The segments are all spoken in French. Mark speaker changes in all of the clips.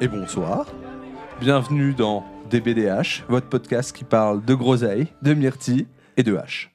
Speaker 1: et bonsoir. Bienvenue dans DBDH, votre podcast qui parle de groseille, de myrtille et de hache.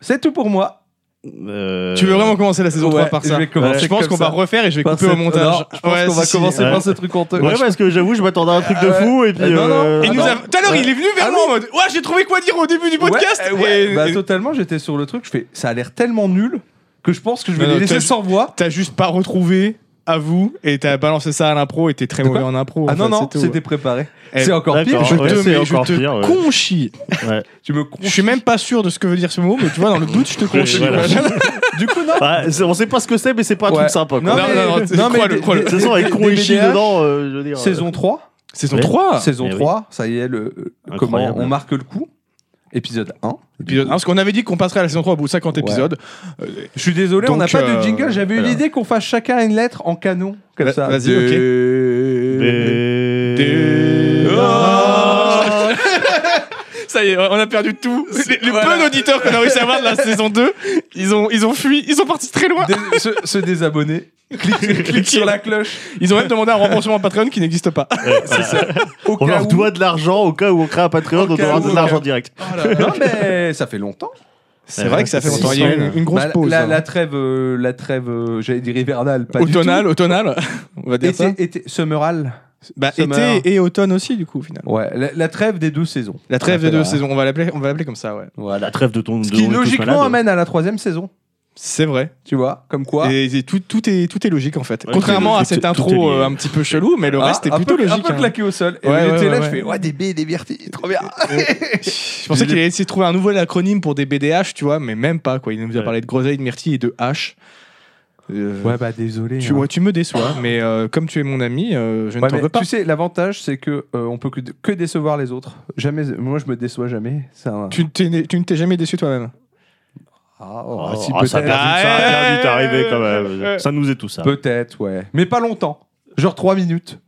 Speaker 1: C'est tout pour moi.
Speaker 2: Euh,
Speaker 3: Tu veux vraiment commencer la saison 3
Speaker 1: Ouais,
Speaker 3: par
Speaker 1: Je
Speaker 3: ça
Speaker 1: vais commencer
Speaker 3: Je pense
Speaker 1: comme
Speaker 3: qu'on
Speaker 1: ça.
Speaker 3: va refaire et je vais
Speaker 1: Par
Speaker 3: couper au
Speaker 1: cette-
Speaker 3: montage.
Speaker 1: Non, je pense
Speaker 3: Ouais, bah,
Speaker 1: qu'on va
Speaker 3: si, si.
Speaker 1: commencer
Speaker 2: ouais.
Speaker 1: par ce truc honteux.
Speaker 2: Ouais, parce que j'avoue, je m'attendais à un truc de fou et puis.
Speaker 1: Ah, non, non.
Speaker 2: euh,
Speaker 3: Et nous
Speaker 1: Ah,
Speaker 3: avons- Tout à l'heure,
Speaker 1: Ouais.
Speaker 3: il est venu vers
Speaker 1: Ah
Speaker 3: moi
Speaker 1: oui.
Speaker 3: en mode Ouais, j'ai trouvé quoi dire au début du
Speaker 1: Ouais,
Speaker 3: podcast
Speaker 1: euh, ouais,
Speaker 3: et-
Speaker 1: bah,
Speaker 3: et
Speaker 1: totalement, j'étais sur le truc, je fais ça a l'air tellement nul que je pense que je vais
Speaker 3: Non,
Speaker 1: les
Speaker 3: non,
Speaker 1: laisser
Speaker 3: t'as-
Speaker 1: sans voix.
Speaker 3: T'as juste pas retrouvé à vous et t'as balancé ça à l'impro et t'es très
Speaker 1: De
Speaker 3: mauvais
Speaker 1: quoi
Speaker 3: en impro.
Speaker 1: Ah
Speaker 3: en
Speaker 1: non
Speaker 3: fait,
Speaker 1: non,
Speaker 3: c'est tout.
Speaker 1: c'était préparé.
Speaker 3: Eh,
Speaker 1: C'est encore pire.
Speaker 2: d'accord.
Speaker 1: je-
Speaker 3: Je te,
Speaker 2: Ouais, c'est
Speaker 3: mais je
Speaker 2: encore
Speaker 3: te
Speaker 2: pire, ouais.
Speaker 3: conchie.
Speaker 2: Ouais.
Speaker 1: Tu me
Speaker 3: Je
Speaker 1: conches.
Speaker 3: suis même pas sûr de ce que veut dire ce mot, mais tu vois, dans le doute, je te conchie.
Speaker 2: voilà.
Speaker 3: quoi.
Speaker 1: Du coup non.
Speaker 2: Bah, c'est- on sait pas ce que c'est, mais c'est pas un
Speaker 1: Ouais.
Speaker 2: truc sympa. Quoi.
Speaker 3: Non, non, non, non, crois-le,
Speaker 1: des-
Speaker 3: crois-le.
Speaker 2: De toute façon, avec
Speaker 1: des-
Speaker 2: Cro et
Speaker 1: des
Speaker 2: Chi
Speaker 1: BDH,
Speaker 2: dedans, euh, je veux dire. euh,
Speaker 1: Saison 3.
Speaker 3: Saison
Speaker 2: Ouais.
Speaker 3: 3
Speaker 1: saison
Speaker 2: eh oui.
Speaker 1: 3, ça y est, le, euh, comment
Speaker 2: Incroyable.
Speaker 1: on marque le coup. Épisode 1.
Speaker 3: Épisode 1, parce qu'on avait dit qu'on passerait à la saison 3 au bout de 50
Speaker 1: Ouais.
Speaker 3: épisodes. Euh,
Speaker 1: Je suis désolé, on
Speaker 3: Donc,
Speaker 1: n'a pas de
Speaker 3: euh,
Speaker 1: jingle. J'avais eu
Speaker 2: voilà.
Speaker 1: l'idée qu'on fasse chacun une lettre en canon, comme
Speaker 3: Va-
Speaker 1: ça.
Speaker 3: vas-y,
Speaker 1: De-
Speaker 2: euh, des-
Speaker 3: Des-
Speaker 2: Ah.
Speaker 3: Ça y est, on a perdu tout. Les, les
Speaker 1: Voilà.
Speaker 3: peu d'auditeurs qu'on a réussi à avoir de la saison 2, ils ont, ils ont fui, ils sont partis très loin.
Speaker 1: Dés- se, se désabonner. Clique, clique sur la cloche.
Speaker 3: Ils ont même demandé un remboursement à Patreon qui n'existe pas.
Speaker 1: Au
Speaker 2: On
Speaker 1: cas
Speaker 2: leur
Speaker 1: où.
Speaker 2: doit de l'argent au cas où on crée un Patreon,
Speaker 1: Au
Speaker 2: donc on
Speaker 1: cas
Speaker 2: aura
Speaker 1: où,
Speaker 2: de
Speaker 1: au
Speaker 2: l'argent
Speaker 1: cas-
Speaker 2: direct.
Speaker 1: Non, mais ça fait longtemps.
Speaker 3: C'est vrai que ça fait longtemps. Il y a eu une, une grosse
Speaker 1: Bah, la-
Speaker 3: pause.
Speaker 1: la,
Speaker 3: hein.
Speaker 1: la trêve, euh, la trêve euh, j'allais dire hivernale, pas
Speaker 3: Automnale, automnale, on va
Speaker 1: du tout.
Speaker 3: dire ça.
Speaker 1: Été- été- summerale.
Speaker 3: Bah,
Speaker 1: summer.
Speaker 3: été et automne aussi, du coup, au final.
Speaker 1: Ouais, la, la trêve des deux saisons.
Speaker 3: La trêve des deux
Speaker 1: Voilà.
Speaker 3: saisons, on va l'appeler on va l'appeler comme ça, ouais.
Speaker 1: Voilà.
Speaker 2: La trêve de ton.
Speaker 1: Ce
Speaker 2: de-
Speaker 1: qui
Speaker 2: on est tous
Speaker 1: logiquement
Speaker 2: malades.
Speaker 1: amène à la troisième saison.
Speaker 3: C'est vrai.
Speaker 1: Tu vois, comme quoi.
Speaker 3: Et, et tout, tout, est, tout est logique, en fait.
Speaker 2: Ouais,
Speaker 3: Contrairement
Speaker 2: tout est
Speaker 3: à
Speaker 2: logique,
Speaker 3: cette
Speaker 2: tout- tout
Speaker 3: intro
Speaker 2: est lié.
Speaker 3: euh, un petit peu chelou, mais le
Speaker 1: Ah,
Speaker 3: reste est
Speaker 1: un
Speaker 3: plutôt
Speaker 1: peu,
Speaker 3: logique.
Speaker 1: Un peu
Speaker 3: hein.
Speaker 1: claqué au sol. Et
Speaker 3: Ouais,
Speaker 1: j'étais
Speaker 3: ouais,
Speaker 1: là,
Speaker 3: ouais,
Speaker 1: je
Speaker 3: ouais.
Speaker 1: fais, ouais, des baies, des vertis, trop bien.
Speaker 3: Je pensais qu'il allait essayer de trouver un nouvel acronyme pour des BDH, tu vois, mais même pas, quoi. Il nous a
Speaker 2: Ouais.
Speaker 3: parlé de groseille, de myrtille et de H. Euh,
Speaker 1: bah désolé.
Speaker 3: tu,
Speaker 1: hein.
Speaker 3: ouais, tu me déçois, mais euh, comme tu es mon ami, euh, je ne
Speaker 1: Ouais,
Speaker 3: t'en
Speaker 1: mais
Speaker 3: veux pas.
Speaker 1: Tu sais, l'avantage, c'est que euh, on peut que, que décevoir les autres. Jamais, moi, je me déçois jamais. Ça. un...
Speaker 3: Tu, ne t'es né- tu ne t'es jamais déçu toi-même.
Speaker 1: Ah,
Speaker 2: Ah,
Speaker 1: oh,
Speaker 2: si,
Speaker 1: si,
Speaker 2: ah, ça a
Speaker 1: peut-être.
Speaker 2: bien vite- ça a bien vite
Speaker 3: Ouais.
Speaker 2: arrivé quand même. Ça nous est tout ça.
Speaker 1: Peut-être, ouais. Mais pas longtemps. Genre 3 minutes.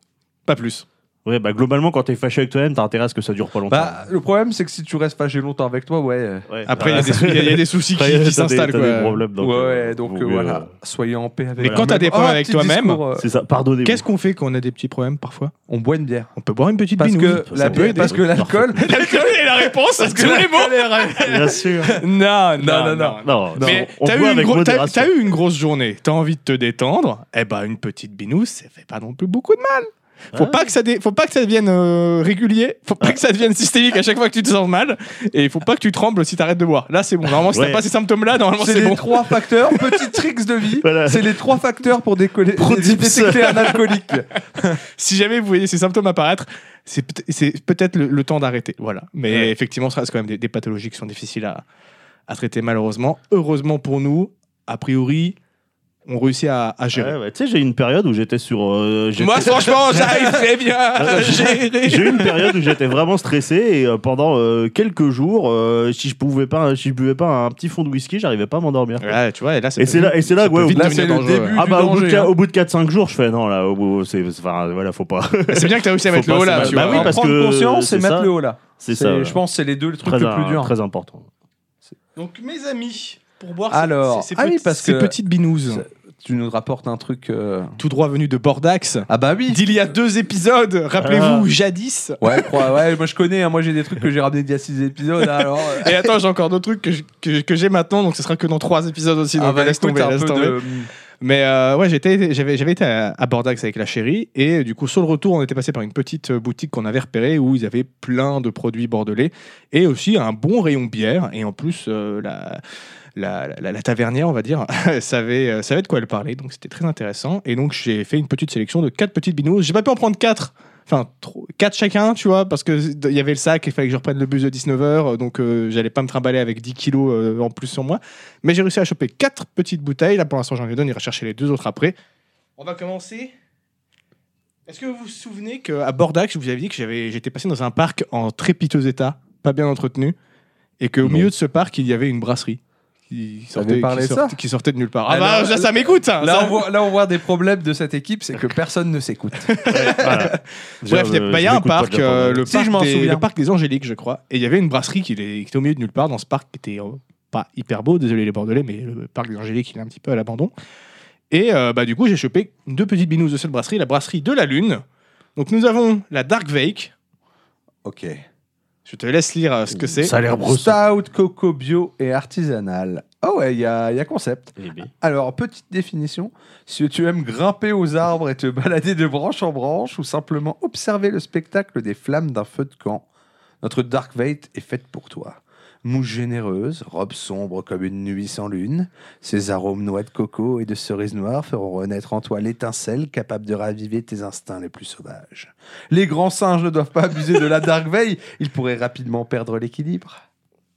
Speaker 3: Pas plus.
Speaker 2: Ouais, bah globalement, quand t'es fâché avec toi-même, t'as intérêt à ce que ça dure pas longtemps.
Speaker 1: Bah, le problème, c'est que si tu restes fâché longtemps avec toi, ouais. euh,
Speaker 2: Ouais,
Speaker 3: Après, il
Speaker 2: voilà.
Speaker 3: y a des sou- il y, a- il y a des soucis
Speaker 2: Après, t'as
Speaker 3: qui,
Speaker 2: des-
Speaker 3: qui s'installent,
Speaker 2: t'as
Speaker 3: quoi.
Speaker 2: des problèmes, donc.
Speaker 1: ouais,
Speaker 2: euh,
Speaker 1: ouais, donc
Speaker 2: vaut
Speaker 1: euh,
Speaker 2: mieux,
Speaker 1: voilà.
Speaker 2: euh,
Speaker 1: Soyez en paix avec
Speaker 3: Mais quand t'as des
Speaker 1: Oh,
Speaker 3: problèmes
Speaker 1: un
Speaker 3: avec
Speaker 1: petit
Speaker 3: toi-même,
Speaker 1: discours, euh,
Speaker 2: C'est ça, pardonnez-moi.
Speaker 3: Qu'est-ce qu'on fait quand on a des petits problèmes parfois
Speaker 1: on boit une bière.
Speaker 3: On peut boire une petite
Speaker 1: Parce
Speaker 3: binouze.
Speaker 1: que,
Speaker 2: ça
Speaker 1: la
Speaker 2: peut
Speaker 1: bière-
Speaker 2: aider.
Speaker 1: parce que l'alcool.
Speaker 3: L'alcool est la réponse à tous les mots.
Speaker 2: Bien sûr.
Speaker 3: Non,
Speaker 1: Non, non, non.
Speaker 2: Non,
Speaker 3: Mais
Speaker 2: on
Speaker 3: t'as
Speaker 2: boit
Speaker 3: eu, une
Speaker 2: avec
Speaker 3: gro- t'as-
Speaker 2: modération.
Speaker 3: t'as eu une grosse journée, t'as envie de te détendre, eh ben une petite binouze, ça fait pas non plus beaucoup de mal. Faut,
Speaker 2: Ouais.
Speaker 3: pas, que ça dé- faut pas que ça devienne euh, régulier, faut pas que ça devienne systémique à chaque fois que tu te sens mal, et faut pas que tu trembles si t'arrêtes de boire. Là c'est bon, normalement si
Speaker 2: Ouais.
Speaker 3: t'as pas ces symptômes-là, normalement
Speaker 1: C'est
Speaker 3: c'est
Speaker 1: les
Speaker 3: bon.
Speaker 1: trois facteurs, petits tricks de vie.
Speaker 2: Voilà.
Speaker 1: C'est les trois facteurs pour décoller,
Speaker 2: Pro tips.
Speaker 1: détecter un alcoolique.
Speaker 3: Si jamais vous voyez ces symptômes apparaître, c'est peut- c'est peut-être le, le temps d'arrêter. Voilà. Mais
Speaker 2: Ouais.
Speaker 3: effectivement, ça reste quand même des, des pathologies qui sont difficiles à, à traiter malheureusement. Heureusement pour nous, a priori, on réussit à, à gérer.
Speaker 2: Ouais, ouais, tu sais, j'ai eu une période où j'étais sur. euh, j'étais-
Speaker 3: franchement, j'arrive très bien à gérer.
Speaker 2: j'ai eu une période où j'étais vraiment stressé et euh, pendant euh, quelques jours, euh, si je pouvais pas, si je buvais pas un petit fond de whisky, j'arrivais pas à m'endormir.
Speaker 3: Ouais, tu vois, et là, ça
Speaker 2: Et
Speaker 3: peut-
Speaker 2: c'est là- et c'est là
Speaker 3: ça
Speaker 2: que,
Speaker 3: peut
Speaker 2: ouais,
Speaker 3: vite
Speaker 1: là,
Speaker 3: devenir
Speaker 1: c'est le
Speaker 3: dangereux, ouais.
Speaker 1: début.
Speaker 2: Ah
Speaker 1: du
Speaker 2: bah au bout, de
Speaker 1: danger,
Speaker 2: qua-
Speaker 1: hein.
Speaker 2: au bout de 4-5 jours, je fais non là, au bout, c'est, c'est- enfin, voilà, faut pas.
Speaker 3: C'est bien que t'as réussi à
Speaker 2: Faut
Speaker 3: mettre le
Speaker 2: pas
Speaker 3: haut
Speaker 2: se
Speaker 3: là.
Speaker 2: battre.
Speaker 3: tu
Speaker 2: Bah
Speaker 3: vois.
Speaker 2: oui,
Speaker 1: En
Speaker 2: parce
Speaker 1: prendre
Speaker 2: que
Speaker 1: conscience, c'est
Speaker 2: c'est
Speaker 1: mettre
Speaker 2: ça.
Speaker 1: le haut là.
Speaker 2: c'est ça.
Speaker 1: Je pense que c'est les deux le truc
Speaker 2: très,
Speaker 1: le plus
Speaker 2: un-
Speaker 1: dur. hein.
Speaker 2: très important.
Speaker 3: Donc, mes amis, pour boire
Speaker 1: ces- Alors, ces- ces ah oui, petits- parce ces que-
Speaker 3: petites
Speaker 1: petites
Speaker 3: binouses,
Speaker 1: Tu nous rapportes un truc. euh,
Speaker 3: tout droit venu de Bordax,
Speaker 1: Ah bah oui.
Speaker 3: d'il y a deux épisodes,
Speaker 2: Ah.
Speaker 3: rappelez-vous, jadis.
Speaker 1: Ouais, je crois- ouais, moi je connais. hein, moi j'ai des trucs que j'ai ramenés d'il y a 6 épisodes. hein, Alors, euh,
Speaker 3: Et attends, j'ai encore d'autres trucs que je- que que j'ai maintenant, donc ce sera que dans trois épisodes aussi. Donc
Speaker 1: ah bah,
Speaker 3: laisse
Speaker 1: écoute,
Speaker 3: tomber,
Speaker 1: un
Speaker 3: laisse
Speaker 1: peu
Speaker 3: tomber.
Speaker 1: de-
Speaker 3: Mais euh, ouais, j'étais- j'avais j'avais été à, à Bordax avec la chérie, et euh, du coup, sur le retour, on était passé par une petite euh, boutique qu'on avait repérée où ils avaient plein de produits bordelais et aussi un bon rayon bière. Et en plus, euh, la, la, la- la tavernière, on va dire, savait, euh, savait de quoi elle parlait, donc c'était très intéressant. Et donc, j'ai fait une petite sélection de quatre petites binouses. J'ai pas pu en prendre quatre. Enfin, trop- quatre chacun, tu vois, parce qu'il y avait le sac, il fallait que je reprenne le bus de 19h, donc euh, j'allais pas me trimballer avec 10 kilos euh, en plus sur moi. Mais j'ai réussi à choper quatre petites bouteilles. Là, pour l'instant, j'en ai deux. On ira chercher les deux autres après. On va commencer. Est-ce que vous vous souvenez qu'à Bordax, je vous avais dit que j'avais- j'étais passé dans un parc en très piteux état, pas bien entretenu, et qu'au
Speaker 2: Non.
Speaker 3: milieu de ce parc, il y avait une brasserie qui sortait,
Speaker 1: avait parlé
Speaker 3: qui
Speaker 1: de
Speaker 3: sortait-
Speaker 1: ça
Speaker 3: qui sortait de nulle part. Ah,
Speaker 1: Ah,
Speaker 3: bah,
Speaker 1: là,
Speaker 3: ça, ça
Speaker 1: là,
Speaker 3: m'écoute, ça,
Speaker 1: Là,
Speaker 3: ça.
Speaker 1: on voit, là, on voit des problèmes de cette équipe, c'est que personne ne s'écoute.
Speaker 2: Voilà.
Speaker 3: Bref, il y a-
Speaker 2: Je-
Speaker 3: bah, il y
Speaker 2: je
Speaker 3: a un
Speaker 2: m'écoute pas
Speaker 3: parc,
Speaker 2: déjà pendant-
Speaker 3: euh, le,
Speaker 1: Si, je m'en
Speaker 3: parc des,
Speaker 1: souviens.
Speaker 3: le parc des Angéliques, je crois. Et il y avait une brasserie qui, est- qui était au milieu de nulle part dans ce parc qui était euh, pas hyper beau, désolé les Bordelais, mais le parc des Angéliques, il est un petit peu à l'abandon. Et euh, bah, du coup, j'ai chopé deux petites binous de cette brasserie, la brasserie de la Lune. Donc nous avons la Dark Vake.
Speaker 1: Ok.
Speaker 3: Je te laisse lire euh, ce que c'est.
Speaker 2: Ça a l'air brossé.
Speaker 1: Stout, coco bio et artisanal. Oh ouais, il y a, il y a concept. Alors, petite définition. Si tu aimes grimper aux arbres et te balader de branche en branche ou simplement observer le spectacle des flammes d'un feu de camp, notre Dark Vate est faite pour toi. Mouche généreuse, robe sombre comme une nuit sans lune, ses arômes noix de coco et de cerises noires feront renaître en toi l'étincelle capable de raviver tes instincts les plus sauvages. Les grands singes ne doivent pas abuser de la Dark Veil, ils pourraient rapidement perdre l'équilibre.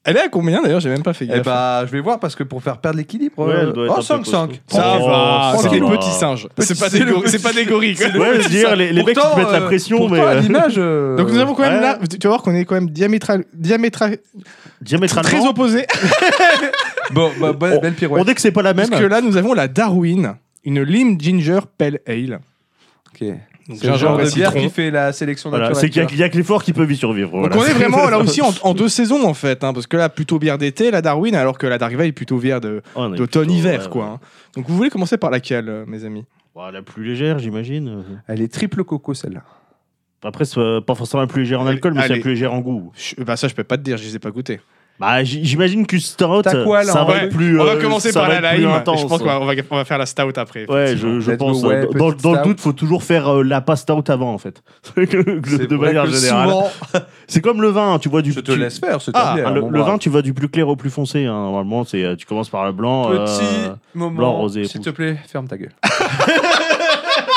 Speaker 3: Elle est à combien d'ailleurs J'ai même pas fait
Speaker 1: Eh
Speaker 3: gaffe.
Speaker 1: bah, je vais voir parce que pour faire perdre l'équilibre,
Speaker 2: Ouais, elle
Speaker 1: euh,
Speaker 2: doit être
Speaker 1: oh,
Speaker 2: un
Speaker 1: 5-5.
Speaker 2: peu costaud.
Speaker 3: ça
Speaker 2: Oh,
Speaker 3: va,
Speaker 1: ça
Speaker 3: c'est des
Speaker 1: va.
Speaker 3: petits singes.
Speaker 1: Petit
Speaker 3: C'est pas des
Speaker 1: singe.
Speaker 3: gorilles, c'est pas des gorilles. quoi.
Speaker 2: Ouais, je veux dire, les, les mecs qui
Speaker 1: Pourtant,
Speaker 2: te mettent la
Speaker 1: euh,
Speaker 2: pression,
Speaker 1: pourtant,
Speaker 2: mais.
Speaker 1: à
Speaker 2: euh,
Speaker 1: l'image, euh,
Speaker 3: Donc nous avons quand même
Speaker 2: Ouais.
Speaker 3: là, tu vas voir qu'on est quand même diamétral, diamétral,
Speaker 2: diamétralement.
Speaker 3: très opposés.
Speaker 1: Bon, bah, bonne-
Speaker 2: On-
Speaker 1: belle
Speaker 2: On
Speaker 1: pirouette.
Speaker 2: dit que c'est pas la même.
Speaker 3: Parce que là, nous avons la Darwin, une lime ginger pale ale.
Speaker 1: Ok. C'est
Speaker 3: Donc
Speaker 1: le genre
Speaker 3: et
Speaker 1: de bière
Speaker 3: citron.
Speaker 1: qui fait la sélection
Speaker 2: Voilà,
Speaker 1: naturelle.
Speaker 2: c'est qu'il y a- il y a que les forts qui peuvent y survivre.
Speaker 3: Donc
Speaker 2: voilà.
Speaker 3: on est vraiment là aussi en, en deux saisons en fait, hein, parce que là plutôt bière d'été, la Darwin, alors que la Dark Veil est plutôt bière de-
Speaker 2: Ah, On est plutôt,
Speaker 3: d'automne-hiver
Speaker 2: ouais,
Speaker 3: quoi. hein. Donc vous voulez commencer par laquelle, euh, mes amis
Speaker 2: ouais. Ouais, bah, la plus légère, j'imagine.
Speaker 1: Elle est triple coco celle-là.
Speaker 2: Après, c'est euh, pas forcément la plus légère en alcool, mais c'est
Speaker 3: Allez.
Speaker 2: la plus légère en goût.
Speaker 3: Je- Bah ça je peux pas te dire, je les ai pas goûtés.
Speaker 2: Bah, j- j'imagine que stout,
Speaker 1: T'as quoi, là,
Speaker 2: ça
Speaker 1: en
Speaker 2: va
Speaker 1: vrai
Speaker 2: être plus.
Speaker 3: on va
Speaker 2: euh,
Speaker 3: commencer
Speaker 2: ça
Speaker 3: par
Speaker 2: va
Speaker 3: la
Speaker 2: être plus
Speaker 3: lime. hein,
Speaker 2: intense.
Speaker 3: je pense qu'on va, on va faire la stout après.
Speaker 2: Ouais, je, je
Speaker 1: Let's
Speaker 2: pense.
Speaker 1: go, ouais,
Speaker 2: euh, dans
Speaker 1: petite
Speaker 2: dans le
Speaker 1: stout.
Speaker 2: doute, faut toujours faire euh, la pasta out avant, en fait. Que- que-
Speaker 1: C'est
Speaker 2: de
Speaker 1: vrai
Speaker 2: manière
Speaker 1: que
Speaker 2: générale.
Speaker 1: souvent,
Speaker 2: C'est comme le vin, hein, tu vois du.
Speaker 1: je te hein.
Speaker 2: tu-
Speaker 1: laisse faire, c'est
Speaker 2: Ah,
Speaker 1: ta bière,
Speaker 2: le,
Speaker 1: mon
Speaker 2: le
Speaker 1: brave.
Speaker 2: vin, tu vas du plus clair au plus foncé. hein. Normalement, c'est euh, tu commences par le blanc.
Speaker 1: Petit
Speaker 2: euh,
Speaker 1: moment,
Speaker 2: blanc, rosé,
Speaker 1: s'il
Speaker 2: rouge.
Speaker 1: te plaît, ferme ta gueule.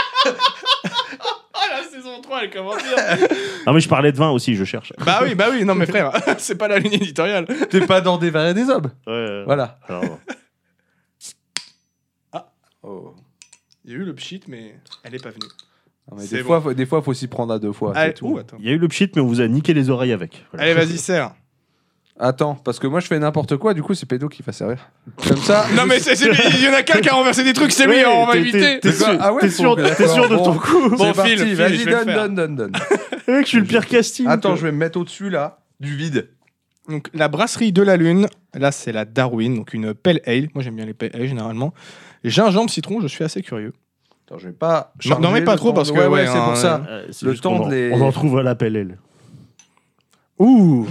Speaker 3: Ah la saison 3 elle commence
Speaker 2: Non, Ah, mais je parlais de vin aussi, je cherche.
Speaker 3: Bah oui, bah oui, non mais frère, c'est pas la ligne éditoriale.
Speaker 1: T'es pas dans des verres et des hommes.
Speaker 2: Ouais, euh,
Speaker 1: Voilà.
Speaker 2: alors, Oh.
Speaker 3: Il y a eu le pchit mais elle est pas venue.
Speaker 1: Non, mais
Speaker 3: C'est
Speaker 1: des,
Speaker 3: bon.
Speaker 1: fois, faut- des fois, faut s'y prendre à deux
Speaker 2: Ah,
Speaker 1: fois. c'est
Speaker 3: Allez,
Speaker 1: tout.
Speaker 3: ouh, attends.
Speaker 2: Il y a eu le pchit, mais on vous a niqué les oreilles avec. Voilà.
Speaker 3: Allez vas-y serre.
Speaker 1: Attends, parce que moi, je fais n'importe quoi, du coup, c'est Pédo qui va servir. Comme ça.
Speaker 3: Non mais c'est- c'est- il y en a qu'un qui a renversé des trucs, c'est lui,
Speaker 2: Ouais,
Speaker 3: on va
Speaker 2: t'es-
Speaker 3: éviter.
Speaker 2: T'es t'es
Speaker 1: D'accord.
Speaker 2: sûr,
Speaker 1: Ah ouais,
Speaker 2: t'es
Speaker 1: bon,
Speaker 2: sûr de-
Speaker 1: d'accord,
Speaker 2: t'es sûr de
Speaker 1: bon.
Speaker 2: ton coup.
Speaker 1: C'est
Speaker 3: Bon,
Speaker 1: parti,
Speaker 3: file, file,
Speaker 1: vas-y,
Speaker 3: je vais le
Speaker 1: donne,
Speaker 3: faire.
Speaker 1: donne, donne, donne.
Speaker 2: Mec, je suis le pire casting.
Speaker 1: Attends, je vais me mettre au-dessus là, du vide.
Speaker 3: Donc la brasserie de la lune, là c'est la Darwin, donc une pale ale. Moi j'aime bien les pale ale généralement. Gingembre citron, je suis assez curieux.
Speaker 1: Attends, je vais pas.
Speaker 3: Non, non,
Speaker 1: charger
Speaker 3: mais pas
Speaker 1: le
Speaker 3: trop,
Speaker 1: temps.
Speaker 3: parce que,
Speaker 1: Ouais, ouais,
Speaker 3: ouais,
Speaker 1: c'est
Speaker 3: hein,
Speaker 1: pour ça.
Speaker 2: Euh, c'est
Speaker 1: Le
Speaker 2: juste
Speaker 1: temps
Speaker 2: qu'on en-
Speaker 1: de les-
Speaker 2: On en trouve à l'appel, elle.
Speaker 3: Ouh,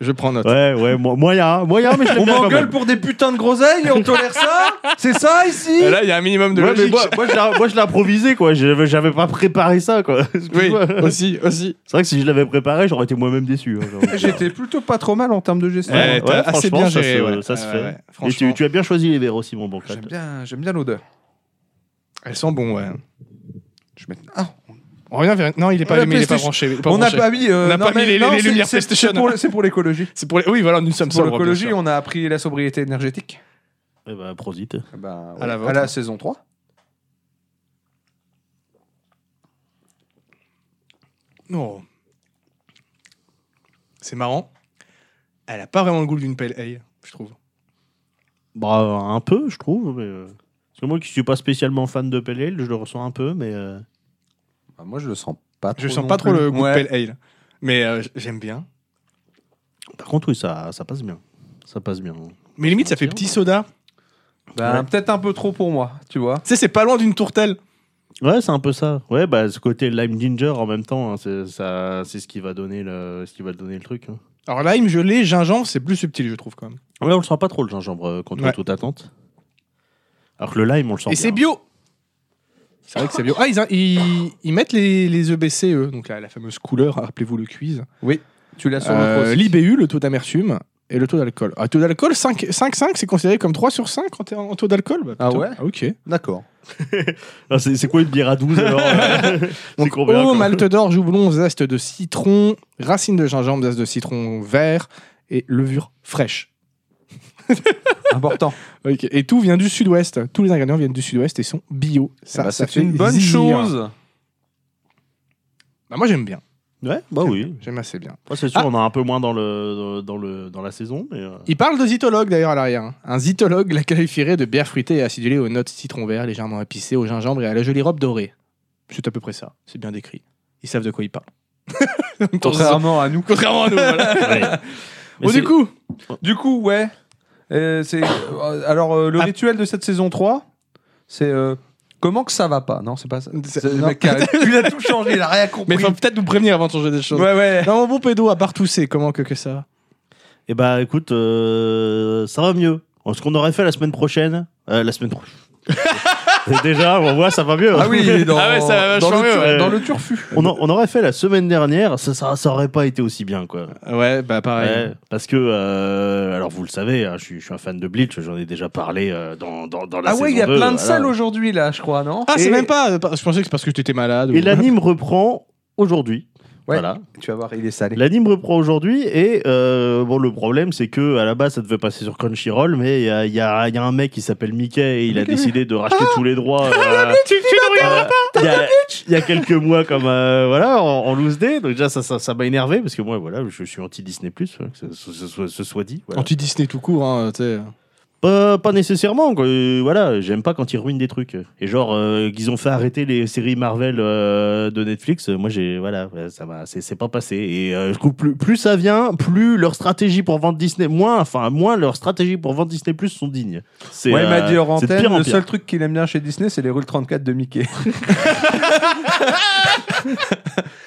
Speaker 3: je prends note.
Speaker 2: Ouais, ouais, mo- moyen, moyen, mais je l'aime
Speaker 1: On
Speaker 2: bien quand
Speaker 1: m'engueule
Speaker 2: même.
Speaker 1: pour des putains de groseilles, on tolère ça C'est ça ici
Speaker 3: Et là il y a un minimum de
Speaker 2: Ouais, mais
Speaker 3: logique.
Speaker 2: moi, moi, je l'ai- moi, je l'ai improvisé, quoi. J'avais j'avais pas préparé ça, quoi.
Speaker 3: oui,
Speaker 2: Excuse-moi.
Speaker 3: aussi, aussi.
Speaker 2: C'est vrai que si je l'avais préparé, j'aurais été moi-même déçu. hein, j'aurais-
Speaker 1: J'étais plutôt pas trop mal en termes de gestion.
Speaker 3: Ouais,
Speaker 2: ouais,
Speaker 3: t'as assez
Speaker 2: franchement,
Speaker 3: bien
Speaker 2: ça
Speaker 3: géré.
Speaker 2: se-
Speaker 3: ouais.
Speaker 2: ça se
Speaker 3: Ouais,
Speaker 2: fait.
Speaker 3: ouais,
Speaker 2: Et
Speaker 3: franchement.
Speaker 2: tu, tu as bien choisi les verres aussi, mon bon
Speaker 1: J'aime bien, j'aime bien l'odeur.
Speaker 3: Elles sont bon, ouais.
Speaker 1: Je vais mettre- Ah,
Speaker 3: On revient vers. Non, il est pas
Speaker 1: Ouais,
Speaker 3: allumé, il est pas
Speaker 1: PlayStation.
Speaker 3: branché. il est pas
Speaker 1: on n'a
Speaker 3: branché.
Speaker 1: pas mis, euh,
Speaker 3: On n'a
Speaker 1: non,
Speaker 3: pas
Speaker 1: mais-
Speaker 3: mis les-
Speaker 1: non,
Speaker 3: les
Speaker 1: c'est-
Speaker 3: lumières
Speaker 1: c'est-
Speaker 3: PlayStation.
Speaker 1: C'est pour, le- c'est pour l'écologie.
Speaker 3: C'est pour les... Oui, voilà, nous sommes
Speaker 1: Pour
Speaker 3: sobres, bien
Speaker 1: l'écologie,
Speaker 3: sûr.
Speaker 1: on a appris la sobriété énergétique.
Speaker 2: Eh ben, prosite.
Speaker 1: Eh ben,
Speaker 3: À la
Speaker 1: ouais,
Speaker 3: vôtre.
Speaker 1: à la saison 3.
Speaker 3: Non. C'est marrant. Elle a pas vraiment le goût d'une pale ale, je trouve.
Speaker 2: Bah, un peu, je trouve. Mais... euh, Parce que moi, qui suis pas spécialement fan de PLL, je le ressens un peu, mais. euh,
Speaker 1: Bah, moi, je le sens pas trop.
Speaker 3: Je sens
Speaker 1: non
Speaker 3: pas trop
Speaker 1: plus.
Speaker 3: le goût
Speaker 1: Ouais.
Speaker 3: de pale ale. Mais euh, j- j'aime bien.
Speaker 2: Par contre, oui, ça, ça passe bien. Ça passe bien.
Speaker 3: Mais limite, ça fait petit soda.
Speaker 1: Bah,
Speaker 2: Ouais.
Speaker 1: Peut-être un peu trop pour moi, tu vois.
Speaker 3: Tu sais, c'est pas loin d'une tourtelle.
Speaker 2: Ouais, c'est un peu ça. Ouais, bah, ce côté lime ginger en même temps, hein, c'est ça- c'est ce qui va donner le, ce qui va donner le truc. hein.
Speaker 3: Alors lime gelé, gingembre, c'est plus subtil, je trouve quand même.
Speaker 2: Ouais, on le sent pas trop le gingembre euh, contre
Speaker 3: Ouais.
Speaker 2: toute attente. Alors que le lime, on le sent.
Speaker 3: Et c'est bio C'est vrai que c'est bio. Ah, ils, ils, ils mettent les, les EBC, eux, donc la, la fameuse couleur, rappelez-vous le quiz.
Speaker 1: Tu l'as sur
Speaker 3: Euh,
Speaker 1: le
Speaker 3: L'IBU, le taux d'amertume et le taux d'alcool. Ah, taux d'alcool, 5, 5, c'est considéré comme 3 sur 5 quand t'es en en taux d'alcool Bah,
Speaker 1: Ah
Speaker 3: putain.
Speaker 1: ouais
Speaker 3: Ok.
Speaker 1: D'accord.
Speaker 2: Ah, C'est c'est quoi une bière à 12 alors euh, c'est
Speaker 3: Donc, oh,
Speaker 2: combien,
Speaker 3: eau,
Speaker 2: quoi
Speaker 3: malte d'or, doublon, zeste de citron, racine de gingembre, zeste de citron vert et levure fraîche.
Speaker 1: Important.
Speaker 3: Ok. Et tout vient du sud-ouest. Tous les ingrédients viennent du sud-ouest et sont bio. Ça,
Speaker 1: Eh ben,
Speaker 3: ça
Speaker 1: c'est une
Speaker 3: fait
Speaker 1: bonne
Speaker 3: zizir.
Speaker 1: chose.
Speaker 3: Bah, moi, j'aime bien.
Speaker 2: Ouais, bah oui.
Speaker 3: J'aime assez bien.
Speaker 2: Ouais, c'est sûr,
Speaker 3: Ah.
Speaker 2: on a un peu moins dans, le, dans, le, dans la saison, mais. euh,
Speaker 3: Il parle de zytologue d'ailleurs à l'arrière. hein. Un zytologue la qualifierait de bière fruitée et acidulée aux notes citron vert, légèrement épicée, au gingembre et à la jolie robe dorée. C'est à peu près ça. C'est bien décrit. Ils savent de quoi ils parlent.
Speaker 1: Contrairement à nous.
Speaker 3: Contrairement à nous. Voilà.
Speaker 2: ouais. Mais
Speaker 3: Bon,
Speaker 2: c'est-
Speaker 3: du coup,
Speaker 1: Du coup, ouais. Euh, c'est- euh, alors, euh, le
Speaker 3: Ah.
Speaker 1: rituel de cette saison 3, c'est euh, Comment que ça va pas Non, c'est pas ça.
Speaker 3: C'est-
Speaker 1: C'est- le
Speaker 3: non.
Speaker 1: mec, il a- il a tout changé, il a rien compris.
Speaker 3: Mais faut peut-être nous prévenir avant de changer des choses.
Speaker 1: ouais, ouais.
Speaker 3: Non, mon bon pédo, à part tousser, comment que, que ça va
Speaker 2: Eh bah écoute, euh, ça va mieux. Ce qu'on aurait fait la semaine prochaine, euh, la semaine prochaine. Déjà, on voit, ça va mieux.
Speaker 1: Ah oui, il est dans,
Speaker 3: Ah ouais, ça va
Speaker 1: dans, le,
Speaker 3: changer,
Speaker 1: tur-
Speaker 2: ouais.
Speaker 1: dans le turfu.
Speaker 2: On, en- on aurait fait la semaine dernière, ça, ça, ça aurait pas été aussi bien, quoi.
Speaker 3: Ouais, bah pareil.
Speaker 2: Ouais, parce que, euh, alors vous le savez, hein, je, suis, je suis un fan de Bleach, j'en ai déjà parlé euh, dans, dans, dans la
Speaker 1: Ah ouais, il y a
Speaker 2: saison deux,
Speaker 1: plein de
Speaker 2: voilà.
Speaker 1: salles aujourd'hui, là, je crois, non
Speaker 3: Ah, c'est
Speaker 2: Et-
Speaker 3: même pas. Je pensais que c'est parce que tu étais malade.
Speaker 2: Et
Speaker 3: ou-
Speaker 2: l'anime reprend aujourd'hui.
Speaker 1: Ouais.
Speaker 2: Voilà.
Speaker 1: Tu vas voir, il est salé.
Speaker 2: L'anime reprend aujourd'hui et euh, bon le problème c'est que à la base ça devait passer sur Crunchyroll mais il y a, il y a- il y a un mec qui s'appelle Mickey et il a
Speaker 1: Mickey.
Speaker 2: décidé de racheter tous les droits. euh,
Speaker 3: Tu- tu ne regardes-
Speaker 2: Voilà. Il y a- il y, a quelques mois, comme euh, voilà, en, en loose day. Donc déjà, ça, ça, ça m'a énervé parce que moi, voilà, je suis anti Disney Plus, hein, que ce, ce- ce- ce soit dit. voilà.
Speaker 3: Anti-Disney tout court, hein, tu sais.
Speaker 2: Pas, pas nécessairement. quoi. Euh, Voilà, j'aime pas quand ils ruinent des trucs. Et genre euh, qu'ils ont fait arrêter les séries Marvel euh, de Netflix. euh, Moi, j'ai voilà, ouais, ça m'a, c'est, c'est pas passé. Et euh, je trouve plus, plus ça vient, plus leur stratégie pour vendre Disney, moins, enfin moins leur stratégie pour vendre Disney Plus sont dignes. C'est,
Speaker 1: Ouais, il m'a
Speaker 2: euh,
Speaker 1: dit hors
Speaker 2: c'est de
Speaker 1: antenne,
Speaker 2: pire en
Speaker 1: le
Speaker 2: pire.
Speaker 1: seul truc qu'il aime bien chez Disney, c'est les rules 34 de Mickey.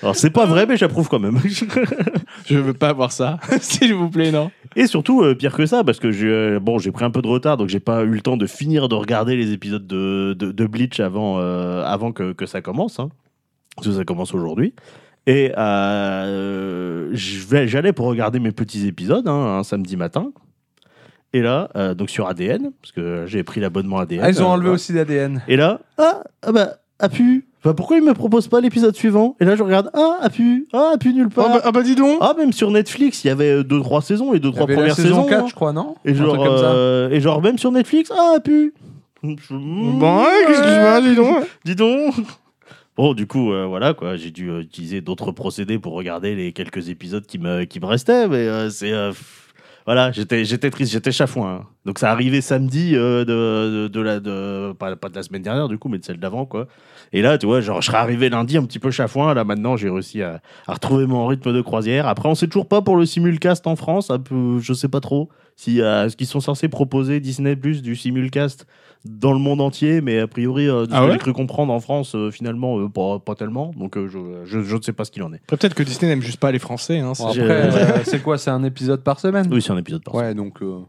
Speaker 2: Alors, c'est pas vrai, mais j'approuve quand même.
Speaker 3: Je veux pas voir ça, s'il vous plaît, non.
Speaker 2: Et surtout, euh, pire que ça, parce que j'ai, euh, bon, j'ai pris un peu de retard, donc j'ai pas eu le temps de finir de regarder les épisodes de, de, de Bleach avant, euh, avant que, que ça commence. hein. Parce que ça commence aujourd'hui. Et euh, je vais- j'allais pour regarder mes petits épisodes hein, un samedi matin. Et là, euh, donc sur ADN, parce que j'ai pris l'abonnement ADN.
Speaker 1: Ah, ils ont
Speaker 2: euh,
Speaker 1: enlevé
Speaker 2: voilà.
Speaker 1: aussi l'ADN.
Speaker 2: Et là, ah, ah bah, a pu. Bah, pourquoi ils me proposent pas l'épisode suivant Et là, je regarde, ah, a pu. Ah, a pu nulle part.
Speaker 1: Oh,
Speaker 3: Ah, bah, ah bah, dis donc
Speaker 2: Ah, même sur Netflix, il y avait 2-3 saisons, les
Speaker 1: Il y
Speaker 2: 2-3
Speaker 1: avait
Speaker 2: premières
Speaker 1: la saison
Speaker 2: saisons.
Speaker 1: 4,
Speaker 2: hein.
Speaker 1: je crois, non
Speaker 2: et,
Speaker 1: Un
Speaker 2: genre,
Speaker 1: truc comme ça.
Speaker 2: euh, et genre, même sur Netflix, ah, pu.
Speaker 3: Bon, bah, ouais, qu'est-ce que je vois, dis donc
Speaker 2: Dis donc Bon, du coup, euh, voilà, quoi, j'ai dû euh, utiliser d'autres procédés pour regarder les quelques épisodes qui me, qui me restaient, mais euh, c'est. euh, pff, voilà, j'étais j'étais triste, j'étais chafouin. hein. Donc ça arrivait samedi euh, de, de, de la. De, pas, pas de la semaine dernière, du coup, mais de celle d'avant, quoi. Et là, tu vois, genre, je serais arrivé lundi un petit peu chafouin. Là, maintenant, j'ai réussi à, à retrouver mon rythme de croisière. Après, on sait toujours pas pour le simulcast en France. un peu, je sais pas trop si euh, ce qu'ils sont censés proposer Disney Plus du simulcast dans le monde entier, mais a priori, euh, de ce
Speaker 3: Ah
Speaker 2: que
Speaker 3: ouais
Speaker 2: j'ai cru comprendre en France, euh, finalement, euh, pas, pas tellement. Donc, euh, je, je, je ne sais pas ce qu'il en est.
Speaker 3: Après, peut-être que Disney n'aime juste pas les Français. Hein, c'est-
Speaker 1: Bon, après,
Speaker 2: j'ai-
Speaker 1: euh, c'est quoi C'est un épisode par semaine
Speaker 2: Oui, c'est un épisode par
Speaker 1: Ouais, donc. euh,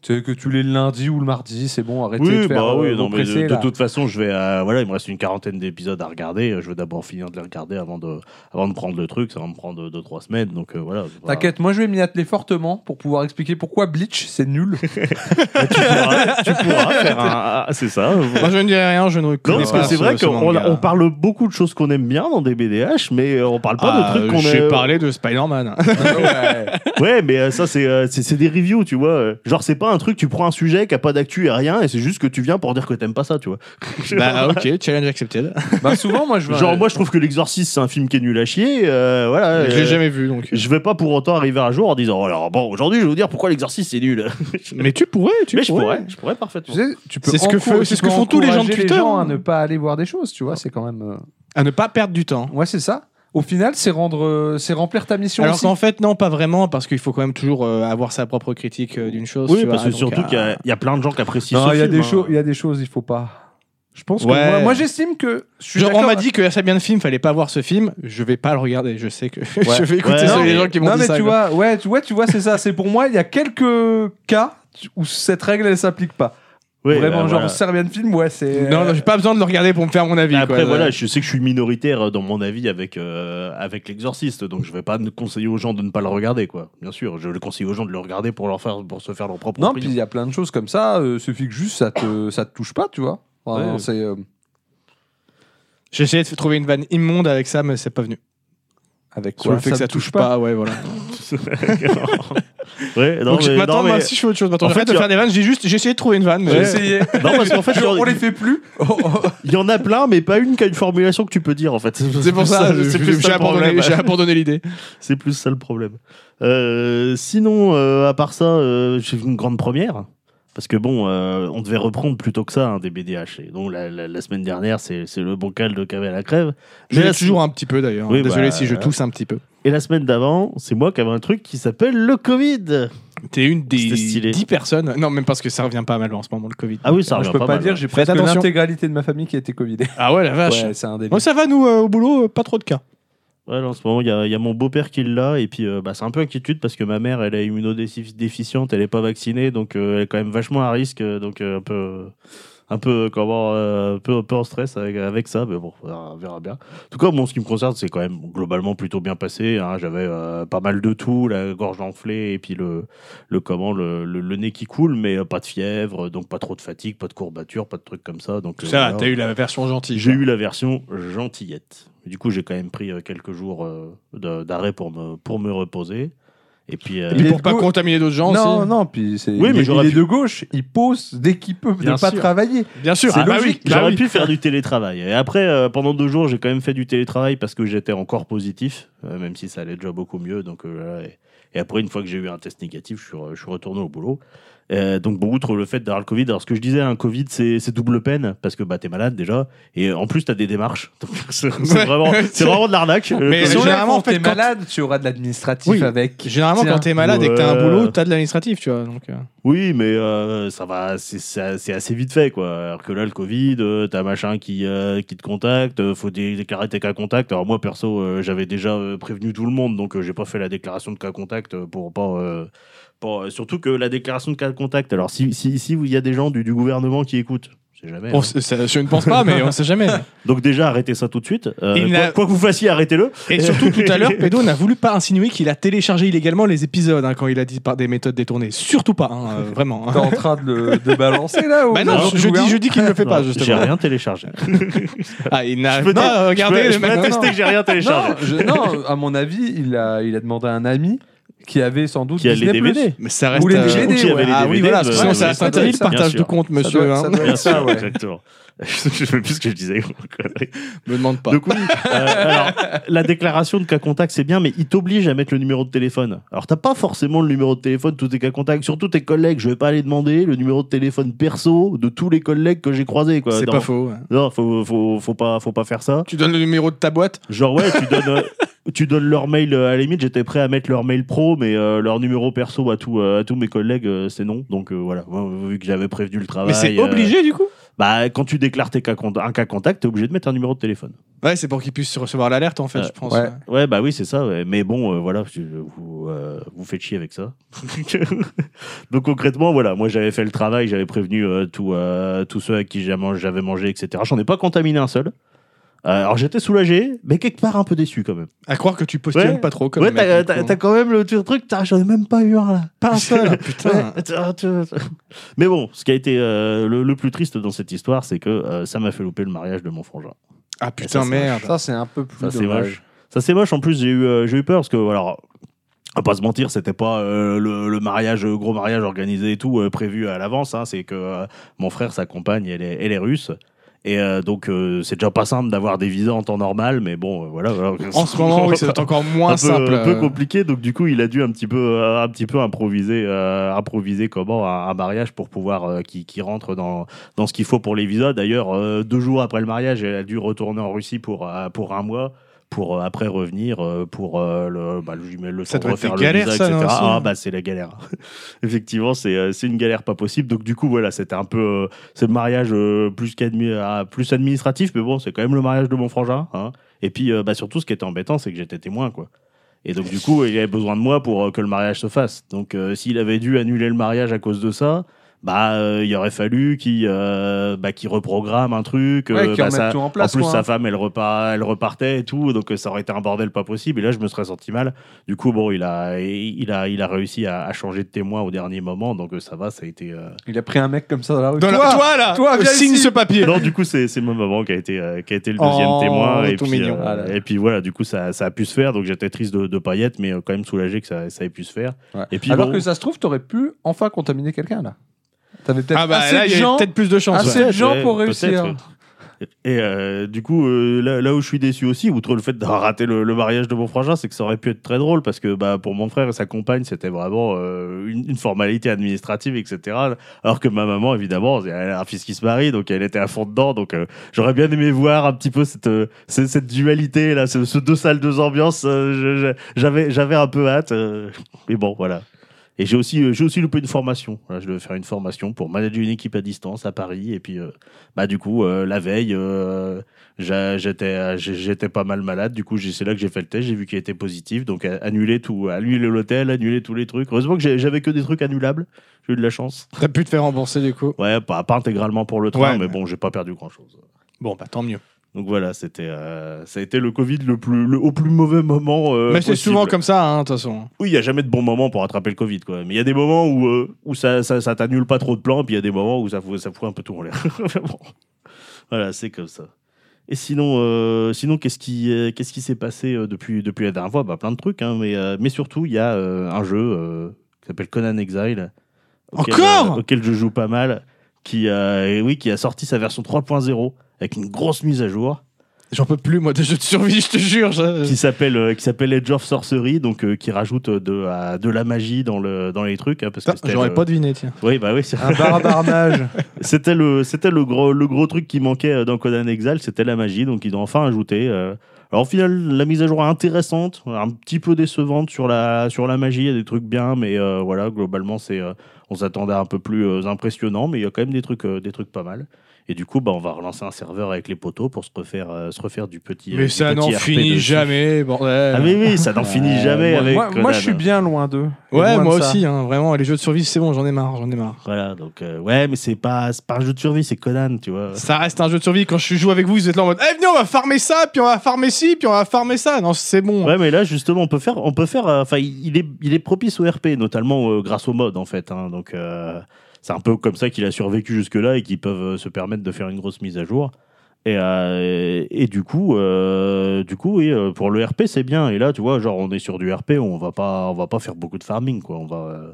Speaker 1: Tu sais, que tu l'aies le lundi ou le mardi, c'est bon, arrêtez de
Speaker 2: Oui,
Speaker 1: faire
Speaker 2: bah
Speaker 1: euh,
Speaker 2: oui,
Speaker 1: vos
Speaker 2: non, mais
Speaker 1: pressés,
Speaker 2: de, de
Speaker 1: là.
Speaker 2: toute façon, je vais, euh, voilà, il me reste une quarantaine d'épisodes à regarder. Je veux d'abord finir de les regarder avant de, avant de prendre le truc. Ça va me prendre 2-3 semaines, donc euh, voilà. c'est pas-
Speaker 1: T'inquiète, moi je vais m'y atteler fortement pour pouvoir expliquer pourquoi Bleach c'est nul.
Speaker 2: tu pourras, tu pourras faire un, ah, c'est ça.
Speaker 3: Moi, je ne dirais rien, je ne reconnais
Speaker 2: Non,
Speaker 3: pas.
Speaker 2: parce que c'est
Speaker 3: ce-
Speaker 2: vrai
Speaker 3: ce
Speaker 2: qu'on
Speaker 3: manga.
Speaker 2: on parle beaucoup de choses qu'on aime bien dans des BDH, mais euh, on parle pas
Speaker 3: Ah,
Speaker 2: de trucs qu'on euh,
Speaker 3: J'ai
Speaker 2: aime.
Speaker 3: parlé de Spider-Man.
Speaker 1: Ah Ouais.
Speaker 2: Ouais, mais euh, ça, c'est euh, c'est c'est des reviews, tu vois. euh. Genre, c'est pas un truc, tu prends un sujet qui a pas d'actu et rien, et c'est juste que tu viens pour dire que t'aimes pas ça, tu vois.
Speaker 3: bah, ok, challenge accepted.
Speaker 1: bah souvent moi je vais-
Speaker 2: Genre, moi, je trouve que L'Exorciste, c'est un film qui est nul à chier. euh, voilà.
Speaker 3: Je l'ai
Speaker 2: euh,
Speaker 3: jamais vu donc.
Speaker 2: Je vais pas pour autant arriver un jour en disant oh, alors bon aujourd'hui je vais vous dire pourquoi l'exorciste c'est nul.
Speaker 3: Mais tu pourrais, tu
Speaker 2: mais je
Speaker 3: pourrais.
Speaker 2: pourrais, je pourrais
Speaker 1: tu
Speaker 2: parfaitement.
Speaker 1: sais, tu peux
Speaker 3: C'est ce que
Speaker 1: encourager-
Speaker 3: font- c'est ce
Speaker 1: tu
Speaker 3: que
Speaker 1: peux
Speaker 3: font tous les gens de
Speaker 1: encourager
Speaker 3: Twitter,
Speaker 1: gens à
Speaker 3: hein.
Speaker 1: ne pas aller voir des choses, tu vois, c'est quand même. euh,
Speaker 3: À ne pas perdre du temps.
Speaker 1: Ouais, c'est ça. Au final, c'est rendre, euh, c'est remplir ta mission.
Speaker 3: Alors
Speaker 1: aussi.
Speaker 3: qu'en fait, non, pas vraiment, parce qu'il faut quand même toujours euh, avoir sa propre critique euh, d'une chose.
Speaker 2: Oui
Speaker 3: tu
Speaker 2: parce
Speaker 3: vois,
Speaker 2: que
Speaker 3: donc,
Speaker 2: surtout
Speaker 3: euh,
Speaker 2: qu'il y a- il y, a plein de gens qui apprécient.
Speaker 1: ah, Non,
Speaker 2: ce
Speaker 1: il y a
Speaker 2: film,
Speaker 1: des
Speaker 2: hein.
Speaker 1: choses, il y a des choses, il faut pas. Je pense que
Speaker 3: Ouais.
Speaker 1: moi, moi, j'estime que je suis
Speaker 3: Genre, on
Speaker 1: d'accord-
Speaker 3: m'a dit que ça bien de film, fallait pas voir ce film. Je vais pas le regarder. Je sais que je vais écouter
Speaker 2: Ouais.
Speaker 3: ça,
Speaker 2: Non,
Speaker 3: les
Speaker 2: mais-
Speaker 3: gens qui m'ont
Speaker 1: Non
Speaker 3: dit
Speaker 1: mais
Speaker 3: ça.
Speaker 1: tu
Speaker 3: quoi.
Speaker 1: vois, ouais, tu vois, tu vois, c'est ça. C'est pour moi, il y a quelques cas où cette règle elle s'applique pas.
Speaker 2: Ouais,
Speaker 1: Vraiment, genre
Speaker 2: bah, voilà.
Speaker 1: Serbian film, ouais, c'est.
Speaker 3: Non, non, j'ai pas besoin de le regarder pour me faire mon avis.
Speaker 2: Mais après,
Speaker 3: quoi.
Speaker 2: voilà, je sais que je suis minoritaire dans mon avis avec, euh, avec l'exorciste, donc je vais pas ne- conseiller aux gens de ne pas le regarder, quoi. Bien sûr, je le conseille aux gens de le regarder pour, leur faire, pour se faire leur propre
Speaker 1: Non, puis
Speaker 2: opinion.
Speaker 1: il y a plein de choses comme ça. Euh, suffit que juste ça te, ça te touche pas, tu vois. Enfin,
Speaker 2: Ouais.
Speaker 1: c'est, euh,
Speaker 3: J'ai essayé de trouver une vanne immonde avec ça, mais c'est pas venu.
Speaker 1: avec
Speaker 3: Sur
Speaker 1: quoi
Speaker 3: le fait que
Speaker 1: te
Speaker 3: ça touche pas, ouais, voilà.
Speaker 2: ouais, non,
Speaker 3: Donc
Speaker 2: mais-
Speaker 3: maintenant,
Speaker 2: non, mais-
Speaker 3: moi, si je fais autre chose, maintenant,
Speaker 2: En
Speaker 3: j'arrête
Speaker 2: fait,
Speaker 3: de
Speaker 2: il y a-
Speaker 3: faire des vannes, j'ai juste j'ai essayé de trouver une vanne. Mais
Speaker 1: J'ai
Speaker 2: Ouais.
Speaker 1: essayé.
Speaker 2: non, parce qu'en fait, il y en-
Speaker 1: on les fait plus. Oh, oh, oh.
Speaker 2: il y en a plein, mais pas une qui a une formulation que tu peux dire, en fait.
Speaker 3: C'est pour bah. ça,
Speaker 2: c'est plus
Speaker 3: j'ai j'ai
Speaker 2: ça le problème.
Speaker 3: abandonné, j'ai abandonné l'idée.
Speaker 2: C'est plus ça le problème. Euh, sinon, euh, à part ça, euh, j'ai vu une grande première. Parce que bon, euh, on devait reprendre plutôt que ça hein, des BDH. Et donc la, la- la semaine dernière, c'est c'est le bancal de Cavé à la crève.
Speaker 3: Je
Speaker 2: Mais là,
Speaker 3: l'ai toujours un petit peu d'ailleurs.
Speaker 2: Oui,
Speaker 3: Désolé
Speaker 2: bah,
Speaker 1: hein.
Speaker 3: si je tousse un petit peu.
Speaker 2: Et la semaine d'avant, c'est moi qui avais un truc qui s'appelle le Covid.
Speaker 3: T'es une
Speaker 2: C'était stylé.
Speaker 3: des 10 personnes. Non, même parce que ça revient pas mal en ce moment, le Covid.
Speaker 2: Ah oui, ça
Speaker 1: Moi,
Speaker 2: revient
Speaker 1: je peux pas,
Speaker 2: pas mal,
Speaker 1: dire,
Speaker 2: ouais.
Speaker 1: j'ai
Speaker 3: Faites
Speaker 1: presque
Speaker 3: attention.
Speaker 1: l'intégralité de ma famille qui a été covidée.
Speaker 3: hein. Ah ouais, la vache.
Speaker 1: Ouais, c'est un début.
Speaker 3: Bon, ça va, nous, euh, au boulot, euh, pas trop de cas.
Speaker 2: Ouais, là, en ce moment, il y, a- il y a mon beau-père qui l'a, et puis euh, bah, c'est un peu inquiétude parce que ma mère, elle est immunodéficiente, elle est pas vaccinée, donc euh, elle est quand même vachement à risque, euh, donc euh, un peu, un peu, comment, euh, un peu, un peu en stress avec, avec ça, mais bon, on verra- on verra bien. En tout cas, bon, ce qui me concerne, c'est quand même globalement plutôt bien passé. hein. J'avais euh, pas mal de tout, la gorge enflée, et puis le, le comment, le, le- le nez qui coule, mais euh, pas de fièvre, donc pas trop de fatigue, pas de courbature, pas de trucs comme ça. Donc euh,
Speaker 3: Ça,
Speaker 2: voilà.
Speaker 3: t'as eu la version gentille.
Speaker 2: J'ai
Speaker 3: quoi.
Speaker 2: eu la version gentillette. Du coup, j'ai quand même pris euh, quelques jours euh, de- d'arrêt pour me, pour me reposer. Et puis, euh,
Speaker 3: Et puis
Speaker 1: Et
Speaker 3: pour
Speaker 1: du
Speaker 3: pas
Speaker 1: coup-
Speaker 3: contaminer d'autres gens
Speaker 1: Non,
Speaker 3: aussi.
Speaker 1: non, puis c'est.
Speaker 2: Oui, mais
Speaker 1: il est-
Speaker 2: j'aurais
Speaker 1: il est
Speaker 2: pu-
Speaker 1: de gauche, il pose dès qu'il peut
Speaker 3: Bien
Speaker 1: ne pas
Speaker 3: sûr.
Speaker 1: travailler.
Speaker 3: Bien sûr,
Speaker 1: C'est
Speaker 3: Ah bah
Speaker 1: logique.
Speaker 3: oui, bah
Speaker 2: j'aurais
Speaker 3: oui.
Speaker 2: pu faire du télétravail. Et après, euh, pendant deux jours, j'ai quand même fait du télétravail parce que j'étais encore positif, euh, même si ça allait déjà beaucoup mieux. Donc, euh, voilà. et, et après, une fois que j'ai eu un test négatif, je suis, re- je suis retourné au boulot. Euh, donc, bon, outre le fait d'avoir le Covid, alors ce que je disais, un Covid, c'est c'est double peine parce que bah, t'es malade déjà. Et euh, en plus, t'as des démarches. Donc, c'est c'est vraiment, c'est vraiment de l'arnaque. Le Covid.
Speaker 3: Mais
Speaker 1: Mais
Speaker 3: si on l'a-
Speaker 1: généralement,
Speaker 3: en fait,
Speaker 1: t'es
Speaker 3: quand-
Speaker 1: malade, tu auras de l'administratif
Speaker 3: Oui.
Speaker 1: avec.
Speaker 3: Généralement,
Speaker 1: Tiens.
Speaker 3: quand t'es malade et que t'as un
Speaker 2: Ouais.
Speaker 3: boulot, t'as de l'administratif, tu vois. Donc, euh.
Speaker 2: Oui, mais euh, ça va, c'est- c'est c'est assez vite fait, quoi. Alors que là, le Covid, euh, t'as machin qui, euh, qui te contacte, euh, faut dé- déclarer tes cas contacts. Alors moi, perso, euh, j'avais déjà euh, prévenu tout le monde, donc euh, j'ai pas fait la déclaration de cas contact euh, pour pas... euh, pour- euh, surtout que la déclaration de cas contact, alors si si, si il y a des gens du, du gouvernement qui écoutent, c'est jamais...
Speaker 3: On
Speaker 2: hein.
Speaker 3: sait- ça- je ne pense pas, mais on sait jamais.
Speaker 2: Donc déjà, arrêtez ça tout de suite. Euh,
Speaker 3: Il
Speaker 2: quoi,
Speaker 3: n'a-
Speaker 2: quoi que vous fassiez, arrêtez-le.
Speaker 3: Et surtout, tout à l'heure, Pédo n'a voulu pas insinuer qu'il a téléchargé illégalement les épisodes hein, quand il a dit par des méthodes détournées. Surtout pas, hein, euh, vraiment. hein.
Speaker 1: T'es en train de, le- de balancer là ou
Speaker 3: Bah non, je, je dis, je dis qu'il ne le fait pas,
Speaker 2: Non, J'ai
Speaker 3: justement.
Speaker 2: rien téléchargé.
Speaker 3: Ah, il n'a
Speaker 2: Je peux
Speaker 3: pas
Speaker 2: te-
Speaker 3: regardé
Speaker 2: je peux
Speaker 3: le mec.
Speaker 2: attester que j'ai rien téléchargé.
Speaker 1: Non, je- non, à mon avis, il a, il a demandé à un ami qui avait sans doute
Speaker 2: Qui a les
Speaker 1: Disney+.
Speaker 2: DVD.
Speaker 3: Mais ça reste.
Speaker 1: Ou les
Speaker 3: euh,
Speaker 1: DVD,
Speaker 2: ou qui avait
Speaker 1: ouais.
Speaker 2: les
Speaker 3: Ah oui,
Speaker 2: DVD,
Speaker 3: voilà,
Speaker 2: bah,
Speaker 3: parce que sinon,
Speaker 2: ouais,
Speaker 3: ça
Speaker 2: ouais,
Speaker 1: ça doit
Speaker 3: interdit
Speaker 1: être
Speaker 3: le
Speaker 1: ça,
Speaker 3: partage
Speaker 2: bien
Speaker 3: de
Speaker 2: sûr.
Speaker 3: compte,
Speaker 1: Ça
Speaker 3: monsieur.
Speaker 1: doit-
Speaker 3: hein.
Speaker 1: ça doit
Speaker 2: Bien
Speaker 1: être
Speaker 2: sûr,
Speaker 1: ça, ouais.
Speaker 2: exactement. je sais plus ce que je disais.
Speaker 3: Me demande pas.
Speaker 2: Du coup, euh, alors, la déclaration de cas contact, c'est bien, mais il t'oblige à mettre le numéro de téléphone. Alors, t'as pas forcément le numéro de téléphone de tous tes cas contacts, surtout tes collègues. Je vais pas aller demander le numéro de téléphone perso de tous les collègues que j'ai croisés. quoi.
Speaker 3: C'est
Speaker 2: Non.
Speaker 3: pas faux. ouais.
Speaker 2: Non, faut, faut, faut, pas, faut pas faire ça.
Speaker 3: Tu donnes le numéro de ta boîte
Speaker 2: Genre, ouais, tu donnes, euh, tu donnes leur mail. euh, À la limite, j'étais prêt à mettre leur mail pro, mais euh, leur numéro perso à, tout, euh, à tous mes collègues, euh, c'est non. Donc, euh, voilà, Moi, vu que j'avais prévenu le travail.
Speaker 3: Mais c'est
Speaker 2: euh,
Speaker 3: obligé du coup
Speaker 2: Bah, quand tu déclares tes cas cont- un cas contact, t'es obligé de mettre un numéro de téléphone.
Speaker 3: Ouais, c'est pour qu'ils puissent recevoir l'alerte en fait,
Speaker 2: Euh,
Speaker 3: je pense.
Speaker 1: ouais.
Speaker 3: ouais.
Speaker 2: Ouais, bah oui, c'est ça. ouais. Mais bon, euh, voilà, je- vous, euh, vous faites chier avec ça. Donc concrètement, voilà, moi j'avais fait le travail, j'avais prévenu euh, tout, euh, tous ceux à qui j'ai man- j'avais mangé, etc. J'en ai pas contaminé un seul. Euh, alors j'étais soulagé, mais quelque part un peu déçu quand même.
Speaker 3: À croire que tu postillonnes
Speaker 2: Ouais.
Speaker 3: pas trop comme
Speaker 2: ouais,
Speaker 3: mec,
Speaker 2: t'as-
Speaker 3: du coup.
Speaker 2: t'as t'as quand même le truc, t'as- j'en ai même pas eu un là.
Speaker 3: pas Ah, un seul. Putain.
Speaker 2: Ouais, attends, tu- Mais bon, ce qui a été euh, le, le plus triste dans cette histoire, c'est que euh, ça m'a fait louper le mariage de mon frangin.
Speaker 3: Ah putain
Speaker 2: c'est
Speaker 3: merde.
Speaker 1: Ça, c'est un peu plus
Speaker 2: Ça, c'est
Speaker 1: dommage.
Speaker 2: moche. Ça c'est moche. En plus, j'ai eu, euh, j'ai eu peur parce que, alors, à pas se mentir, c'était pas euh, le, le mariage, euh, gros mariage organisé et tout, euh, prévu à l'avance. hein. c'est que euh, mon frère, sa compagne, elle est, elle est russe. Et euh, donc, euh, c'est déjà pas simple d'avoir des visas en temps normal, mais bon, euh, voilà. voilà.
Speaker 3: En ce moment, oui, c'est encore
Speaker 2: un
Speaker 3: moins
Speaker 2: peu,
Speaker 3: simple.
Speaker 2: un peu
Speaker 3: euh.
Speaker 2: compliqué, donc du coup, il a dû un petit peu, euh, un petit peu improviser, euh, improviser comment un, un mariage pour pouvoir euh, qui, qui rentre dans, dans ce qu'il faut pour les visas. D'ailleurs, euh, deux jours après le mariage, elle a dû retourner en Russie pour, euh, pour un mois. Pour euh, après revenir euh, pour euh, le, bah, le jumel, le
Speaker 3: Ça
Speaker 2: temps de
Speaker 3: doit être
Speaker 2: refaire le
Speaker 3: des galères,
Speaker 2: visa,
Speaker 3: ça, non,
Speaker 2: etc.
Speaker 3: aussi,
Speaker 2: ah
Speaker 3: hein.
Speaker 2: bah c'est la galère. Effectivement, c'est euh, c'est une galère pas possible. Donc du coup voilà, c'était un peu euh, c'est le mariage euh, plus qu'admi- ah, plus administratif, mais bon, c'est quand même le mariage de mon frangin. hein. Et puis euh, bah, surtout, ce qui était embêtant, c'est que j'étais témoin quoi. Et donc du coup, il avait besoin de moi pour euh, que le mariage se fasse. Donc euh, s'il avait dû annuler le mariage à cause de ça. Bah, euh, il aurait fallu qu'il euh, bah, qu'il reprogramme un truc.
Speaker 1: Ouais,
Speaker 2: euh,
Speaker 1: qui
Speaker 2: bah,
Speaker 1: remettent
Speaker 2: ça-
Speaker 1: tout en place.
Speaker 2: en plus,
Speaker 1: quoi,
Speaker 2: sa
Speaker 1: hein.
Speaker 2: femme, elle, repart, elle repartait et tout, donc euh, ça aurait été un bordel pas possible. Et là, je me serais senti mal. Du coup, bon, il a, il a, il a réussi à, à changer de témoin au dernier moment, donc euh, ça va, ça a été. euh,
Speaker 1: Il a pris un mec comme ça dans la rue.
Speaker 3: Dans la-
Speaker 1: Toi,
Speaker 3: toi là,
Speaker 1: toi, viens
Speaker 3: signe
Speaker 1: ici.
Speaker 3: ce papier.
Speaker 2: Non, du coup, c'est c'est ma maman qui a été, euh, qui a été le deuxième
Speaker 3: Oh,
Speaker 2: témoin. Et
Speaker 3: tout
Speaker 2: puis,
Speaker 3: mignon.
Speaker 2: euh,
Speaker 1: Ah là là.
Speaker 2: et puis voilà, du coup, ça, ça a pu se faire. Donc j'étais triste de, de paillettes, mais euh, quand même soulagé que ça, ça ait pu se faire.
Speaker 1: Ouais. Ah,
Speaker 2: Et puis,
Speaker 1: Alors
Speaker 2: bon,
Speaker 1: que ça se trouve, t'aurais pu enfin contaminer quelqu'un là. T'avais peut-être
Speaker 3: Ah bah
Speaker 1: assez
Speaker 3: là,
Speaker 1: de
Speaker 3: il y a
Speaker 1: gens.
Speaker 3: peut-être plus de chance.
Speaker 1: assez
Speaker 3: ouais.
Speaker 1: de gens pour
Speaker 2: peut-être,
Speaker 1: réussir.
Speaker 2: ouais. Et euh, du coup, euh, là, là où je suis déçu aussi, outre le fait d'avoir raté le, le mariage de mon frangin, c'est que ça aurait pu être très drôle parce que bah, pour mon frère et sa compagne, c'était vraiment euh, une, une formalité administrative, etc. Alors que ma maman, évidemment, elle a un fils qui se marie, donc elle était à fond dedans. Donc euh, j'aurais bien aimé voir un petit peu cette, euh, cette, cette dualité, là, ce, ce deux salles, deux ambiances. euh, je- je- J'avais j'avais un peu hâte. euh, mais bon, voilà. Et j'ai aussi, euh, j'ai aussi loupé une formation. Voilà, je devais faire une formation pour manager une équipe à distance à Paris. Et puis, euh, bah, du coup, euh, la veille, euh, j'a- j'étais euh, j'ai- j'étais pas mal malade. Du coup, j'ai- c'est là que j'ai fait le test. J'ai vu qu'il était positif. Donc, a- annuler tout, annuler l'hôtel, annuler tous les trucs. Heureusement que j'ai- j'avais que des trucs annulables. J'ai eu de la chance.
Speaker 3: T'as pu te faire rembourser du coup.
Speaker 2: Ouais, pas, pas intégralement pour le train,
Speaker 3: Ouais,
Speaker 2: mais
Speaker 3: mais-
Speaker 2: bon, j'ai pas perdu grand chose.
Speaker 3: Bon, bah tant mieux.
Speaker 2: Donc voilà, c'était, euh, ça a été le Covid le plus, le- au plus mauvais moment. euh,
Speaker 3: Mais c'est
Speaker 2: possible.
Speaker 3: souvent comme ça, hein, de toute façon.
Speaker 2: Oui, il y a jamais de bon moment pour attraper le Covid, quoi. Mais il y a des moments où, euh, où ça, ça, ça t'annule pas trop de plans, puis il y a des moments où ça, fout- ça fout un peu tout en l'air. Mais bon. Voilà, c'est comme ça. Et sinon, euh, sinon qu'est-ce qui, euh, qu'est-ce qui s'est passé euh, depuis, depuis la dernière fois bah, Plein de trucs, hein, mais, euh, mais surtout, il y a euh, un jeu euh, qui s'appelle Conan Exile. auquel,
Speaker 3: Encore
Speaker 2: euh, Auquel je joue pas mal, qui, euh, et oui, qui a sorti sa version 3.0 avec une grosse mise à jour.
Speaker 3: J'en peux plus, moi, de jeux de survie, je te jure. je-
Speaker 2: qui s'appelle euh, qui s'appelle Edge of Sorcery donc euh, qui rajoute euh, de à- de la magie dans le dans les trucs hein, parce que
Speaker 3: Putain,
Speaker 2: c'était
Speaker 3: J'aurais
Speaker 2: le-
Speaker 3: pas deviné, tiens.
Speaker 2: oui bah oui c'est-
Speaker 1: Un barbarnage.
Speaker 2: c'était le c'était le gros le gros truc qui manquait euh, dans Conan Exile c'était la magie donc ils ont enfin ajouté euh. alors au final la mise à jour est intéressante un petit peu décevante sur la sur la magie il y a des trucs bien mais euh, voilà globalement c'est euh, on s'attendait à un peu plus euh, impressionnant mais il y a quand même des trucs euh, des trucs pas mal et du coup bah on va relancer un serveur avec les poteaux pour se refaire euh, se refaire du petit
Speaker 3: Mais
Speaker 2: du
Speaker 3: ça
Speaker 2: petit
Speaker 3: n'en
Speaker 2: RP
Speaker 3: finit
Speaker 2: dessus.
Speaker 3: jamais, bordel.
Speaker 2: Ah oui, oui, ça n'en finit jamais
Speaker 1: Euh, moi,
Speaker 2: avec
Speaker 1: moi, moi,
Speaker 2: Conan.
Speaker 1: je suis bien loin d'eux. Et
Speaker 3: Ouais,
Speaker 1: loin
Speaker 3: moi
Speaker 1: de ça.
Speaker 3: aussi, hein, vraiment, les jeux de survie, c'est bon, j'en ai marre, j'en ai marre.
Speaker 2: Voilà, donc euh, ouais, mais c'est pas, c'est pas un jeu de survie, c'est Conan, tu vois.
Speaker 3: Ça reste un jeu de survie, quand je joue avec vous, vous êtes là en mode Eh, venez, on va farmer ça, puis on va farmer ci, puis on va farmer ça. Non, c'est bon.
Speaker 2: Ouais, mais là justement, on peut faire, on peut faire. euh, Enfin, il est, il est propice au RP, notamment euh, grâce au mode en fait. hein, donc euh, c'est un peu comme ça qu'il a survécu jusque là et qu'ils peuvent euh, se permettre de faire une grosse mise à jour. Et, euh, et du coup, euh, du coup, oui, euh, pour le RP, c'est bien. Et là, tu vois, genre, on est sur du RP, on va pas, on va pas faire beaucoup de farming, quoi. On va, euh,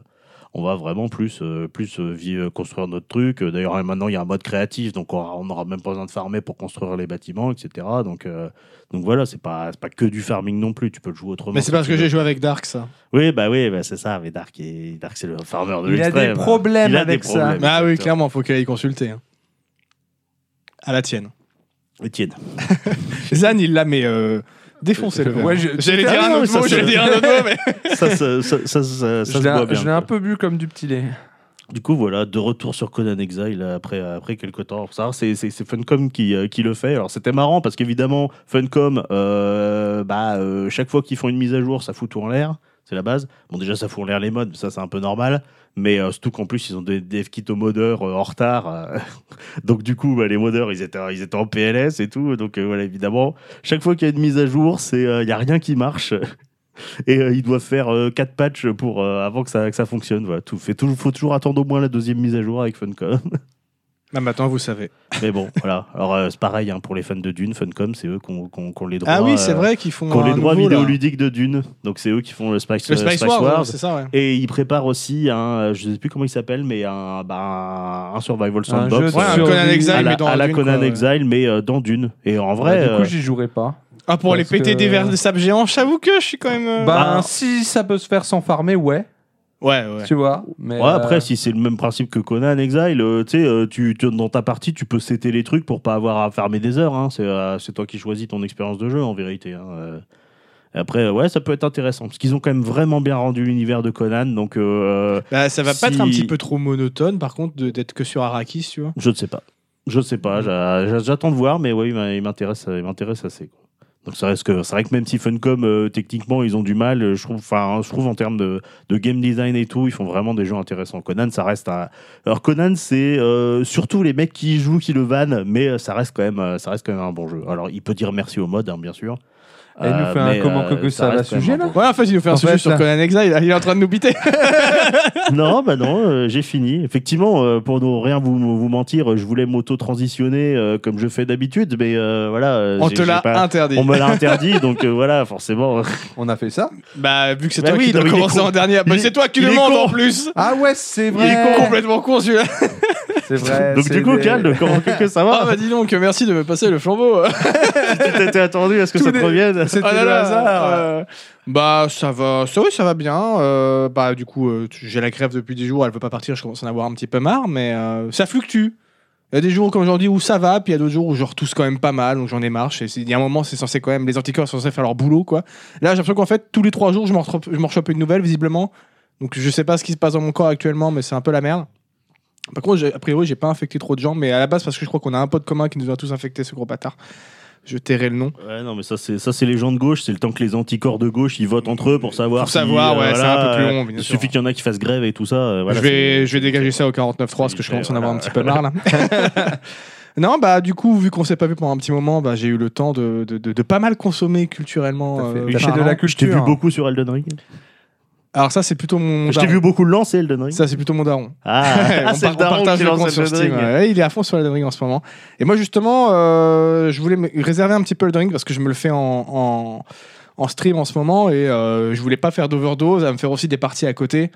Speaker 2: on va vraiment plus, euh, plus euh, vi- euh, construire notre truc. Euh, D'ailleurs, maintenant, il y a un mode créatif, donc on aura- on n'aura même pas besoin de farmer pour construire les bâtiments, etc. Donc, euh, donc voilà, c'est pas, c'est pas que du farming non plus. Tu peux le jouer autrement.
Speaker 3: Mais c'est
Speaker 2: si
Speaker 3: parce
Speaker 2: tu
Speaker 3: que
Speaker 2: veux.
Speaker 3: j'ai joué avec Dark, ça.
Speaker 2: Oui, bah oui, bah c'est ça. Mais Dark, est- Dark c'est le farmer de
Speaker 1: Il a
Speaker 2: l'extrême. hein.
Speaker 1: des problèmes
Speaker 2: Il a
Speaker 1: avec
Speaker 2: des
Speaker 1: ça.
Speaker 2: problèmes,
Speaker 3: Ah oui,
Speaker 2: exactement.
Speaker 3: clairement, faut qu'elle aille consulter. hein. À la tienne.
Speaker 2: Étienne.
Speaker 3: Zan, il l'a, mais euh, défoncez le verre.
Speaker 1: Ouais, je-
Speaker 3: J'allais
Speaker 1: Ah
Speaker 3: dire un
Speaker 2: non,
Speaker 3: autre
Speaker 2: ça,
Speaker 3: mot,
Speaker 2: c'est-
Speaker 3: j'allais dire un autre mot, mais.
Speaker 2: ça, ça, ça, ça, ça-
Speaker 1: Je
Speaker 2: ça se
Speaker 1: l'ai-
Speaker 2: voit bien.
Speaker 1: je l'ai un peu bu comme du petit lait.
Speaker 2: Du coup, voilà, de retour sur Conan Exile après, après quelques temps. Ça, c'est, c'est, c'est Funcom qui, euh, qui le fait. Alors, c'était marrant parce qu'évidemment, Funcom, euh, bah, euh, chaque fois qu'ils font une mise à jour, ça fout tout en l'air. C'est la base. Bon, déjà, ça fout en l'air les modes, ça, c'est un peu normal. Mais euh, surtout qu'en plus, ils ont des dev kits aux modeurs euh, en retard. euh. donc, du coup, bah, les modeurs, ils étaient, ils étaient en PLS et tout. Donc, euh, voilà, évidemment, chaque fois qu'il y a une mise à jour, il n'y a rien qui marche. Et euh, ils doivent faire 4 patchs pour, euh, avant que ça, que ça fonctionne. Voilà, tout fait. Il faut toujours attendre au moins la deuxième mise à jour avec Funcom.
Speaker 3: Non, mais attends, vous savez.
Speaker 2: Mais bon, voilà. Alors, euh, c'est pareil hein, pour les fans de Dune. Funcom, c'est eux qui ont, qui ont- qui ont les droits.
Speaker 3: Ah oui, c'est
Speaker 2: euh,
Speaker 3: vrai qu'ils font.
Speaker 2: qui ont les
Speaker 3: un
Speaker 2: droits
Speaker 3: nouveau, là.
Speaker 2: vidéoludiques de Dune. Donc, c'est eux qui font le Spice, euh,
Speaker 3: Le Spice Wars, ouais, c'est ça, ouais.
Speaker 2: Et ils préparent aussi un, euh, je sais plus comment il s'appelle, mais un, bah, un survival
Speaker 1: Un
Speaker 2: sandbox.
Speaker 1: jeu
Speaker 3: Ouais, un
Speaker 1: survie.
Speaker 3: Conan Exile,
Speaker 2: à la,
Speaker 3: mais dans
Speaker 2: à la
Speaker 3: Dune,
Speaker 2: Conan
Speaker 3: quoi, ouais. Bah,
Speaker 2: Exile, mais euh, dans Dune. Et en vrai,
Speaker 1: Ouais, Bah, du
Speaker 2: euh,
Speaker 1: coup, j'y jouerai pas.
Speaker 3: Ah, pour les
Speaker 1: Parce
Speaker 3: péter
Speaker 1: que-
Speaker 3: des verres de sable géant, j'avoue que je suis quand même. euh,
Speaker 1: Ben,
Speaker 2: bah-
Speaker 1: si ça peut se faire sans farmer, ouais,
Speaker 3: ouais, ouais.
Speaker 1: tu vois. Mais
Speaker 2: Ouais,
Speaker 1: euh,
Speaker 2: après, si c'est le même principe que Conan Exile, euh, tu sais, euh, tu, tu- dans ta partie, tu peux setter les trucs pour pas avoir à farmer des heures. hein. C'est euh, c'est toi qui choisis ton expérience de jeu, en vérité. hein. Euh, Après, euh, ouais, ça peut être intéressant. Parce qu'ils ont quand même vraiment bien rendu l'univers de Conan. Donc, euh,
Speaker 3: Bah, ça va pas
Speaker 2: Si-
Speaker 3: être un petit peu trop monotone, par contre, de- d'être que sur Arrakis, tu
Speaker 1: Hein
Speaker 3: vois.
Speaker 2: je ne sais pas. Je ne sais pas. j'a- j'a- J'attends de voir, mais ouais, il m'a- il m'intéresse il m'intéresse assez. quoi. Donc, ça reste que- c'est vrai que même si Funcom, euh, techniquement, ils ont du mal, euh, je trouve, enfin, je trouve en termes de, de game design et tout, ils font vraiment des jeux intéressants. Conan, ça reste un. Alors Conan, c'est euh, surtout les mecs qui y jouent qui le vannent, mais euh, ça reste quand même, euh, ça reste quand même un bon jeu. Alors il peut dire merci au mode, hein, bien sûr. Euh,
Speaker 1: Et il nous fait un
Speaker 2: mais,
Speaker 1: comment que- que ça à
Speaker 2: reste
Speaker 1: la
Speaker 2: quand même
Speaker 1: sujet,
Speaker 2: un
Speaker 1: là
Speaker 2: bon jeu.
Speaker 3: Ouais, en fait, il nous fait un
Speaker 1: En
Speaker 3: sujet
Speaker 1: fait,
Speaker 3: sur
Speaker 1: là-
Speaker 3: Conan Exile, là, il est en train de nous biter.
Speaker 2: Non, bah non, euh, j'ai fini. Effectivement, euh, pour ne rien vous, vous mentir, je voulais m'auto-transitionner euh, comme je fais d'habitude, mais euh, voilà. euh,
Speaker 3: On
Speaker 2: j'ai-
Speaker 3: te
Speaker 2: j'ai
Speaker 3: l'a
Speaker 2: pas-
Speaker 3: interdit.
Speaker 2: On me l'a interdit, donc euh, voilà, forcément.
Speaker 1: on a fait ça.
Speaker 3: Bah, vu que c'est
Speaker 2: Bah
Speaker 3: toi
Speaker 2: oui,
Speaker 3: qui
Speaker 2: non,
Speaker 3: dois
Speaker 2: mais il est
Speaker 3: commencer
Speaker 2: con.
Speaker 3: en dernier, bah,
Speaker 2: Il est-
Speaker 3: c'est toi qui
Speaker 2: il
Speaker 3: le
Speaker 2: est
Speaker 3: mandes
Speaker 2: con.
Speaker 3: en plus.
Speaker 1: Ah ouais, c'est
Speaker 3: Il est
Speaker 1: vrai.
Speaker 3: complètement con celui-là.
Speaker 1: C'est vrai.
Speaker 2: Donc
Speaker 1: c'est
Speaker 2: du coup,
Speaker 1: des-
Speaker 2: Cal, comment que ça va
Speaker 3: Ah bah dis donc, merci de me passer le flambeau.
Speaker 2: Tu t'étais attendu à ce que
Speaker 1: Tous
Speaker 2: ça te
Speaker 1: les-
Speaker 2: revienne
Speaker 1: C'était
Speaker 3: Ah là
Speaker 1: le
Speaker 3: là,
Speaker 1: hasard.
Speaker 3: euh, bah ça va, ça oui, ça va bien. Euh, bah du coup, euh, j'ai la crève depuis 10 jours, elle veut pas partir, je commence à en avoir un petit peu marre, mais euh, ça fluctue. Il y a des jours comme aujourd'hui où ça va, puis il y a d'autres jours où je retousse quand même pas mal, donc j'en ai marre. Je sais- Il y a un moment, c'est censé quand même, les anticorps sont censés faire leur boulot, quoi. Là, j'ai l'impression qu'en fait, tous les 3 jours, je m'en retrope- je m'en chope une nouvelle, visiblement. Donc je sais pas ce qui se passe dans mon corps actuellement, mais c'est un peu la merde. Par contre, j'ai- a priori, j'ai pas infecté trop de gens, mais à la base, parce que je crois qu'on a un pote commun qui nous a tous infectés, ce gros bâtard. Je tairai le nom.
Speaker 2: Ouais, non, mais ça, c'est ça, c'est les gens de gauche. C'est le temps que les anticorps de gauche, ils votent entre eux pour savoir.
Speaker 3: Pour savoir,
Speaker 2: si,
Speaker 3: ouais, c'est un peu plus long,
Speaker 2: euh,
Speaker 3: bien
Speaker 2: Il
Speaker 3: sûr.
Speaker 2: suffit qu'il y en a qui fassent grève et tout ça. euh, voilà,
Speaker 3: je, vais,
Speaker 2: c'est-
Speaker 3: je vais dégager ça au 49.3 parce que je
Speaker 2: c'est-
Speaker 3: commence à en avoir un
Speaker 2: voilà.
Speaker 3: petit peu marre là. non, bah du coup, vu qu'on s'est pas vu pendant un petit moment, bah, j'ai eu le temps de, de, de- de pas mal consommer culturellement.
Speaker 1: Tout à fait.
Speaker 3: euh,
Speaker 1: Oui, chez
Speaker 3: parlant.
Speaker 1: de la
Speaker 2: Je t'ai vu
Speaker 1: culture.
Speaker 2: beaucoup sur Elden Ring.
Speaker 3: Alors ça, c'est plutôt mon. mon
Speaker 2: Je t'ai
Speaker 3: daron.
Speaker 2: vu beaucoup lancer Elden Ring.
Speaker 3: Ça, c'est plutôt mon daron.
Speaker 2: Ah,
Speaker 3: on,
Speaker 2: c'est
Speaker 3: par-
Speaker 2: le
Speaker 3: on
Speaker 2: daron
Speaker 3: partage
Speaker 2: qui
Speaker 3: le
Speaker 2: lance
Speaker 3: compte sur
Speaker 2: Elden
Speaker 3: Steam.
Speaker 2: Ring.
Speaker 3: ouais, il est à fond sur Elden Ring en ce moment. Et moi, justement, euh, je voulais me réserver un petit peu Elden Ring parce que je me le fais en, en, en stream en ce moment et euh, je voulais pas faire d'overdose à me faire aussi des parties à côté.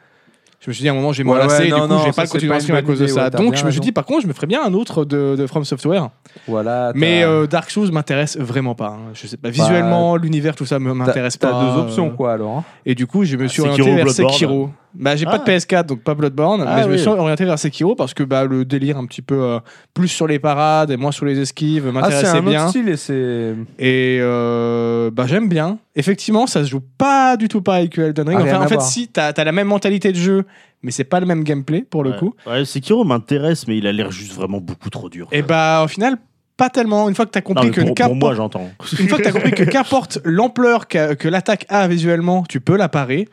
Speaker 3: Je me suis dit à un moment, j'ai
Speaker 1: Ouais,
Speaker 3: m'en lasser
Speaker 1: ouais,
Speaker 3: et du
Speaker 1: non,
Speaker 3: coup,
Speaker 1: non,
Speaker 3: je vais
Speaker 1: ça,
Speaker 3: pas
Speaker 1: c'est
Speaker 3: continuer
Speaker 1: pas
Speaker 3: à stream à
Speaker 1: une
Speaker 3: cause
Speaker 1: bonne
Speaker 3: de
Speaker 1: idée,
Speaker 3: ça.
Speaker 1: ouais, t'as
Speaker 3: Donc,
Speaker 1: bien
Speaker 3: je me suis
Speaker 1: raison.
Speaker 3: dit, par contre, je me ferais bien un autre de, de From Software.
Speaker 1: Voilà. t'as-
Speaker 3: Mais euh, Dark Souls m'intéresse vraiment pas. hein. Je sais pas. Visuellement, l'univers, tout ça me-
Speaker 1: Bah, t'as-
Speaker 3: m'intéresse pas.
Speaker 1: T'as deux options,
Speaker 3: Euh,
Speaker 1: quoi, alors. hein.
Speaker 3: et du coup, je me suis
Speaker 2: Ah, Sekiro,
Speaker 3: orienté vers
Speaker 2: Bloodborne.
Speaker 3: Sekiro. Bah, j'ai
Speaker 2: Ah.
Speaker 3: pas de PS4, donc pas Bloodborne,
Speaker 2: Ah
Speaker 3: mais je me
Speaker 2: oui.
Speaker 3: suis orienté vers Sekiro parce que bah, le délire un petit peu euh, plus sur les parades et moins sur les esquives
Speaker 1: Ah, c'est
Speaker 3: m'intéressait
Speaker 1: un
Speaker 3: bien.
Speaker 1: autre style et c'est.
Speaker 3: Et euh, bah, j'aime bien. Effectivement, ça se joue pas du tout pareil que Elden Ring.
Speaker 1: Ah, rien
Speaker 3: enfin,
Speaker 1: à
Speaker 3: en fait,
Speaker 1: voir.
Speaker 3: si, t'as as la même mentalité de jeu, mais c'est pas le même gameplay pour le
Speaker 2: Ouais.
Speaker 3: coup.
Speaker 2: Ouais, Sekiro m'intéresse, mais il a l'air juste vraiment beaucoup trop dur.
Speaker 3: Et bah, au final, pas tellement. Une fois que t'as
Speaker 2: Non,
Speaker 3: compris
Speaker 2: mais
Speaker 3: que hein.
Speaker 2: pour, pour
Speaker 3: qu'importe-
Speaker 2: moi, j'entends.
Speaker 3: Une fois que tu as compris que qu'importe l'ampleur qu'a- que l'attaque a visuellement, tu peux la parer.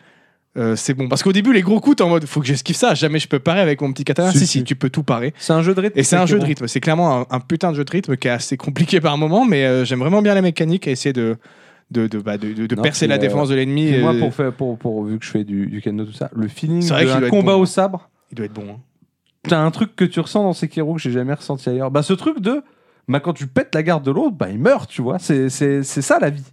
Speaker 3: euh, c'est bon parce qu'au début les gros coups t'es en mode faut que j'esquive ça jamais je peux parer avec mon petit katana si
Speaker 1: Si,
Speaker 3: si,
Speaker 1: si.
Speaker 3: tu peux tout parer
Speaker 1: C'est un jeu de rythme.
Speaker 3: et c'est un jeu de
Speaker 1: Sekiro.
Speaker 3: rythme c'est clairement un, un putain de jeu de rythme qui est assez compliqué par moment mais euh, j'aime vraiment bien la mécanique et essayer de de, de, bah, de, de- de
Speaker 1: Non,
Speaker 3: percer
Speaker 1: puis,
Speaker 3: la
Speaker 1: euh,
Speaker 3: défense de l'ennemi
Speaker 1: Et
Speaker 3: et-
Speaker 1: moi, pour, faire, pour, pour, vu que je fais du, du kendo, tout ça, le feeling
Speaker 3: C'est vrai qu'il doit
Speaker 1: d'un
Speaker 3: être
Speaker 1: combat
Speaker 3: bon.
Speaker 1: au sabre,
Speaker 3: il doit être bon hein.
Speaker 1: t'as un truc que tu ressens dans Sekiro que j'ai jamais ressenti ailleurs. Bah, ce truc de. Bah, quand tu pètes la garde de l'autre, bah, il meurt, tu vois. C'est, c'est, c'est ça la vie.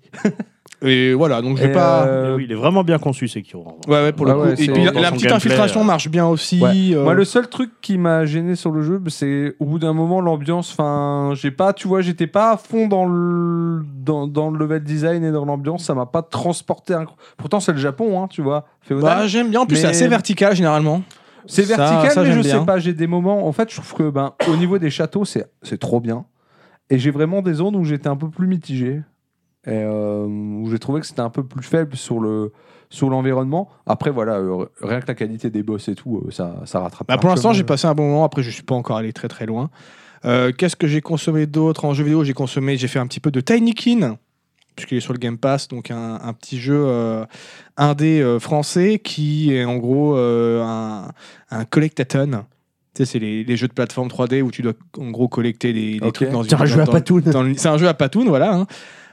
Speaker 3: et voilà donc je
Speaker 1: Et,
Speaker 3: vais pas
Speaker 1: euh,
Speaker 2: Mais oui, il est vraiment bien conçu, Sekiro. en vrai.
Speaker 3: ouais ouais pour
Speaker 1: bah
Speaker 3: le
Speaker 1: ouais,
Speaker 3: coup et
Speaker 1: c'est-
Speaker 3: puis la,
Speaker 1: dans
Speaker 3: la
Speaker 2: son
Speaker 3: petite
Speaker 2: gameplay,
Speaker 3: infiltration
Speaker 2: euh.
Speaker 3: marche bien aussi
Speaker 1: Ouais.
Speaker 3: euh,
Speaker 1: Moi, le seul truc qui m'a gêné sur le jeu, bah, c'est au bout d'un moment l'ambiance. Enfin, j'ai pas, tu vois, j'étais pas à fond dans le dans, dans le level design et dans l'ambiance. Ça m'a pas transporté. inc- Pourtant, c'est le Japon, hein, tu vois. féodal.
Speaker 3: bah, j'aime bien en plus
Speaker 1: Mais-
Speaker 3: c'est assez vertical généralement
Speaker 1: c'est
Speaker 3: ça-
Speaker 1: vertical,
Speaker 3: ça,
Speaker 1: mais je
Speaker 3: j'aime bien.
Speaker 1: sais pas. J'ai des moments. En fait, je trouve que ben au niveau des châteaux, c'est c'est trop bien. Et j'ai vraiment des zones où j'étais un peu plus mitigé et euh, où j'ai trouvé que c'était un peu plus faible sur le sur l'environnement. Après, voilà, euh, rien que la qualité des boss et tout, euh, ça ça rattrape. euh.
Speaker 3: Bah, pour l'instant,
Speaker 1: largement.
Speaker 3: j'ai passé un bon moment. Après, je suis pas encore allé très très loin. Euh, Qu'est-ce que j'ai consommé d'autre en jeu vidéo J'ai consommé, j'ai fait un petit peu de Tinykin, puisqu'il est sur le Game Pass, donc un, un petit jeu euh, indé euh, français qui est en gros euh, un, un collectathon. Tu sais, c'est les, les jeux de plateforme 3D où tu dois en gros collecter des, des
Speaker 1: Ok.
Speaker 3: trucs dans
Speaker 2: C'est un
Speaker 3: dans-
Speaker 2: jeu à
Speaker 3: dans-
Speaker 2: patoune.
Speaker 3: dans le- C'est un jeu à patoune, voilà. hein.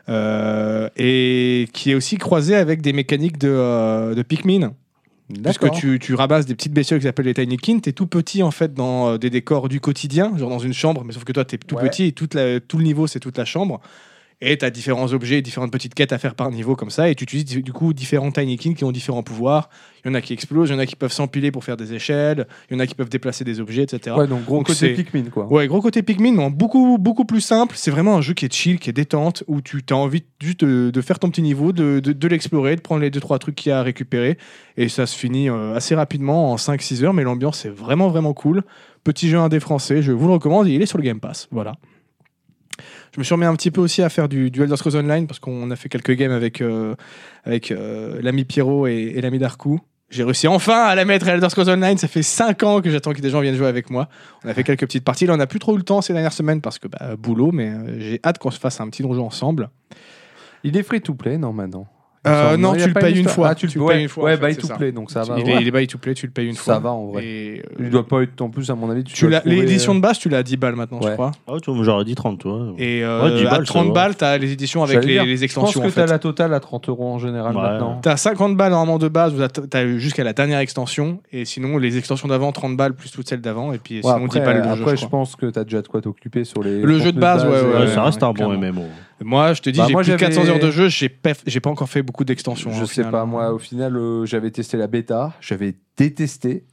Speaker 3: Euh, et qui est aussi croisé avec des mécaniques de, euh, de Pikmin. Puisque
Speaker 1: D'accord.
Speaker 3: tu, tu rabasses des petites bestioles qui s'appellent les Tiny Kin, t'es tout petit en fait dans euh, des décors du quotidien, genre dans une chambre, mais sauf que toi t'es tout
Speaker 1: Ouais.
Speaker 3: petit et toute la- tout le niveau c'est toute la chambre. Et t'as différents objets, différentes petites quêtes à faire par niveau comme ça, et tu utilises du coup différents Tiny Kin qui ont différents pouvoirs. Il y en a qui explosent, il y en a qui peuvent s'empiler pour faire des échelles, il y en a qui peuvent déplacer des objets, etc.
Speaker 1: Ouais, donc gros
Speaker 3: hein. Donc
Speaker 1: côté
Speaker 3: c'est-
Speaker 1: Pikmin, quoi.
Speaker 3: Ouais, gros côté Pikmin, mais en beaucoup, beaucoup plus simple. C'est vraiment un jeu qui est chill, qui est détente, où tu as envie juste de, de faire ton petit niveau, de, de- de l'explorer, de prendre les deux trois trucs qu'il y a à récupérer. Et ça se finit euh, assez rapidement, en 5-6 heures, mais l'ambiance est vraiment, vraiment cool. Petit jeu indé français, je vous le recommande, et il est sur le Game Pass. Voilà. Je me suis remis un petit peu aussi à faire du, du Elder Scrolls Online, parce qu'on a fait quelques games avec, euh, avec euh, l'ami Pierrot et, et l'ami Darkou. J'ai réussi enfin à la mettre à Elder Scrolls Online. Ça fait 5 ans que j'attends que des gens viennent jouer avec moi. On a fait quelques petites parties. Là, on n'a plus trop eu le temps ces dernières semaines parce que bah, boulot, mais euh, j'ai hâte qu'on se fasse un petit donjon ensemble.
Speaker 1: Il est free to play, non, maintenant
Speaker 3: Euh,
Speaker 1: Il me semble.
Speaker 3: non,
Speaker 1: Il y
Speaker 3: tu
Speaker 1: a
Speaker 3: le
Speaker 1: pas
Speaker 3: payes une
Speaker 1: histoire.
Speaker 3: fois.
Speaker 1: Ah, tu, le payes une fois.
Speaker 3: en
Speaker 1: Ouais,
Speaker 3: fait,
Speaker 1: buy
Speaker 3: c'est
Speaker 1: to
Speaker 3: ça.
Speaker 1: play, donc ça va.
Speaker 3: il, est,
Speaker 1: ouais.
Speaker 3: il est buy to play, tu le payes une fois.
Speaker 1: Ça va en vrai.
Speaker 3: Et, euh,
Speaker 1: Il doit pas être en plus, à mon avis. Tu,
Speaker 3: tu
Speaker 1: dois
Speaker 3: l'as-
Speaker 1: trouver,
Speaker 3: L'édition
Speaker 1: euh,
Speaker 3: de base, tu l'as à 10 balles maintenant, je
Speaker 1: Ouais.
Speaker 3: crois.
Speaker 2: Ah, tu vois, j'aurais dit 30, toi.
Speaker 3: Et euh,
Speaker 2: 10
Speaker 3: à
Speaker 2: balles, ça
Speaker 3: 30
Speaker 2: va.
Speaker 3: balles, tu as les éditions avec
Speaker 1: j'allais
Speaker 3: les,
Speaker 1: dire,
Speaker 3: les
Speaker 1: Je
Speaker 3: extensions.
Speaker 1: pense que
Speaker 3: en
Speaker 1: tu as
Speaker 3: fait.
Speaker 1: la totale à 30 euros en général
Speaker 2: Ouais.
Speaker 1: maintenant.
Speaker 3: T'as 50 balles normalement de base, tu as jusqu'à la dernière extension, et sinon les extensions d'avant, 30 balles plus toutes celles d'avant, et puis
Speaker 1: Ouais,
Speaker 3: sinon 10 balles le jeu.
Speaker 1: après,
Speaker 3: je
Speaker 1: je
Speaker 3: crois.
Speaker 1: pense que tu as déjà de quoi t'occuper sur les.
Speaker 3: Le jeu
Speaker 1: contenus
Speaker 3: de base, ouais,
Speaker 1: et-
Speaker 2: Ouais, ça
Speaker 3: ouais,
Speaker 2: reste un bon
Speaker 3: clairement.
Speaker 2: MMO.
Speaker 3: Moi, je te dis,
Speaker 1: Bah,
Speaker 3: j'ai
Speaker 1: moi,
Speaker 3: plus de
Speaker 1: j'avais-
Speaker 3: 400 heures de jeu, j'ai pas, j'ai pas encore fait beaucoup d'extensions. hein,
Speaker 1: Je
Speaker 3: au
Speaker 1: sais
Speaker 3: final.
Speaker 1: pas, moi, au final, euh, j'avais testé la bêta, j'avais détesté,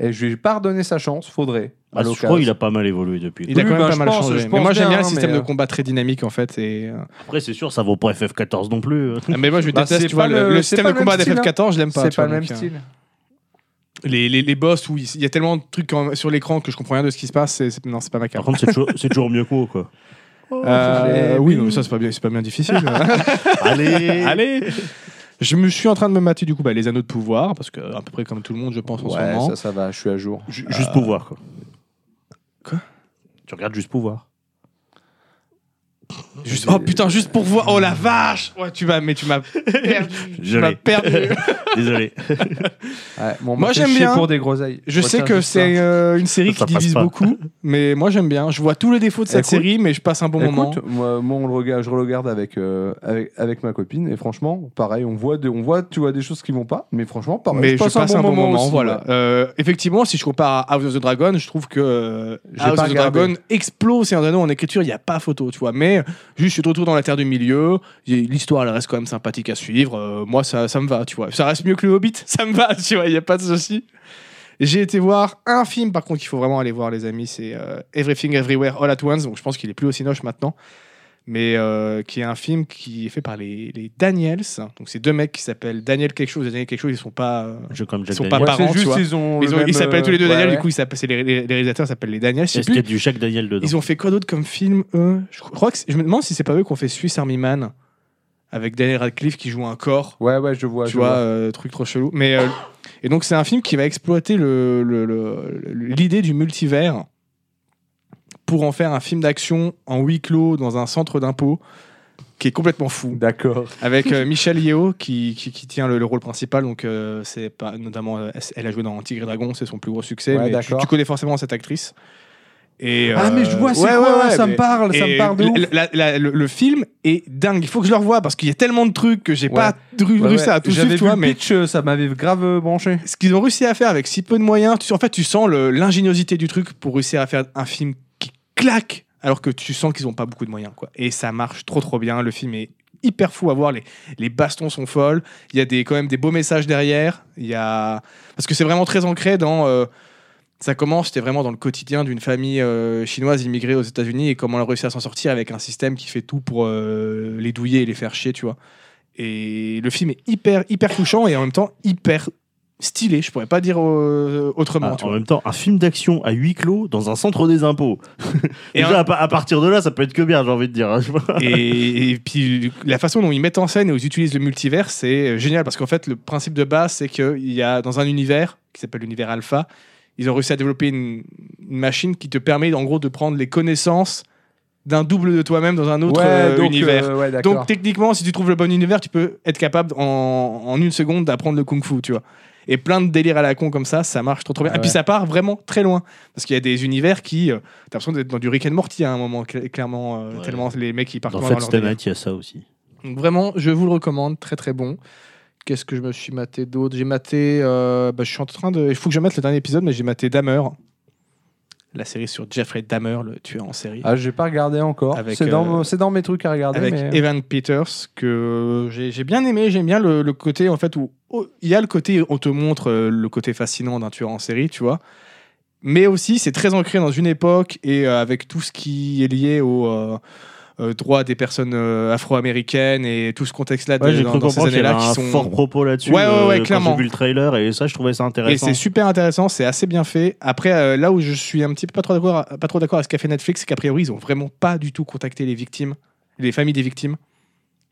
Speaker 1: et je lui ai pas redonné sa chance, faudrait.
Speaker 2: Ah, je crois qu'il a pas mal évolué depuis.
Speaker 3: Bah, Il a
Speaker 1: Oui,
Speaker 3: quand même
Speaker 1: ben,
Speaker 3: pas
Speaker 1: je
Speaker 3: mal
Speaker 1: pense- je
Speaker 3: changé. Mais
Speaker 1: pense
Speaker 3: moi j'aime
Speaker 1: bien,
Speaker 3: bien le système
Speaker 1: mais,
Speaker 3: de
Speaker 1: euh,
Speaker 3: combat très dynamique en fait. Et... euh,
Speaker 2: Après, c'est sûr, ça vaut pas FF14 non plus.
Speaker 3: Ah, mais moi je
Speaker 1: Bah,
Speaker 3: déteste
Speaker 1: c'est
Speaker 3: tu vois,
Speaker 1: pas
Speaker 3: le,
Speaker 1: le-
Speaker 3: le
Speaker 1: c'est
Speaker 3: système
Speaker 1: pas
Speaker 3: de
Speaker 1: le
Speaker 3: combat
Speaker 1: même style,
Speaker 3: d'FF14, je l'aime pas.
Speaker 1: C'est
Speaker 3: tu
Speaker 1: pas
Speaker 3: vois,
Speaker 1: le même
Speaker 2: hein.
Speaker 3: donc, euh,
Speaker 1: style.
Speaker 3: Les, les, les boss où il il y a tellement de trucs en- sur l'écran que je comprends rien de ce qui se passe, c'est- c'est- non, c'est pas ma
Speaker 2: Par
Speaker 3: carte.
Speaker 2: contre, c'est toujours, c'est toujours mieux que moi, quoi.
Speaker 3: Euh,
Speaker 1: Oh, j'ai-
Speaker 3: oui, non, mais ça c'est pas bien, c'est pas bien difficile.
Speaker 2: Allez
Speaker 3: Allez Je me suis en train de me mater du coup bah, les anneaux de pouvoir, parce que à peu près comme tout le monde, je pense en ce
Speaker 1: Ouais,
Speaker 3: moment.
Speaker 1: ça, ça va, je suis à jour.
Speaker 2: Ju- Juste pouvoir, quoi.
Speaker 3: Bah. Quoi
Speaker 2: Tu regardes juste pouvoir.
Speaker 3: Juste- Oh putain, juste pour voir. Oh
Speaker 1: Mm.
Speaker 3: la vache Ouais, tu m'as, mais tu m'as perdu.
Speaker 2: Je
Speaker 3: tu m'as
Speaker 2: l'ai.
Speaker 3: perdu.
Speaker 2: Désolé.
Speaker 1: Ouais, bon,
Speaker 3: Moi,
Speaker 1: c'est
Speaker 3: j'aime
Speaker 1: chier
Speaker 3: bien.
Speaker 1: pour des groseilles.
Speaker 3: Je
Speaker 1: Retiens
Speaker 3: sais que
Speaker 1: juste
Speaker 3: c'est
Speaker 1: ça.
Speaker 3: euh, une série qui
Speaker 2: Ça passe
Speaker 3: divise
Speaker 2: pas.
Speaker 3: beaucoup, mais moi j'aime bien. Je vois tous les défauts de cette
Speaker 1: Écoute-
Speaker 3: série, mais je passe un bon moment.
Speaker 1: Écoute, moi, moi, on le regarde, je le regarde avec, euh, avec, avec ma copine et franchement, pareil, on voit, des, on voit, tu vois, des choses qui vont pas, mais franchement, pareil,
Speaker 3: Mais hein. je passe, un, bon moment,
Speaker 1: aussi,
Speaker 3: voilà.
Speaker 1: ouais.
Speaker 3: Euh, effectivement, si je compare à House of the Dragon, je trouve que euh,
Speaker 1: J'ai
Speaker 3: House
Speaker 1: pas
Speaker 3: of the
Speaker 1: regardé.
Speaker 3: Dragon explose Seigneur des Anneaux en écriture, il n'y a pas photo, tu vois. Mais juste, je suis de retour dans la terre du milieu, j'ai- l'histoire elle reste quand même sympathique à suivre, Euh, moi ça, ça me va, tu vois. Ça reste mieux que le Hobbit, ça me va, tu vois, il n'y a pas de souci. J'ai été voir un film, par contre, qu'il faut vraiment aller voir, les amis, c'est euh, Everything Everywhere All at Once, donc je pense qu'il est plus aussi noche maintenant, mais euh, qui est un film qui est fait par les, les Daniels, donc c'est deux mecs qui s'appellent Daniel quelque chose et Daniel quelque chose, ils sont pas... euh,
Speaker 2: Je comme
Speaker 3: Ils
Speaker 2: Jack
Speaker 3: sont
Speaker 2: Daniel.
Speaker 3: pas
Speaker 1: Ouais, c'est
Speaker 3: parents, tu vois.
Speaker 1: ils ont.
Speaker 3: ils
Speaker 1: le
Speaker 3: ont-
Speaker 1: même,
Speaker 3: ils s'appellent tous les deux
Speaker 1: euh,
Speaker 3: Daniel,
Speaker 1: ouais,
Speaker 3: du coup, ils s'appellent- c'est les, les- les réalisateurs s'appellent les Daniels. je sais
Speaker 2: Est-ce qu'il y
Speaker 3: plus.
Speaker 2: a du Jack Daniel dedans
Speaker 3: Ils ont fait quoi d'autre comme film eux Je crois que c'est- je me demande si c'est pas eux qu'on fait Swiss Army Man avec Daniel Radcliffe qui joue un corps,
Speaker 1: Ouais, ouais, je vois.
Speaker 3: tu
Speaker 1: je
Speaker 3: vois,
Speaker 1: vois.
Speaker 3: euh, truc trop chelou. Mais euh, et donc c'est un film qui va exploiter le- le- le- l'idée du multivers pour en faire un film d'action en huis clos dans un centre d'impôt qui est complètement fou
Speaker 1: D'accord.
Speaker 3: avec euh, Michel Yeo qui, qui, qui tient le, le rôle principal. Donc, euh, c'est pas notamment, euh, elle a joué dans Tigre et Dragon, c'est son plus gros succès.
Speaker 1: Ouais,
Speaker 3: mais tu,
Speaker 1: d'accord.
Speaker 3: tu connais forcément cette actrice. Et,
Speaker 1: Ah, mais je
Speaker 3: euh,
Speaker 1: vois, c'est
Speaker 3: ouais,
Speaker 1: quoi
Speaker 3: ouais,
Speaker 1: Ça
Speaker 3: mais-
Speaker 1: me parle, ça
Speaker 3: et
Speaker 1: me parle de ouf.
Speaker 3: la- la- le, le film est dingue. Il faut que je le revoie parce qu'il y a tellement de trucs que j'ai
Speaker 1: Ouais.
Speaker 3: pas ru-
Speaker 1: Ouais, ouais,
Speaker 3: réussi à tout
Speaker 1: J'avais
Speaker 3: suivre,
Speaker 1: vu
Speaker 3: tu vois,
Speaker 1: le
Speaker 3: mais
Speaker 1: pitch, euh, ça m'avait grave euh, branché.
Speaker 3: ce qu'ils ont réussi à faire avec si peu de moyens, tu, en fait, tu sens le- l'ingéniosité du truc pour réussir à faire un film qui claque, alors que tu sens qu'ils n'ont pas beaucoup de moyens. Quoi. Et ça marche trop, trop bien. Le film est hyper fou à voir. Les, les bastons sont folles. Il y a des, quand même des beaux messages derrière. Il y a... Parce que c'est vraiment très ancré dans. euh, ça commence, c'était vraiment dans le quotidien d'une famille euh, chinoise immigrée aux États-Unis et comment elle a réussi à s'en sortir avec un système qui fait tout pour euh, les douiller et les faire chier, tu vois. Et le film est hyper, hyper touchant et en même temps hyper stylé. Je pourrais pas dire euh, autrement,
Speaker 2: Ah,
Speaker 3: tu
Speaker 2: en
Speaker 3: vois.
Speaker 2: même temps, un film d'action à huis clos dans un centre des impôts.
Speaker 3: Et
Speaker 2: Déjà, à pa- à partir de là, ça peut être que bien, j'ai envie de dire. hein, je vois.
Speaker 3: et, et puis la façon dont ils mettent en scène et où ils utilisent le multivers, c'est euh, génial parce qu'en fait, le principe de base, c'est qu'il y a dans un univers qui s'appelle l'univers alpha, ils ont réussi à développer une, une machine qui te permet en gros de prendre les connaissances d'un double de toi-même dans un autre euh,
Speaker 1: donc,
Speaker 3: univers.
Speaker 1: euh, ouais,
Speaker 3: donc
Speaker 1: d'accord.
Speaker 3: techniquement, si tu trouves le bon univers, tu peux être capable en, en une seconde d'apprendre le kung-fu, tu vois. Et plein de délires à la con comme ça, ça marche trop trop bien.
Speaker 1: Ah
Speaker 3: Et puis
Speaker 1: ouais.
Speaker 3: ça part vraiment très loin. Parce qu'il y a des univers qui. euh, T'as l'impression d'être dans du Rick and Morty hein, à un moment, cl- clairement. euh,
Speaker 2: Ouais.
Speaker 3: Tellement les mecs ils partent
Speaker 2: Dans
Speaker 3: loin dans
Speaker 2: Fat
Speaker 3: leur
Speaker 2: Stanley,
Speaker 3: délire.
Speaker 2: il y a ça aussi.
Speaker 3: Donc vraiment, je vous le recommande, très très bon. Qu'est-ce que je me suis maté d'autre J'ai maté. euh, bah, je suis en train de. Il faut que je mate le dernier épisode, mais j'ai maté Dahmer. La série sur Jeffrey Dahmer, le tueur en série.
Speaker 1: Ah, j'ai pas regardé encore.
Speaker 3: Avec,
Speaker 1: C'est dans,
Speaker 3: euh,
Speaker 1: c'est dans mes trucs à regarder.
Speaker 3: avec
Speaker 1: mais- euh,
Speaker 3: Evan Peters que j'ai j'ai bien aimé j'aime bien le, le côté en fait où où il y a le côté on te montre euh, le côté fascinant d'un tueur en série tu vois mais aussi c'est très ancré dans une époque et euh, avec tout ce qui est lié au euh, euh, droit des personnes euh, afro-américaines et tout ce contexte là
Speaker 2: Ouais, j'ai cru
Speaker 3: dans, ces
Speaker 2: comprendre qu'il y
Speaker 3: années
Speaker 2: avait
Speaker 3: là
Speaker 2: un
Speaker 3: qui sont
Speaker 2: fort propos là-dessus.
Speaker 3: Ouais, ouais, ouais,
Speaker 2: euh, quand
Speaker 3: clairement.
Speaker 2: J'ai vu le trailer et ça, je trouvais ça
Speaker 3: et
Speaker 2: intéressant.
Speaker 3: c'est super intéressant, c'est assez bien fait. Après, euh, là où je suis un petit peu pas trop d'accord, pas trop d'accord à ce qu'a fait Netflix, c'est qu'a priori ils ont vraiment pas du tout contacté les victimes, les familles des victimes.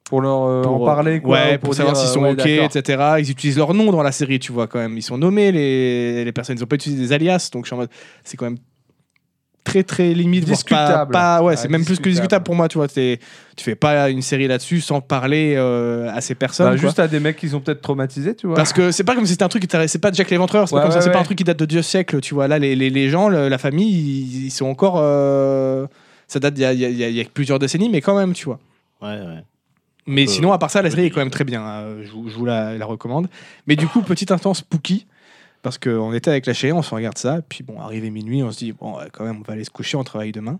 Speaker 1: pour leur euh,
Speaker 3: pour,
Speaker 1: en parler, quoi,
Speaker 3: ouais,
Speaker 1: ou
Speaker 3: pour, savoir
Speaker 1: dire,
Speaker 3: s'ils sont
Speaker 1: euh, ouais,
Speaker 3: ok,
Speaker 1: d'accord.
Speaker 3: etc. Ils utilisent leur nom dans la série, tu vois, quand même. Ils sont nommés, les, les personnes. Ils n'ont pas utilisé des alias, donc je suis en mode, c'est quand même très, très limite. voire pas-
Speaker 1: Discutable.
Speaker 3: Pas, ouais,
Speaker 1: Ouais,
Speaker 3: c'est même plus que
Speaker 1: discutable.
Speaker 3: discutable pour moi, tu vois. t'es- Tu fais pas une série là-dessus sans parler euh, à ces personnes.
Speaker 1: Bah,
Speaker 3: quoi.
Speaker 1: juste à des mecs qui sont peut-être traumatisés, tu vois.
Speaker 3: Parce que c'est pas comme si c'était un truc qui t'arrêtait- c'est pas Jack l'Éventreur, c'est
Speaker 1: Ouais,
Speaker 3: pas comme ça,
Speaker 1: ouais,
Speaker 3: c'est pas
Speaker 1: ouais.
Speaker 3: un truc qui date de Dieu siècle, tu vois. Là, les, les, les gens, le- la famille, ils, ils sont encore. euh, ça date d'il y a- il y, a- il y a- il y a plusieurs décennies, mais quand même, tu vois.
Speaker 2: Ouais, ouais.
Speaker 3: Mais
Speaker 2: Euh,
Speaker 3: sinon, à part ça, la
Speaker 2: oui.
Speaker 3: série est quand même très bien. hein. Je, vous- je vous la, la recommande. Mais du coup, petite instance spooky. Parce qu'on était avec la chérie, on se regarde ça. Puis bon, arrivé minuit, on se dit, bon, ouais, quand même, on va aller se coucher, on travaille demain.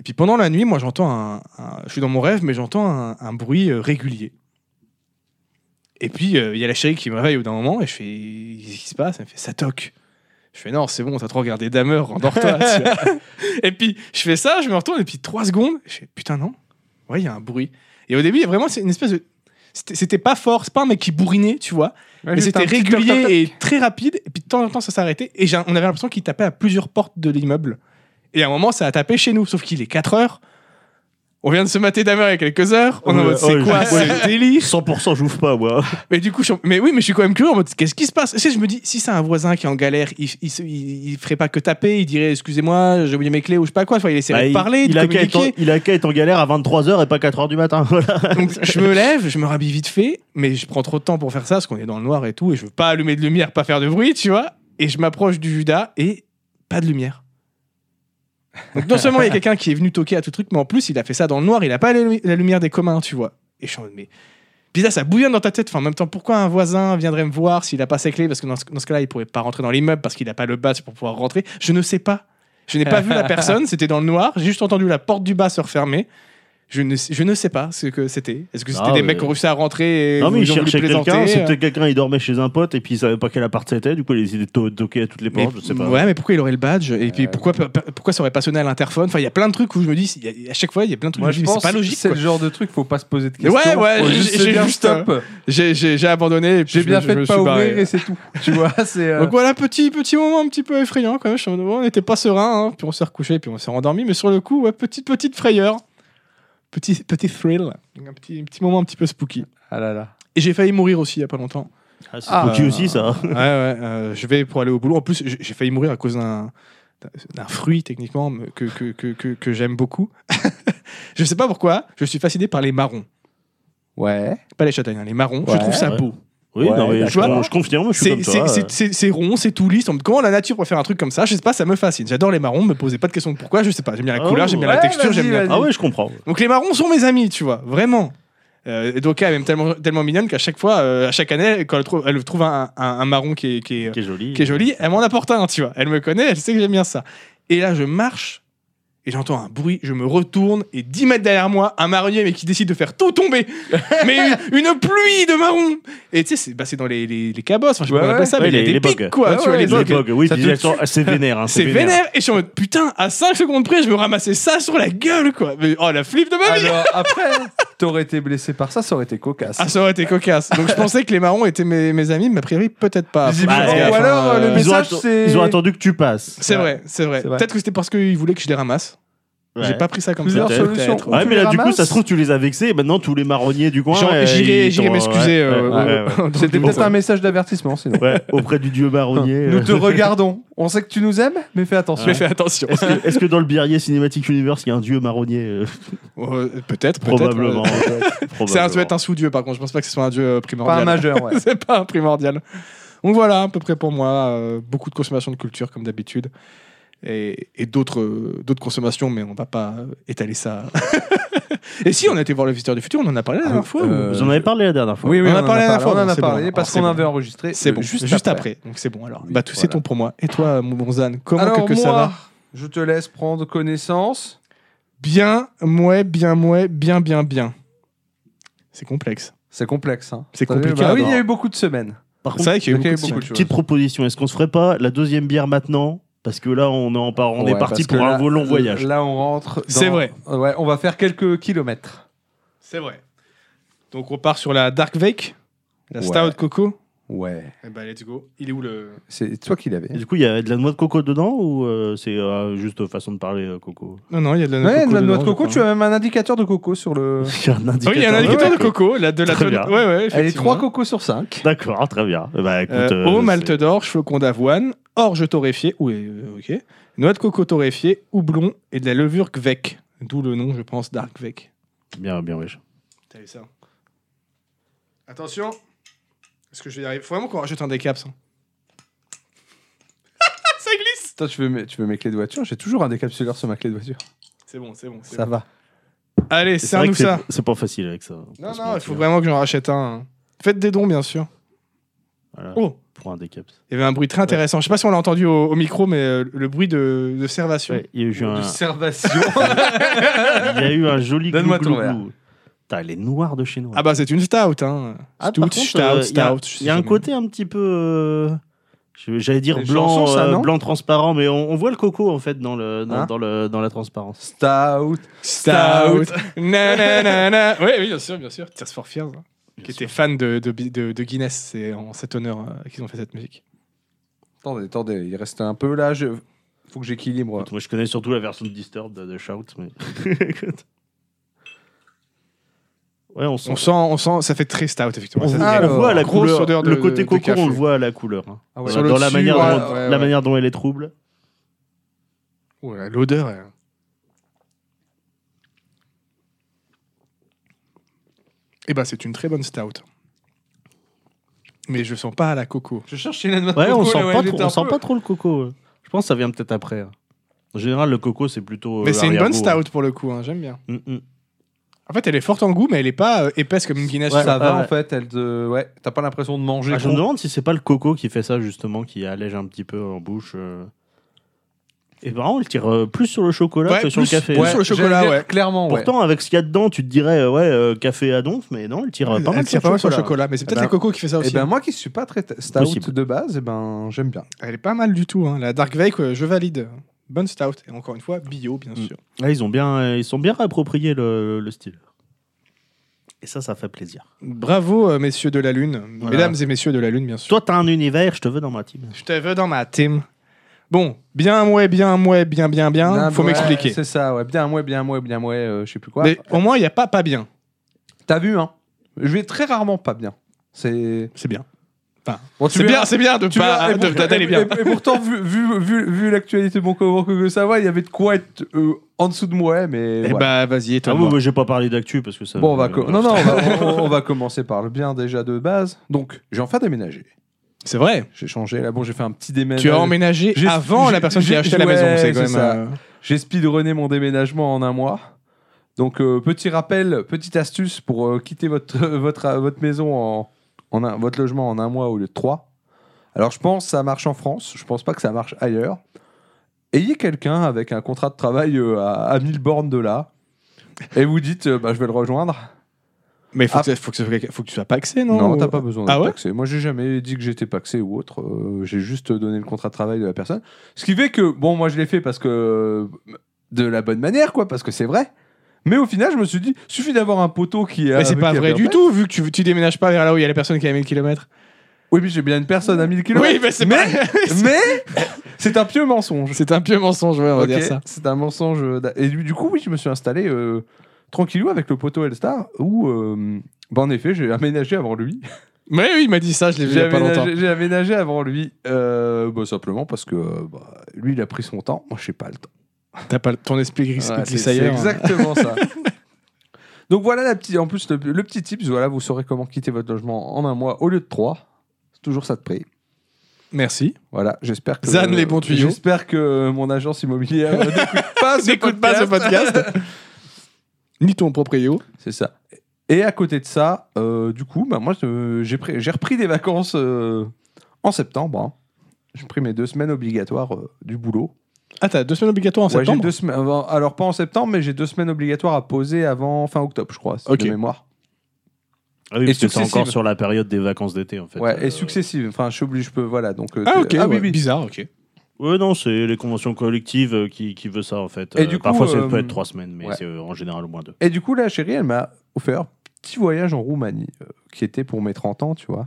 Speaker 3: Et puis pendant la nuit, moi, j'entends un, un- Je suis dans mon rêve, mais j'entends un, un bruit euh, régulier. Et puis, euh, il y a la chérie qui me réveille au bout d'un moment et je fais, qu'est-ce qui se passe Elle me fait, ça toque. Je fais non, c'est bon, t'as trop regardé Damer, rendors-toi. tu vois. et puis je fais ça, je me retourne, et puis trois secondes, je fais putain, non. Ouais, il y a un bruit. Et au début, il y a vraiment c'est une espèce de. C'était c'était pas fort, c'est pas un mec qui bourrinait, tu vois. mais c'était régulier et très rapide. Et puis de temps en temps, ça s'arrêtait. Et j'ai- on avait l'impression qu'il tapait à plusieurs portes de l'immeuble. Et à un moment, ça a tapé chez nous. Sauf qu'il est 4 heures. On vient de se mater Damer il y a quelques heures. On est
Speaker 2: Ouais,
Speaker 3: en mode, Oh, c'est
Speaker 2: ouais,
Speaker 3: quoi
Speaker 2: ouais.
Speaker 3: ce délire
Speaker 2: 100% j'ouvre pas, moi.
Speaker 3: mais du coup, je suis en- mais oui, mais je suis quand même curieux en mode qu'est-ce qui se passe Tu sais, Je me dis, si c'est un voisin qui est en galère, il, il, se- il- il ferait pas que taper, il dirait excusez-moi, j'ai oublié mes clés ou je sais pas quoi. Enfin, il essaierait
Speaker 2: Bah,
Speaker 3: de
Speaker 2: il-
Speaker 3: parler,
Speaker 2: il,
Speaker 3: de
Speaker 2: a qu'à être en-
Speaker 3: communiquer.
Speaker 2: il a qu'à être en galère à 23h et pas 4h du matin. Voilà.
Speaker 3: Donc je me lève, je me rhabille vite fait, mais je prends trop de temps pour faire ça parce qu'on est dans le noir et tout, et je veux pas allumer de lumière, pas faire de bruit, tu vois. Et je m'approche du Judas et pas de lumière. Donc non seulement il y a quelqu'un qui est venu toquer à tout truc, mais en plus il a fait ça dans le noir, il a pas la, lumi- la lumière des communs, tu vois. Et je suis en mode, mais. Puis là, ça bouillonne dans ta tête. Enfin, en même temps, pourquoi un voisin viendrait me voir s'il a pas ses clés Parce que dans ce, dans ce cas-là, il pourrait pas rentrer dans l'immeuble parce qu'il a pas le bas pour pouvoir rentrer. Je ne sais pas. Je n'ai pas vu la personne, c'était dans le noir. J'ai juste entendu la porte du bas se refermer. Je ne, sais- je ne sais pas ce que c'était. Est-ce que c'était
Speaker 2: Ah,
Speaker 3: des
Speaker 2: mais-
Speaker 3: mecs qui ont réussi à rentrer et
Speaker 2: Non, mais
Speaker 3: ils
Speaker 2: il
Speaker 3: ont voulu
Speaker 2: cherchait
Speaker 3: plaisanter
Speaker 2: quelqu'un. C'est peut-être quelqu'un, il dormait chez un pote et puis il savait pas quel appart c'était. Du coup, il a décidé de to- toquer à toutes les
Speaker 3: Mais-
Speaker 2: portes. Je sais pas.
Speaker 3: Ouais, mais pourquoi il aurait le badge Et puis
Speaker 1: Euh,
Speaker 3: pourquoi, pourquoi ça aurait pas sonné à l'interphone Enfin, il y a plein de trucs où je me dis, il y a- à chaque fois, il y a plein de trucs
Speaker 1: Moi,
Speaker 3: où je
Speaker 1: je
Speaker 3: me dis, mais
Speaker 1: pense
Speaker 3: c'est pas
Speaker 1: logique,
Speaker 3: logique.
Speaker 1: c'est
Speaker 3: quoi.
Speaker 1: le genre de truc, faut pas se poser de
Speaker 3: Mais
Speaker 1: questions.
Speaker 3: ouais, ouais,
Speaker 1: faut
Speaker 3: j'ai-
Speaker 1: juste
Speaker 3: j'ai
Speaker 1: se dire
Speaker 3: juste,
Speaker 1: stop.
Speaker 3: J'ai- J'ai j'ai abandonné. et puis
Speaker 1: J'ai
Speaker 3: je
Speaker 1: bien
Speaker 3: me-
Speaker 1: fait
Speaker 3: je
Speaker 1: de
Speaker 3: me
Speaker 1: pas
Speaker 3: suis
Speaker 1: ouvrir
Speaker 3: barré.
Speaker 1: et c'est tout. Tu vois, c'est. euh,
Speaker 3: Donc voilà, petit, petit moment un petit peu effrayant quand même. Je suis en mode, bon, on n'était pas serein, hein. puis on s'est recouché, puis on s'est rendormi. Mais sur le coup, ouais, petite, petite frayeur. Petit, petit thrill. Un petit, petit moment un petit peu spooky.
Speaker 1: Ah là là.
Speaker 3: Et j'ai failli mourir aussi il n'y a pas longtemps.
Speaker 2: Ah, c'est
Speaker 1: Ah.
Speaker 2: spooky aussi, ça.
Speaker 3: ouais, ouais, euh, je vais pour aller au boulot. En plus, j'ai j'ai failli mourir à cause d'un d'un fruit techniquement mais que, que, que, que, que j'aime beaucoup. je sais pas pourquoi, je suis fasciné par les marrons.
Speaker 1: Ouais.
Speaker 3: Pas les châtaignes, hein, les marrons. je
Speaker 1: Ouais.
Speaker 3: trouve ça
Speaker 2: Ouais.
Speaker 3: beau.
Speaker 2: Oui,
Speaker 1: Ouais,
Speaker 2: non, mais je,
Speaker 3: d'accord.
Speaker 2: je confirme, je suis
Speaker 3: C'est-
Speaker 2: comme
Speaker 3: C'est
Speaker 2: toi.
Speaker 3: c'est- c'est- c'est rond, c'est tout lisse. On me dit, Comment la nature pourrait faire un truc comme ça Je sais pas, ça me fascine. J'adore les marrons, me posez pas de questions de pourquoi, je sais pas. J'aime bien la
Speaker 2: Oh,
Speaker 3: couleur, j'aime bien la
Speaker 1: ouais,
Speaker 3: texture,
Speaker 1: vas-y,
Speaker 3: j'aime bien.
Speaker 1: vas-y.
Speaker 2: Ah ouais, je comprends.
Speaker 3: Donc les marrons sont mes amis, tu vois, vraiment. Euh, et Doka est même tellement, tellement mignonne qu'à chaque fois, euh, à chaque année, quand elle trouve, elle trouve un, un- un marron qui est, qui, est,
Speaker 2: Qui est joli.
Speaker 3: qui est joli, elle m'en apporte un, tu vois. Elle me connaît, elle sait que j'aime bien ça. Et là, je marche et j'entends un bruit, je me retourne et 10 mètres derrière moi, un marronnier mais qui décide de faire tout tomber. mais une, une pluie de marrons. Et tu sais, c'est bah, c'est dans les, les, les cabosses, enfin, je sais pas
Speaker 1: Ouais,
Speaker 3: comment on appelle ça,
Speaker 2: ouais.
Speaker 3: mais
Speaker 2: Ouais,
Speaker 3: il y a
Speaker 2: les-
Speaker 3: des
Speaker 2: les
Speaker 3: pics,
Speaker 2: bugs.
Speaker 3: quoi.
Speaker 1: Ouais,
Speaker 3: tu vois,
Speaker 1: ouais,
Speaker 3: les
Speaker 2: Les
Speaker 1: les
Speaker 3: bugs.
Speaker 2: bugs, oui,
Speaker 1: Ça
Speaker 2: puis
Speaker 1: te
Speaker 2: elles sont- c'est vénère. hein,
Speaker 3: C'est vénère et je suis en mode putain à 5 secondes près je me ramassais ça sur la gueule quoi mais, oh la flip de ma vie
Speaker 1: Alors après, t'aurais été blessé par ça, ça aurait été cocasse.
Speaker 3: ah ça aurait été cocasse donc je pensais que les marrons étaient mes, mes amis mais a priori peut-être pas
Speaker 1: Visiblement,
Speaker 3: Parce que,
Speaker 2: ou
Speaker 3: enfin,
Speaker 1: alors, le message-
Speaker 3: euh,
Speaker 2: Ils ont,
Speaker 1: messages,
Speaker 2: atto-
Speaker 1: c'est-
Speaker 2: ils ont attendu que tu passes.
Speaker 3: c'est
Speaker 1: Ouais.
Speaker 3: vrai c'est vrai
Speaker 1: C'est vrai.
Speaker 3: peut-être que c'était parce qu'ils voulaient que je les ramasse j'ai
Speaker 2: Ouais.
Speaker 3: pas pris ça comme
Speaker 1: Plusieurs
Speaker 3: ça
Speaker 2: peut-être.
Speaker 1: solutions. Ou
Speaker 2: Ouais,
Speaker 1: tu
Speaker 2: mais
Speaker 1: les
Speaker 2: là, du coup,
Speaker 1: ramasses,
Speaker 2: ça se trouve, tu les as vexés. Et maintenant, tous les marronniers du coin.
Speaker 3: Genre,
Speaker 2: euh,
Speaker 3: J'irai
Speaker 2: ils
Speaker 3: j'irai
Speaker 2: t'ont-
Speaker 3: m'excuser.
Speaker 2: ouais,
Speaker 3: euh,
Speaker 2: ouais,
Speaker 3: au-
Speaker 2: ouais, ouais.
Speaker 3: au- au-
Speaker 1: C'était
Speaker 3: au-
Speaker 1: peut-être un message d'avertissement, sinon.
Speaker 2: Ouais, auprès du dieu marronnier.
Speaker 1: Nous
Speaker 2: euh,
Speaker 1: te regardons. On sait que tu nous aimes, mais fais attention.
Speaker 3: Mais fais attention.
Speaker 2: Est-ce que, est-ce que dans le Birrier Cinematic Universe, il y a un dieu marronnier euh,
Speaker 3: Euh, peut-être, peut-être.
Speaker 2: Probablement.
Speaker 3: euh,
Speaker 2: Probablement.
Speaker 3: C'est un, ça doit être un sous-dieu, par contre. Je pense pas que ce soit un dieu euh,
Speaker 1: Pas un
Speaker 3: primordial.
Speaker 1: majeur, ouais.
Speaker 3: C'est pas un primordial. Donc voilà, à peu près pour moi. euh, beaucoup de consommation de culture, comme d'habitude. Et, et d'autres euh, d'autres consommations, mais on va pas euh, étaler ça. et si, on a été voir le visiteur du futur, on en a parlé la
Speaker 1: Ah,
Speaker 3: dernière fois. ou-
Speaker 1: euh,
Speaker 2: Vous en avez parlé la dernière fois.
Speaker 1: Oui, oui,
Speaker 3: On en a parlé la dernière fois,
Speaker 1: On en
Speaker 3: donc
Speaker 1: a
Speaker 3: c'est bon.
Speaker 1: parlé
Speaker 3: Alors,
Speaker 1: parce
Speaker 3: c'est
Speaker 1: qu'on
Speaker 3: bon.
Speaker 1: avait enregistré.
Speaker 3: C'est
Speaker 1: euh,
Speaker 3: bon, juste, après. Donc c'est bon alors.
Speaker 1: Oui,
Speaker 3: bah, tout- c'est
Speaker 1: voilà.
Speaker 3: tout pour moi. Et toi, mon bon Zan, comment
Speaker 1: Alors,
Speaker 3: que, que
Speaker 1: moi,
Speaker 3: ça va
Speaker 1: je te laisse prendre connaissance.
Speaker 3: Bien, mouais, bien, mouais, bien, bien, bien. C'est complexe.
Speaker 1: C'est complexe. hein.
Speaker 3: C'est
Speaker 1: T'as vu,
Speaker 3: compliqué
Speaker 1: bah
Speaker 3: à
Speaker 1: oui, il
Speaker 3: voir.
Speaker 1: y a eu beaucoup de semaines.
Speaker 2: Par
Speaker 3: C'est
Speaker 2: contre,
Speaker 3: vrai qu'il y a eu
Speaker 1: Ok,
Speaker 3: beaucoup de
Speaker 1: beaucoup
Speaker 3: signes.
Speaker 1: de choses.
Speaker 2: petite proposition. Est-ce qu'on se ferait pas la deuxième bière maintenant Parce que là, on est, en part- on est
Speaker 1: Ouais,
Speaker 2: parti
Speaker 1: parce que
Speaker 2: pour un
Speaker 1: là-
Speaker 2: beau long voyage.
Speaker 1: Là, on rentre. dans-
Speaker 3: C'est vrai.
Speaker 1: Ouais, on va faire quelques kilomètres.
Speaker 3: C'est vrai. Donc on part sur la Dark Vake, la
Speaker 1: Ouais.
Speaker 3: Stout Coco.
Speaker 1: Ouais.
Speaker 3: Eh ben let's go. Il est où le
Speaker 1: C'est toi qui l'avais.
Speaker 2: Et du coup, il y a de la noix de coco dedans ou euh, c'est euh, juste façon de parler euh, coco
Speaker 3: Non non, il y a de la noix de
Speaker 1: Ouais,
Speaker 3: coco.
Speaker 1: de la noix de
Speaker 3: dedans, je
Speaker 1: coco,
Speaker 3: crois.
Speaker 1: tu as même un indicateur de coco sur le.
Speaker 2: Il y a un
Speaker 3: Ah Oui, il y a un
Speaker 2: de
Speaker 3: indicateur de coco, la de la
Speaker 2: Très
Speaker 3: tonne-
Speaker 2: bien.
Speaker 3: Ouais ouais.
Speaker 1: Elle est
Speaker 3: effectivement.
Speaker 1: 3 cocos sur 5.
Speaker 2: D'accord, très bien. Eh ben, écoute,
Speaker 3: Euh,
Speaker 2: euh,
Speaker 3: eau,
Speaker 2: c'est-
Speaker 3: malte d'orge, flocon d'avoine, orge torréfiée, ou euh, ok, noix de coco torréfiée, houblon et de la levure Kvek, d'où le nom, je pense, Dark Vek.
Speaker 2: Bien, bien, wesh.
Speaker 3: T'as vu ça Attention Est-ce que je vais y arriver Faut vraiment qu'on rajoute un décaps. hein. ça glisse
Speaker 1: Bah, Toi, tu veux, mes, tu veux mes clés de voiture J'ai toujours un décapsuleur sur ma clé de voiture.
Speaker 3: C'est bon, c'est bon. c'est
Speaker 1: Ça
Speaker 3: bon.
Speaker 1: va.
Speaker 3: Allez,
Speaker 2: C'est vrai
Speaker 3: serre-nous
Speaker 2: que c'est-
Speaker 3: ça
Speaker 2: C'est pas facile avec ça. on
Speaker 3: Non,
Speaker 2: va se
Speaker 3: non, il
Speaker 2: mentir.
Speaker 3: faut vraiment que j'en rachète un. hein. Faites des dons, bien sûr.
Speaker 2: Voilà,
Speaker 3: Oh
Speaker 2: Pour un décaps.
Speaker 3: Il y avait un bruit très intéressant. Je sais pas si on l'a entendu au, au micro, mais euh, le bruit de, de servation.
Speaker 2: Ouais, Il y a eu un,
Speaker 1: Observation.
Speaker 2: il y a eu un joli
Speaker 1: Donne-moi
Speaker 2: glou,
Speaker 1: ton
Speaker 2: glou, glou. Putain, elle est noire de chez nous.
Speaker 3: Ah bah, c'est une stout, hein.
Speaker 2: Ah,
Speaker 3: stout,
Speaker 2: par contre,
Speaker 3: stout,
Speaker 2: euh,
Speaker 3: stout.
Speaker 2: il y a-
Speaker 3: je sais
Speaker 2: Il y a un
Speaker 3: jamais.
Speaker 2: côté un petit peu. euh, Je- J'allais dire
Speaker 1: Les
Speaker 2: blanc,
Speaker 1: chansons, ça,
Speaker 2: euh,
Speaker 1: non
Speaker 2: blanc transparent, mais on, on voit le coco en fait dans le dans,
Speaker 1: Hein
Speaker 2: dans le dans la transparence.
Speaker 1: Stout.
Speaker 3: Stout. na, na, na, na. Oui, oui, bien sûr, bien sûr. Tears for Fears, hein, qui était fan de, de, de- de Guinness. C'est en cet honneur euh, qu'ils ont fait cette musique.
Speaker 1: Attendez, attendez, il reste un peu là. Je... Faut que j'équilibre.
Speaker 2: Écoute, Moi, je connais surtout la version de Disturbed de, de Shout, mais Écoute. ouais, on sent.
Speaker 3: On sent, on sent, ça fait très stout, effectivement.
Speaker 2: on
Speaker 3: Ça
Speaker 2: voit-
Speaker 3: fait-
Speaker 1: Ah,
Speaker 2: on
Speaker 1: alors,
Speaker 2: voit la
Speaker 3: grosse
Speaker 2: couleur.
Speaker 3: odeur de-
Speaker 2: le côté
Speaker 3: de- de
Speaker 2: coco, on
Speaker 3: café.
Speaker 2: le voit à la couleur. hein.
Speaker 1: Ah
Speaker 3: Sur
Speaker 2: Voilà,
Speaker 3: le
Speaker 2: dans la
Speaker 3: dessus,
Speaker 2: manière,
Speaker 1: ouais, ouais,
Speaker 2: dont, la
Speaker 1: ouais.
Speaker 2: manière dont elle est trouble.
Speaker 3: Oh là, L'odeur. elle- Eh ben, c'est une très bonne stout. Mais je sens pas la coco.
Speaker 1: Je cherche une note
Speaker 2: Ouais,
Speaker 1: de
Speaker 2: on
Speaker 1: couleur,
Speaker 2: sent pas,
Speaker 1: elle
Speaker 2: trop,
Speaker 1: était
Speaker 2: on
Speaker 1: un
Speaker 2: sent
Speaker 1: peu-
Speaker 2: pas trop le coco. ouais. Je pense que ça vient peut-être après. hein. En général, le coco, c'est plutôt. euh,
Speaker 3: Mais c'est une bonne
Speaker 2: l'arrière-goût, hein.
Speaker 3: stout pour le coup, hein, j'aime bien.
Speaker 2: Mm, mm.
Speaker 3: En fait, elle est forte en goût, mais elle est pas euh, épaisse comme une Guinness.
Speaker 2: Ouais.
Speaker 1: ça va
Speaker 2: ouais.
Speaker 1: en fait, elle te... ouais, t'as pas l'impression de manger.
Speaker 2: Ah, je
Speaker 1: gros.
Speaker 2: me demande si c'est pas le coco qui fait ça justement, qui allège un petit peu en bouche. euh. Et vraiment, il tire euh, plus sur le chocolat
Speaker 3: Ouais,
Speaker 2: que sur
Speaker 3: plus-
Speaker 2: le café.
Speaker 3: ouais. sur le
Speaker 1: j'allais
Speaker 3: chocolat,
Speaker 1: dire,
Speaker 3: ouais.
Speaker 1: Clairement, ouais.
Speaker 2: Pourtant, avec ce qu'il y a dedans, tu te dirais euh, ouais euh, café à donf, mais non, il tire euh, pas mal
Speaker 3: elle tire pas mal sur le chocolat, mais c'est peut-être
Speaker 1: ben,
Speaker 3: la coco qui fait ça
Speaker 1: Et
Speaker 3: aussi.
Speaker 1: ben moi qui suis pas très t- stout
Speaker 2: Possible.
Speaker 1: de base, et ben j'aime bien.
Speaker 3: Elle est pas mal du tout. hein. La Dark Veil, euh, je valide. Bonne stout. Et encore une fois, bio, bien
Speaker 2: Mm.
Speaker 3: sûr.
Speaker 2: Là, ils ont bien, euh, ils sont bien réapproprié le, le style. Et ça, ça fait plaisir.
Speaker 3: Bravo, euh, messieurs de la Lune.
Speaker 2: Voilà.
Speaker 3: Mesdames et messieurs de la Lune, bien sûr.
Speaker 2: Toi, t'as un univers, je te veux dans ma team.
Speaker 3: Je te veux dans ma team. Bon, bien mouais, bien mouais, bien, bien, bien.
Speaker 1: Non,
Speaker 3: Faut
Speaker 1: ouais,
Speaker 3: m'expliquer.
Speaker 1: C'est ça, ouais. Bien moi, bien moi, bien moi, euh, je sais plus quoi.
Speaker 3: Mais au moins, il n'y a pas pas bien.
Speaker 1: T'as vu, hein Je vais très rarement pas bien. C'est
Speaker 3: C'est bien.
Speaker 1: bon, tu
Speaker 3: C'est
Speaker 1: verras-
Speaker 3: bien, c'est bien de
Speaker 1: tu verras-
Speaker 3: pas
Speaker 1: et
Speaker 3: Bah, de-
Speaker 1: pour-
Speaker 3: d'aller
Speaker 1: et-
Speaker 3: bien.
Speaker 1: Et, et pourtant, vu, vu, vu, vu l'actualité de mon coworker que ça va, il y avait de quoi être euh, en dessous de moi, mais.
Speaker 3: Eh
Speaker 1: voilà.
Speaker 3: bah, vas-y,
Speaker 2: Ah
Speaker 3: étonne
Speaker 2: oui, mais j'ai pas parlé d'actu parce que ça.
Speaker 1: Bon, on va, co-
Speaker 2: euh,
Speaker 1: non, non, on va, on- on va commencer par le bien déjà de base. Donc, j'ai enfin déménagé.
Speaker 3: C'est vrai.
Speaker 1: J'ai changé. Là, bon, j'ai fait un petit déménagement.
Speaker 3: Tu as emménagé
Speaker 1: j'ai-
Speaker 3: avant
Speaker 1: j'ai-
Speaker 3: la personne qui
Speaker 1: j'ai-
Speaker 3: a acheté la
Speaker 1: Euh, ouais,
Speaker 3: maison. C'est quand
Speaker 1: c'est
Speaker 3: même.
Speaker 1: ça.
Speaker 3: euh,
Speaker 1: J'ai speedrunné mon déménagement en un mois. Donc, euh, petit rappel, petite astuce pour euh, quitter votre, votre, votre maison, en, en un- votre logement en un mois au lieu de trois. Alors, je pense que ça marche en France. Je pense pas que ça marche ailleurs. Ayez quelqu'un avec un contrat de travail euh, à, à 1000 bornes de là. Et vous dites, euh, bah, je vais le rejoindre.
Speaker 3: Mais faut,
Speaker 1: Ah.
Speaker 3: que, ça- faut, que, ça- faut que tu sois paxé, non
Speaker 1: Non,
Speaker 3: Ou-
Speaker 1: t'as pas besoin
Speaker 3: Ah
Speaker 1: d'être
Speaker 3: ouais
Speaker 1: paxé. Moi, j'ai jamais dit que j'étais paxé ou autre. Euh, j'ai juste donné le contrat de travail de la personne. Ce qui fait que, bon, moi, je l'ai fait parce que. de la bonne manière, quoi, parce que c'est vrai. Mais au final, je me suis dit, suffit d'avoir un poteau qui a.
Speaker 3: Mais c'est
Speaker 1: qui
Speaker 3: pas
Speaker 1: a
Speaker 3: vrai
Speaker 1: bien
Speaker 3: du
Speaker 1: fait.
Speaker 3: tout, Ah, vu que tu, tu déménages pas vers là où il y a la personne qui a 1000 km.
Speaker 1: Oui, mais j'ai bien une personne à 1000 km.
Speaker 3: Oui, mais c'est pas...
Speaker 1: Mais c'est un pieux mensonge.
Speaker 3: C'est un pieux mensonge, ouais, on va
Speaker 1: Ok,
Speaker 3: dire ça.
Speaker 1: C'est un mensonge. d'a- Et du, du coup, oui, je me suis installé euh, tranquillou avec le poteau Elstar, où, euh, bah, en effet, j'ai aménagé avant lui.
Speaker 3: Mais oui, il m'a dit ça, je l'ai vu il y
Speaker 1: J'ai
Speaker 3: a pas longtemps.
Speaker 1: aménagé, j'ai aménagé avant lui, euh, bah, simplement parce que euh, bah, lui, il a pris son temps. Moi, je sais pas le temps.
Speaker 3: T'as pas ton esprit gris,
Speaker 1: Voilà, c'est
Speaker 3: glisse
Speaker 1: c'est
Speaker 3: ailleurs. hein.
Speaker 1: exactement ça. Donc voilà la petite, en plus le, le petit tips, voilà, vous saurez comment quitter votre logement en un mois au lieu de trois. C'est toujours ça de prix.
Speaker 3: Merci.
Speaker 1: Voilà, j'espère que
Speaker 3: Zan, les bons tuyaux.
Speaker 1: J'espère que mon agence immobilière euh, n'écoute pas ce
Speaker 3: N'écoute pas Ah, ce podcast. Ni ton proprio.
Speaker 1: C'est ça. Et à côté de ça, euh, du coup, bah, moi, euh, j'ai pris- j'ai repris des vacances euh, en septembre. hein. J'ai pris mes deux semaines obligatoires euh, du boulot.
Speaker 3: Ah, t'as deux semaines obligatoires en
Speaker 1: Ouais, j'ai
Speaker 3: septembre
Speaker 1: deux semaines- avant- alors pas en septembre, mais j'ai deux semaines obligatoires à poser avant fin octobre, je crois, c'est
Speaker 3: Ok.
Speaker 1: de mémoire.
Speaker 2: Ah oui,
Speaker 1: Et
Speaker 2: parce que c'est
Speaker 1: successive.
Speaker 2: encore sur la période des vacances d'été en fait.
Speaker 1: ouais, et
Speaker 2: Euh,
Speaker 1: successives. Enfin, je suis obligé, je peux, voilà. Donc, euh,
Speaker 3: Ah,
Speaker 1: t'es-
Speaker 3: ok,
Speaker 1: oui,
Speaker 3: ouais,
Speaker 1: oui.
Speaker 3: bizarre, ok.
Speaker 2: Ouais, non, c'est les conventions collectives euh, qui, qui veut ça en fait.
Speaker 1: Et
Speaker 2: Euh,
Speaker 1: du coup,
Speaker 2: parfois, ça
Speaker 1: euh,
Speaker 2: peut être trois semaines, mais
Speaker 1: ouais.
Speaker 2: c'est euh, en général au moins deux.
Speaker 1: Et du coup, la chérie, elle m'a offert un petit voyage en Roumanie, euh, qui était pour mes 30 ans, tu vois.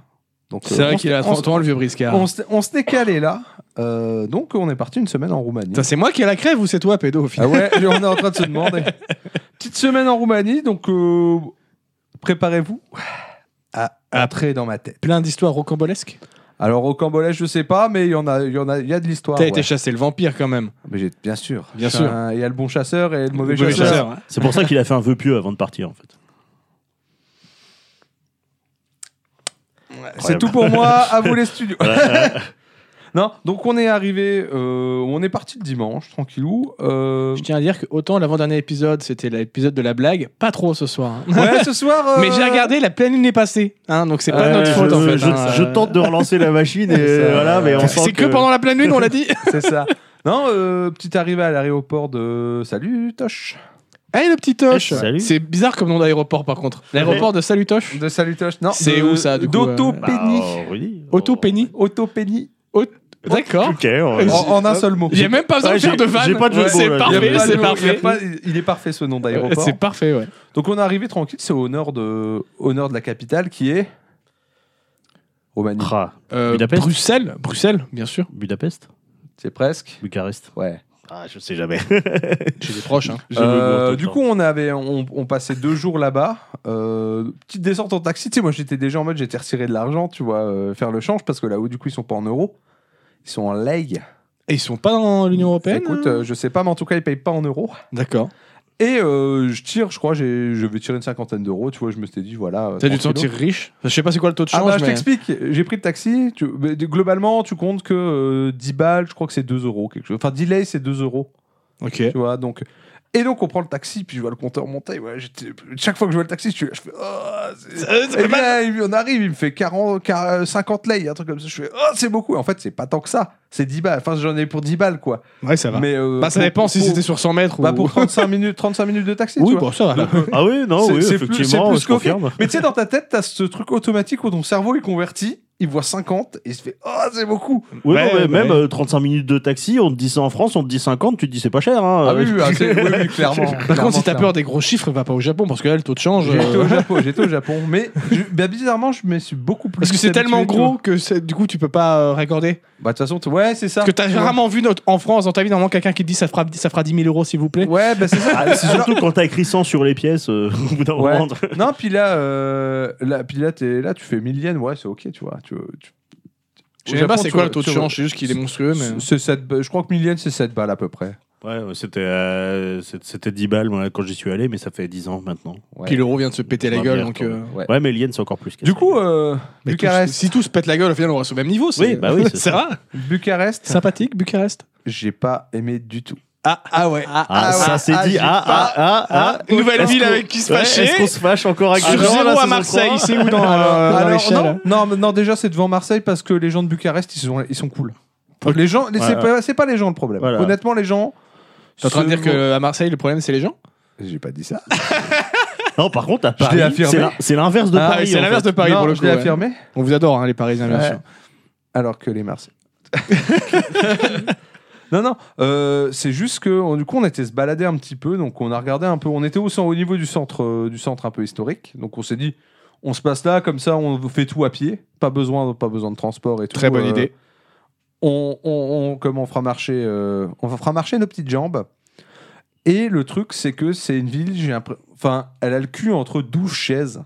Speaker 1: Donc, euh,
Speaker 3: C'est vrai
Speaker 1: on
Speaker 3: qu'il
Speaker 1: s'est-
Speaker 3: a
Speaker 1: on
Speaker 3: 30 ans, le vieux
Speaker 1: s'est-
Speaker 3: briscard.
Speaker 1: On s'est- on s'était calé là, Euh, donc on est parti une semaine en Roumanie.
Speaker 3: Putain, C'est moi qui ai la crève ou c'est toi, pédo, au
Speaker 1: Ah
Speaker 3: final
Speaker 1: ouais, on est en train de se demander. Petite semaine en Roumanie, donc euh, préparez-vous à
Speaker 3: Ah.
Speaker 1: entrer dans ma tête.
Speaker 3: Plein d'histoires rocambolesques.
Speaker 1: Alors au Cambolais, je sais pas, mais il y en a, il y en a, il y a de l'histoire.
Speaker 3: T'as
Speaker 1: ouais.
Speaker 3: été chassé le vampire quand même.
Speaker 1: Mais j'ai- bien sûr.
Speaker 3: Bien
Speaker 1: Enfin,
Speaker 3: sûr.
Speaker 1: Il y a le bon chasseur et le mauvais
Speaker 3: Mauvais
Speaker 1: chasseur.
Speaker 3: chasseur, hein.
Speaker 2: C'est pour ça qu'il a fait un vœu pieux avant de partir en fait.
Speaker 1: C'est
Speaker 2: Incroyable.
Speaker 1: tout pour moi. À vous les studios. non, donc on est arrivé, euh, on est parti le dimanche, tranquillou. Euh,
Speaker 3: Je tiens à dire que autant l'avant-dernier épisode, c'était l'épisode de la blague, pas trop ce soir. hein.
Speaker 1: ouais, ce soir. euh,
Speaker 3: Mais j'ai regardé, la pleine lune est passée. Hein, donc c'est pas
Speaker 1: Ouais,
Speaker 3: notre
Speaker 2: Euh, je,
Speaker 3: faute en fait.
Speaker 2: je-
Speaker 3: hein.
Speaker 2: je tente de relancer la machine et
Speaker 1: Ça-
Speaker 2: voilà, mais on
Speaker 1: C'est
Speaker 2: sent
Speaker 3: C'est que pendant la pleine lune, on l'a dit.
Speaker 1: C'est ça. Non, euh, petite arrivée à l'aéroport de. Salut Toche.
Speaker 3: Eh le petit Toche
Speaker 2: Eh, salut.
Speaker 3: C'est bizarre comme nom d'aéroport par contre. L'aéroport de Salut Toche
Speaker 1: De Salutoche, non.
Speaker 3: C'est
Speaker 1: de-
Speaker 3: où, ça, du coup, euh,
Speaker 1: D'autopénie.
Speaker 2: Bah, oh, Rudy.
Speaker 3: Autopénie
Speaker 1: Autopénie.
Speaker 3: Oh, D'accord.
Speaker 2: Ok, ouais.
Speaker 1: En, en un seul mot.
Speaker 3: Il n'y a Euh, même pas besoin
Speaker 2: Ouais,
Speaker 3: de faire
Speaker 2: j'ai-
Speaker 3: de vanne.
Speaker 2: j'ai pas de jeu de
Speaker 3: C'est
Speaker 2: mots, là.
Speaker 1: Il y a
Speaker 3: parfait,
Speaker 1: pas de mot, il
Speaker 3: c'est
Speaker 1: y a
Speaker 3: parfait. Euh,
Speaker 1: pas- Il est parfait ce nom d'aéroport.
Speaker 3: C'est parfait, ouais.
Speaker 1: Donc on est arrivé tranquille, c'est au nord de, au nord de la capitale qui est Roumanie.
Speaker 2: Ra.
Speaker 3: Euh,
Speaker 2: Budapest
Speaker 3: Bruxelles, Bruxelles, bien sûr.
Speaker 2: Budapest
Speaker 1: C'est presque.
Speaker 2: Bucarest
Speaker 1: Ouais.
Speaker 2: Ah, je sais jamais.
Speaker 3: Chez les proches. Hein.
Speaker 2: Je me
Speaker 1: Euh,
Speaker 2: gourre tout le
Speaker 1: du
Speaker 2: temps.
Speaker 1: coup, on avait, on, on passait deux jours là-bas. Euh, petite descente en taxi. Tu sais, moi, j'étais déjà en mode, j'étais retiré de l'argent, tu vois, euh, faire le change parce que là-haut, du coup, ils sont pas en euros, ils sont en lei.
Speaker 3: Et ils sont pas dans l'Union Européenne
Speaker 1: Écoute,
Speaker 3: hein
Speaker 1: euh, je sais pas, mais en tout cas, ils payent pas en euros.
Speaker 3: D'accord.
Speaker 1: Et euh, je tire, je crois, j'ai- je vais tirer une cinquantaine d'euros. Tu vois, je me suis dit, voilà. euh,
Speaker 3: T'as dû te
Speaker 1: tranquillo.
Speaker 3: sentir riche Enfin, Je sais pas c'est quoi le taux de change.
Speaker 1: Ah bah, je
Speaker 3: mais-
Speaker 1: t'explique, j'ai pris le taxi. tu- mais de- globalement, tu comptes que euh, 10 balles, je crois que c'est 2 euros. Quelque chose. Enfin, delay, c'est 2 euros.
Speaker 3: Ok.
Speaker 1: Tu vois, donc. Et donc, on prend le taxi, puis je vois le compteur monter. ouais, j'étais- Chaque fois que je vois le taxi, je, suis là, je fais. Oh, c'est-
Speaker 3: Euh, c'est
Speaker 1: Et
Speaker 3: pas
Speaker 1: là, il- on arrive, il me fait 40, 40, 50 lei, un truc comme ça. Je fais, oh, c'est beaucoup. Et en fait, c'est pas tant que ça. C'est 10 balles. Enfin, j'en ai pour 10 balles, quoi.
Speaker 3: Ouais, ça va.
Speaker 1: Mais, euh,
Speaker 3: bah, ça
Speaker 1: pour-
Speaker 3: dépend si
Speaker 1: pour-
Speaker 3: c'était sur 100 mètres
Speaker 1: bah,
Speaker 3: ou.
Speaker 1: pour 35 minutes, 35 minutes de taxi. tu
Speaker 3: oui,
Speaker 1: vois.
Speaker 3: bon, ça va. là.
Speaker 2: Ah oui, non,
Speaker 1: C'est-
Speaker 2: oui,
Speaker 1: c'est plus-
Speaker 2: effectivement,
Speaker 1: c'est plus
Speaker 2: je
Speaker 1: qu'au
Speaker 2: confirme.
Speaker 1: Mais tu sais, dans ta tête, t'as ce truc automatique où ton cerveau est converti, il voit 50 et il se fait Oh, c'est beaucoup
Speaker 2: Oui,
Speaker 3: Ouais,
Speaker 2: non, mais
Speaker 3: ouais.
Speaker 2: même euh, 35 minutes de taxi, on te dit ça en France, on te dit 50, tu te dis c'est pas cher. Hein,
Speaker 1: Ah
Speaker 2: Euh,
Speaker 1: oui, oui, ah, c'est- oui, oui, clairement.
Speaker 3: Par contre, si t'as peur des gros chiffres, va pas au Japon parce que là, le taux de change. euh,
Speaker 1: J'étais au Japon, j'étais au Japon, mais je- bah, bizarrement, je me suis beaucoup plus.
Speaker 3: Parce que c'est
Speaker 1: habitué,
Speaker 3: tellement
Speaker 1: tu
Speaker 3: gros
Speaker 1: vois.
Speaker 3: que c'est- du coup, tu peux pas euh, raccorder.
Speaker 1: Bah, de toute façon, tu- ouais, c'est ça.
Speaker 3: Parce que t'as
Speaker 1: Tu vois.
Speaker 3: rarement vu notre- en France, dans ta vie, normalement, quelqu'un qui te dit ça fera, ça fera 10 000 euros, s'il vous plaît.
Speaker 1: Ouais, bah, c'est ça.
Speaker 2: Ah, c'est surtout quand t'as écrit 100 sur les pièces, euh, au bout d'un
Speaker 1: Ouais.
Speaker 2: moment.
Speaker 1: Non, puis là, euh, là, puis là, t'es- là, tu fais 1000 yens, ouais, c'est ok, tu vois. Tu, tu-
Speaker 3: Je
Speaker 1: Au
Speaker 3: sais même pas
Speaker 1: Japon,
Speaker 3: c'est
Speaker 1: tu
Speaker 3: quoi
Speaker 1: vois,
Speaker 3: le taux de
Speaker 1: tu vois,
Speaker 3: change, c'est juste qu'il est monstrueux. Mais...
Speaker 1: c'est sept ba- je crois que 1000 yens, c'est 7 balles à peu près.
Speaker 2: Ouais, ouais, c'était euh, c'est- c'était 10 balles moi, quand j'y suis allé, mais ça fait 10 ans maintenant.
Speaker 1: Ouais.
Speaker 3: Puis l'euro vient de se péter la
Speaker 2: Ouais,
Speaker 3: gueule,
Speaker 2: bien,
Speaker 3: donc.
Speaker 2: quand
Speaker 3: euh,
Speaker 1: Ouais.
Speaker 2: Ouais, mais l'Yen, c'est encore plus. qu'à
Speaker 1: Du
Speaker 2: ça.
Speaker 1: coup, euh,
Speaker 3: mais
Speaker 1: Bucarest.
Speaker 3: tous- si tout se pète la gueule, au final, on reste au même niveau. c'est-
Speaker 2: Oui, bah oui, c'est
Speaker 3: c'est
Speaker 2: ça.
Speaker 3: rare.
Speaker 1: Bucarest,
Speaker 3: Sympathique, Bucarest.
Speaker 1: j'ai pas aimé du tout.
Speaker 3: Ah, ah ouais.
Speaker 2: ah,
Speaker 1: ah,
Speaker 2: ça
Speaker 1: ouais,
Speaker 2: c'est
Speaker 1: ah,
Speaker 2: dit.
Speaker 1: j'ai
Speaker 2: Ah,
Speaker 1: pas-
Speaker 2: ah, ah, ah.
Speaker 3: Une nouvelle
Speaker 2: Est-ce
Speaker 3: ville
Speaker 2: qu'on-
Speaker 3: avec qui se
Speaker 2: Ouais,
Speaker 3: fâcher.
Speaker 2: Est-ce qu'on se fâche encore avec
Speaker 3: Sur
Speaker 2: Jean, la
Speaker 3: zéro à
Speaker 2: saison
Speaker 3: Marseille,
Speaker 2: 3?
Speaker 3: ici ou dans, euh, dans
Speaker 1: Alors,
Speaker 3: l'échelle
Speaker 1: non, non, mais non, déjà c'est devant Marseille parce que les gens de Bucarest ils sont, ils sont cool.
Speaker 3: Ok.
Speaker 1: Les gens, les- c'est
Speaker 2: Voilà.
Speaker 1: pas, c'est pas les gens le problème.
Speaker 2: Voilà.
Speaker 1: Honnêtement, les gens.
Speaker 3: T'es en train de
Speaker 1: se-
Speaker 3: dire qu'à Marseille, le problème, c'est les gens
Speaker 1: J'ai pas dit ça.
Speaker 2: Non, par contre, à
Speaker 1: l'ai
Speaker 2: Paris,
Speaker 1: affirmé.
Speaker 2: c'est la- c'est l'inverse de
Speaker 1: Ah,
Speaker 2: Paris.
Speaker 3: C'est
Speaker 2: en
Speaker 3: l'inverse
Speaker 2: fait.
Speaker 3: de Paris
Speaker 1: Non,
Speaker 3: pour le
Speaker 1: je
Speaker 3: coup.
Speaker 1: l'ai
Speaker 3: ouais.
Speaker 1: affirmé.
Speaker 3: On vous adore, hein, les Parisiens, bien
Speaker 1: Ouais.
Speaker 3: sûr.
Speaker 1: Ah, Alors que les Marseillais. non, non, euh, c'est juste que on- du coup on était se balader un petit peu, donc on a regardé un peu. On était au, cen- au niveau du centre, euh, du centre un peu historique, donc on s'est dit, on se passe là, comme ça on fait tout à pied, pas besoin, pas besoin de transport et tout.
Speaker 3: Très bonne
Speaker 1: euh,
Speaker 3: idée.
Speaker 1: on, on, on- comme on fera marcher, euh, on fera marcher nos petites jambes. Et le truc, c'est que c'est une ville, j'ai l'impr- enfin, elle a le cul entre 12 chaises.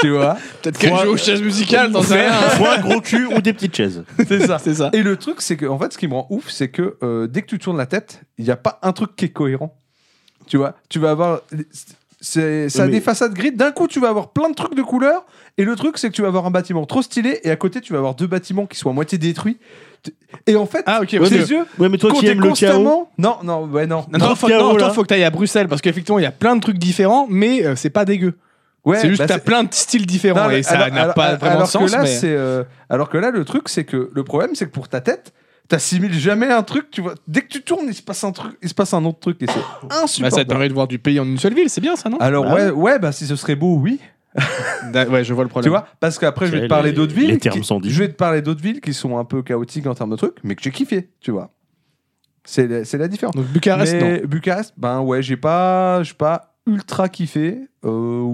Speaker 1: tu vois
Speaker 3: Peut-être qu'elle
Speaker 2: Faut-
Speaker 3: joue aux chaises musicales, dans
Speaker 2: Faire
Speaker 3: un.
Speaker 2: Soit un gros cul ou des petites chaises.
Speaker 1: C'est ça.
Speaker 3: C'est ça.
Speaker 1: Et le truc, c'est que, en fait, ce qui me rend ouf, c'est que euh, dès que tu tournes la tête, il n'y a pas un truc qui est cohérent. Tu vois Tu vas avoir. c'est- Ça a
Speaker 2: Mais-
Speaker 1: des façades grises. D'un coup, tu vas avoir plein de trucs de couleurs. Et le truc, c'est que tu vas avoir un bâtiment trop stylé. Et à côté, tu vas avoir deux bâtiments qui sont à moitié détruits. Et en fait,
Speaker 3: Ah, ok,
Speaker 1: tes
Speaker 3: parce que-
Speaker 1: yeux,
Speaker 2: Ouais, mais toi
Speaker 1: quand
Speaker 2: qui
Speaker 1: t'es
Speaker 2: aimes le chaos.
Speaker 1: constamment- Non, non, ouais, non.
Speaker 3: Non, toi, faut,
Speaker 2: Chaos,
Speaker 3: non, toi,
Speaker 2: là.
Speaker 3: faut que t'ailles à Bruxelles parce qu'effectivement, il y a plein de trucs différents, mais euh, c'est pas dégueu.
Speaker 1: Ouais,
Speaker 3: c'est juste
Speaker 1: bah,
Speaker 3: que t'as plein de styles différents
Speaker 1: Non,
Speaker 3: et ça
Speaker 1: alors-
Speaker 3: n'a
Speaker 1: alors-
Speaker 3: pas
Speaker 1: alors-
Speaker 3: vraiment
Speaker 1: alors
Speaker 3: de sens.
Speaker 1: Que là,
Speaker 3: mais-
Speaker 1: c'est, euh, alors que là, le truc, c'est que le problème, c'est que pour ta tête, t'assimiles jamais un truc. Tu vois, dès que tu tournes, il se passe un truc, il se passe un autre truc, et c'est
Speaker 3: Bah, ça te
Speaker 1: insupportable.
Speaker 3: permet de voir du pays en une seule ville, c'est bien ça, non
Speaker 1: alors
Speaker 2: Bah
Speaker 1: ouais, ouais, bah si ce serait beau, oui.
Speaker 3: Da- Ouais, je vois le
Speaker 1: Tu
Speaker 3: problème.
Speaker 1: bah, vois, parce qu'après, je vais
Speaker 2: Les-
Speaker 1: te parler d'autres
Speaker 2: les
Speaker 1: villes.
Speaker 2: termes
Speaker 1: qui-
Speaker 2: sont dits.
Speaker 1: Je vais te parler d'autres villes qui sont un peu chaotiques en termes de trucs, mais que j'ai kiffé. Tu vois, c'est la- c'est la différence.
Speaker 3: Donc Bucarest, non.
Speaker 1: Mais Bucarest, ben ouais, j'ai pas, j'ai pas ultra kiffé. Euh,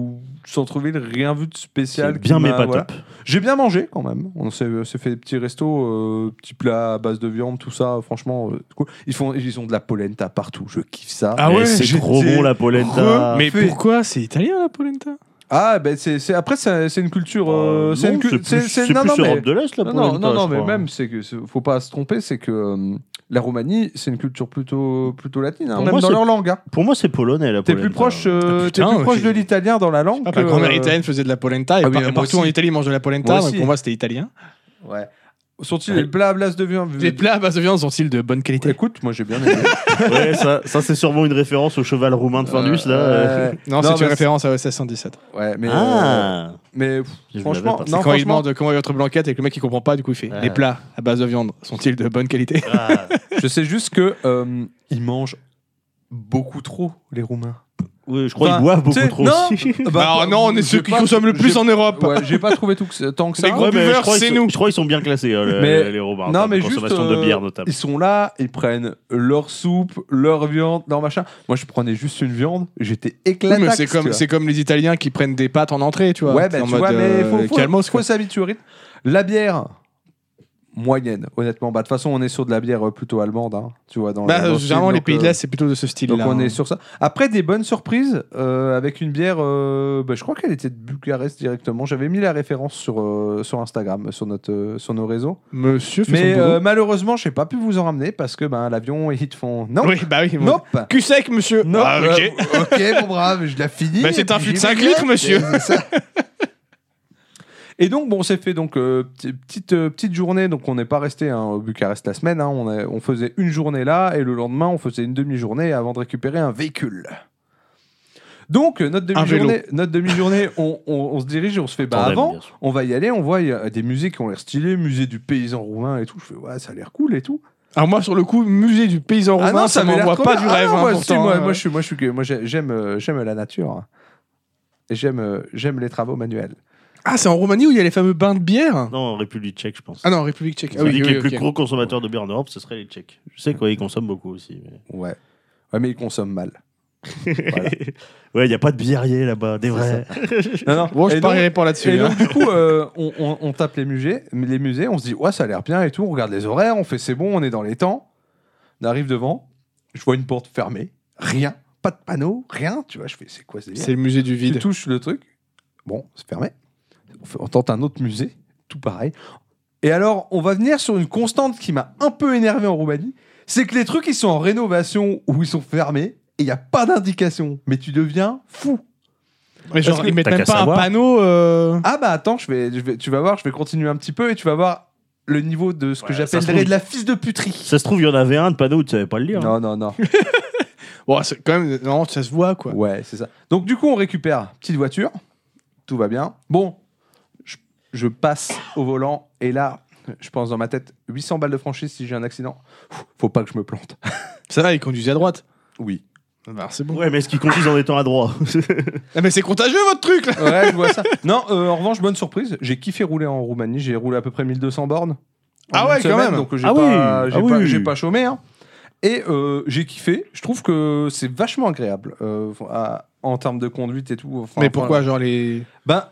Speaker 1: centre-ville, rien vu de spécial.
Speaker 2: C'est bien,
Speaker 1: qui
Speaker 2: mais
Speaker 1: m'a-
Speaker 2: pas
Speaker 1: voilà.
Speaker 2: top.
Speaker 1: J'ai bien mangé quand même. On s'est euh, s'est fait des petits restos, euh, petits plats à base de viande, tout ça. Franchement, euh, c'est cool. Ils font, ils ont de la polenta partout. Je kiffe ça.
Speaker 3: Ah
Speaker 2: Et
Speaker 3: ouais,
Speaker 2: c'est
Speaker 1: j'étais
Speaker 2: trop bon la polenta.
Speaker 1: re-
Speaker 3: Mais
Speaker 1: fait.
Speaker 3: pourquoi C'est italien, la polenta
Speaker 1: Ah, ben c'est c'est- après c'est c'est une culture. euh,
Speaker 2: Euh,
Speaker 1: c'est
Speaker 2: non,
Speaker 1: une culture.
Speaker 2: plus, c'est plus Europe de l'Est la
Speaker 1: Non, non,
Speaker 2: polenta.
Speaker 1: non, non,
Speaker 2: je
Speaker 1: mais
Speaker 2: crois.
Speaker 1: même, c'est que c'est- faut pas se tromper, c'est que euh, la Roumanie, c'est une culture plutôt, plutôt latine, hein,
Speaker 2: Pour
Speaker 1: même
Speaker 2: moi,
Speaker 1: dans
Speaker 2: c'est-
Speaker 1: leur langue. hein.
Speaker 2: Pour moi, c'est polonais la
Speaker 1: T'es
Speaker 2: polenta.
Speaker 1: plus proche, euh,
Speaker 3: Ah,
Speaker 1: t'es
Speaker 3: putain,
Speaker 1: plus proche
Speaker 3: j'ai-
Speaker 1: de l'italien dans la langue.
Speaker 3: Ah, Ma
Speaker 1: que-
Speaker 3: grand-mère italienne faisait de la polenta et
Speaker 1: euh, Ah oui,
Speaker 3: par-
Speaker 1: mais moi
Speaker 3: partout en
Speaker 1: aussi.
Speaker 3: Italie, ils mangent de la polenta.
Speaker 1: Moi
Speaker 3: donc
Speaker 1: aussi.
Speaker 3: pour moi, c'était italien.
Speaker 1: euh, Ouais. Sont-ils les plats à base de viande
Speaker 3: Les plats à base de viande sont-ils de bonne qualité
Speaker 1: Écoute, moi j'ai bien aimé.
Speaker 2: ouais, ça, ça, c'est sûrement une référence au cheval roumain de Findus là. euh.
Speaker 1: Ouais.
Speaker 3: Non, c'est une
Speaker 1: mais
Speaker 3: référence à OSS 117.
Speaker 1: Ouais, mais. euh,
Speaker 2: Ah.
Speaker 1: mais pff,
Speaker 2: Je me
Speaker 1: franchement,
Speaker 2: rappelle pas.
Speaker 1: non,
Speaker 3: Quand il
Speaker 1: franchement,
Speaker 3: demande comment est votre blanquette et que le mec il comprend pas, du coup il fait
Speaker 2: Ouais.
Speaker 3: Les plats à base de viande sont-ils de bonne qualité
Speaker 2: Ah.
Speaker 1: je sais juste que euh, ils mangent beaucoup trop les Roumains.
Speaker 2: Oui, je crois
Speaker 1: Enfin,
Speaker 2: qu'ils boivent
Speaker 1: tu sais,
Speaker 2: beaucoup trop
Speaker 1: non,
Speaker 2: aussi.
Speaker 1: bah, bah,
Speaker 3: Alors non, on est
Speaker 1: j'ai
Speaker 3: ceux qui
Speaker 1: pas-
Speaker 3: consomment le plus
Speaker 1: j'ai-
Speaker 3: en Europe.
Speaker 1: Ouais, j'ai pas trouvé tout que- tant que ça.
Speaker 3: Les gros
Speaker 2: mais je
Speaker 3: buveurs,
Speaker 2: crois qu'ils
Speaker 3: c'est
Speaker 2: sont-
Speaker 3: nous.
Speaker 2: Je crois qu'ils sont bien classés, euh, le-
Speaker 1: Mais-
Speaker 2: les Romains.
Speaker 1: non,
Speaker 2: en termes
Speaker 1: mais
Speaker 2: de
Speaker 1: juste.
Speaker 2: consommation de bière,
Speaker 1: euh,
Speaker 2: notamment.
Speaker 1: Ils sont là, ils prennent leur soupe, leur viande, leur machin. Moi, je prenais juste une viande, j'étais
Speaker 3: Oui,
Speaker 1: éclaté.
Speaker 3: mais c'est comme, c'est comme les Italiens qui prennent des pâtes en entrée, tu vois.
Speaker 1: Ouais,
Speaker 3: C'est
Speaker 1: bah,
Speaker 3: en
Speaker 1: tu
Speaker 3: mode,
Speaker 1: vois, mais
Speaker 3: euh,
Speaker 1: faut, faut-
Speaker 3: calmos,
Speaker 1: faut
Speaker 3: quoi.
Speaker 1: s'habituer au rythme. La bière, moyenne, honnêtement. Bah, de toute façon, on est sur de la bière euh, plutôt allemande, hein, tu vois. Dans
Speaker 3: Bah,
Speaker 1: dans ce
Speaker 3: généralement,
Speaker 1: film,
Speaker 3: les
Speaker 1: donc,
Speaker 3: pays de
Speaker 1: euh,
Speaker 3: l'Est, c'est plutôt de ce style-là.
Speaker 1: Donc on
Speaker 3: hein.
Speaker 1: est sur ça. Après des bonnes surprises euh, avec une bière, euh, bah, je crois qu'elle était de Bucarest directement. J'avais mis la référence sur, euh, sur Instagram, sur, notre, euh, sur nos réseaux.
Speaker 3: Monsieur fait
Speaker 1: Mais
Speaker 3: son boulot.
Speaker 1: euh, malheureusement, j'ai pas pu vous en ramener parce que ben, l'avion, ils te font non,
Speaker 3: Oui, bah oui.
Speaker 1: nope,
Speaker 3: Cul sec, monsieur.
Speaker 1: nope.
Speaker 3: Ah, ok.
Speaker 1: Euh, ok, bon brave, je la finis.
Speaker 3: Mais c'est
Speaker 1: et puis
Speaker 3: un fût de
Speaker 1: j'y
Speaker 3: cinq
Speaker 1: vais.
Speaker 3: litres, monsieur.
Speaker 1: C'est ça. Et donc bon, on s'est fait donc euh, p'ti- petite euh, petite journée, donc on n'est pas resté hein, au Bucarest la semaine. hein. on, a- on faisait une journée là et le lendemain on faisait une demi-journée avant de récupérer un véhicule. Donc euh, notre
Speaker 3: Un vélo.
Speaker 1: demi-journée, notre demi-journée, on, on- on se dirige et on se fait bah
Speaker 2: Tandem,
Speaker 1: avant,
Speaker 2: bien sûr.
Speaker 1: on va y aller, on voit il y a des musées qui ont l'air stylées, musée du paysan roumain et tout. Je fais ouais, ça a l'air cool et tout.
Speaker 3: Alors, moi, sur le coup, musée du paysan
Speaker 1: Ah
Speaker 3: roumain, ça
Speaker 1: m'avait l'air
Speaker 3: m'envoie
Speaker 1: trop
Speaker 3: pas
Speaker 1: bien.
Speaker 3: du
Speaker 1: Ah
Speaker 3: rêve.
Speaker 1: non,
Speaker 3: hein,
Speaker 1: moi, si,
Speaker 3: pourtant,
Speaker 1: moi,
Speaker 3: euh.
Speaker 1: moi, je suis, moi, je suis que- moi, j'ai- j'aime, euh, j'aime la nature. Et j'aime, euh, j'aime les travaux manuels.
Speaker 3: Ah, c'est en Roumanie où il y a les fameux bains de bière
Speaker 2: Non, en République tchèque, je pense.
Speaker 3: Ah non, République tchèque.
Speaker 2: Ils
Speaker 3: Ah
Speaker 2: ont
Speaker 3: oui,
Speaker 2: dit
Speaker 3: oui,
Speaker 2: que les
Speaker 3: oui,
Speaker 2: plus
Speaker 3: ok.
Speaker 2: gros consommateurs de bière en Europe, ce seraient les Tchèques. Je sais qu'ils consomment beaucoup aussi. mais-
Speaker 1: Ouais. Ouais, mais ils consomment mal. Voilà.
Speaker 2: ouais, il n'y a pas de biérier là-bas, des vrais.
Speaker 1: Non, non.
Speaker 3: Bon, je
Speaker 1: et, donc,
Speaker 3: parierais pas là-dessus.
Speaker 1: et
Speaker 3: hein.
Speaker 1: donc, du coup, euh, on, on- on tape les musées, mais les musées, on se dit, ouais, ça a l'air bien et tout. On regarde les horaires, on fait, c'est bon, on est dans les temps. On arrive devant, je vois une porte fermée, rien, pas de panneau, rien. Tu vois, je fais, c'est quoi ce délire
Speaker 3: C'est le musée du
Speaker 1: Tu
Speaker 3: vide.
Speaker 1: touches le truc. Bon, c'est fermé. On, fait- on tente un autre musée, tout pareil. Et alors, on va venir sur une constante qui m'a un peu énervé en Roumanie. C'est que les trucs, ils sont en rénovation ou ils sont fermés et il n'y a pas d'indication. Mais tu deviens fou.
Speaker 3: Mais
Speaker 1: Parce
Speaker 3: genre,
Speaker 1: que
Speaker 3: ils mettent
Speaker 2: t'as
Speaker 3: même
Speaker 2: qu'à
Speaker 3: pas un
Speaker 2: savoir.
Speaker 3: panneau. euh,
Speaker 1: Ah bah attends, je vais, je vais- tu vas voir, je vais continuer un petit peu et tu vas voir le niveau de ce que
Speaker 2: Ouais, ça se
Speaker 1: j'appellerais
Speaker 2: trouve-
Speaker 1: de la fils de puterie.
Speaker 2: Ça se trouve, il y en avait un de panneau, tu savais pas le hein. lire.
Speaker 1: Non, non, non.
Speaker 3: Bon, c'est quand même. Non, ça se voit, quoi.
Speaker 1: Ouais, c'est ça. Donc du coup, on récupère petite voiture, tout va bien. Bon, je, je passe au volant et là, je pense dans ma tête 800 balles de franchise si j'ai un accident. Pff, Faut pas que je me plante.
Speaker 3: Ça va, ils conduisent à droite.
Speaker 1: Oui.
Speaker 3: Bah, c'est bon.
Speaker 2: Ouais, mais est-ce qu'ils conduisent en étant à droit
Speaker 3: Ah, mais c'est contagieux, votre truc, là
Speaker 1: Ouais, je vois ça. Non, euh, en revanche, bonne surprise, j'ai kiffé rouler en Roumanie, j'ai roulé à peu près 1200 bornes. en
Speaker 3: Ah
Speaker 1: une
Speaker 3: ouais, quand même.
Speaker 1: Donc j'ai
Speaker 2: Ah
Speaker 1: pas,
Speaker 2: oui,
Speaker 1: j'ai
Speaker 2: ah
Speaker 1: pas,
Speaker 2: oui.
Speaker 1: j'ai pas chômé. hein. Et euh, j'ai kiffé. Je trouve que c'est vachement agréable euh, à- en termes de conduite et tout. Enfin,
Speaker 3: Mais pourquoi, genre, les.
Speaker 1: Ben,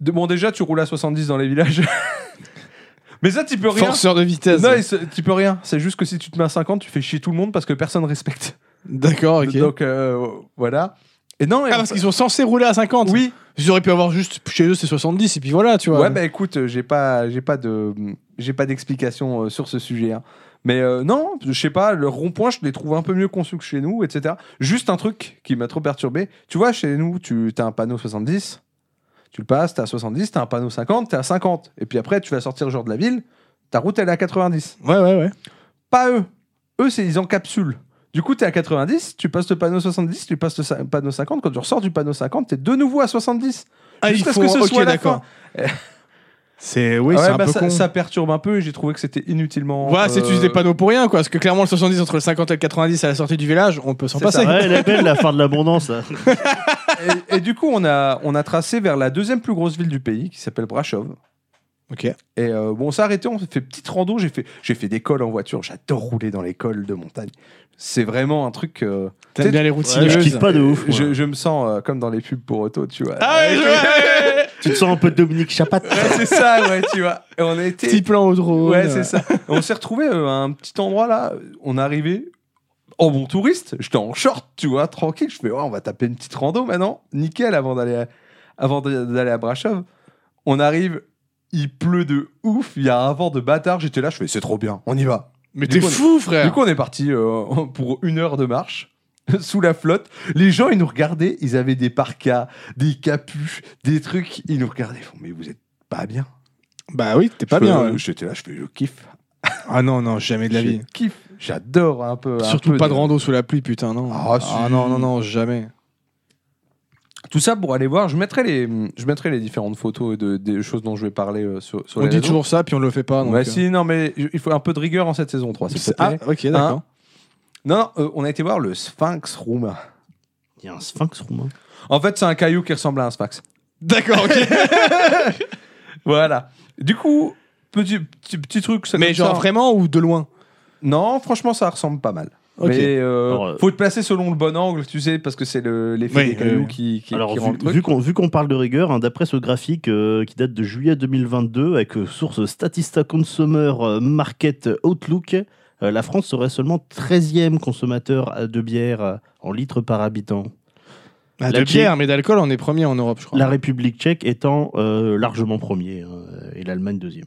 Speaker 1: de- bon, déjà, tu roules à 70 dans les villages. Mais ça, tu peux rien.
Speaker 3: Forceurs de vitesse.
Speaker 1: Non, ils se- tu peux rien. C'est juste que si tu te mets à 50, tu fais chier tout le monde parce que personne respecte.
Speaker 3: D'accord, ok.
Speaker 1: Donc, euh, voilà. Et non, et
Speaker 3: Ah,
Speaker 1: en
Speaker 3: parce
Speaker 1: fait-
Speaker 3: qu'ils sont censés rouler à 50.
Speaker 1: Oui.
Speaker 3: Ils auraient pu avoir juste chez eux, c'est 70, et puis voilà, tu vois.
Speaker 1: Ouais, bah écoute, euh, j'ai pas, j'ai pas de, j'ai pas d'explication euh, sur ce sujet. hein. Mais euh, non, je sais pas, le rond-point, je les trouve un peu mieux conçus que chez nous, etc. Juste un truc qui m'a trop perturbé. Tu vois, chez nous, tu as un panneau 70, tu le passes, t'es à 70, t'as un panneau 50, t'es à 50. Et puis après, tu vas sortir le genre de la ville, ta route, elle est à 90.
Speaker 3: ouais, ouais. ouais.
Speaker 1: Pas eux. Eux, c'est ils encapsulent. Du coup, t'es à 90, tu passes le panneau 70, tu passes le sa- panneau 50. Quand tu ressors du panneau 50, t'es de nouveau à 70.
Speaker 3: Ah,
Speaker 1: Jusqu'à
Speaker 3: il
Speaker 1: ce
Speaker 3: faut...
Speaker 1: que ce
Speaker 3: ok,
Speaker 1: soit la
Speaker 3: d'accord.
Speaker 1: fin.
Speaker 3: C'est oui,
Speaker 1: Ouais,
Speaker 3: c'est un
Speaker 1: bah,
Speaker 3: peu
Speaker 1: ça,
Speaker 3: con.
Speaker 1: ça perturbe un peu et j'ai trouvé que c'était inutilement.
Speaker 3: Ouais, c'est
Speaker 1: euh,
Speaker 3: tu des panneaux pour rien, quoi. Parce que clairement, le 70 entre le 50 et le 90 à la sortie du village, on peut s'en
Speaker 1: C'est
Speaker 3: passer.
Speaker 2: Ouais, elle est belle, la fin de l'abondance. hein. là.
Speaker 1: et, et du coup, on a, on a tracé vers la deuxième plus grosse ville du pays qui s'appelle Brashov.
Speaker 3: Ok.
Speaker 1: Et euh, bon, on s'est arrêté, on s'est fait petite rando. J'ai fait, j'ai fait des cols en voiture. J'adore rouler dans les cols de montagne. C'est vraiment un truc. euh,
Speaker 3: T'aimes bien les routes
Speaker 2: Ouais, Ah, je
Speaker 3: sinueuses.
Speaker 2: kiffe pas de ouf. moi.
Speaker 1: je, je me sens euh, comme dans les pubs pour auto, tu vois.
Speaker 3: Ah ouais, je vois.
Speaker 2: Tu te sens un peu Dominique Chapat.
Speaker 1: Ouais, c'est ça, ouais, tu vois. Et on a été.
Speaker 3: Petit plan au drone.
Speaker 1: Ouais, c'est ça. On s'est retrouvé à un petit endroit là. On est arrivé en bon touriste. J'étais en short, tu vois, tranquille. Je fais, ouais, on va taper une petite rando maintenant. Nickel avant d'aller à, avant de- d'aller à Brashov. On arrive, il pleut de ouf. Il y a un vent de bâtard. J'étais là, je fais, c'est trop bien, on y va.
Speaker 3: Mais
Speaker 1: Du
Speaker 3: t'es
Speaker 1: coup, on est-
Speaker 3: fou, frère.
Speaker 1: Du coup, on est parti euh, pour une heure de marche. Sous la flotte, les gens ils nous regardaient, ils avaient des parkas, des capuches, des trucs, ils nous regardaient. Ils font, mais vous êtes pas bien.
Speaker 3: Bah oui, t'es pas
Speaker 1: Je fais,
Speaker 3: bien.
Speaker 1: euh,
Speaker 3: ouais.
Speaker 1: J'étais là, je fais, je kiffe.
Speaker 3: Ah non, non, jamais de la
Speaker 1: Je
Speaker 3: vie.
Speaker 1: kiffe. J'adore un peu. un
Speaker 3: Surtout
Speaker 1: peu
Speaker 3: pas de rando sous la pluie, putain, non.
Speaker 1: Ah, si.
Speaker 3: non, non, non, jamais.
Speaker 1: Tout ça pour aller voir. Je mettrai les, je mettrai les différentes photos de, des choses dont je vais parler euh, sur, sur
Speaker 3: On
Speaker 1: les
Speaker 3: dit
Speaker 1: réseaux.
Speaker 3: toujours ça, puis on le fait pas. donc,
Speaker 1: Ouais,
Speaker 3: euh,
Speaker 1: si, non, mais il faut un peu de rigueur en cette saison 3. s'il te
Speaker 3: Ah,
Speaker 1: plaît.
Speaker 3: ok, d'accord.
Speaker 1: Non, non, euh, on a été voir le Sphinx roumain.
Speaker 2: Il y a un sphinx roumain.
Speaker 1: En fait, c'est un caillou qui ressemble à un sphinx.
Speaker 3: D'accord, ok.
Speaker 1: Voilà. Du coup, petit, petit, petit truc. c'est
Speaker 3: Mais
Speaker 1: comme
Speaker 3: genre
Speaker 1: ça.
Speaker 3: vraiment ou de loin
Speaker 1: Non, franchement, ça ressemble pas mal.
Speaker 3: Ok.
Speaker 1: Mais euh,
Speaker 2: Alors, euh,
Speaker 1: faut te placer selon le bon angle, tu sais, parce que c'est le- l'effet
Speaker 3: Oui,
Speaker 1: des cailloux
Speaker 3: oui.
Speaker 1: qui, qui,
Speaker 2: Alors,
Speaker 1: qui
Speaker 2: vu,
Speaker 1: rend le truc.
Speaker 2: vu qu'on vu qu'on parle de rigueur, hein, d'après ce graphique euh, qui date de juillet 2022 avec euh, source Statista Consumer euh, Market Outlook, euh, la France serait seulement 13e consommateur euh, de bière euh, en litres par habitant.
Speaker 3: Ah,
Speaker 2: La
Speaker 3: De bière, mais d'alcool, on est premier en Europe, je crois.
Speaker 2: La République tchèque étant euh, largement premier hein, et l'Allemagne deuxième.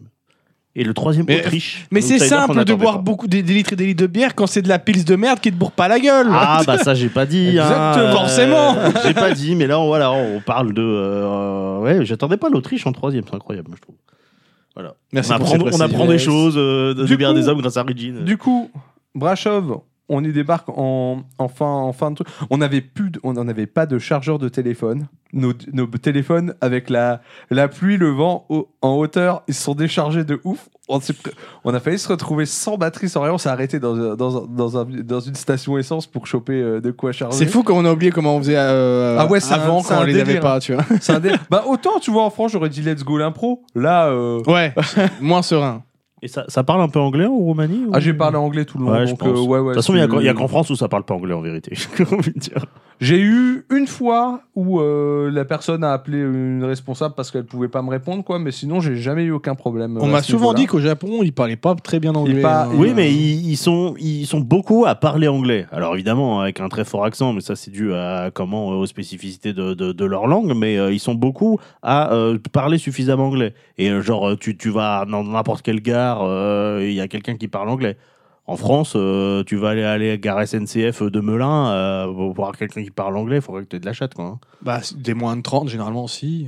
Speaker 2: Et le troisième,
Speaker 3: Mais-
Speaker 2: Autriche.
Speaker 3: Mais
Speaker 2: Donc,
Speaker 3: c'est
Speaker 2: ça veut dire qu'on
Speaker 3: simple de
Speaker 2: n'attendait
Speaker 3: boire
Speaker 2: pas.
Speaker 3: beaucoup des, des litres et des litres de bière quand c'est de la pils de merde qui te bourre pas la gueule.
Speaker 2: Ah bah ça j'ai pas dit. hein.
Speaker 1: Exactement.
Speaker 2: Euh,
Speaker 3: hein. Forcément.
Speaker 2: J'ai pas dit, mais là on, voilà, on parle de... euh, ouais, j'attendais pas l'Autriche en troisième, c'est incroyable je trouve. Voilà.
Speaker 3: Merci
Speaker 2: on
Speaker 3: pour
Speaker 2: apprend,
Speaker 3: cette
Speaker 2: on apprend des
Speaker 3: précision.
Speaker 2: choses euh, de,
Speaker 1: Du
Speaker 2: de
Speaker 1: coup-
Speaker 2: bien des hommes grâce à Regine.
Speaker 1: Du coup, Brashov, on y débarque en, en fin, en fin de truc. On n'avait plus, de- on n'en avait pas de chargeur de téléphone. Nos, nos téléphones avec la, la pluie, le vent au- en hauteur, ils se sont déchargés de ouf. On, s'est pr- on a failli se retrouver sans batterie, sans rien. On s'est arrêté dans, un- dans, un- dans, un- dans une station essence pour choper euh, de quoi charger.
Speaker 3: C'est fou quand on a oublié comment on faisait euh,
Speaker 1: Ah ouais, c'est
Speaker 3: avant
Speaker 1: un- c'est
Speaker 3: quand on
Speaker 1: un
Speaker 3: les
Speaker 1: délire,
Speaker 3: avait pas, tu vois.
Speaker 1: C'est un dé- bah autant tu vois en France j'aurais dit let's go l'impro. Là euh,
Speaker 3: Ouais, moins serein.
Speaker 2: Et ça, ça parle un peu anglais en Roumanie ou-
Speaker 1: ah, j'ai parlé anglais tout le long.
Speaker 2: Ouais, je
Speaker 1: donc,
Speaker 2: pense.
Speaker 1: euh, ouais, ouais,
Speaker 2: De toute façon, il y a qu'en- il y a
Speaker 1: tu-
Speaker 2: qu'en France où ça parle pas anglais en vérité. J'ai envie de dire.
Speaker 1: J'ai eu une fois où euh, la personne a appelé une responsable parce qu'elle pouvait pas me répondre quoi, mais sinon j'ai jamais eu aucun problème. euh,
Speaker 3: On
Speaker 1: à
Speaker 3: m'a
Speaker 1: ce
Speaker 3: souvent
Speaker 1: niveau-là.
Speaker 3: dit qu'au Japon, ils parlaient pas très bien anglais.
Speaker 1: pas-
Speaker 3: hein.
Speaker 1: Et,
Speaker 2: Oui,
Speaker 1: euh,
Speaker 2: mais ils, ils sont, ils sont beaucoup à parler anglais. Alors évidemment, avec un très fort accent, mais ça c'est dû à comment euh, aux spécificités de, de- de leur langue, mais euh, ils sont beaucoup à euh, parler suffisamment anglais. Et euh, genre, euh, tu, tu vas dans n'importe quelle gare, euh, il y a quelqu'un qui parle anglais. En France, euh, tu vas aller, aller à gare SNCF de Melun, euh, pour voir quelqu'un qui parle anglais, il faudrait que tu aies de la chatte, quoi. hein.
Speaker 3: Bah, c'est des moins de 30, généralement, aussi.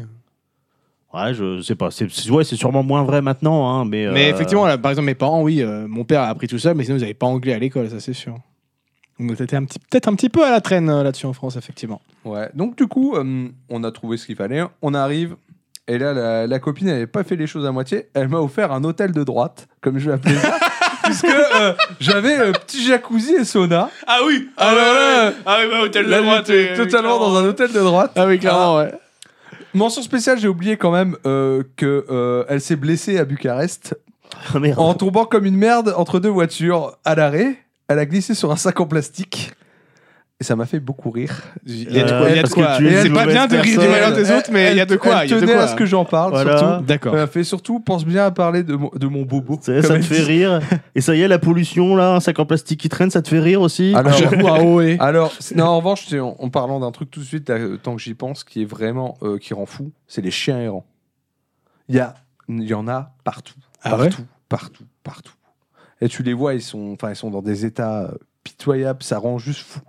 Speaker 2: Ouais, je sais pas. C'est c'est- ouais, c'est sûrement moins vrai maintenant, hein, mais...
Speaker 3: Mais
Speaker 2: euh,
Speaker 3: effectivement, là, par exemple, mes parents, oui, euh, mon père a appris tout ça, mais sinon, ils n'avaient pas anglais à l'école, ça c'est sûr. Donc, t'étais un petit- peut-être un petit peu à la traîne euh, là-dessus en France, effectivement.
Speaker 1: Ouais. Donc du coup, euh, on a trouvé ce qu'il fallait. On arrive et là la, la copine elle avait pas fait les choses à moitié. Elle m'a offert un hôtel de droite comme je l'appelais ça, puisque euh, j'avais euh, petit jacuzzi et sauna.
Speaker 3: Ah oui
Speaker 1: Ah ouais, ouais, ouais.
Speaker 3: Ah oui, bah, hôtel
Speaker 1: Là, j'étais totalement dans un hôtel de droite.
Speaker 3: Ah oui, clairement, ouais.
Speaker 1: Mention spéciale, j'ai oublié quand même euh, que euh, elle s'est blessée à Bucarest
Speaker 2: ah, merde.
Speaker 1: En tombant comme une merde entre deux voitures à l'arrêt, elle a glissé sur un sac en plastique. Et ça m'a fait beaucoup rire.
Speaker 3: Il y a de
Speaker 2: Euh,
Speaker 3: quoi. il y a de
Speaker 2: parce
Speaker 3: quoi.
Speaker 2: que tu es
Speaker 3: C'est
Speaker 2: une
Speaker 3: pas bien de
Speaker 2: mauvaise
Speaker 3: rire du malheur
Speaker 2: personne.
Speaker 3: des autres, mais il y a de quoi.
Speaker 1: Elle
Speaker 3: il y a de
Speaker 1: tenait
Speaker 3: quoi.
Speaker 1: à ce que j'en parle,
Speaker 2: Voilà.
Speaker 1: surtout.
Speaker 3: D'accord.
Speaker 1: Elle a fait surtout, pense bien à parler de, mon- de mon bobo.
Speaker 2: Ça,
Speaker 1: comme
Speaker 2: ça
Speaker 1: elle
Speaker 2: te fait
Speaker 1: dit.
Speaker 2: rire. Et ça y est, la pollution, là, un sac en plastique qui traîne, ça te fait rire aussi
Speaker 1: Alors,
Speaker 3: J'avoue, ah ouais.
Speaker 1: Alors, c'est- non, en revanche, c'est en, en parlant d'un truc tout de suite, là, euh, tant que j'y pense, qui est vraiment, euh, qui rend fou, c'est les chiens errants. Il y, a, il y en a partout,
Speaker 3: Ah
Speaker 1: partout,
Speaker 3: ouais
Speaker 1: partout, partout. Et tu les vois, ils sont, enfin, ils sont dans des états euh, pitoyables, ça rend juste fou.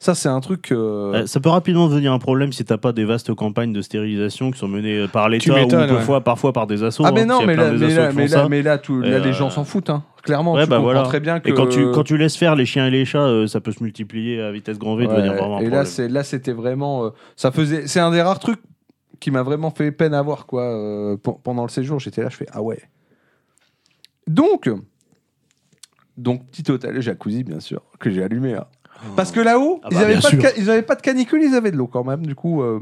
Speaker 1: Ça, c'est un truc. euh,
Speaker 2: Euh, Ça peut rapidement devenir un problème si t'as pas des vastes campagnes de stérilisation qui sont menées euh, par l'État ou
Speaker 3: m'étonnes,
Speaker 2: parfois,
Speaker 3: ouais.
Speaker 2: parfois par des assos.
Speaker 1: ah, mais
Speaker 2: hein,
Speaker 1: non,
Speaker 2: parce
Speaker 1: mais
Speaker 2: qu'il y a
Speaker 1: là,
Speaker 2: plein des
Speaker 1: mais
Speaker 2: assos
Speaker 1: là,
Speaker 2: qui
Speaker 1: mais
Speaker 2: font ça.
Speaker 1: là, mais là, tout-
Speaker 2: Et
Speaker 1: là, les
Speaker 2: euh,
Speaker 1: gens s'en foutent, hein. clairement.
Speaker 2: Ouais,
Speaker 1: tu
Speaker 2: bah
Speaker 1: comprends
Speaker 2: voilà.
Speaker 1: très bien que.
Speaker 2: Et quand tu, quand tu laisses faire les chiens et les chats, euh, ça peut se multiplier à vitesse grand V,
Speaker 1: Ouais,
Speaker 2: devenir vraiment un
Speaker 1: et
Speaker 2: problème.
Speaker 1: là, c'est là, c'était vraiment, euh, ça faisait, c'est un des rares trucs qui m'a vraiment fait peine à voir quoi. euh, pe- pendant le séjour, j'étais là, je fais ah ouais. Donc, donc petit hôtel jacuzzi bien sûr que j'ai allumé. hein. Parce que là-haut,
Speaker 2: Ah
Speaker 1: ils
Speaker 2: bah,
Speaker 1: n'avaient
Speaker 2: bien
Speaker 1: pas, de
Speaker 2: sûr.
Speaker 1: ca- ils avaient pas de canicule, ils avaient de l'eau quand même. Du coup, euh,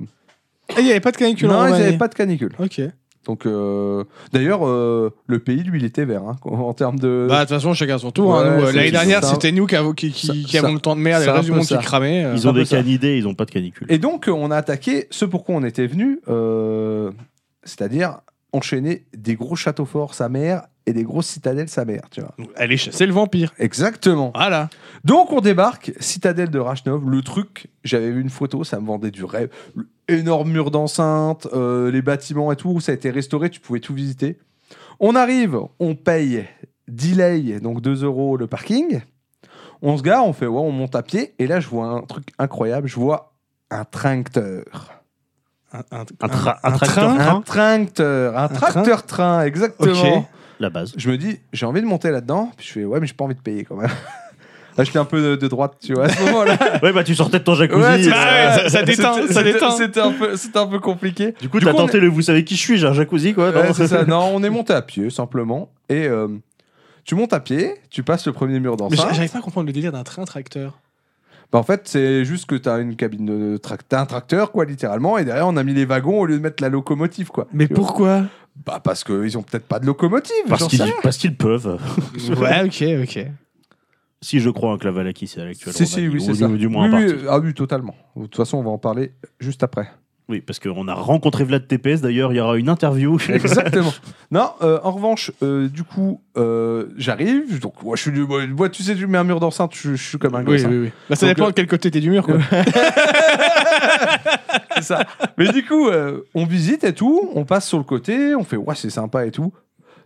Speaker 3: Et Eh, Il n'y avait pas de canicule en
Speaker 1: non, ils
Speaker 3: Roumanie.
Speaker 1: n'avaient pas de canicule.
Speaker 3: Ok.
Speaker 1: Donc, euh, d'ailleurs, euh, le pays, lui, il était vert hein, en termes de.
Speaker 3: Bah, de toute façon, chacun son tour.
Speaker 1: Ouais,
Speaker 3: hein, nous, euh,
Speaker 1: c'est-
Speaker 3: L'année
Speaker 1: c'est
Speaker 3: dernière,
Speaker 1: ça.
Speaker 3: c'était nous qui avons, qui, qui-
Speaker 1: Ça-
Speaker 3: qui avons
Speaker 1: ça-
Speaker 3: le temps de merde et
Speaker 1: c'est
Speaker 3: le
Speaker 1: un
Speaker 3: reste du
Speaker 1: peu
Speaker 3: monde
Speaker 1: ça.
Speaker 3: qui cramait. euh.
Speaker 2: Ils ont
Speaker 1: un peu
Speaker 2: des
Speaker 1: ça.
Speaker 2: canidés, ils ont pas de canicule.
Speaker 1: Et donc, euh, on a attaqué ce pourquoi on était venu, euh, c'est-à-dire enchaîner des gros châteaux forts, sa mère, et des grosses citadelles, sa mère, tu vois.
Speaker 2: Mm.
Speaker 3: Allez chasser le vampire.
Speaker 1: Exactement.
Speaker 3: Voilà.
Speaker 1: Donc, on débarque, citadelle de Rachnov, le truc, j'avais vu une photo, ça me vendait du rêve. Le Énorme mur d'enceinte, euh, les bâtiments et tout, où ça a été restauré, tu pouvais tout visiter. On arrive, on paye delay, donc 2 euros le parking. On se gare, on fait, ouais, on monte à pied, et là, je vois un truc incroyable, je vois un tracteur.
Speaker 3: Un,
Speaker 2: Un, tra- un tracteur
Speaker 1: Un
Speaker 2: train,
Speaker 1: tracteur, un, tracteur train, exactement.
Speaker 3: Ok.
Speaker 2: la base.
Speaker 1: Je me dis, j'ai envie de monter là-dedans. Puis je fais, ouais, mais j'ai pas envie de payer quand même. Là, j'étais un peu de, de droite, tu vois, à ce moment-là.
Speaker 2: ouais, bah tu sortais de ton jacuzzi.
Speaker 1: Ouais, tu-
Speaker 2: euh,
Speaker 3: ouais, ça- ça détend,
Speaker 1: c'était-
Speaker 3: ça
Speaker 1: c'était-
Speaker 3: détend.
Speaker 1: C'était un, peu- c'était un peu compliqué.
Speaker 2: Du coup, t'as
Speaker 1: on
Speaker 2: tenté le vous savez qui je suis, j'ai un jacuzzi, quoi.
Speaker 1: Ouais,
Speaker 2: non
Speaker 1: c'est ça. Non, on est monté à pied, simplement. Et euh, tu montes à pied, tu passes le premier mur
Speaker 3: Mais
Speaker 1: d'enceinte.
Speaker 3: j'arrive pas à comprendre le délire d'un train tracteur.
Speaker 1: Bah, en fait, c'est juste que tu as une cabine de trac- t'as un tracteur, quoi, littéralement, et derrière, on a mis les wagons au lieu de mettre la locomotive, quoi.
Speaker 3: Mais
Speaker 1: Tu vois.
Speaker 3: pourquoi
Speaker 1: Bah, parce qu'ils ont peut-être pas de locomotive.
Speaker 2: Parce
Speaker 1: j'en
Speaker 2: qu'ils
Speaker 1: sais rien.
Speaker 2: parce qu'ils peuvent.
Speaker 3: Ouais, ok, ok.
Speaker 2: Si je crois en Clavalaki, c'est à l'actuel.
Speaker 1: Si,
Speaker 2: on a
Speaker 1: si,
Speaker 2: dit,
Speaker 1: oui,
Speaker 2: ou
Speaker 1: c'est
Speaker 2: du-
Speaker 1: ça.
Speaker 2: Du moins en
Speaker 1: Oui, oui,
Speaker 2: partie.
Speaker 1: ah oui, totalement. De toute façon, on va en parler juste après.
Speaker 2: Oui, parce qu'on a rencontré Vlad TPS d'ailleurs, il y aura une interview.
Speaker 1: Exactement. Non, euh, en revanche, euh, du coup, euh, j'arrive. Donc, moi, je suis du- moi, moi, tu sais, tu mets un mur d'enceinte, je, je suis comme un gosse, hein.
Speaker 3: Bah, ça
Speaker 1: Donc,
Speaker 3: dépend
Speaker 1: euh,
Speaker 3: de quel côté t'es du mur, quoi.
Speaker 1: C'est ça. Mais du coup, euh, on visite et tout, on passe sur le côté, on fait ouais, c'est sympa et tout.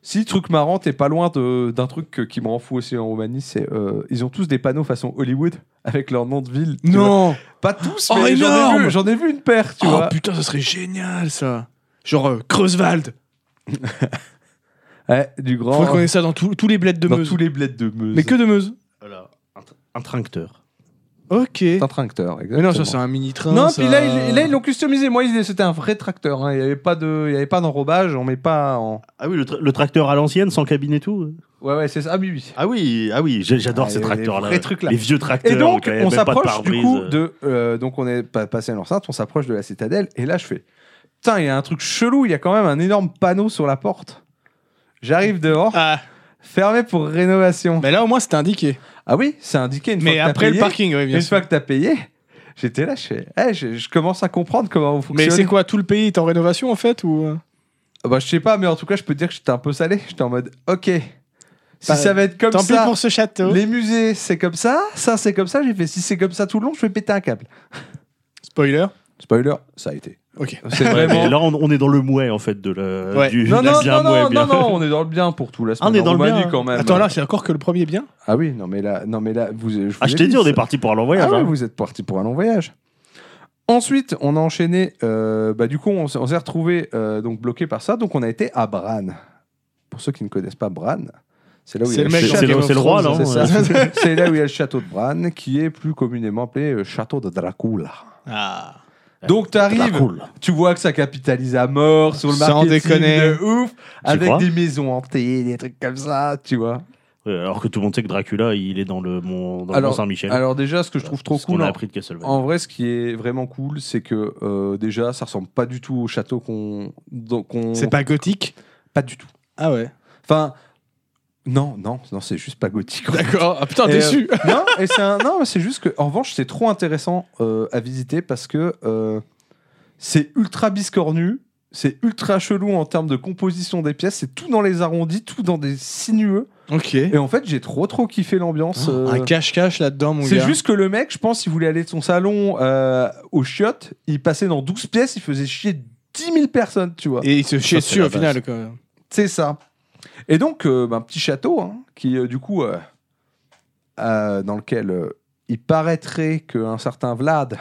Speaker 1: Si truc marrant, t'es pas loin de- d'un truc que- qui me rend fou aussi en Roumanie, c'est euh, ils ont tous des panneaux façon Hollywood avec leur nom de ville. tu vois.
Speaker 3: non
Speaker 1: pas tous,
Speaker 3: Oh,
Speaker 1: mais j'en ai,
Speaker 3: énorme
Speaker 1: vu- j'en ai vu une paire, tu
Speaker 3: Oh
Speaker 1: vois.
Speaker 3: putain, ça serait génial, ça Genre euh, Creuswald
Speaker 1: Ouais, du grand
Speaker 3: Faudrait qu'on ait ça dans tout- tous les bleds de
Speaker 1: Oh. dans
Speaker 3: Meuse.
Speaker 1: tous les bleds de Meuse.
Speaker 3: Mais que de Meuse
Speaker 2: Voilà, un, tra- un tracteur.
Speaker 3: Ok.
Speaker 1: C'est un tracteur,
Speaker 3: Mais
Speaker 1: exactement.
Speaker 3: non, ça c'est un mini train.
Speaker 1: Non, puis là, ils- là, ils l'ont customisé. Moi, ils- c'était un vrai tracteur. hein. Il n'y avait pas de, il y avait pas d'enrobage. On met pas en.
Speaker 2: Ah oui, le, tra- le tracteur à l'ancienne, sans cabine et tout.
Speaker 1: Ouais, ouais, c'est ça. Ah oui, oui.
Speaker 2: Ah oui, ah oui, j'ai- j'adore
Speaker 1: Ah,
Speaker 2: ces
Speaker 1: les- les
Speaker 2: tracteurs-là.
Speaker 1: vrais trucs, là.
Speaker 2: Les vieux tracteurs.
Speaker 1: Et donc,
Speaker 2: qui avaient
Speaker 1: on
Speaker 2: même pas de
Speaker 1: s'approche du
Speaker 2: pare-brise.
Speaker 1: coup de. euh, donc, on est pa- passé à l'enceinte, on s'approche de la citadelle, et là, je fais. Putain, il y a un truc chelou, il y a quand même un énorme panneau sur la porte. J'arrive dehors,
Speaker 3: Ah,
Speaker 1: fermé pour rénovation.
Speaker 3: mais là au moins c'était indiqué.
Speaker 1: Ah oui, c'est indiqué une fois
Speaker 3: Mais
Speaker 1: que t'as
Speaker 3: après le
Speaker 1: payé.
Speaker 3: parking, oui, bien
Speaker 1: Une
Speaker 3: sûr.
Speaker 1: fois que t'as payé, j'étais là, je fais. Eh, je, je commence à comprendre comment vous
Speaker 3: Mais c'est
Speaker 1: fonctionnez.
Speaker 3: quoi, tout le pays est en rénovation en fait ou... euh,
Speaker 1: Bah, je sais pas, mais en tout cas, je peux te dire que j'étais un peu salé. J'étais en mode, ok, si
Speaker 3: Bah,
Speaker 1: ça va être comme
Speaker 3: Tant
Speaker 1: ça.
Speaker 3: pis pour ce château.
Speaker 1: Les musées, c'est comme ça, ça c'est comme ça. J'ai fait si c'est comme ça tout le long, je vais péter un câble.
Speaker 3: Spoiler.
Speaker 1: Spoiler, ça a été.
Speaker 3: Ok.
Speaker 1: C'est
Speaker 2: Ouais,
Speaker 1: vraiment.
Speaker 2: mais là, on, on est dans le mouet, en fait, de la,
Speaker 3: Ouais.
Speaker 2: du
Speaker 1: Non,
Speaker 2: la
Speaker 1: non,
Speaker 2: bien
Speaker 1: non,
Speaker 2: mouet,
Speaker 1: non,
Speaker 2: bien.
Speaker 1: non, non, on est dans le bien pour tout. Là,
Speaker 2: Ah, on est
Speaker 1: en
Speaker 2: dans le bien,
Speaker 1: Roumanie,
Speaker 2: hein.
Speaker 1: quand même.
Speaker 3: Attends, là c'est encore que le premier bien
Speaker 1: Ah oui, non, mais là, non, mais là vous. je vous
Speaker 2: Ah, je
Speaker 1: ai
Speaker 2: t'ai dit, on
Speaker 1: ça.
Speaker 2: est parti pour un long voyage.
Speaker 1: Ah oui,
Speaker 2: hein.
Speaker 1: vous êtes parti pour un long voyage. Ensuite, on a enchaîné. euh, bah, du coup, on, s'est- on s'est retrouvé euh, donc bloqué par ça. Donc, on a été à Bran. Pour ceux qui ne connaissent pas Bran, c'est là où il y
Speaker 3: C'est
Speaker 1: a
Speaker 3: le mec
Speaker 1: château-
Speaker 2: c'est
Speaker 3: Game
Speaker 2: le-
Speaker 3: of
Speaker 2: c'est le roi,
Speaker 3: Thrones,
Speaker 2: là,
Speaker 1: C'est
Speaker 2: hein.
Speaker 1: ça. C'est là où il y a le château de Bran, qui est plus communément appelé euh, château de Dracula.
Speaker 3: Ah.
Speaker 2: Euh,
Speaker 1: Donc, tu
Speaker 2: Très
Speaker 1: arrives,
Speaker 2: cool.
Speaker 1: tu vois que ça capitalise à mort sur le
Speaker 3: Sans
Speaker 1: marketing
Speaker 3: déconner.
Speaker 1: de ouf, avec
Speaker 2: crois
Speaker 1: des maisons hantées, des trucs comme ça, tu vois.
Speaker 2: Ouais, Alors que tout le monde sait que Dracula, il est dans le Mont, dans le
Speaker 1: Alors-
Speaker 2: Mont Saint-Michel.
Speaker 1: Alors déjà, ce que je trouve trop
Speaker 2: Bah, Ce qu'on
Speaker 1: cool,
Speaker 2: a
Speaker 1: en,
Speaker 2: appris de Castlevania.
Speaker 1: en vrai, ce qui est vraiment cool, c'est que euh, déjà, ça ressemble pas du tout au château qu'on... dont- qu'on-
Speaker 3: C'est pas gothique
Speaker 1: Pas du tout.
Speaker 3: Ah ouais.
Speaker 1: Enfin, non, non, non, c'est juste pas gothique. en fait.
Speaker 3: D'accord. Ah putain,
Speaker 1: Et,
Speaker 3: déçu.
Speaker 1: non, et c'est un- non, mais c'est juste que, en revanche, c'est trop intéressant euh, à visiter parce que euh, c'est ultra biscornu, c'est ultra chelou en termes de composition des pièces, c'est tout dans les arrondis, tout dans des sinueux.
Speaker 3: Ok.
Speaker 1: Et en fait, j'ai trop trop kiffé l'ambiance. euh,
Speaker 3: Ah, Un cache-cache là-dedans, mon gars.
Speaker 1: c'est juste que le mec, je pense, il voulait aller de son salon euh, aux chiottes, il passait dans 12 pièces, il faisait chier 10 000 personnes, tu vois.
Speaker 3: Et il se chie
Speaker 2: c'est
Speaker 3: dessus
Speaker 2: la
Speaker 3: au final, quand même.
Speaker 1: C'est ça. Et donc, euh, bah, un petit château hein, qui, euh, du coup, euh, euh, dans lequel euh, il paraîtrait qu'un certain Vlad,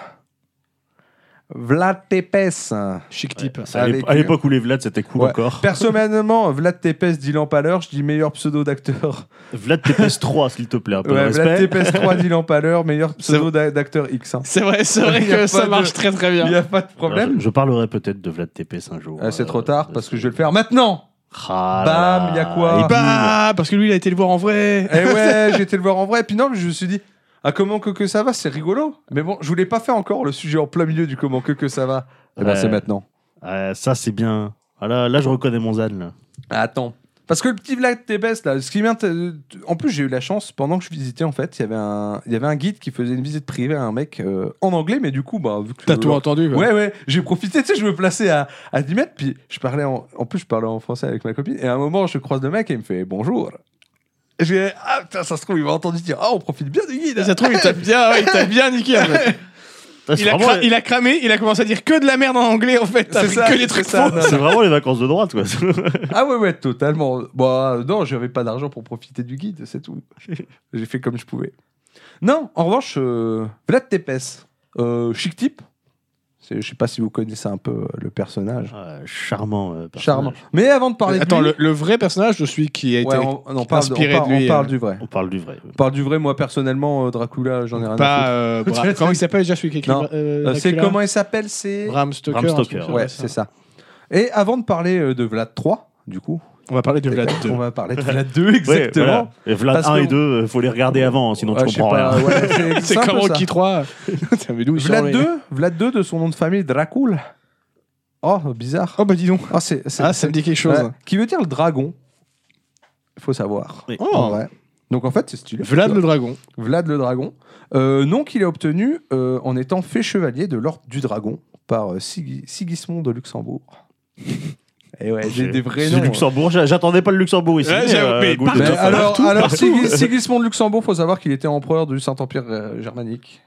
Speaker 1: Vlad Tepes, hein.
Speaker 3: Chic
Speaker 2: Ouais,
Speaker 3: type.
Speaker 2: c'est à l'ép-
Speaker 1: avec- euh,
Speaker 2: à l'époque où les Vlad, c'était cool
Speaker 1: Ouais.
Speaker 2: encore.
Speaker 1: personnellement, Vlad Tepes Dylan Paleur, je dis meilleur pseudo d'acteur.
Speaker 2: Vlad TPS 3, s'il te plaît, un peu de
Speaker 1: Ouais, Vlad
Speaker 2: respect.
Speaker 1: Tepes 3 Dylan Paleur, meilleur pseudo d'a- d'acteur X. hein.
Speaker 3: C'est vrai, c'est vrai
Speaker 1: Il y a
Speaker 3: que ça
Speaker 1: pas
Speaker 3: marche
Speaker 1: de-
Speaker 3: très très bien.
Speaker 1: Il n'y a pas de
Speaker 2: Alors,
Speaker 1: problème.
Speaker 2: je, je parlerai peut-être de Vlad TPS un jour.
Speaker 1: Ah, c'est
Speaker 2: euh,
Speaker 1: trop tard
Speaker 2: de
Speaker 1: parce
Speaker 2: ce-
Speaker 1: que je vais le faire maintenant.
Speaker 2: Ah là
Speaker 1: Bam,
Speaker 2: là.
Speaker 1: y a quoi
Speaker 2: Et puis,
Speaker 3: Bah, parce que lui, il a été le voir en vrai.
Speaker 1: Eh ouais, j'ai été le voir en vrai. Et puis non, mais je me suis dit, ah comment que que ça va, c'est rigolo. Mais bon, je voulais pas faire encore le sujet en plein milieu du comment que que ça va. Eh ben
Speaker 2: Ouais.
Speaker 1: c'est maintenant.
Speaker 2: euh, ça, c'est bien. Ah là, là, je reconnais mon Zan. là.
Speaker 1: Attends. Parce que le petit Vlad Tebes, là, ce qui m'int- euh, En plus, j'ai eu la chance, pendant que je visitais, en fait, il y avait un, il y avait un guide qui faisait une visite privée à un mec euh, en anglais, mais du coup, bah, vu que.
Speaker 3: T'as tout entendu, quoi.
Speaker 1: Ouais, ouais, j'ai profité, tu sais, je me plaçais à, à 10 mètres, puis je parlais en, en plus, je parlais en français avec ma copine, et à un moment, je croise le mec et il me fait bonjour. Et je dis, ah putain, ça se trouve, il m'a entendu dire, ah, on profite bien du guide.
Speaker 3: Ça se trouve, il t'a bien, ouais, il t'a bien niqué. en fait.
Speaker 2: Ah, C'est
Speaker 3: Il a,
Speaker 2: vraiment,
Speaker 3: cra- il a cramé, il a commencé à dire que de la merde en anglais en fait. T'as
Speaker 1: C'est
Speaker 3: pris
Speaker 1: ça,
Speaker 3: que des
Speaker 1: c'est
Speaker 3: trucs
Speaker 1: ça,
Speaker 3: faux.
Speaker 1: non.
Speaker 2: c'est vraiment les vacances de droite, quoi.
Speaker 1: Ah ouais, ouais, totalement. Bah, euh, non, j'avais pas d'argent pour profiter du guide, c'est tout. J'ai fait comme je pouvais. Non, en revanche, euh, Vlad Tepes, euh, chic type. C'est- Je sais pas si vous connaissez un peu euh, le personnage.
Speaker 2: Ouais, charmant. euh, personnage.
Speaker 1: Charmant. Mais avant de parler de
Speaker 3: Attends,
Speaker 1: lui-
Speaker 3: le, le vrai personnage de celui qui a été.
Speaker 1: Ouais, on, on en parle, on
Speaker 3: inspiré de
Speaker 1: parle-
Speaker 3: lui,
Speaker 1: on parle
Speaker 3: euh,
Speaker 1: du vrai.
Speaker 2: On parle du vrai.
Speaker 1: On parle du vrai, moi personnellement, euh, Dracula, j'en ai rien à
Speaker 3: pas, euh, Bra- comment il s'appelle déjà celui qui a écrit
Speaker 1: Non.
Speaker 3: Bra- euh,
Speaker 1: foutre. Euh, c'est
Speaker 3: Dracula
Speaker 1: comment il s'appelle C'est.
Speaker 3: Bram Stoker.
Speaker 2: Bram
Speaker 3: un truc
Speaker 2: Stoker,
Speaker 3: comme ça,
Speaker 1: Ouais, c'est ça. Et avant de parler euh, de Vlad 3, du coup,
Speaker 3: On va parler de Vlad 2.
Speaker 1: On va parler de Vlad 2,
Speaker 2: Ouais,
Speaker 1: exactement.
Speaker 2: voilà. Et Vlad
Speaker 1: Parce
Speaker 2: 1
Speaker 1: que-
Speaker 2: et 2, euh, faut les regarder avant, sinon
Speaker 1: Ah,
Speaker 2: tu
Speaker 1: je sais
Speaker 2: comprends
Speaker 1: pas,
Speaker 2: rien.
Speaker 1: ouais, c'est
Speaker 3: C'est
Speaker 1: simple,
Speaker 3: comme
Speaker 1: ça.
Speaker 3: Rocky 3. Putain, mais d'où ils sont,
Speaker 1: Vlad
Speaker 3: les-
Speaker 1: 2, Vlad 2 de son nom de famille, Dracul. Oh, bizarre.
Speaker 3: Oh bah dis donc.
Speaker 1: Ah, c'est, c'est-
Speaker 3: Ah, ça me dit quelque chose.
Speaker 1: Ouais. Qui veut dire le dragon. Il faut savoir.
Speaker 2: Oui.
Speaker 1: En
Speaker 3: Oh,
Speaker 1: vrai. Donc en fait, c'est stylé.
Speaker 3: Vlad le dragon.
Speaker 1: Vlad le dragon. Euh, nom qu'il a obtenu euh, en étant fait chevalier de l'ordre du dragon par euh, Sigi- Sigismond de Luxembourg. Et ouais, j'ai des vrais
Speaker 2: C'est
Speaker 1: noms.
Speaker 2: Luxembourg, j'a- j'attendais pas le Luxembourg ici.
Speaker 3: Ouais, j'ai- mais
Speaker 2: good.
Speaker 3: par-
Speaker 1: Mais
Speaker 2: De toute façon-
Speaker 1: alors,
Speaker 3: partout,
Speaker 1: alors
Speaker 3: partout.
Speaker 1: Sigis- Sigismond de Luxembourg, faut savoir qu'il était empereur du Saint-Empire euh, germanique.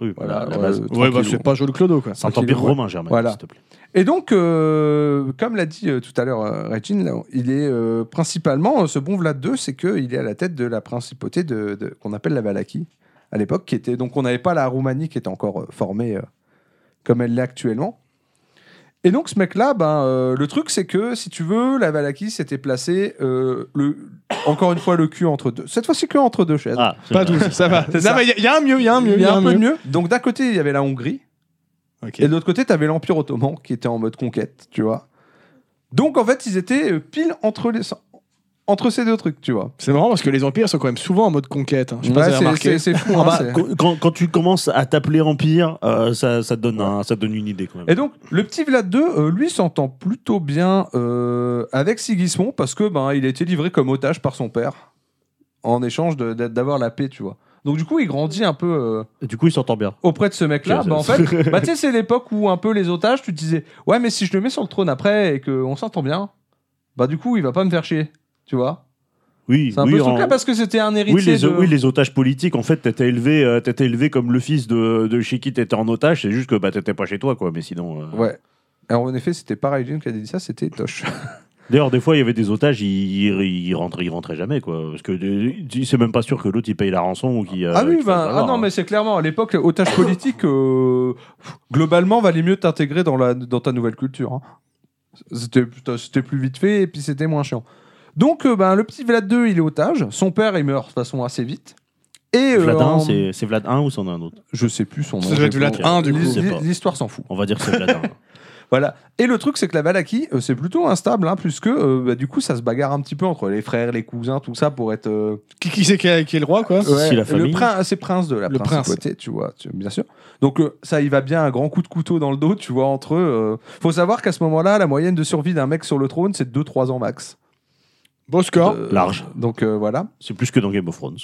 Speaker 2: Oui,
Speaker 1: Voilà,
Speaker 2: voilà, la
Speaker 1: euh,
Speaker 2: base.
Speaker 3: Ouais, bah
Speaker 1: tranquillou.
Speaker 3: c'est pas Joe le Clodo, quoi.
Speaker 2: Saint-Empire
Speaker 1: tranquille,
Speaker 2: romain, Germain,
Speaker 1: Voilà.
Speaker 2: s'il te plaît.
Speaker 1: Et donc, euh, comme l'a dit euh, tout à l'heure euh, Regine, là, il est euh, principalement, euh, ce bon Vlad II, c'est qu'il est à la tête de la principauté de, de- qu'on appelle la Valaquie, à l'époque, qui était, donc on n'avait pas la Roumanie qui était encore euh, formée euh, comme elle l'est actuellement. Et donc, ce mec-là, ben, euh, le truc, c'est que, si tu veux, la Valaquie s'était placée, euh, le, encore une fois, le cul entre deux. Cette fois-ci, que entre deux chaises.
Speaker 2: Ah, c'est-
Speaker 3: Pas tous, ça va.
Speaker 1: C'est ça.
Speaker 3: Non, mais il y, a un mieux, il y a un mieux.
Speaker 1: il y a un peu de
Speaker 3: mieux.
Speaker 1: mieux. Donc, d'un côté, il y avait la Hongrie.
Speaker 3: Ok.
Speaker 1: Et de l'autre côté, tu avais l'Empire ottoman qui était en mode conquête, tu vois. Donc en fait, ils étaient euh, pile entre, les, entre ces deux trucs, tu vois.
Speaker 3: C'est marrant parce que les empires sont quand même souvent en mode conquête. hein. Je sais pas
Speaker 1: Ouais,
Speaker 3: si vous avez
Speaker 1: c'est-
Speaker 3: remarqué.
Speaker 1: c'est- c'est fou.
Speaker 2: Ah
Speaker 1: hein,
Speaker 2: bah,
Speaker 1: c'est-
Speaker 2: quand- quand, quand tu commences à t'appeler Empire, euh, ça, ça, te donne un- ça te donne une idée quand même.
Speaker 1: Et donc, le petit Vlad II, euh, lui, s'entend plutôt bien euh, avec Sigismond parce que ben, il a été livré comme otage par son père en échange de- d'a- d'avoir la paix, tu vois. Donc du coup, il grandit un peu euh,
Speaker 2: du coup, il s'entend bien.
Speaker 1: auprès de ce mec-là.
Speaker 2: Ok,
Speaker 1: Bah, en
Speaker 2: ça-
Speaker 1: fait, bah, tu sais, c'est l'époque où un peu les otages, tu te disais, ouais, mais si je le mets sur le trône après et qu'on s'entend bien, bah du coup, il va pas me faire chier, tu vois.
Speaker 2: Oui,
Speaker 1: C'est un
Speaker 2: oui,
Speaker 1: peu ce
Speaker 2: en-
Speaker 1: truc-là parce que c'était un héritier
Speaker 2: oui, les,
Speaker 1: de...
Speaker 2: oui, les otages politiques, en fait, t'étais élevé, euh, t'étais élevé comme le fils de, de Chiki, t'étais en otage, c'est juste que bah, t'étais pas chez toi, quoi. Mais sinon. euh,
Speaker 1: Ouais. Alors en effet, c'était pas Raijin qui a dit ça, c'était Tosh.
Speaker 2: D'ailleurs, des fois, il y avait des otages, ils, ils, ils rentraient, ils rentraient jamais, quoi. Parce que des- c'est même pas sûr que l'autre, il paye la rançon ou qu'il. euh,
Speaker 1: ah oui,
Speaker 2: qu'il
Speaker 1: ben,
Speaker 2: fasse
Speaker 1: ah
Speaker 2: avoir,
Speaker 1: non,
Speaker 2: hein.
Speaker 1: mais c'est clairement, à l'époque, otage politique, euh, pff, globalement, valait mieux t'intégrer dans, la- dans ta nouvelle culture. hein. C'était, putain, c'était plus vite fait et puis c'était moins chiant. Donc, euh, ben, le petit Vlad II, il est otage. Son père, il meurt de toute façon assez vite. Et euh,
Speaker 2: Vlad 1,
Speaker 1: en-
Speaker 2: c'est- c'est Vlad 1 ou c'en est un autre
Speaker 1: je sais plus son nom.
Speaker 3: Ça doit être
Speaker 1: je
Speaker 3: Vlad
Speaker 1: pense.
Speaker 3: 1 du coup.
Speaker 2: Je sais pas.
Speaker 1: L'histoire s'en fout.
Speaker 2: On va dire c'est Vlad 1.
Speaker 1: Voilà. Et le truc, c'est que la Valaquie, euh, c'est plutôt instable, hein, puisque euh, bah, du coup, ça se bagarre un petit peu entre les frères, les cousins, tout ça, pour être. euh,
Speaker 3: Qui, qui c'est qui, est- qui est le roi quoi
Speaker 2: Ah, Si la
Speaker 1: le
Speaker 2: famille.
Speaker 1: prince, c'est prince de la
Speaker 3: Le prince.
Speaker 1: principauté, tu vois, tu- bien sûr. Donc euh, ça, il va bien un grand coup de couteau dans le dos, tu vois, entre eux. euh. Faut savoir qu'à ce moment-là, la moyenne de survie d'un mec sur le trône, c'est 2-3 ans max.
Speaker 3: Beau score.
Speaker 1: Euh,
Speaker 2: Large.
Speaker 1: Donc euh, voilà.
Speaker 2: C'est plus que dans Game of Thrones.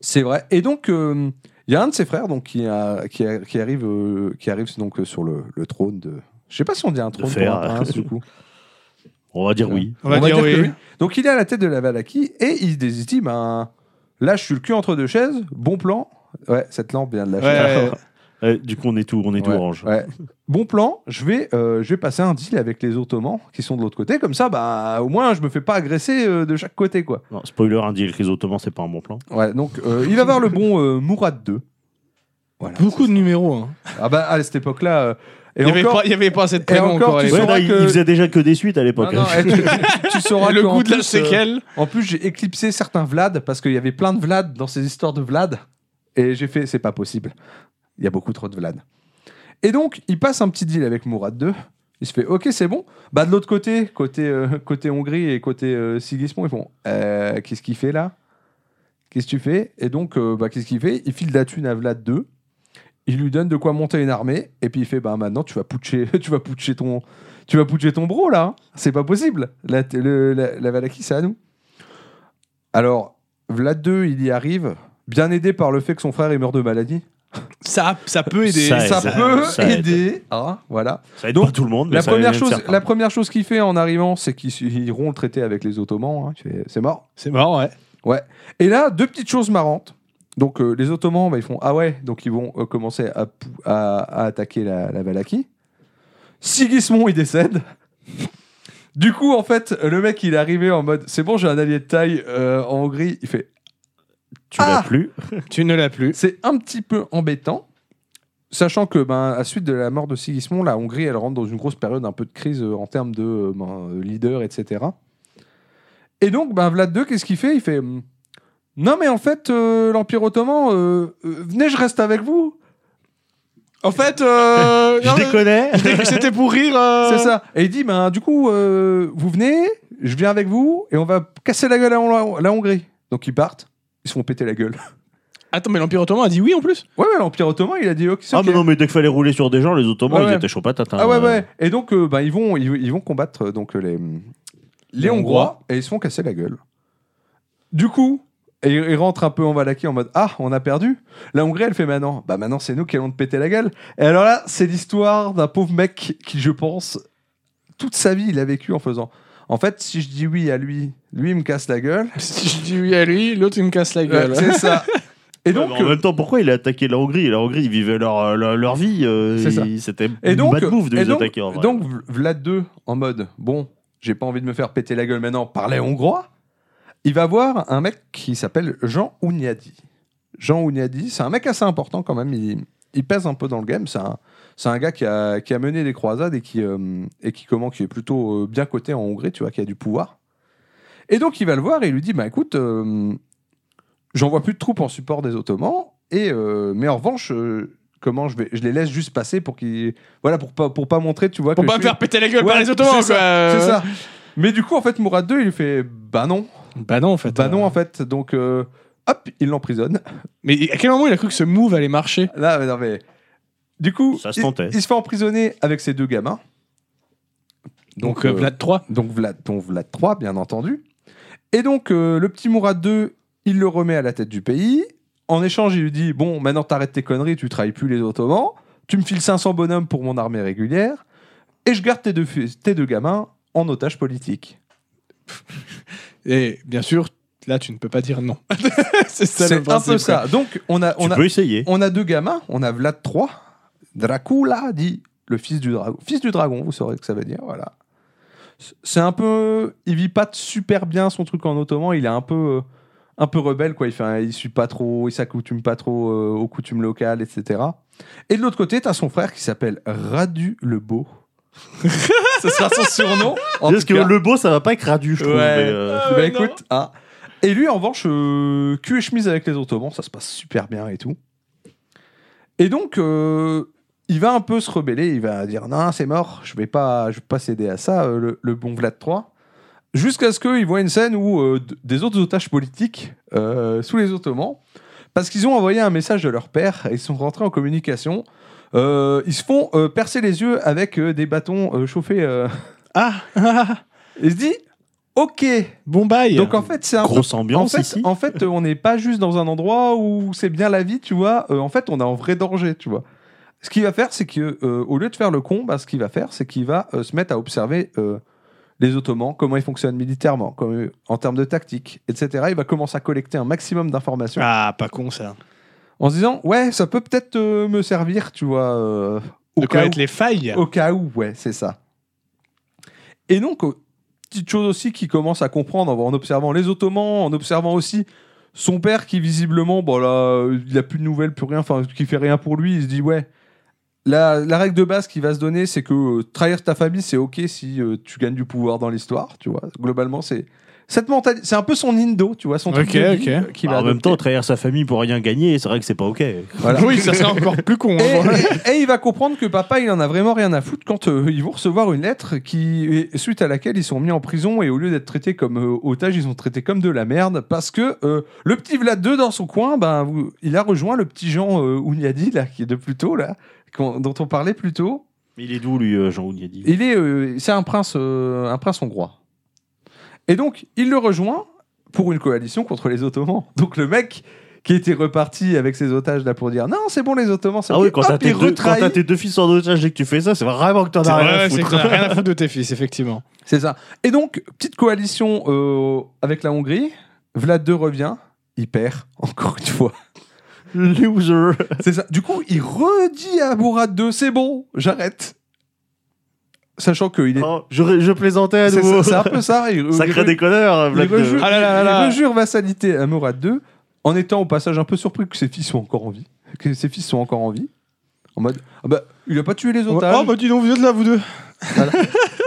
Speaker 1: C'est vrai. Et donc, euh, il y a un de ses frères donc, qui, a- qui, a- qui arrive, euh, qui arrive donc, euh, sur le, le trône de. Je sais pas si on dit un trône pour
Speaker 2: fer.
Speaker 1: un prince, du coup.
Speaker 2: On va dire
Speaker 1: Ouais.
Speaker 2: oui.
Speaker 3: On va dire
Speaker 1: que
Speaker 3: oui.
Speaker 1: oui. Donc il est à la tête de la Valaquie et il se dit ben là je suis le cul entre deux chaises, bon plan. Ouais, cette lampe vient de la chaise.
Speaker 3: Ouais.
Speaker 2: Euh, du coup, on est tout, on est tout
Speaker 1: Ouais,
Speaker 2: orange.
Speaker 1: ouais. Bon plan, je vais, euh, je vais passer un deal avec les Ottomans qui sont de l'autre côté, comme ça bah au moins je me fais pas agresser euh, de chaque côté quoi.
Speaker 2: Non, spoiler, un deal avec les Ottomans, c'est pas un bon plan.
Speaker 1: Ouais, donc euh, il va voir le bon euh, Mourad II. Voilà.
Speaker 3: Beaucoup de numéros. hein.
Speaker 1: Ah bah à cette époque-là euh, et
Speaker 3: Il n'y avait,
Speaker 1: encore-
Speaker 3: pas- il y avait pas assez de prénoms
Speaker 1: encore,
Speaker 3: encore à
Speaker 1: tu
Speaker 2: Ouais,
Speaker 1: sauras
Speaker 3: l'époque.
Speaker 2: là, il,
Speaker 1: que-
Speaker 2: il faisait déjà que des suites à
Speaker 1: Non,
Speaker 2: l'époque.
Speaker 1: non, eh, tu, tu- tu sauras
Speaker 3: Le
Speaker 1: qu'en
Speaker 3: goût de la
Speaker 1: plus, euh,
Speaker 3: séquelle.
Speaker 1: En plus, j'ai éclipsé certains Vlad parce qu'il y avait plein de Vlad dans ces histoires de Vlad. Et j'ai fait, c'est pas possible. Il y a beaucoup trop de Vlad. Et donc, il passe un petit deal avec Mourad II. Il se fait, ok, c'est bon. Bah, de l'autre côté, côté, euh, côté Hongrie et côté euh, Sigismond, ils font, Euh, qu'est-ce qu'il fait là Qu'est-ce que tu fais Et donc, euh, bah, qu'est-ce qu'il fait Il file de la thune à Vlad II. Il lui donne de quoi monter une armée. Et puis, il fait, bah, maintenant, tu vas putcher, tu vas putcher ton. Tu vas putcher ton bro là, c'est pas possible. La, le- la, la Valaquie, c'est à nous. Alors, Vlad II, il y arrive, bien aidé par le fait que son frère est mort de maladie.
Speaker 3: Ça, ça peut aider.
Speaker 2: Ça
Speaker 1: ça,
Speaker 2: aide, ça-
Speaker 1: peut
Speaker 2: Ah, ça aide.
Speaker 1: aider. Ah, voilà.
Speaker 2: Ça aide
Speaker 1: Donc,
Speaker 2: pas tout le monde. mais
Speaker 1: La
Speaker 2: ça
Speaker 1: première,
Speaker 2: aide
Speaker 1: chose,
Speaker 2: certains.
Speaker 1: la première chose qu'il fait en arrivant, c'est qu'ils ils iront le traité avec les Ottomans. hein. Tu fais, C'est mort.
Speaker 3: C'est marrant, ouais.
Speaker 1: Et là, deux petites choses marrantes. Donc, euh, les Ottomans, bah, ils font Ah ouais, donc ils vont euh, commencer à, pou- à- à attaquer la, la Valaquie. Sigismond, il décède. Du coup, en fait, le mec, il est arrivé en mode C'est bon, j'ai un allié de taille euh, en Hongrie. Il fait
Speaker 2: Tu l'as
Speaker 1: Ah
Speaker 2: plus.
Speaker 3: Tu ne l'as plus.
Speaker 1: C'est un petit peu embêtant, sachant que ben, à suite de la mort de Sigismond, la Hongrie, elle rentre dans une grosse période un peu de crise euh, en termes de euh, ben, euh, leader, etc. Et donc, ben, Vlad II, qu'est-ce qu'il fait Il fait hum, Non, mais en fait, euh, l'Empire ottoman, euh, euh, venez, je reste avec vous.
Speaker 3: En fait, euh,
Speaker 2: Je
Speaker 3: non,
Speaker 2: les connais.
Speaker 3: c'était- c'était pour rire. euh,
Speaker 1: C'est ça. Et il dit, ben, du coup, euh, vous venez, je viens avec vous, et on va casser la gueule à Hon- la Hongrie. Donc ils partent, ils se font péter la gueule.
Speaker 3: Attends, mais l'Empire Ottoman a dit oui en plus
Speaker 1: Ouais, ouais, l'Empire Ottoman, il a dit, ok, c'est
Speaker 2: Ah,
Speaker 1: ok.
Speaker 2: mais non, mais dès qu'il fallait rouler sur des gens, les Ottomans,
Speaker 1: Ouais,
Speaker 2: ils
Speaker 1: ouais.
Speaker 2: étaient chauds patates. hein.
Speaker 1: Ah ouais, ouais. Et donc, euh, ben, ils, vont, ils, ils vont combattre euh, donc, les, les
Speaker 3: Les
Speaker 1: Hongrois, et ils se font casser la gueule. Du coup, et ils ils rentrent un peu en Valaquie en mode Ah, on a perdu. La Hongrie, elle fait maintenant. Bah maintenant, c'est nous qui allons te péter la gueule. Et alors là, c'est l'histoire d'un pauvre mec qui, je pense, toute sa vie, il a vécu en faisant. En fait, si je dis oui à lui, lui, il me casse la gueule.
Speaker 3: Si je dis oui à lui, l'autre il me casse la gueule.
Speaker 1: Ouais, c'est ça. Et
Speaker 2: Ouais,
Speaker 1: donc, euh,
Speaker 2: mais en même temps, pourquoi il a attaqué la Hongrie La Hongrie, ils vivaient leur, euh, leur, leur vie. euh,
Speaker 1: C'est ça.
Speaker 2: ils- C'était
Speaker 1: Et
Speaker 2: une
Speaker 1: donc,
Speaker 2: bad move de
Speaker 1: et
Speaker 2: les
Speaker 1: donc,
Speaker 2: attaquer en vrai.
Speaker 1: donc V- Vlad 2 en mode bon, j'ai pas envie de me faire péter la gueule maintenant par les Hongrois. Il va voir un mec qui s'appelle Jean Ouniadi. Jean Ouniadi, c'est un mec assez important quand même. Il, il pèse un peu dans le game. C'est un, c'est un gars qui a, qui a mené les croisades et qui, euh, et qui, comment, qui est plutôt euh, bien coté en Hongrie, tu vois, qui a du pouvoir. Et donc il va le voir et il lui dit bah écoute, euh, j'envoie plus de troupes en support des Ottomans, et, euh, mais en revanche, euh, comment je, vais, je les laisse juste passer pour qu'ils voilà pour pas pour pas montrer tu vois
Speaker 3: Pour
Speaker 1: que
Speaker 3: pas
Speaker 1: je
Speaker 3: me
Speaker 1: suis-
Speaker 3: faire péter la gueule par
Speaker 1: Ouais,
Speaker 3: les Ottomans,
Speaker 1: c'est ça,
Speaker 3: quoi. euh.
Speaker 1: c'est ça mais du coup en fait Mourad II il lui fait bah non
Speaker 3: Bah non, en fait.
Speaker 1: bah
Speaker 3: euh.
Speaker 1: non en fait donc euh, hop il l'emprisonne
Speaker 3: Mais à quel moment il a cru que ce move allait marcher
Speaker 1: là mais non mais du coup
Speaker 2: Ça se
Speaker 1: il,
Speaker 2: tentait.
Speaker 1: il se fait emprisonner avec ses deux gamins
Speaker 3: Donc, euh,
Speaker 1: euh,
Speaker 3: Vlad 3.
Speaker 1: donc Vlad dont Vlad III bien entendu et donc euh, le petit Mourad II il le remet à la tête du pays en échange il lui dit bon maintenant t'arrêtes tes conneries tu trahis plus les Ottomans tu me files 500 bonhommes pour mon armée régulière et je garde tes deux, fi- tes deux gamins en otage politique
Speaker 3: Et bien sûr, là tu ne peux pas dire non. c'est ça le
Speaker 1: C'est un
Speaker 3: principe,
Speaker 1: peu
Speaker 3: quoi.
Speaker 1: ça. Donc, on a, on,
Speaker 2: tu
Speaker 1: a,
Speaker 2: peux essayer.
Speaker 1: on a deux gamins. On a Vlad 3, Dracula, dit le fils du dragon. Fils du dragon, vous saurez ce que ça veut dire, voilà. C'est un peu... Il vit pas super bien son truc en ottoman. Il est un peu... euh, Un peu rebelle, quoi. Il, fait, un- il suit pas trop, il s'accoutume pas trop euh, aux coutumes locales, etc. Et de l'autre côté, t'as son frère qui s'appelle Radu le Beau. Ce sera son surnom. Oh en
Speaker 2: Parce
Speaker 1: tout
Speaker 2: que
Speaker 1: cas.
Speaker 2: le beau, ça va pas être radu, je trouve.
Speaker 1: Ouais.
Speaker 2: mais, euh,
Speaker 3: Ah
Speaker 1: Bah
Speaker 3: ouais, non.
Speaker 1: écoute, hein. Et lui, en revanche, euh, cul et chemise avec les Ottomans, ça se passe super bien et tout. Et donc, euh, il va un peu se rebeller, il va dire non, c'est mort, je vais pas, je vais pas céder à ça, euh, le, le bon Vlad III. Jusqu'à ce qu'il voit une scène où euh, d- des autres otages politiques euh, sous les Ottomans, parce qu'ils ont envoyé un message de leur père, et ils sont rentrés en communication. Euh, ils se font euh, percer les yeux avec euh, des bâtons euh, chauffés. euh.
Speaker 3: Ah, ah, ah,
Speaker 1: Et se dit, ok.
Speaker 3: Bombay.
Speaker 1: Donc en fait, c'est un peu
Speaker 2: Grosse
Speaker 1: en
Speaker 2: ambiance
Speaker 1: fait,
Speaker 2: ici.
Speaker 1: en fait, euh, on n'est pas juste dans un endroit où c'est bien la vie, tu vois. Euh, en fait, on est en vrai danger, tu vois. Ce qu'il va faire, c'est que euh, au lieu de faire le con, bah, ce qu'il va faire, c'est qu'il va euh, se mettre à observer euh, les Ottomans, comment ils fonctionnent militairement, comme, euh, en termes de tactique, etc. Il va commencer à collecter un maximum d'informations
Speaker 3: Ah, pas con ça.
Speaker 1: en se disant, ouais, ça peut peut-être euh, me servir, tu vois, euh, au
Speaker 3: De
Speaker 1: cas où. Oh,
Speaker 3: connaître les failles.
Speaker 1: Au cas où, ouais, c'est ça. Et donc, euh, petite chose aussi qu'il commence à comprendre en en observant les Ottomans, en observant aussi son père qui visiblement, bon là, euh, il a plus de nouvelles, plus rien, enfin, qui fait rien pour lui, il se dit ouais. La, la règle de base qui va se donner, c'est que euh, trahir ta famille, c'est ok si euh, tu gagnes du pouvoir dans l'histoire, tu vois. Globalement, c'est cette mentalité, c'est un peu son indo, tu vois, son truc
Speaker 3: Ok,
Speaker 1: de vie,
Speaker 3: ok.
Speaker 1: euh, qu'il
Speaker 2: Bah,
Speaker 1: va
Speaker 2: en même
Speaker 1: adopter.
Speaker 2: temps, trahir sa famille pour rien gagner, c'est vrai que c'est pas OK.
Speaker 1: Voilà. Eh,
Speaker 3: Oui, ça serait encore plus con. hein,
Speaker 1: Et,
Speaker 3: voilà.
Speaker 1: et- et il va comprendre que papa, il en a vraiment rien à foutre quand euh, ils vont recevoir une lettre qui, et suite à laquelle ils sont mis en prison et au lieu d'être traités comme euh, otages, ils sont traités comme de la merde parce que euh, le petit Vlad II dans son coin, ben, vous- il a rejoint le petit Jean euh, Ouniadi là, qui est de plus tôt là, qu'on- dont on parlait plus tôt.
Speaker 2: Mais il est d'où, lui, euh, Jean Ouniadi
Speaker 1: Il est, euh, c'est un prince, euh, un prince hongrois. Et donc, il le rejoint pour une coalition contre les Ottomans. Donc le mec qui était reparti avec ses otages là pour dire non c'est bon les Ottomans c'est
Speaker 2: Ah
Speaker 1: ok.
Speaker 2: oui, quand
Speaker 1: Hop,
Speaker 2: t'as
Speaker 1: il
Speaker 2: tes, deux- quand
Speaker 1: retrahit.
Speaker 2: t'as tes deux fils en otage et que tu fais ça, c'est vraiment que t'en
Speaker 3: C'est
Speaker 2: as rien
Speaker 3: vrai,
Speaker 2: à
Speaker 3: c'est
Speaker 2: foutre.
Speaker 3: que t'as rien à foutre de tes fils, effectivement.
Speaker 1: C'est ça. Et donc, petite coalition euh, avec la Hongrie. Vlad II revient, il perd, encore une fois.
Speaker 2: Loser.
Speaker 1: C'est ça. Du coup, il redit à Mourad II c'est bon, j'arrête. Sachant qu'il est.
Speaker 2: Oh, je, je plaisantais à
Speaker 1: c'est ça-
Speaker 2: nouveau.
Speaker 1: c'est un peu ça. Il, il
Speaker 2: Sacré
Speaker 1: re-
Speaker 2: déconneur, euh,
Speaker 1: il
Speaker 2: Vlad II.
Speaker 1: rejure,
Speaker 3: Ah là là là
Speaker 1: il
Speaker 3: là.
Speaker 1: rejure vassalité à Mourad II, en étant au passage un peu surpris que ses fils soient encore en vie. Que ses fils sont encore en vie. En mode. Ah bah, il a pas tué les otages.
Speaker 3: Oh, bah dis donc, vous êtes là, vous deux.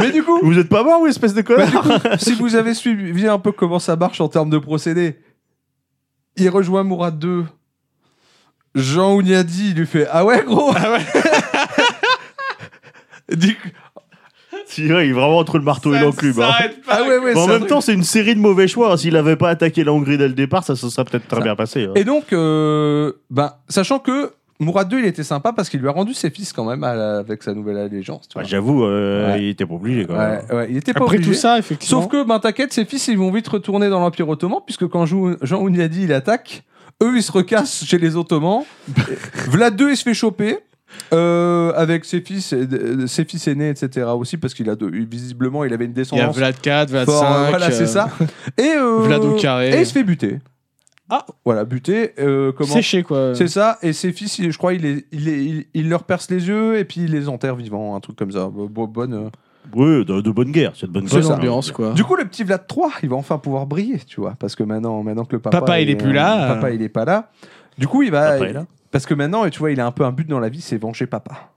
Speaker 1: Mais du coup,
Speaker 2: Ah, Vous êtes pas mort, ou espèce de
Speaker 1: Bah,
Speaker 2: connard
Speaker 1: du coup, si vous avez suivi un peu comment ça marche en termes de procédé, il rejoint Mourad II. Jean Ouniadi, il lui fait Ah ouais, gros Du coup-
Speaker 2: Si, ouais, il est vraiment entre le marteau et l'enclume. hein.
Speaker 1: Ah ouais, ouais,
Speaker 2: Mais
Speaker 1: c'est
Speaker 2: en
Speaker 1: un
Speaker 2: même
Speaker 1: truc.
Speaker 2: temps, c'est une série de mauvais choix. hein. S'il n'avait pas attaqué la Hongrie dès le départ, ça se serait peut-être très
Speaker 1: Ça-
Speaker 2: bien passé. hein.
Speaker 1: Et donc, euh, ben, sachant que Mourad II, il était sympa parce qu'il lui a rendu ses fils quand même à la- avec sa nouvelle allégeance. tu
Speaker 2: Ouais,
Speaker 1: vois.
Speaker 2: J'avoue, euh,
Speaker 1: Ouais.
Speaker 2: il était pas obligé quand même.
Speaker 1: Ouais, ouais, il était pas
Speaker 3: Après
Speaker 1: obligé.
Speaker 3: tout ça, effectivement.
Speaker 1: Sauf que, ben t'inquiète, ses fils, ils vont vite retourner dans l'Empire Ottoman, puisque quand Jou- Jean Ouniadi, il attaque, eux, ils se recassent chez les Ottomans. Vlad II, il se fait choper. euh, avec ses fils, et- euh, ses fils aînés, etc. aussi, parce qu'il a deux- visiblement il avait une
Speaker 3: il y a
Speaker 1: descendance.
Speaker 3: Vlad 4, Vlad
Speaker 1: fort,
Speaker 3: 5.
Speaker 1: voilà, c'est
Speaker 3: euh,
Speaker 1: ça. Et, euh,
Speaker 3: Vlad au carré.
Speaker 1: et il se fait buter.
Speaker 3: Ah.
Speaker 1: Voilà, buter. euh, comment
Speaker 3: Séché, quoi.
Speaker 1: C'est ça, et ses fils, il- je crois, il, les- il, les- il- il leur perce les yeux et puis il les enterre vivants, un truc comme ça. Bo- bo- bonne, euh.
Speaker 2: Oui, de, de bonne guerre, c'est de bonne
Speaker 3: C'est
Speaker 2: guerre.
Speaker 3: l'ambiance, quoi.
Speaker 1: Du coup, le petit Vlad III, il va enfin pouvoir briller, tu vois, parce que maintenant, maintenant que le papa,
Speaker 3: Papa, il est plus
Speaker 1: euh,
Speaker 3: là,
Speaker 1: papa,
Speaker 3: euh.
Speaker 1: il est pas là. Du coup, il va.
Speaker 2: Papa est là.
Speaker 1: Parce que maintenant, tu vois, il a un peu un but dans la vie, c'est venger papa.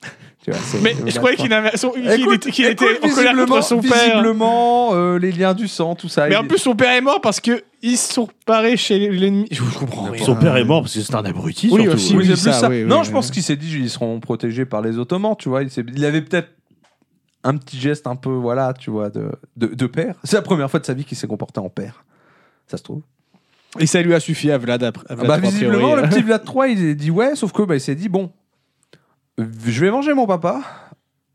Speaker 1: Tu vois, c'est-
Speaker 3: Mais
Speaker 1: Vlad
Speaker 3: je croyais
Speaker 1: III.
Speaker 3: qu'il avait- son- qu'il
Speaker 1: Écoute,
Speaker 3: était, qu'il
Speaker 1: écoute,
Speaker 3: était en colère
Speaker 1: visiblement,
Speaker 3: contre son père.
Speaker 1: visiblement, euh, les liens du sang, tout ça.
Speaker 3: Mais
Speaker 1: il-
Speaker 3: en plus, son père est mort parce que ils se sont reparés chez l'ennemi. Je comprends rien.
Speaker 2: Son père est mort parce que c'est un abruti.
Speaker 3: Oui,
Speaker 2: surtout.
Speaker 3: aussi,
Speaker 1: Oui, c'est
Speaker 3: oui, ça,
Speaker 1: plus ça.
Speaker 3: oui, oui,
Speaker 1: non,
Speaker 3: oui.
Speaker 1: je pense qu'il s'est dit ils seront protégés par les Ottomans, tu vois. Il, s'est- il avait peut-être un petit geste un peu, voilà, tu vois, de, de, de père. C'est la première fois de sa vie qu'il s'est comporté en père. Ça se trouve.
Speaker 3: Et ça lui a suffi à Vlad après. à Vlad
Speaker 1: bah,
Speaker 3: III, a priori.
Speaker 1: visiblement, le petit Vlad III, il s'est dit ouais, sauf que bah, il s'est dit bon, je vais venger mon papa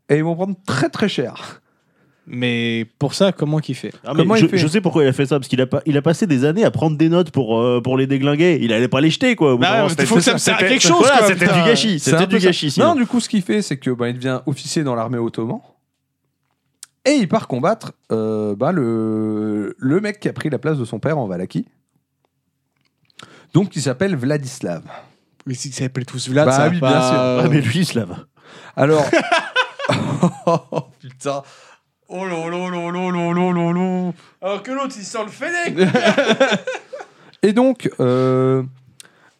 Speaker 1: et ils vont prendre très très cher.
Speaker 3: Mais pour ça, comment qu'il fait
Speaker 2: Ah, mais
Speaker 1: Comment
Speaker 2: je,
Speaker 1: il fait
Speaker 2: je sais pourquoi il a fait ça, parce qu'il a, pas, il a passé des années à prendre des notes pour, euh, pour les déglinguer. Il allait pas les jeter, quoi. Au bout
Speaker 3: Bah
Speaker 2: d'un
Speaker 3: ouais,
Speaker 2: moment,
Speaker 3: mais
Speaker 2: c'était-
Speaker 3: faut que ça me serve à
Speaker 2: c'était-
Speaker 3: quelque chose,
Speaker 2: voilà,
Speaker 3: quoi,
Speaker 2: c'était
Speaker 3: putain.
Speaker 2: du gâchis.
Speaker 1: C'est un
Speaker 2: C'était
Speaker 1: peu
Speaker 2: du
Speaker 1: ça.
Speaker 2: gâchis.
Speaker 1: Non,
Speaker 2: sinon.
Speaker 1: du coup, ce qu'il fait, c'est que bah, il devient officier dans l'armée ottomane et il part combattre euh, bah, le, le mec qui a pris la place de son père en Valaki. Donc, qui s'appelle Vladislav.
Speaker 3: Mais s'ils s'appelaient tous Vlad,
Speaker 1: Bah
Speaker 3: ça va
Speaker 1: oui,
Speaker 3: pas...
Speaker 1: bien sûr.
Speaker 2: Ah, mais lui, il se lave.
Speaker 1: Alors. oh, putain. Oh là là là là là là là là.
Speaker 3: Alors que l'autre, il sort le fennec
Speaker 1: Et donc, euh,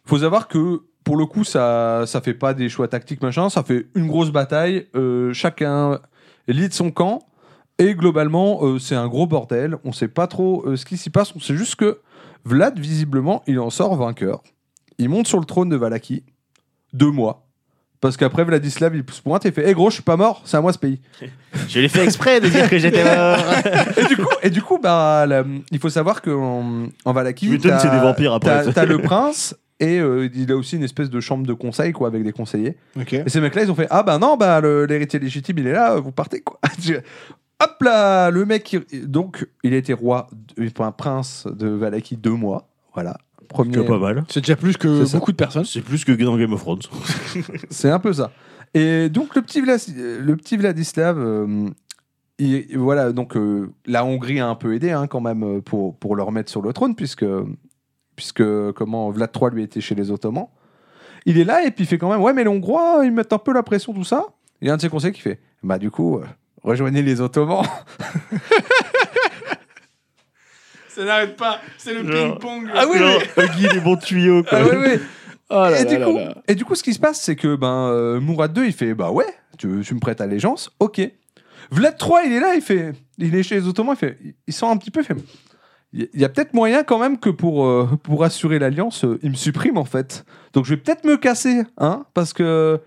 Speaker 1: faut savoir que pour le coup, ça, ça fait pas des choix tactiques machin, ça fait une grosse bataille. euh, chacun lit de son camp et globalement, euh, c'est un gros bordel. On sait pas trop euh, ce qui s'y passe. On sait juste que Vlad, visiblement, il en sort vainqueur. Il monte sur le trône de Valaki deux mois. Parce qu'après, Vladislav, il se pointe et fait Hé gros, je suis pas mort, c'est à moi ce pays.
Speaker 2: Je l'ai fait exprès de dire que j'étais mort.
Speaker 1: et du coup, et du coup bah, la- il faut savoir qu'en en Valaki,
Speaker 2: Tu m'étonnes,
Speaker 1: t'as-
Speaker 2: c'est des vampires, après.
Speaker 1: t'as- T'as le prince et euh, il a aussi une espèce de chambre de conseil quoi, avec des conseillers.
Speaker 3: Ok.
Speaker 1: Et ces mecs-là, ils ont fait ah bah non, bah le- l'héritier légitime, il est là, euh, vous partez quoi. Tu- Hop là, le mec, il- donc il a été roi, de- enfin prince de Valaki deux mois, voilà. Premier,
Speaker 2: C'est pas mal.
Speaker 3: C'est déjà plus que
Speaker 1: C'est ça.
Speaker 3: beaucoup de personnes.
Speaker 2: C'est plus que dans Game of Thrones.
Speaker 1: c'est un peu ça. Et donc le petit, Vlas- le petit Vladislav, euh, il- voilà, donc euh, la Hongrie a un peu aidé hein, quand même euh, pour, pour le remettre sur le trône, puisque, puisque comment Vlad III lui était chez les Ottomans. Il est là et puis il fait quand même Ouais, mais les Hongrois, ils mettent un peu la pression, tout ça. Il y a un de ses conseils qui fait Bah, du coup, euh, rejoignez les Ottomans.
Speaker 3: Ça n'arrête pas. C'est le
Speaker 2: Genre.
Speaker 3: ping-pong.
Speaker 2: Genre, Guy, les bons tuyaux, quoi.
Speaker 1: Ah ouais, ouais.
Speaker 3: Oh là
Speaker 1: et,
Speaker 3: là
Speaker 1: du
Speaker 3: là
Speaker 1: coup,
Speaker 3: là.
Speaker 1: et du coup, ce qui se passe, c'est que ben, euh, Mourad II, il fait Bah ouais, tu, tu me prêtes allégeance, ok. Vlad III, il est là, il fait Il est chez les Ottomans, il fait Il sent un petit peu, il fait Il y a peut-être moyen quand même que pour, euh, pour assurer l'alliance, euh, il me supprime en fait. Donc je vais peut-être me casser, hein, parce que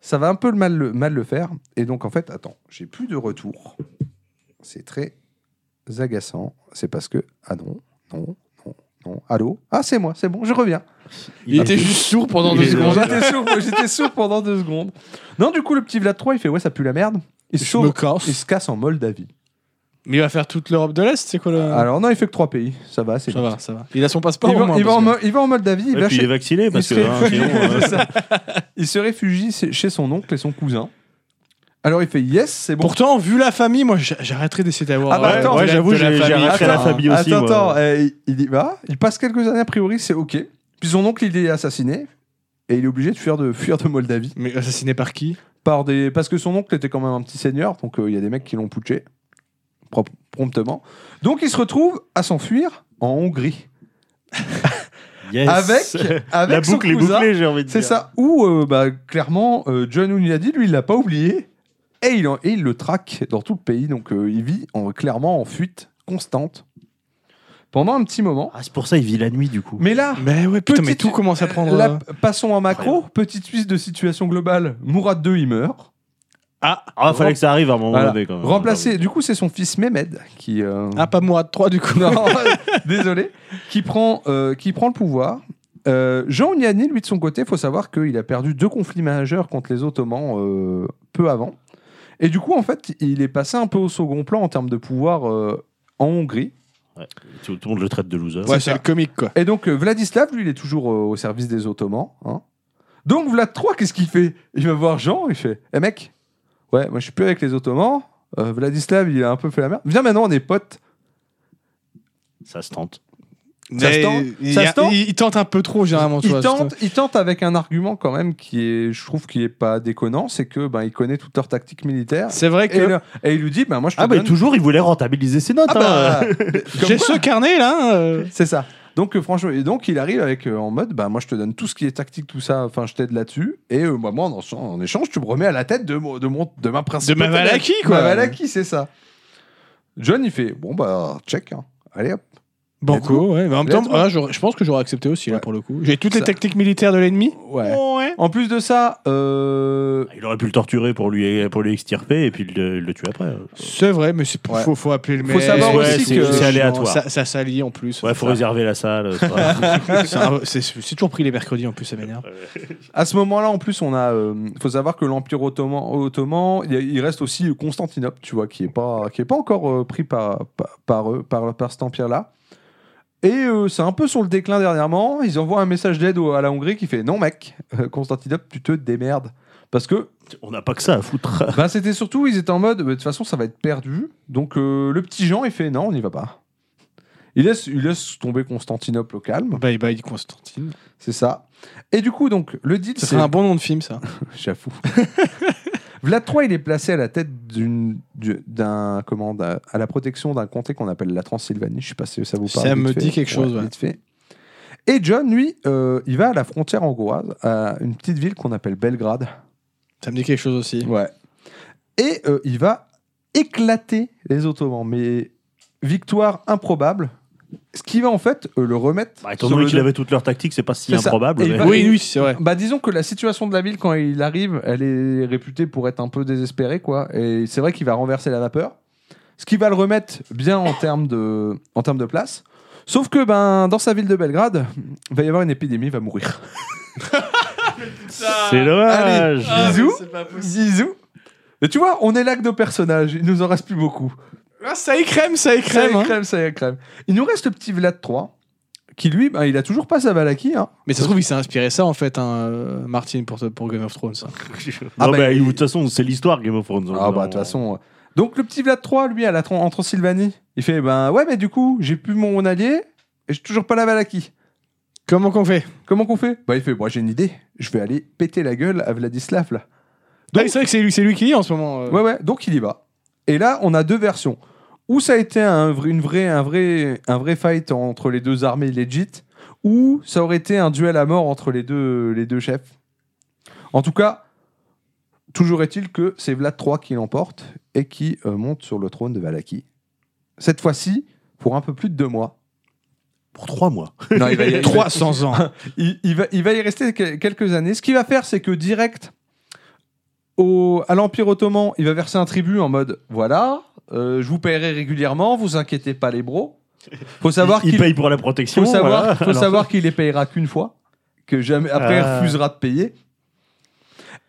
Speaker 1: ça va un peu le mal, le mal le faire. Et donc en fait, attends, j'ai plus de retour. C'est très agaçant. C'est parce que. Ah non, non, non, non. Allô Ah, c'est moi, c'est bon, je reviens.
Speaker 3: Il était juste sourd pendant
Speaker 2: Il
Speaker 3: deux
Speaker 2: est-
Speaker 3: secondes.
Speaker 1: J'étais sourd, j'étais sourd pendant deux secondes. Non, du coup, le petit Vlad 3, il fait Ouais, ça pue la merde. Il se,
Speaker 3: Je
Speaker 1: sauve,
Speaker 3: me
Speaker 1: il
Speaker 3: casse.
Speaker 1: se casse en Moldavie.
Speaker 3: Mais il va faire toute l'Europe de l'Est, c'est quoi
Speaker 2: Euh.
Speaker 3: le...
Speaker 1: Alors, non, il fait que trois pays. Ça va, c'est
Speaker 3: Ça
Speaker 1: bien.
Speaker 3: va, ça va. Il a son passeport
Speaker 1: Il
Speaker 3: au
Speaker 1: va,
Speaker 3: moins.
Speaker 1: il va en,
Speaker 3: parce que-
Speaker 1: Mo- il va en Moldavie, il
Speaker 2: Et
Speaker 1: va
Speaker 2: puis il est
Speaker 1: chez.
Speaker 2: vacciné parce
Speaker 1: il
Speaker 2: que
Speaker 1: se
Speaker 2: hein,
Speaker 1: réfugie-
Speaker 2: sinon, euh,
Speaker 1: c'est ça. Il se réfugie chez- chez son oncle et son cousin. Alors, il fait Yes, c'est bon.
Speaker 3: Pourtant, vu la famille, moi, j'a- j'arrêterais d'essayer d'avoir. euh,
Speaker 1: Ah bah attends,
Speaker 3: de la-
Speaker 2: ouais, j'avoue,
Speaker 3: de la
Speaker 2: j'ai- j'ai
Speaker 3: famille.
Speaker 2: arraché la
Speaker 3: Attends,
Speaker 2: famille. aussi,
Speaker 1: Attends,
Speaker 2: moi.
Speaker 1: attends, euh, il- il y va, il passe quelques années, a priori, c'est ok. Puis son oncle, il est assassiné, et il est obligé de fuir de, fuir de Moldavie.
Speaker 3: Mais assassiné par qui
Speaker 1: Par des... Parce que son oncle était quand même un petit seigneur, donc euh, il y a des mecs qui l'ont putché pro- promptement. Donc il se retrouve à s'enfuir en Hongrie.
Speaker 2: Yes.
Speaker 1: Avec, avec
Speaker 2: la
Speaker 1: son
Speaker 2: boucle est
Speaker 1: cousin.
Speaker 2: bouclée, j'ai envie de dire.
Speaker 1: C'est ça. Où, euh, bah, clairement, euh, John Uniadi, lui, il l'a pas oublié. Et il, en- et il le traque dans tout le pays. Donc, euh, il vit en- clairement en fuite constante. pendant un petit moment.
Speaker 2: Ah, c'est pour ça il vit la nuit du coup.
Speaker 1: Mais là,
Speaker 3: Mais ouais, putain, mais
Speaker 1: Petite-
Speaker 3: tout commence à prendre.
Speaker 1: Oh là,
Speaker 3: euh,
Speaker 1: passons en macro, petite suisse de situation globale. Mourad II, il meurt.
Speaker 2: Ah, fallait que ça arrive à un moment
Speaker 1: Voilà.
Speaker 2: donné quand même.
Speaker 1: Remplacé, du coup, c'est son fils Mehmed qui. euh,
Speaker 3: Ah, pas Mourad 3 du coup.
Speaker 1: Non, désolé. Qui prend, euh, qui prend le pouvoir. Euh, Jean Ougnani, lui, de son côté, faut savoir qu'il a perdu deux conflits majeurs contre les Ottomans euh, peu avant. Et du coup, en fait, il est passé un peu au second plan en termes de pouvoir euh, en Hongrie.
Speaker 2: Ouais. Ah Tout, tout le monde le traite de loser.
Speaker 3: Ouais,
Speaker 1: c'est
Speaker 3: c'est
Speaker 1: ça.
Speaker 3: le comique quoi.
Speaker 1: Et donc, euh, Vladislav, lui, il est toujours euh, au service des Ottomans. hein. Donc, Vlad III, qu'est-ce qu'il fait Il va voir Jean, il fait Eh mec, ouais, moi je suis plus avec les Ottomans. Euh, Vladislav, il a un peu fait la merde. Viens maintenant, on est potes.
Speaker 2: Ça se tente.
Speaker 1: Ça se tente-
Speaker 3: il,
Speaker 1: ça
Speaker 3: il-
Speaker 1: se tente
Speaker 3: il- il tente un peu trop généralement. tu
Speaker 1: il,
Speaker 3: vois,
Speaker 1: tente, il tente avec un argument quand même qui est, je trouve, qui est pas déconnant, c'est que ben il connaît toute leur tactique militaire.
Speaker 3: C'est vrai
Speaker 1: Et,
Speaker 3: que
Speaker 1: le- et il lui dit, ben moi je te
Speaker 2: Ah, mais
Speaker 1: donne.
Speaker 2: toujours, il voulait rentabiliser ses notes. hein.
Speaker 1: Ah bah, comme
Speaker 3: j'ai
Speaker 1: quoi.
Speaker 3: ce carnet là. euh,
Speaker 1: C'est ça. Donc euh, franchement, et donc il arrive avec euh, en mode, bah moi je te donne tout ce qui est tactique, tout ça, enfin je t'aide là-dessus, et euh, bah, moi en, en- en échange tu me remets à la tête de, mon- de mon de ma principale.
Speaker 3: De ma Valaki, quoi.
Speaker 1: Ma Valaki, c'est ça. John il fait, bon bah check, hein. allez hop.
Speaker 3: Banco, ouais. Mais en même temps,
Speaker 1: Let's go.
Speaker 3: ah, j'aurais- je pense que j'aurais accepté aussi là
Speaker 1: Ouais.
Speaker 3: pour le coup. J'ai toutes les
Speaker 1: Ça-
Speaker 3: tactiques militaires de l'ennemi.
Speaker 1: Ouais. En plus de ça, euh,
Speaker 2: Il aurait pu le torturer pour lui, pour lui extirper et puis le, le tuer après.
Speaker 3: C'est vrai, mais c'est
Speaker 1: Ouais.
Speaker 3: faut, faut appeler le
Speaker 1: Faut
Speaker 3: mec.
Speaker 1: savoir
Speaker 2: Ouais,
Speaker 1: aussi
Speaker 2: c'est-
Speaker 1: que-
Speaker 2: c'est aléatoire.
Speaker 3: Ça, ça s'allie en plus.
Speaker 2: Ouais, faut
Speaker 3: Ça-
Speaker 2: réserver la salle. c'est pas-
Speaker 3: c'est un- C'est c'est toujours pris les mercredis en plus, ça m'énerve.
Speaker 1: À ce moment-là, en plus, on a. euh, faut savoir que l'empire ottoman, ottoman, il y a- il reste aussi Constantinople, tu vois, qui est pas, qui est pas encore euh, pris par par par, eux, par, par cet empire-là. Et euh, c'est un peu sur le déclin dernièrement. Ils envoient un message d'aide au- à la Hongrie qui fait non mec, euh, Constantinople, tu te démerdes. Parce que
Speaker 2: On n'a pas que ça à foutre.
Speaker 1: ben, c'était surtout, ils étaient en mode, bah, de toute façon, ça va être perdu. Donc euh, le petit Jean, il fait non, on n'y va pas. Il laisse, il laisse tomber Constantinople au calme,
Speaker 3: Bye bye Constantine.
Speaker 1: c'est ça. Et du coup, donc, le deal,
Speaker 3: Ce
Speaker 1: c'est.
Speaker 3: serait un bon nom de film, ça.
Speaker 1: J'avoue. Vlad III, il est placé à la tête d'une, du- d'un, comment, d'un- à la protection d'un comté qu'on appelle la Transylvanie. Je sais pas si ça vous
Speaker 3: Ça
Speaker 1: parle. vite
Speaker 3: me
Speaker 1: fait.
Speaker 3: dit quelque chose, ouais.
Speaker 1: vite fait. Et John, lui, euh, il va à la frontière hongroise, à une petite ville qu'on appelle Belgrade.
Speaker 3: Ça me dit quelque chose aussi.
Speaker 1: Ouais. Et euh, il va éclater les Ottomans. Mais victoire improbable. Ce qui va en fait euh, le remettre.
Speaker 2: Bah, étant
Speaker 1: sur
Speaker 2: donné
Speaker 1: le
Speaker 2: qu'il
Speaker 1: dos-
Speaker 2: avait toutes leurs tactiques, c'est pas si
Speaker 1: C'est ça.
Speaker 2: improbable.
Speaker 1: Et il
Speaker 2: mais-
Speaker 1: va-
Speaker 3: Oui, oui, c'est vrai.
Speaker 1: bah disons que la situation de la ville quand il arrive, elle est réputée pour être un peu désespérée quoi. Et c'est vrai qu'il va renverser la vapeur, ce qui va le remettre bien en termes de en termes de place. Sauf que ben dans sa ville de Belgrade, il va y avoir une épidémie, il va mourir.
Speaker 2: C'est dommage.
Speaker 1: Ah, Bisous. mais Zizou. Et tu vois, on est là que nos personnages, il nous en reste plus beaucoup.
Speaker 3: Ah, ça écrème, ça
Speaker 1: Ça y est,
Speaker 3: écrème. hein.
Speaker 1: crème, ça y est, crème. Il nous reste le petit Vlad 3 qui lui, ben, il a toujours pas sa Valaki hein.
Speaker 3: Mais ça se trouve, il s'est inspiré ça en fait, hein, euh, Martin, pour, pour Game of Thrones. ça.
Speaker 1: Ah,
Speaker 2: Non,
Speaker 1: bah,
Speaker 2: bah,
Speaker 1: il-
Speaker 2: de toute façon, c'est l'histoire Game of Thrones. hein.
Speaker 1: Ah bah de
Speaker 2: On-
Speaker 1: toute façon. euh. Donc le petit Vlad 3 lui à la Tran- en Transylvanie, il fait ben ouais mais du coup j'ai plus mon allié et j'ai toujours pas la Valaki.
Speaker 3: Comment qu'on fait
Speaker 1: Comment qu'on fait Bah il fait moi j'ai une idée, je vais aller péter la gueule à Vladislav là.
Speaker 3: Ah, C'est vrai que c'est lui, c'est lui qui lit en ce moment. euh.
Speaker 1: Ouais ouais donc il y va. Et là on a deux versions. Ou ça a été un, vrai- une vraie, un, vrai, un vrai fight entre les deux armées legit, ou ça aurait été un duel à mort entre les deux, les deux chefs. En tout cas, toujours est-il que c'est Vlad III qui l'emporte et qui euh, monte sur le trône de Valaki. Cette fois-ci, pour un peu plus de deux mois.
Speaker 2: Pour trois mois.
Speaker 1: Non, il va y- il va-
Speaker 3: 300 ans.
Speaker 1: il, il va, il va y rester quel- quelques années. Ce qu'il va faire, c'est que direct au, à l'Empire ottoman, il va verser un tribut en mode voilà, euh, je vous paierai régulièrement, vous inquiétez pas les bros. Faut savoir
Speaker 2: il,
Speaker 1: qu'il
Speaker 2: paye pour la protection.
Speaker 1: faut savoir,
Speaker 2: voilà.
Speaker 1: faut
Speaker 2: Alors,
Speaker 1: savoir qu'il les payera qu'une fois, que jamais après
Speaker 2: Ah.
Speaker 1: il refusera de payer.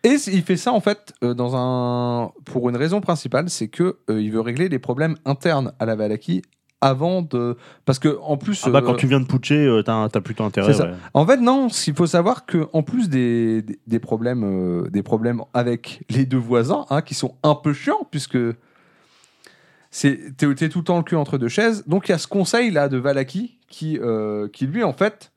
Speaker 1: Et c- il fait ça en fait euh, dans un pour une raison principale, c'est que euh, il veut régler les problèmes internes à la Valaki avant de parce que en plus
Speaker 2: ah bah, quand
Speaker 1: euh,
Speaker 2: tu viens de putcher, euh, t'as t'as plutôt intérêt.
Speaker 1: C'est ça.
Speaker 2: ouais.
Speaker 1: en fait, non, ce qu'il faut savoir que en plus des, des, des problèmes, euh, des problèmes avec les deux voisins, hein, qui sont un peu chiants, puisque c'est- t'es t'es tout le temps le cul entre deux chaises. Donc il y a ce conseil là de Valaki qui, euh, qui lui en fait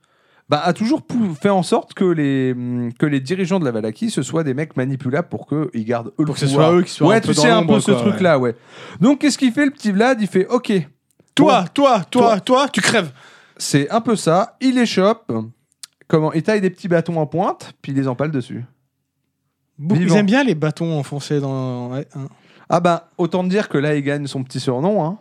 Speaker 1: bah, a toujours pou- fait en sorte que les, hum, que les dirigeants de la Valaki ce soient des mecs manipulables pour qu'ils gardent eux
Speaker 3: Pour
Speaker 1: le
Speaker 3: que ce
Speaker 1: pouvoir.
Speaker 3: soit eux qui soient
Speaker 1: ouais,
Speaker 3: un peu
Speaker 1: tu
Speaker 3: dans
Speaker 1: sais un peu
Speaker 3: l'ombre,
Speaker 1: ce
Speaker 3: quoi, ouais.
Speaker 1: truc là, ouais. Donc qu'est-ce qu'il fait le petit Vlad Il fait OK.
Speaker 3: Toi, toi,
Speaker 1: Toi.
Speaker 3: toi, toi, tu crèves.
Speaker 1: C'est un peu ça. Il les chope. Comment Il taille des petits bâtons en pointe, puis il les empale dessus.
Speaker 3: Beaucoup- Ils
Speaker 1: Vivant.
Speaker 3: aiment bien les bâtons enfoncés dans ouais, hein.
Speaker 1: ben, Ah bah, autant te dire que là, il gagne son petit surnom. Hein.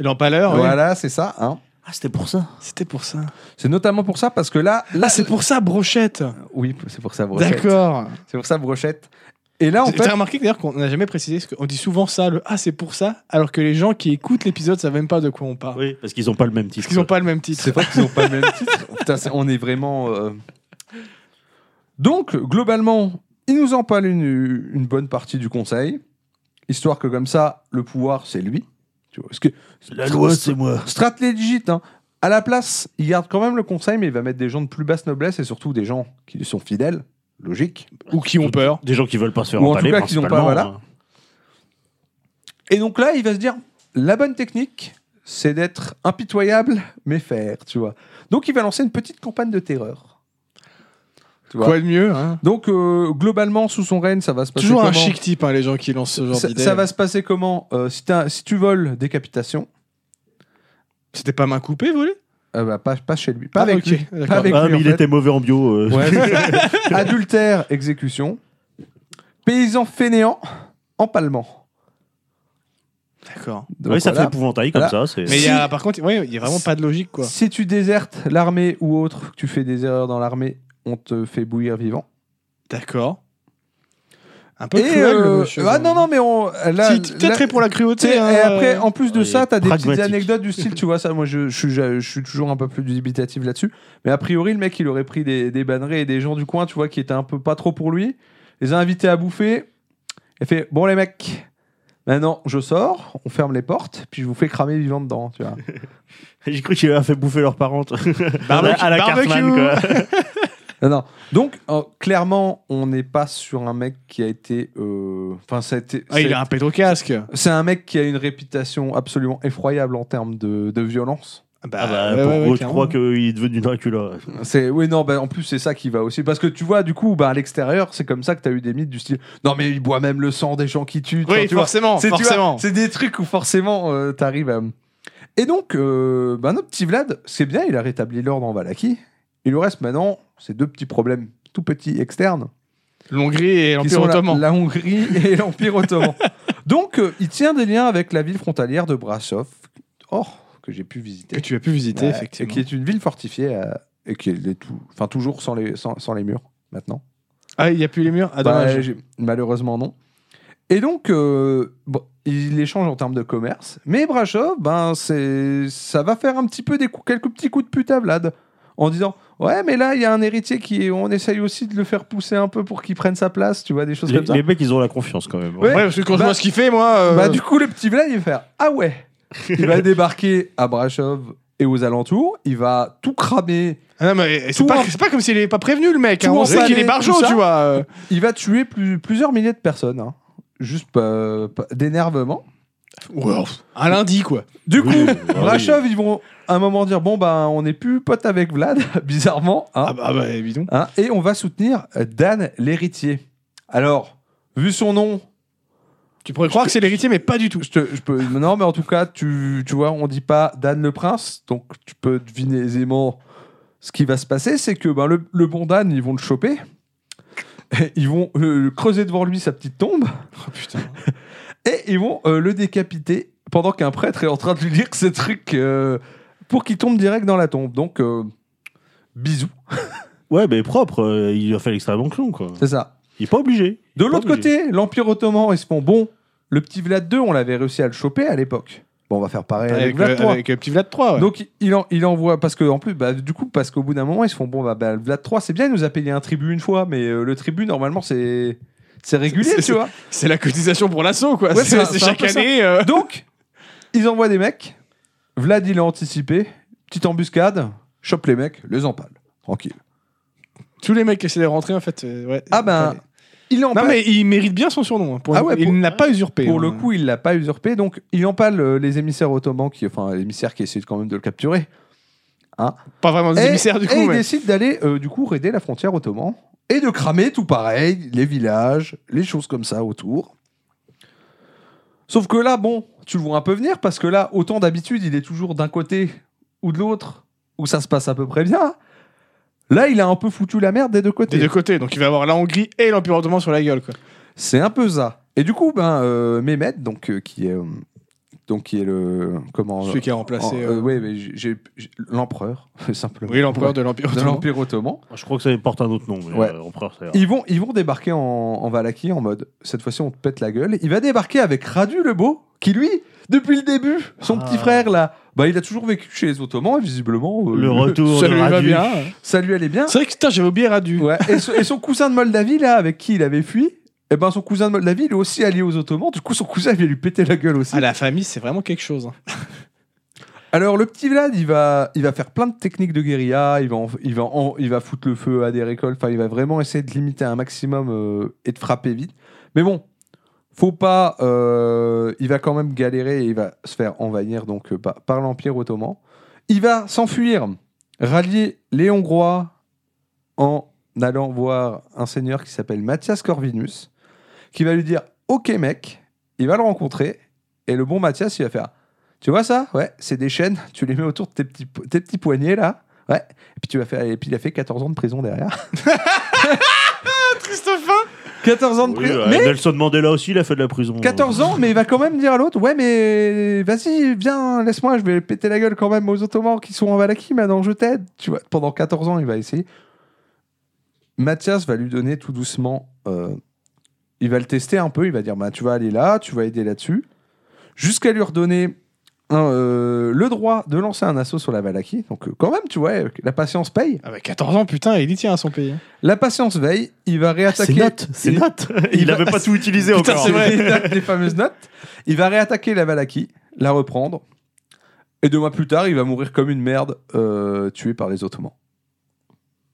Speaker 3: l'empaleur. ouais.
Speaker 1: voilà, c'est ça. Hein.
Speaker 2: Ah, c'était pour ça.
Speaker 3: C'était pour ça.
Speaker 1: C'est notamment pour ça, parce que là. là
Speaker 3: Là, Ah, c'est pour ça, brochette.
Speaker 1: Oui, c'est pour ça, Brochette.
Speaker 3: D'accord. Ah,
Speaker 1: C'est pour ça, Brochette. Et là, en
Speaker 3: T'as
Speaker 1: fait.
Speaker 3: remarqué d'ailleurs qu'on n'a jamais précisé, parce qu'on dit souvent ça, le Ah, c'est pour ça, alors que les gens qui écoutent l'épisode savent même pas de quoi on parle.
Speaker 2: Oui, parce qu'ils n'ont pas le même
Speaker 3: Parce
Speaker 2: titre.
Speaker 3: qu'ils n'ont pas le même titre.
Speaker 1: C'est vrai qu'ils n'ont pas le même titre. Putain, c'est- on est vraiment. euh. Donc, globalement, il nous en parle une, une bonne partie du conseil, histoire que comme ça, le pouvoir, c'est lui. Tu vois, parce que
Speaker 2: La loi, c'est moi.
Speaker 1: Stratlegit, hein. à la place, il garde quand même le conseil, mais il va mettre des gens de plus basse noblesse et surtout des gens qui lui sont fidèles, logique.
Speaker 3: Ou qui ont peur.
Speaker 2: Des gens qui veulent pas se faire
Speaker 1: Ou en tout
Speaker 2: empaler,
Speaker 1: cas, qu'ils ont pas,
Speaker 2: principalement,
Speaker 1: voilà.
Speaker 2: hein.
Speaker 1: Et donc là, il va se dire, la bonne technique, c'est d'être impitoyable, mais faire, tu vois. Donc il va lancer une petite campagne de terreur. Tu vois.
Speaker 3: Quoi de mieux hein
Speaker 1: Donc euh, globalement, sous son règne, ça va se passer
Speaker 3: Toujours un
Speaker 1: comment
Speaker 3: chic type, hein, les gens qui lancent ce genre
Speaker 1: ça,
Speaker 3: d'idée.
Speaker 1: ça va se passer comment Euh, si, t'as- si tu voles, décapitation.
Speaker 3: C'était pas main coupée, volé
Speaker 1: Euh, bah, pas, pas chez
Speaker 3: Ah,
Speaker 1: lui. Pas avec lui. Pas avec
Speaker 2: Ah,
Speaker 1: lui,
Speaker 2: mais
Speaker 1: en
Speaker 2: il
Speaker 1: fait.
Speaker 2: était mauvais en bio. euh.
Speaker 1: Ouais. Adultère, exécution. Paysan fainéant, empalement.
Speaker 3: D'accord.
Speaker 1: Donc
Speaker 2: Ouais, ça
Speaker 1: voilà.
Speaker 2: fait épouvantail comme ça. c'est-
Speaker 3: Mais il y a, par contre, ouais, il y a vraiment pas de logique, quoi.
Speaker 1: Si tu désertes l'armée ou autre, que tu fais des erreurs dans l'armée, on te fait bouillir vivant.
Speaker 3: D'accord. Un peu
Speaker 1: Et,
Speaker 3: cruel,
Speaker 1: euh,
Speaker 3: le monsieur.
Speaker 1: ah non non mais on là,
Speaker 3: Si,
Speaker 1: là-
Speaker 3: peut-être pour la
Speaker 1: tu sais,
Speaker 3: cruauté. hein,
Speaker 1: et après,
Speaker 3: euh,
Speaker 1: en plus de
Speaker 2: Ouais,
Speaker 1: ça, t'as des petites
Speaker 2: pragmatique.
Speaker 1: anecdotes du style, tu vois ça. Moi, je, je suis, je, suis toujours un peu plus dubitatif là-dessus. Mais a priori, le mec, il aurait pris des, des bannerets et des gens du coin, tu vois, qui étaient un peu pas trop pour lui. Les a invités à bouffer. Il fait bon les mecs, maintenant je sors, on ferme les portes, puis je vous fais cramer vivant dedans, tu vois.
Speaker 2: J'ai cru qu'il avait fait bouffer leurs parents.
Speaker 3: Barbecue, Ah,
Speaker 2: à la
Speaker 3: barbecue.
Speaker 2: Cartman, quoi.
Speaker 1: Non, non. Donc euh, clairement, on n'est pas sur un mec qui a été, euh, enfin ça a été.
Speaker 3: Ah, il
Speaker 1: c'est-
Speaker 3: a un pédocasque.
Speaker 1: c'est un mec qui a une réputation absolument effroyable en termes de- de violence.
Speaker 2: Ah bah, pour eux, tu crois qu'il est devenu Dracula.
Speaker 1: C'est oui non bah, en plus c'est ça qui va aussi parce que tu vois du coup bah à l'extérieur c'est comme ça que t'as eu des mythes du style non mais il boit même le sang des gens qui tuent Enfin,
Speaker 3: Oui,
Speaker 1: tu vois,
Speaker 3: forcément,
Speaker 1: c'est tu vois,
Speaker 3: forcément.
Speaker 1: c'est des trucs où forcément euh, t'arrives à et donc euh, bah, notre petit Vlad c'est bien il a rétabli l'ordre en Valaki il lui reste maintenant ces deux petits problèmes tout petits externes
Speaker 3: L'Hongrie et
Speaker 1: qui
Speaker 3: l'Empire
Speaker 1: sont la-
Speaker 3: ottoman.
Speaker 1: la, Hongrie et l'Empire ottoman donc euh, il tient des liens avec la ville frontalière de Brasov oh que j'ai pu visiter
Speaker 3: Que tu as pu visiter,
Speaker 1: euh,
Speaker 3: effectivement.
Speaker 1: Qui est une ville fortifiée euh, et qui est tout, enfin toujours sans les, sans, sans les murs maintenant.
Speaker 3: Ah, il n'y a plus les murs Ah,
Speaker 1: Bah,
Speaker 3: dommage.
Speaker 1: j'ai- malheureusement non. Et donc euh, bon, il échange en termes de commerce, mais Brashov, ben c'est, ça va faire un petit peu des coups- quelques petits coups de pute à Vlad en disant ouais mais là il y a un héritier qui est- on essaye aussi de le faire pousser un peu pour qu'il prenne sa place, tu vois des choses
Speaker 2: Les,
Speaker 1: comme ça.
Speaker 2: les mecs, ils ont la confiance quand même.
Speaker 1: Ouais.
Speaker 3: Ouais, parce que quand
Speaker 1: Bah-
Speaker 3: je vois ce qu'il fait, moi. euh,
Speaker 1: Bah, du coup, le petit Vlad, il va faire Ah ouais Il va débarquer à Brashov et aux alentours. Il va tout cramer.
Speaker 3: ah non, mais c'est
Speaker 1: tout
Speaker 3: pas,
Speaker 1: en-
Speaker 3: c'est pas comme s'il est pas prévenu, le mec. hein,
Speaker 1: Tout
Speaker 3: On
Speaker 1: en
Speaker 3: sait qu'il
Speaker 1: palais,
Speaker 3: est barjot,
Speaker 1: tout ça.
Speaker 3: tu vois. euh.
Speaker 1: Il va tuer plus- plusieurs milliers de personnes. hein. Juste euh, p- d'énervement.
Speaker 3: Ouais, Un lundi, quoi.
Speaker 1: Du
Speaker 2: Oui,
Speaker 1: coup,
Speaker 2: oui, Ah oui.
Speaker 1: Brashov, ils vont à un moment dire Bon, ben, on n'est plus potes avec Vlad, bizarrement. hein.
Speaker 3: Ah bah, ah bah, dis donc.
Speaker 1: Hein, et on va soutenir Dan l'héritier. Alors, vu son nom,
Speaker 3: Tu pourrais croire que c'est l'héritier, mais pas du tout.
Speaker 1: je te- je peux, non, mais en tout cas, tu, tu vois, on dit pas Dan le prince, donc tu peux deviner aisément ce qui va se passer. C'est que ben, le, le bon Dan, ils vont le choper. Et ils vont euh, creuser devant lui sa petite tombe
Speaker 3: Oh, putain.
Speaker 1: et ils vont euh, le décapiter pendant qu'un prêtre est en train de lui lire ces trucs euh, pour qu'il tombe direct dans la tombe. Donc, euh, bisous,
Speaker 2: Ouais, mais propre, euh, il a fait l'extrêmement clon, quoi.
Speaker 1: c'est ça.
Speaker 2: Il est pas obligé.
Speaker 1: De
Speaker 2: Pas
Speaker 1: l'autre
Speaker 2: obligé.
Speaker 1: côté, l'Empire Ottoman, ils se font bon. Le petit Vlad II, on l'avait réussi à le choper à l'époque. Bon, on va faire pareil avec,
Speaker 3: Avec,
Speaker 1: Vlad
Speaker 3: euh,
Speaker 1: III.
Speaker 3: avec, euh, petit Vlad 3. Ouais.
Speaker 1: Donc il, en, il envoie parce que en plus bah, du coup parce qu'au bout d'un moment ils se font bon bah, bah, Vlad 3 c'est bien il nous a payé un tribut une fois mais euh, le tribut normalement c'est c'est régulier
Speaker 3: C'est-
Speaker 1: tu vois
Speaker 3: C'est la cotisation pour l'assaut, quoi.
Speaker 1: Ouais, c'est
Speaker 3: c'est
Speaker 1: un-
Speaker 3: c'est
Speaker 1: c'est un
Speaker 3: chaque
Speaker 1: peu ça.
Speaker 3: année. euh,
Speaker 1: donc ils envoient des mecs Vlad il a anticipé petite embuscade chope les mecs les empale tranquille
Speaker 3: Tous les mecs qui essaient de rentrer, en fait. euh, ouais.
Speaker 1: ah ben il
Speaker 3: Non,
Speaker 1: empale
Speaker 3: mais il mérite bien son surnom. hein, pour-
Speaker 1: Ah ouais,
Speaker 3: il
Speaker 1: pour-
Speaker 3: n'a pas usurpé.
Speaker 1: pour
Speaker 3: hein.
Speaker 1: le coup il l'a pas usurpé donc il empale euh, les émissaires ottomans qui enfin l'émissaire qui essaie quand même de le capturer
Speaker 3: Pas vraiment des
Speaker 1: Et-
Speaker 3: émissaires, du
Speaker 1: et
Speaker 3: coup.
Speaker 1: il
Speaker 3: mais-
Speaker 1: décide d'aller euh, du coup raider la frontière ottomane et de cramer tout pareil, les villages, les choses comme ça autour. Sauf que là, bon, tu le vois un peu venir parce que là, autant d'habitude, il est toujours d'un côté ou de l'autre où ça se passe à peu près bien. Là, il a un peu foutu la merde des deux côtés.
Speaker 3: Des deux côtés. Donc il va avoir la Hongrie et l'Empire ottoman sur la gueule, quoi.
Speaker 1: C'est un peu ça. Et du coup, ben, euh, Mehmed, donc, euh, qui, est, euh, donc qui est le comment
Speaker 3: Celui qui a remplacé,
Speaker 1: en-
Speaker 3: euh,
Speaker 1: ouais, mais j'ai- j'ai j'ai- l'empereur simplement.
Speaker 3: Oui, l'empereur de l'Empire
Speaker 1: de
Speaker 3: ottoman.
Speaker 1: l'empire ottoman.
Speaker 2: Ah, Je crois que ça porte un autre nom. Mais
Speaker 1: Ouais.
Speaker 2: euh, Empereur, ça ira.
Speaker 1: Ils vont, ils vont débarquer en, en Valaquie en mode cette fois-ci on te pète la gueule. Il va débarquer avec Radu le beau qui lui depuis le début son
Speaker 2: Ah.
Speaker 1: petit frère là bah il a toujours vécu chez les Ottomans et visiblement euh,
Speaker 2: Le retour
Speaker 3: Ça
Speaker 2: de
Speaker 3: lui va
Speaker 2: Radu.
Speaker 3: bien. hein.
Speaker 1: ça lui allait bien.
Speaker 3: C'est vrai que putain, j'avais oublié Radu.
Speaker 1: Ouais. Et, son- et son cousin de Moldavie là avec qui il avait fui. Et ben son cousin de Moldavie, il est aussi allié aux Ottomans. Du coup, son cousin vient lui péter la gueule aussi.
Speaker 3: Ah, la famille, c'est vraiment quelque chose. hein.
Speaker 1: Alors le petit Vlad, il va, il va faire plein de techniques de guérilla, il va, en- il va, en- il va foutre le feu à des récoltes. Enfin, il va vraiment essayer de limiter un maximum euh, et de frapper vite. Mais bon, faut pas. euh, il va quand même galérer et il va se faire envahir donc euh, par, par l'empire ottoman. Il va s'enfuir, rallier les Hongrois en allant voir un seigneur qui s'appelle Mathias Corvinus, qui va lui dire "Ok mec, il va le rencontrer." Et le bon Mathias, il va faire tu vois ça Ouais, c'est des chaînes, tu les mets autour de tes petits, po- tes petits poignets là. Ouais. Et puis, tu vas faire, et puis il a fait 14 ans de prison derrière.
Speaker 3: Christophe
Speaker 1: 14 ans de
Speaker 2: Oui,
Speaker 1: prison.
Speaker 2: euh,
Speaker 1: mais
Speaker 2: Nelson Mandela aussi, il a fait de la prison.
Speaker 1: 14 ans, mais il va quand même dire à l'autre Ouais, mais vas-y, viens, laisse-moi, je vais péter la gueule quand même aux Ottomans qui sont en Valaki maintenant, je t'aide. Tu vois, pendant 14 ans, il va essayer. Mathias va lui donner tout doucement. euh, il va le tester un peu, il va dire bah, Tu vas aller là, tu vas aider là-dessus. Jusqu'à lui redonner un, euh, le droit de lancer un assaut sur la Valaki. Donc, euh, quand même, tu vois, euh, la patience paye.
Speaker 3: Ah, bah 14 ans, putain, il y tient à son pays. hein.
Speaker 1: La patience veille, il va
Speaker 2: Ah, C'est
Speaker 1: réattaquer.
Speaker 2: note, c'est
Speaker 1: Il-
Speaker 2: note. Il
Speaker 1: il-
Speaker 2: n'avait pas tout utilisé
Speaker 3: Putain,
Speaker 2: encore.
Speaker 3: c'est vrai.
Speaker 1: les notes, les fameuses notes. Il va réattaquer la Valaki, la reprendre, et deux mois plus tard, il va mourir comme une merde, euh, tué par les Ottomans.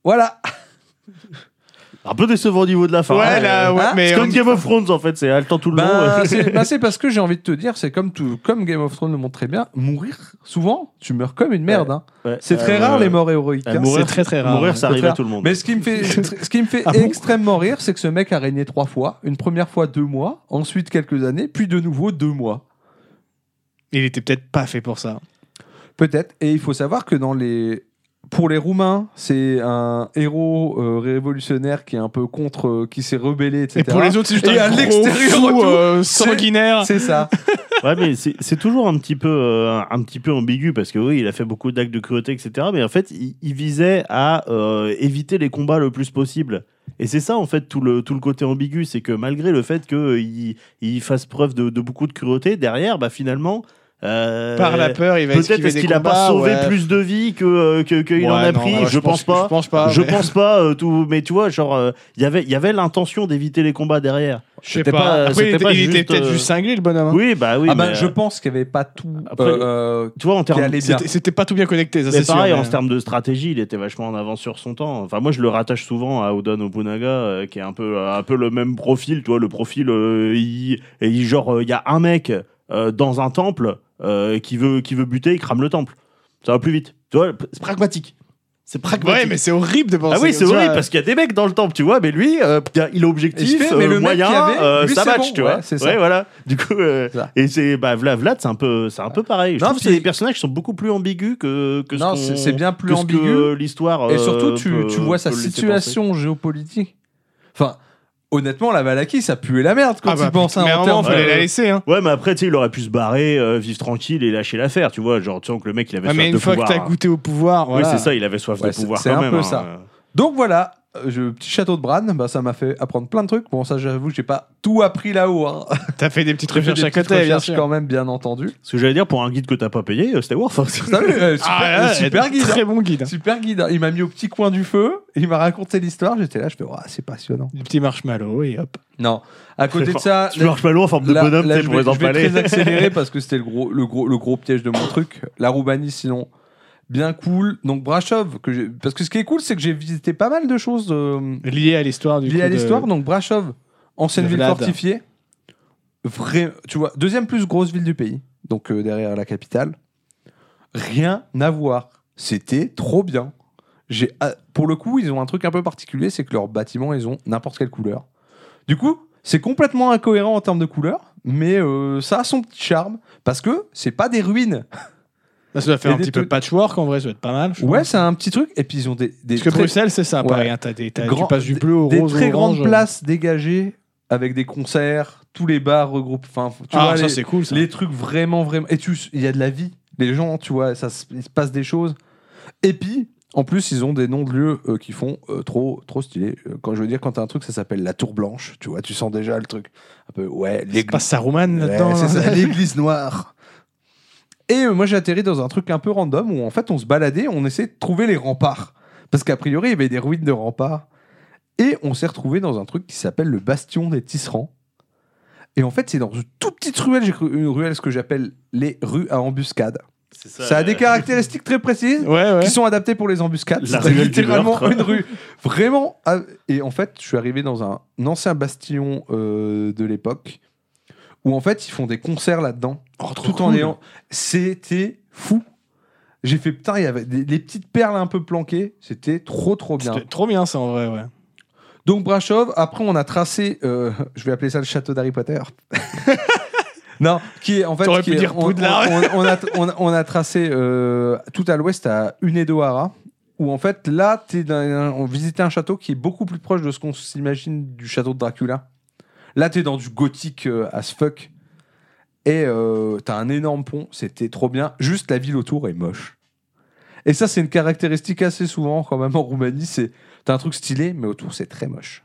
Speaker 1: Voilà.
Speaker 2: Ah Un peu décevant au niveau de la fin.
Speaker 3: ouais,
Speaker 2: hein.
Speaker 3: là,
Speaker 1: euh,
Speaker 3: ouais,
Speaker 1: hein,
Speaker 3: mais
Speaker 2: C'est comme
Speaker 3: on-
Speaker 2: Game of Thrones en fait, c'est haletant tout le
Speaker 1: Bah,
Speaker 2: long.
Speaker 1: c'est bah, c'est parce que j'ai envie de te dire, c'est comme tout, comme Game of Thrones le montre très bien, mourir souvent, tu meurs comme une merde. hein.
Speaker 2: Ouais.
Speaker 1: C'est très
Speaker 2: Euh,
Speaker 1: rare les morts héroïques.
Speaker 2: euh,
Speaker 1: hein.
Speaker 2: mourir,
Speaker 3: c'est très très rare.
Speaker 2: Mourir, ça
Speaker 1: Au
Speaker 2: arrive à
Speaker 1: contraire.
Speaker 2: tout le monde.
Speaker 1: Mais ce qui me fait, ce qui me fait
Speaker 3: Ah bon
Speaker 1: extrêmement rire, c'est que ce mec a régné trois fois. Une première fois deux mois, ensuite quelques années, puis de nouveau deux mois.
Speaker 3: Il était peut-être pas fait pour ça.
Speaker 1: Peut-être. Et il faut savoir que dans les... pour les Roumains, c'est un héros euh, révolutionnaire qui est un peu contre, euh, qui s'est rebellé, etc.
Speaker 3: Et pour les autres, c'est juste
Speaker 1: Et
Speaker 3: un
Speaker 1: à
Speaker 3: gros
Speaker 1: l'extérieur,
Speaker 3: fou,
Speaker 1: tout,
Speaker 3: euh,
Speaker 1: c'est-
Speaker 3: sanguinaire.
Speaker 1: C'est ça.
Speaker 2: Ouais, mais c'est c'est toujours un petit peu, euh, un petit peu ambigu parce que oui, il a fait beaucoup d'actes de cruauté, etc. Mais en fait, il, il visait à euh, éviter les combats le plus possible. Et c'est ça en fait tout le tout le côté ambigu, c'est que malgré le fait qu'il il fasse preuve de, de beaucoup de cruauté derrière, bah finalement. euh,
Speaker 3: Par la peur, il va
Speaker 2: Peut-être
Speaker 3: esquiver
Speaker 2: est-ce
Speaker 3: des
Speaker 2: qu'il a pas
Speaker 3: combats,
Speaker 2: sauvé
Speaker 3: ouais.
Speaker 2: plus de vies que euh, que- qu'il
Speaker 3: Ouais,
Speaker 2: en a
Speaker 3: non,
Speaker 2: pris.
Speaker 3: ouais,
Speaker 2: je, pense pas.
Speaker 3: Je pense pas.
Speaker 2: Je
Speaker 3: mais-
Speaker 2: pense pas, euh, tout, mais tu vois, genre, euh, il y avait- il y avait l'intention d'éviter les combats derrière.
Speaker 3: Je sais
Speaker 2: C'était
Speaker 3: pas.
Speaker 2: pas-
Speaker 3: Après, il
Speaker 2: c'était
Speaker 3: était,
Speaker 2: pas
Speaker 3: il était
Speaker 2: juste,
Speaker 3: peut-être
Speaker 2: euh,
Speaker 3: juste cinglé, le bonhomme. hein.
Speaker 2: Oui, bah oui.
Speaker 1: Ah ben,
Speaker 2: mais,
Speaker 1: je
Speaker 2: euh,
Speaker 1: pense qu'il n'y avait pas tout.
Speaker 2: Après,
Speaker 1: euh, euh,
Speaker 2: tu vois, en
Speaker 1: qui
Speaker 2: termes
Speaker 1: allait bien.
Speaker 3: C'était- C'était pas tout bien connecté, ça
Speaker 2: Mais
Speaker 3: c'est sûr.
Speaker 2: pareil,
Speaker 3: mais- euh,
Speaker 2: en termes de stratégie, il était vachement en avance sur son temps. Enfin, moi, je le rattache souvent à Odon Obunaga, euh, qui est un peu, un peu le même profil, tu vois, le profil, euh, il- et il- genre, euh, il y a un mec euh, dans un temple euh, qui, veut, qui veut buter, il crame le temple. Ça va plus vite. Tu vois, c'est pragmatique. C'est pragmatique.
Speaker 3: Ouais, mais c'est horrible de penser.
Speaker 2: ah oui,
Speaker 3: comme
Speaker 2: c'est
Speaker 3: ça.
Speaker 2: horrible parce qu'il y a des mecs dans le temple, tu vois, mais lui, euh, putain, il est
Speaker 1: euh, Et je
Speaker 2: objectif,
Speaker 1: fais, mais
Speaker 2: euh,
Speaker 1: le mec
Speaker 2: moyen,
Speaker 1: qu'il y avait,
Speaker 2: euh,
Speaker 1: lui,
Speaker 2: ça
Speaker 1: c'est
Speaker 2: match,
Speaker 1: bon,
Speaker 2: tu
Speaker 1: ouais,
Speaker 2: vois.
Speaker 1: c'est ça.
Speaker 2: Ouais, voilà. Du coup, euh,
Speaker 1: Ça.
Speaker 2: et c'est bah, Vlad, Vlad, c'est un peu, c'est un peu pareil. Je
Speaker 1: Non,
Speaker 2: trouve que
Speaker 1: puis-
Speaker 2: c'est des personnages qui sont beaucoup plus ambigus que que ce
Speaker 1: non,
Speaker 2: qu'on-
Speaker 1: c'est c'est bien plus
Speaker 2: que ce que
Speaker 1: ambigu.
Speaker 2: l'histoire.
Speaker 1: Et
Speaker 2: euh,
Speaker 1: surtout, tu,
Speaker 2: peut-
Speaker 1: tu vois sa
Speaker 2: peut laisser
Speaker 1: situation géopolitique. Enfin, honnêtement, la Valaki, ça puait la merde quand
Speaker 3: Ah
Speaker 1: tu
Speaker 3: bah,
Speaker 1: penses hein,
Speaker 3: mais à un
Speaker 1: en
Speaker 3: moment,
Speaker 1: termes de-
Speaker 3: fallait la laisser. hein.
Speaker 2: penser. Ouais, mais après, tu sais, il aurait pu se barrer, euh, vivre tranquille et lâcher l'affaire, tu vois. Genre, tu sens que le mec, il avait
Speaker 3: Ah,
Speaker 2: soif
Speaker 3: mais
Speaker 2: de
Speaker 3: une fois que
Speaker 2: pouvoir.
Speaker 3: t'as goûté au pouvoir,
Speaker 2: Oui,
Speaker 3: voilà.
Speaker 2: c'est ça, il avait soif
Speaker 1: Ouais,
Speaker 2: de
Speaker 1: c'est-
Speaker 2: pouvoir
Speaker 1: c'est
Speaker 2: quand
Speaker 1: un
Speaker 2: même.
Speaker 1: peu
Speaker 2: hein.
Speaker 1: ça. Donc voilà, euh, je, petit château de Bran, bah, ça m'a fait apprendre plein de trucs. Bon, ça, j'avoue, j'ai pas tout appris là-haut. hein.
Speaker 3: T'as fait des petites
Speaker 1: J'ai fait
Speaker 3: recherches
Speaker 1: des
Speaker 3: à
Speaker 1: petites
Speaker 3: côté, bien
Speaker 1: recherches
Speaker 3: sûr.
Speaker 1: quand même, bien entendu.
Speaker 2: Ce que j'allais dire pour un guide que t'as pas payé, euh, c'était Worf.
Speaker 1: T'as vu, euh, super,
Speaker 3: Ah, ouais,
Speaker 1: super guide. hein.
Speaker 3: Très bon guide. hein.
Speaker 1: Super guide. hein. Il m'a mis au petit coin du feu, il m'a raconté l'histoire. J'étais là, je fais, Ouah, c'est passionnant.
Speaker 3: Du petit marshmallow et hop.
Speaker 1: Non, à côté de ça,
Speaker 2: Tu marches pas loin en forme de
Speaker 1: Là-
Speaker 2: bonhomme,
Speaker 1: là,
Speaker 2: tu sais,
Speaker 1: je
Speaker 2: pour
Speaker 1: vais,
Speaker 2: les
Speaker 1: je vais
Speaker 2: empaler.
Speaker 1: très accélérer parce que c'était le gros, le, gros, le gros piège de mon truc. La Roumanie, sinon, bien cool. Donc Brashov, que j'ai- parce que ce qui est cool, c'est que j'ai visité pas mal de choses euh,
Speaker 3: Lié à l'histoire du coup.
Speaker 1: liées à
Speaker 3: de-
Speaker 1: l'histoire. Donc Brashov, ancienne
Speaker 3: de
Speaker 1: ville
Speaker 3: Vlad.
Speaker 1: fortifiée. Vrai, tu vois, deuxième plus grosse ville du pays, donc euh, derrière la capitale. Rien à voir. C'était trop bien. J'ai, ah, pour le coup, ils ont un truc un peu particulier, c'est que leurs bâtiments, ils ont n'importe quelle couleur. Du coup, c'est complètement incohérent en termes de couleur, mais euh, ça a son petit charme parce que c'est pas des ruines.
Speaker 3: Là, ça doit faire
Speaker 1: Et
Speaker 3: un
Speaker 1: des
Speaker 3: petit peu
Speaker 1: trucs-
Speaker 3: patchwork en vrai, ça doit être pas mal. je
Speaker 1: Ouais,
Speaker 3: pense.
Speaker 1: c'est un petit truc. Et puis ils ont des des
Speaker 3: Parce que
Speaker 1: très,
Speaker 3: Bruxelles, c'est ça,
Speaker 1: Ouais.
Speaker 3: pareil. hein, t'as des- t'as-
Speaker 1: Grand-
Speaker 3: Tu passes du bleu au
Speaker 1: des
Speaker 3: rose. au
Speaker 1: très grandes
Speaker 3: orange. euh.
Speaker 1: places dégagées avec des concerts, tous les bars regroupent. Enfin, tu
Speaker 3: Ah,
Speaker 1: vois,
Speaker 3: ça
Speaker 1: les,
Speaker 3: c'est cool ça.
Speaker 1: les trucs vraiment, vraiment. Et tu, il y a de la vie. Les gens, tu vois, ça, se- il se passe des choses. Et puis, en plus, ils ont des noms de lieux euh, qui font euh, trop, trop stylé. Euh, Quand je veux dire, quand t'as un truc, ça s'appelle la Tour Blanche. Tu vois, tu sens déjà le truc. Un peu, ouais,
Speaker 3: C'est pas Saruman
Speaker 1: Ouais,
Speaker 3: là-dedans. hein.
Speaker 1: c'est
Speaker 3: là.
Speaker 1: ça, l'église noire. Et euh, moi, j'ai atterri dans un truc un peu random où en fait, on se baladait, on essayait de trouver les remparts. Parce qu'a priori, il y avait des ruines de remparts. Et on s'est retrouvé dans un truc qui s'appelle le bastion des tisserands. Et en fait, c'est dans une toute petite ruelle, j'ai cru- une ruelle, ce que j'appelle les rues à embuscade. Ça, a
Speaker 2: euh,
Speaker 1: des caractéristiques très précises
Speaker 3: Ouais, ouais.
Speaker 1: qui sont adaptées pour les embuscades.
Speaker 2: La
Speaker 1: C'est
Speaker 2: ruelle du
Speaker 1: littéralement
Speaker 2: meurtre, quoi.
Speaker 1: une rue. Vraiment. ah, Et en fait, je suis arrivé dans un ancien bastion euh, de l'époque où en fait, ils font des concerts là-dedans. tout en
Speaker 3: Oh, cool.
Speaker 1: ayant. C'était fou. J'ai fait putain, il y avait des, les petites perles un peu planquées. C'était trop, trop bien.
Speaker 3: C'était trop bien ça en vrai, ouais.
Speaker 1: Donc Brashov, après on a tracé, euh, je vais appeler ça le château d'Harry Potter. non, qui est en fait...
Speaker 3: T'aurais
Speaker 1: qui
Speaker 3: pu
Speaker 1: est-
Speaker 3: dire
Speaker 1: on,
Speaker 3: Poudlard.
Speaker 1: on- on a, on a- on a tracé euh, tout à l'ouest à Unedohara, où en fait là, t'es dans un- on visitait un château qui est beaucoup plus proche de ce qu'on s'imagine du château de Dracula. Là, t'es dans du gothique euh, as fuck. Et euh, t'as un énorme pont, c'était trop bien. Juste la ville autour est moche. Et ça, c'est une caractéristique assez souvent quand même en Roumanie, c'est T'as un truc stylé, mais autour c'est très moche.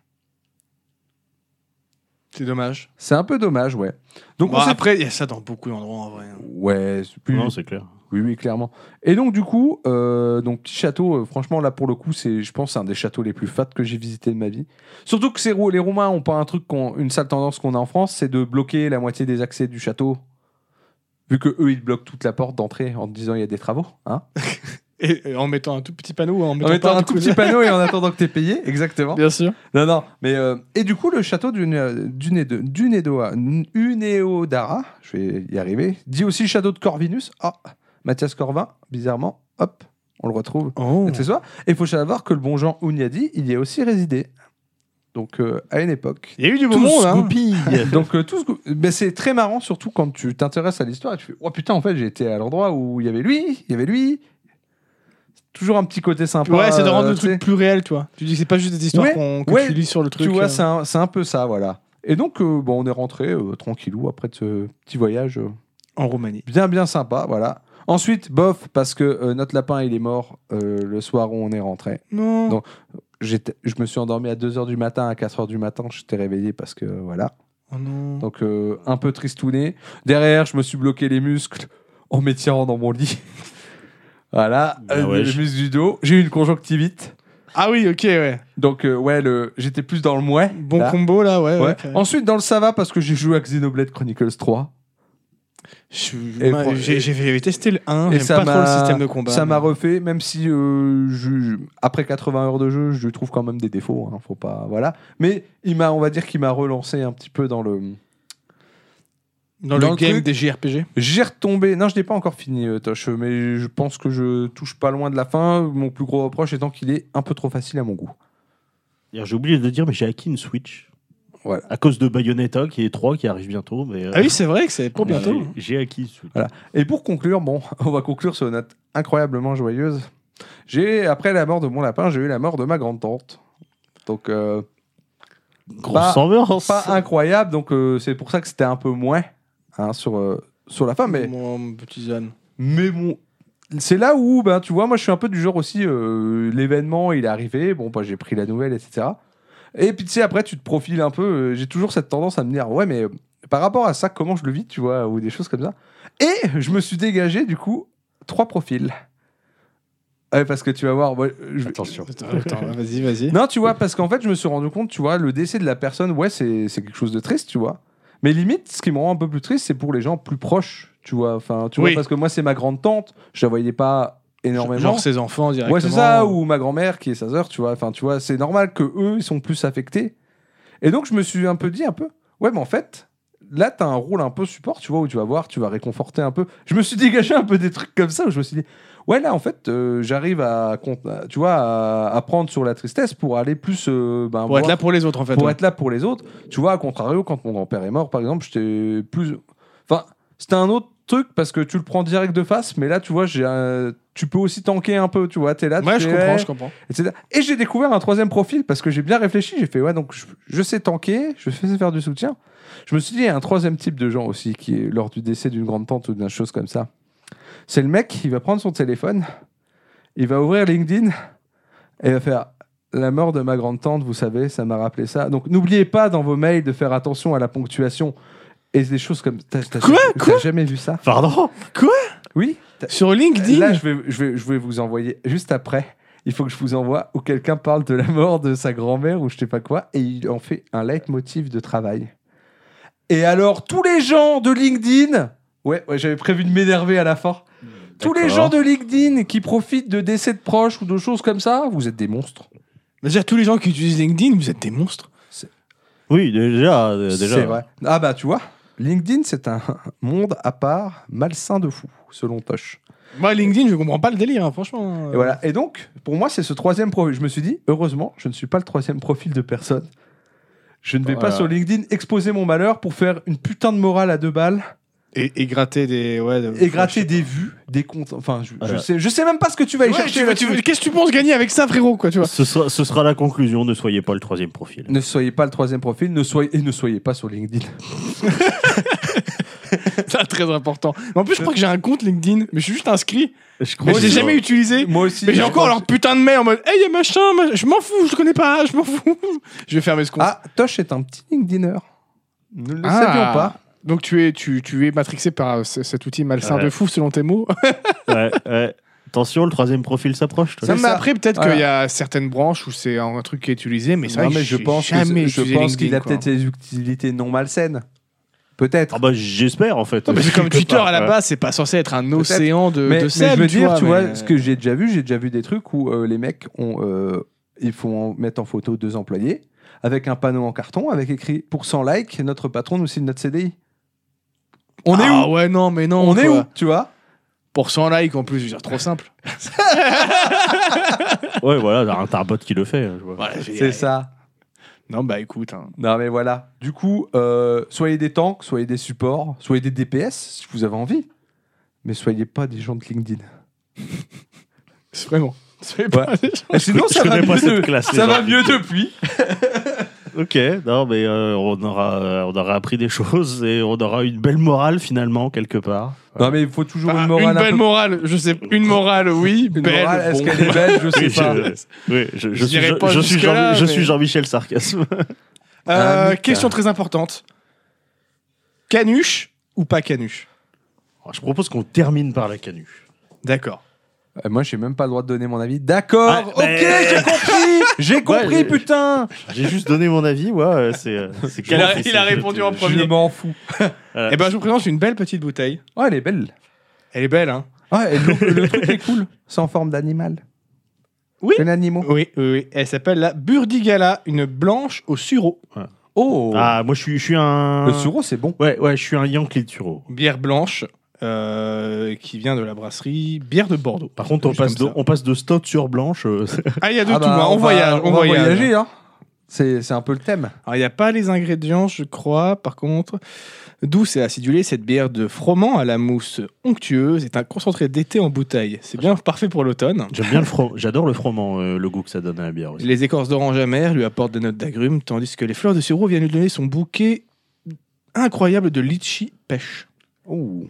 Speaker 3: C'est dommage.
Speaker 1: C'est un peu dommage, ouais. Donc
Speaker 3: Bon,
Speaker 1: on s'est
Speaker 3: après, il y a ça dans beaucoup d'endroits en vrai. hein.
Speaker 1: Ouais, c'est plus-
Speaker 2: Bah, Non, c'est clair.
Speaker 1: oui, oui, clairement. Et donc du coup, euh, donc petit château. euh, franchement, là pour le coup, c'est, je pense, un des châteaux les plus fat que j'ai visité de ma vie. Surtout que ces Rou- les Roumains ont pas un truc, qu'on- une sale tendance qu'on a en France, c'est de bloquer la moitié des accès du château. Vu que eux, ils te bloquent toute la porte d'entrée en te disant il y a des travaux, hein.
Speaker 3: Et, et en mettant un tout petit panneau, en mettant,
Speaker 1: En
Speaker 3: pas
Speaker 1: mettant un
Speaker 3: de
Speaker 1: tout
Speaker 3: coup-
Speaker 1: petit panneau et en attendant que t'es payé, exactement.
Speaker 3: Bien sûr.
Speaker 1: Non, non, mais. euh, et du coup, le château d'une ah, Uneodara, je vais y arriver, dit aussi le château de Corvinus. Ah, Mathias Corvin, bizarrement, hop, on le retrouve,
Speaker 3: Oh.
Speaker 1: accessoire. Et il faut savoir que le bon Jean Ougnadi, il y a aussi résidé. Donc, euh, à une époque.
Speaker 3: Il y a eu du
Speaker 2: Tous
Speaker 3: bon monde, hein.
Speaker 1: Donc, euh, tout ce que- ben, c'est très marrant, surtout quand tu t'intéresses à l'histoire et tu fais Oh putain, en fait, j'étais à l'endroit où il y avait lui, il y avait lui. C'est Toujours un petit côté sympa.
Speaker 3: Ouais, c'est de rendre
Speaker 1: euh,
Speaker 3: le
Speaker 1: tu sais.
Speaker 3: truc plus réel, toi. Tu dis que c'est pas juste des histoires
Speaker 1: Ouais,
Speaker 3: qu'on- que
Speaker 1: ouais,
Speaker 3: tu lis sur le truc.
Speaker 1: Tu
Speaker 3: euh.
Speaker 1: vois, c'est un, c'est un peu ça, voilà. Et donc, euh, bon, on est rentré euh, tranquillou après de ce petit voyage euh,
Speaker 3: En Roumanie.
Speaker 1: bien, bien sympa, voilà. Ensuite, bof, parce que euh, notre lapin, il est mort euh, le soir où on est rentré.
Speaker 3: Non.
Speaker 1: Donc- J'étais- Je me suis endormi à 2h du matin, à 4h du matin, j'étais réveillé parce que, euh, voilà.
Speaker 3: Oh non.
Speaker 1: Donc, euh, un peu tristouné. Derrière, je me suis bloqué les muscles en m'étirant dans mon lit. voilà,
Speaker 2: Bien
Speaker 1: euh,
Speaker 2: Ah ouais,
Speaker 1: les
Speaker 2: je-
Speaker 1: muscles du dos. J'ai eu une conjonctivite.
Speaker 3: Ah oui, ok, ouais.
Speaker 1: Donc, euh, ouais, le... j'étais plus dans le mouet.
Speaker 3: Bon
Speaker 1: là.
Speaker 3: combo, là, ouais.
Speaker 1: Ouais.
Speaker 3: ouais. carrément.
Speaker 1: Ensuite, dans le ça va parce que j'ai joué à Xenoblade Chronicles 3.
Speaker 3: Je-
Speaker 1: Et
Speaker 3: moi,
Speaker 1: pro-
Speaker 3: J'ai j'ai- j'avais testé le 1,
Speaker 1: Et
Speaker 3: j'aime
Speaker 1: ça
Speaker 3: pas trop le
Speaker 1: m'a-
Speaker 3: système de combat.
Speaker 1: ça m'a
Speaker 3: mais-
Speaker 1: refait, même si euh, je- je- après 80 heures de jeu, je lui trouve quand même des défauts. hein, faut pas, voilà. Mais il m'a, on va dire qu'il m'a relancé un petit peu dans le.
Speaker 3: Dans,
Speaker 1: Dans
Speaker 3: le
Speaker 1: le
Speaker 3: game
Speaker 1: truc-
Speaker 3: des JRPG.
Speaker 1: J'ai retombé. Non, je n'ai pas encore fini, euh, Tosh, mais je pense que je touche pas loin de la fin. Mon plus gros reproche étant qu'il est un peu trop facile à mon goût.
Speaker 2: D'ailleurs, J'ai oublié de le dire, mais j'ai acquis une Switch.
Speaker 1: Voilà.
Speaker 2: À cause de Bayonetta, qui est 3, qui arrive bientôt. Mais, euh,
Speaker 3: Ah oui, c'est vrai que c'est pour
Speaker 2: j'ai-
Speaker 3: bientôt.
Speaker 2: J'ai acquis une Switch.
Speaker 1: Et pour conclure, bon, on va conclure sur une note incroyablement joyeuse. J'ai après la mort de mon lapin, j'ai eu la mort de ma grande tante. Donc. euh,
Speaker 3: Bah,
Speaker 2: Grosse hein. ambiance.
Speaker 1: pas incroyable, donc euh, c'est pour ça que c'était un peu moins hein, sur, euh, sur la fin. Mais,
Speaker 3: Mon petit Zan.
Speaker 1: mais bon, c'est là où, ben, tu vois, moi je suis un peu du genre aussi, euh, l'événement il est arrivé, bon, bah, j'ai pris la nouvelle, etc. Et puis tu sais, après tu te profiles un peu, euh, j'ai toujours cette tendance à me dire, ouais, mais euh, par rapport à ça, comment je le vis, tu vois, ou des choses comme ça. Et je me suis dégagé du coup trois profils. Ouais, parce que tu vas voir, moi, je vais-
Speaker 2: Attention.
Speaker 3: Attends, attends, vas-y, vas-y.
Speaker 1: non, tu vois, parce qu'en fait, je me suis rendu compte, tu vois, le décès de la personne, ouais, c'est c'est quelque chose de triste, tu vois. Mais limite, ce qui me rend un peu plus triste, c'est pour les gens plus proches, tu vois. Enfin, tu
Speaker 3: Oui.
Speaker 1: vois, parce que moi, c'est ma grande tante, je la voyais pas énormément.
Speaker 3: Genre ses enfants directement.
Speaker 1: ouais, c'est ça, ou ma grand-mère qui est sa sœur, tu vois. Enfin, tu vois, c'est normal que eux, ils sont plus affectés. Et donc, je me suis un peu dit, un peu, ouais, mais en fait, là, t'as un rôle un peu support, tu vois, où tu vas voir, tu vas réconforter un peu. Je me suis dégagé un peu des trucs comme ça, où je me suis dit, ouais, là, en fait, euh, j'arrive à, cont- à- tu vois, à, à prendre sur la tristesse pour aller plus. euh, ben,
Speaker 3: Pour être
Speaker 1: voir-
Speaker 3: là pour les autres en fait.
Speaker 1: pour
Speaker 3: ouais.
Speaker 1: être là pour les autres. Tu vois, à contrario, quand mon grand-père est mort, par exemple, j'étais plus. Enfin, c'était un autre truc parce que tu le prends direct de face, mais là, tu vois, j'ai un- tu peux aussi tanker un peu, tu vois, t'es là, tu
Speaker 3: Ouais, je
Speaker 1: fais,
Speaker 3: comprends,
Speaker 1: eh,
Speaker 3: je comprends.
Speaker 1: etc. Et j'ai découvert un troisième profil parce que j'ai bien réfléchi. J'ai fait, ouais, donc je, je sais tanker, je sais faire du soutien. Je me suis dit, il y a un troisième type de gens aussi qui est lors du décès d'une grande tante ou d'une chose comme ça. C'est le mec, il va prendre son téléphone, il va ouvrir LinkedIn et il va faire la mort de ma grande tante, vous savez, ça m'a rappelé ça. Donc n'oubliez pas dans vos mails de faire attention à la ponctuation et des choses comme. T'as, t'as
Speaker 3: Quoi
Speaker 1: jamais-
Speaker 3: Quoi
Speaker 1: t'as jamais vu ça
Speaker 2: Pardon
Speaker 1: Oui
Speaker 3: Sur LinkedIn
Speaker 1: Là, je vais, je, vais, je vais vous envoyer juste après. Il faut que je vous envoie où quelqu'un parle de la mort de sa grand-mère ou je sais pas quoi, et il en fait un leitmotiv de travail. Et alors, tous les gens de LinkedIn, ouais, ouais j'avais prévu de m'énerver à la fin. Tous les gens
Speaker 2: D'accord.
Speaker 1: de LinkedIn qui profitent de décès de proches ou de choses comme ça, vous êtes des monstres.
Speaker 3: Déjà, tous les gens qui utilisent LinkedIn, vous êtes des monstres.
Speaker 2: Oui, déjà. euh, déjà
Speaker 1: C'est vrai. Ah bah, tu vois, LinkedIn, c'est un monde à part, malsain de fou, selon Tosh.
Speaker 3: Moi, LinkedIn, je comprends pas le délire, hein, franchement.
Speaker 1: Et voilà. Et donc, pour moi, c'est ce troisième profil. Je me suis dit, heureusement, je ne suis pas le troisième profil de personne. Je ne vais
Speaker 3: Voilà.
Speaker 1: pas sur LinkedIn exposer mon malheur pour faire une putain de morale à deux balles
Speaker 3: Et, et gratter des. Ouais, de-
Speaker 1: et gratter des vues, des comptes. Enfin, je, je
Speaker 2: Voilà.
Speaker 1: sais, je sais même pas ce que tu vas y
Speaker 3: Ouais,
Speaker 1: chercher.
Speaker 3: tu veux- tu
Speaker 1: là-dessus.
Speaker 3: veux- Qu'est-ce que tu penses gagner avec ça, frérot, quoi, tu vois
Speaker 2: Ce sera, ce sera la conclusion, ne soyez pas le troisième profil.
Speaker 1: Ne soyez pas le troisième profil, ne soyez et ne soyez pas sur LinkedIn.
Speaker 3: C'est très important. Mais en plus, je crois que j'ai un compte LinkedIn, mais je suis juste inscrit.
Speaker 2: Je
Speaker 3: Mais je
Speaker 1: aussi.
Speaker 3: l'ai
Speaker 1: hein.
Speaker 3: jamais utilisé.
Speaker 1: Moi aussi.
Speaker 3: Mais j'ai
Speaker 1: je
Speaker 3: encore
Speaker 1: pense-
Speaker 3: leur putain de mail en mode Hey, y a machin, ma- je m'en fous, je le connais pas, je m'en fous. Je vais fermer ce compte.
Speaker 1: Ah, Tosh est un petit LinkedIner. Nous ne le
Speaker 3: Ah.
Speaker 1: savions pas.
Speaker 3: Donc tu es, tu, tu es matrixé par euh, ce- cet outil malsain
Speaker 2: Ouais.
Speaker 3: de fou, selon tes mots.
Speaker 2: Ouais, ouais. Attention, le troisième profil s'approche. toi.
Speaker 1: Ça-
Speaker 3: mais
Speaker 1: ça.
Speaker 3: après, peut-être
Speaker 1: Voilà.
Speaker 3: qu'il y a certaines branches où c'est un truc qui est utilisé, mais c'est
Speaker 1: Non,
Speaker 3: vrai que
Speaker 1: mais je
Speaker 3: j'ai
Speaker 1: pense que-
Speaker 3: jamais
Speaker 1: je
Speaker 3: utilisé
Speaker 1: pense qu'il
Speaker 3: LinkedIn,
Speaker 1: a
Speaker 3: quoi.
Speaker 1: peut-être des utilités non malsaines. Peut-être.
Speaker 2: Ah bah j'espère en fait.
Speaker 3: Non, mais c'est comme
Speaker 2: Quelque
Speaker 3: Twitter
Speaker 2: part,
Speaker 3: à la
Speaker 2: ouais.
Speaker 3: base, c'est pas censé être un océan de,
Speaker 1: mais,
Speaker 3: de
Speaker 1: mais
Speaker 3: sel,
Speaker 1: je veux dire, tu vois,
Speaker 3: mais-
Speaker 1: ce que j'ai déjà vu, j'ai déjà vu des trucs où euh, les mecs ont, euh, ils font en- mettre en photo deux employés avec un panneau en carton avec écrit pour 100 likes, notre patron nous signe notre CDI. On est
Speaker 3: ah
Speaker 1: où
Speaker 3: ouais, non, mais non.
Speaker 1: On est
Speaker 3: quoi.
Speaker 1: où Tu vois
Speaker 3: Pour 100 likes en plus, je veux dire, trop simple.
Speaker 2: Ouais, voilà, t'as un- t'as un bot qui le fait. hein, je vois.
Speaker 3: Voilà, je veux
Speaker 1: C'est
Speaker 3: dire,
Speaker 1: ça.
Speaker 3: Non, bah écoute. hein.
Speaker 1: Non mais voilà. Du coup, euh, soyez des tanks, soyez des supports, soyez des DPS si vous avez envie, mais soyez pas des gens de LinkedIn.
Speaker 3: C'est Vraiment. C'est pas-
Speaker 1: Et sinon,
Speaker 2: je
Speaker 1: ça va
Speaker 2: connais pas
Speaker 1: mieux
Speaker 2: cette
Speaker 1: de-
Speaker 2: classe, les
Speaker 1: ça va
Speaker 2: gens.
Speaker 1: mieux depuis.
Speaker 2: Ok, non mais euh, on, aura, euh, on aura appris des choses et on aura une belle morale finalement quelque part.
Speaker 1: Non mais il faut toujours
Speaker 3: Ah,
Speaker 1: une morale.
Speaker 3: une
Speaker 1: un
Speaker 3: belle
Speaker 1: peu-
Speaker 3: morale, je sais. Une morale, oui.
Speaker 1: une
Speaker 3: belle,
Speaker 1: morale, Est-ce
Speaker 3: bon.
Speaker 1: qu'elle est belle Je sais
Speaker 2: Oui,
Speaker 1: pas.
Speaker 2: je- oui, je, je
Speaker 3: Je
Speaker 2: suis,
Speaker 3: dirais
Speaker 2: Jean-
Speaker 3: pas
Speaker 2: je suis
Speaker 3: jusque-là,
Speaker 2: Jean- je
Speaker 3: mais-
Speaker 2: suis Jean-Michel Sarcasme.
Speaker 3: Euh,
Speaker 1: Ah, Mika.
Speaker 3: question très importante. Canuche ou pas canuche
Speaker 2: Alors, Oh, je propose qu'on termine par la canue.
Speaker 3: D'accord.
Speaker 1: Euh, Moi, j'ai même pas le droit de donner mon avis. D'accord,
Speaker 2: Ah,
Speaker 1: ok,
Speaker 2: mais-
Speaker 1: j'ai compris, j'ai compris,
Speaker 2: j'ai-
Speaker 1: putain.
Speaker 2: J'ai juste donné mon avis, ouais, euh, c'est euh, c'est
Speaker 3: Il a-
Speaker 2: Canus,
Speaker 3: il a
Speaker 2: c'est-
Speaker 3: répondu
Speaker 2: je-
Speaker 3: en
Speaker 2: je-
Speaker 3: Premier.
Speaker 1: Je m'en fous.
Speaker 2: voilà.
Speaker 3: Eh ben, je vous présente une belle petite bouteille.
Speaker 1: Oh, elle est belle.
Speaker 3: Elle est belle, hein
Speaker 1: Ouais, et le, le truc est cool. C'est en forme d'animal.
Speaker 3: Oui.
Speaker 1: Un animal.
Speaker 3: Oui, oui, oui. Elle s'appelle la Burdigala, une blanche au sureau.
Speaker 1: Oh.
Speaker 2: Ah, moi je suis, je suis un.
Speaker 1: Le sureau, c'est bon.
Speaker 2: Ouais, ouais, je suis un Yankee de Turo.
Speaker 3: Bière blanche euh, qui vient de la brasserie Bière de Bordeaux.
Speaker 2: Par contre, on
Speaker 3: Juste
Speaker 2: passe, de,
Speaker 3: comme ça.
Speaker 2: on passe de stout sur blanche. euh,
Speaker 3: Ah, il y a de
Speaker 1: Ah
Speaker 3: tout,
Speaker 1: bah,
Speaker 3: hein.
Speaker 1: va-
Speaker 3: on, voyage. On,
Speaker 1: va
Speaker 3: voyage.
Speaker 1: voyager, hein. C'est c'est un peu le thème.
Speaker 3: Alors, il n'y a pas les ingrédients, je crois. Par contre, douce et acidulée, cette bière de froment à la mousse onctueuse est un concentré d'été en bouteille. C'est bien parfait pour l'automne.
Speaker 2: J'aime bien le fro- j'adore le froment, euh, le goût que ça donne à la bière aussi.
Speaker 3: Les écorces d'orange amère lui apportent des notes d'agrumes, tandis que les fleurs de sirop viennent lui donner son bouquet incroyable de litchi pêche.
Speaker 1: Oh.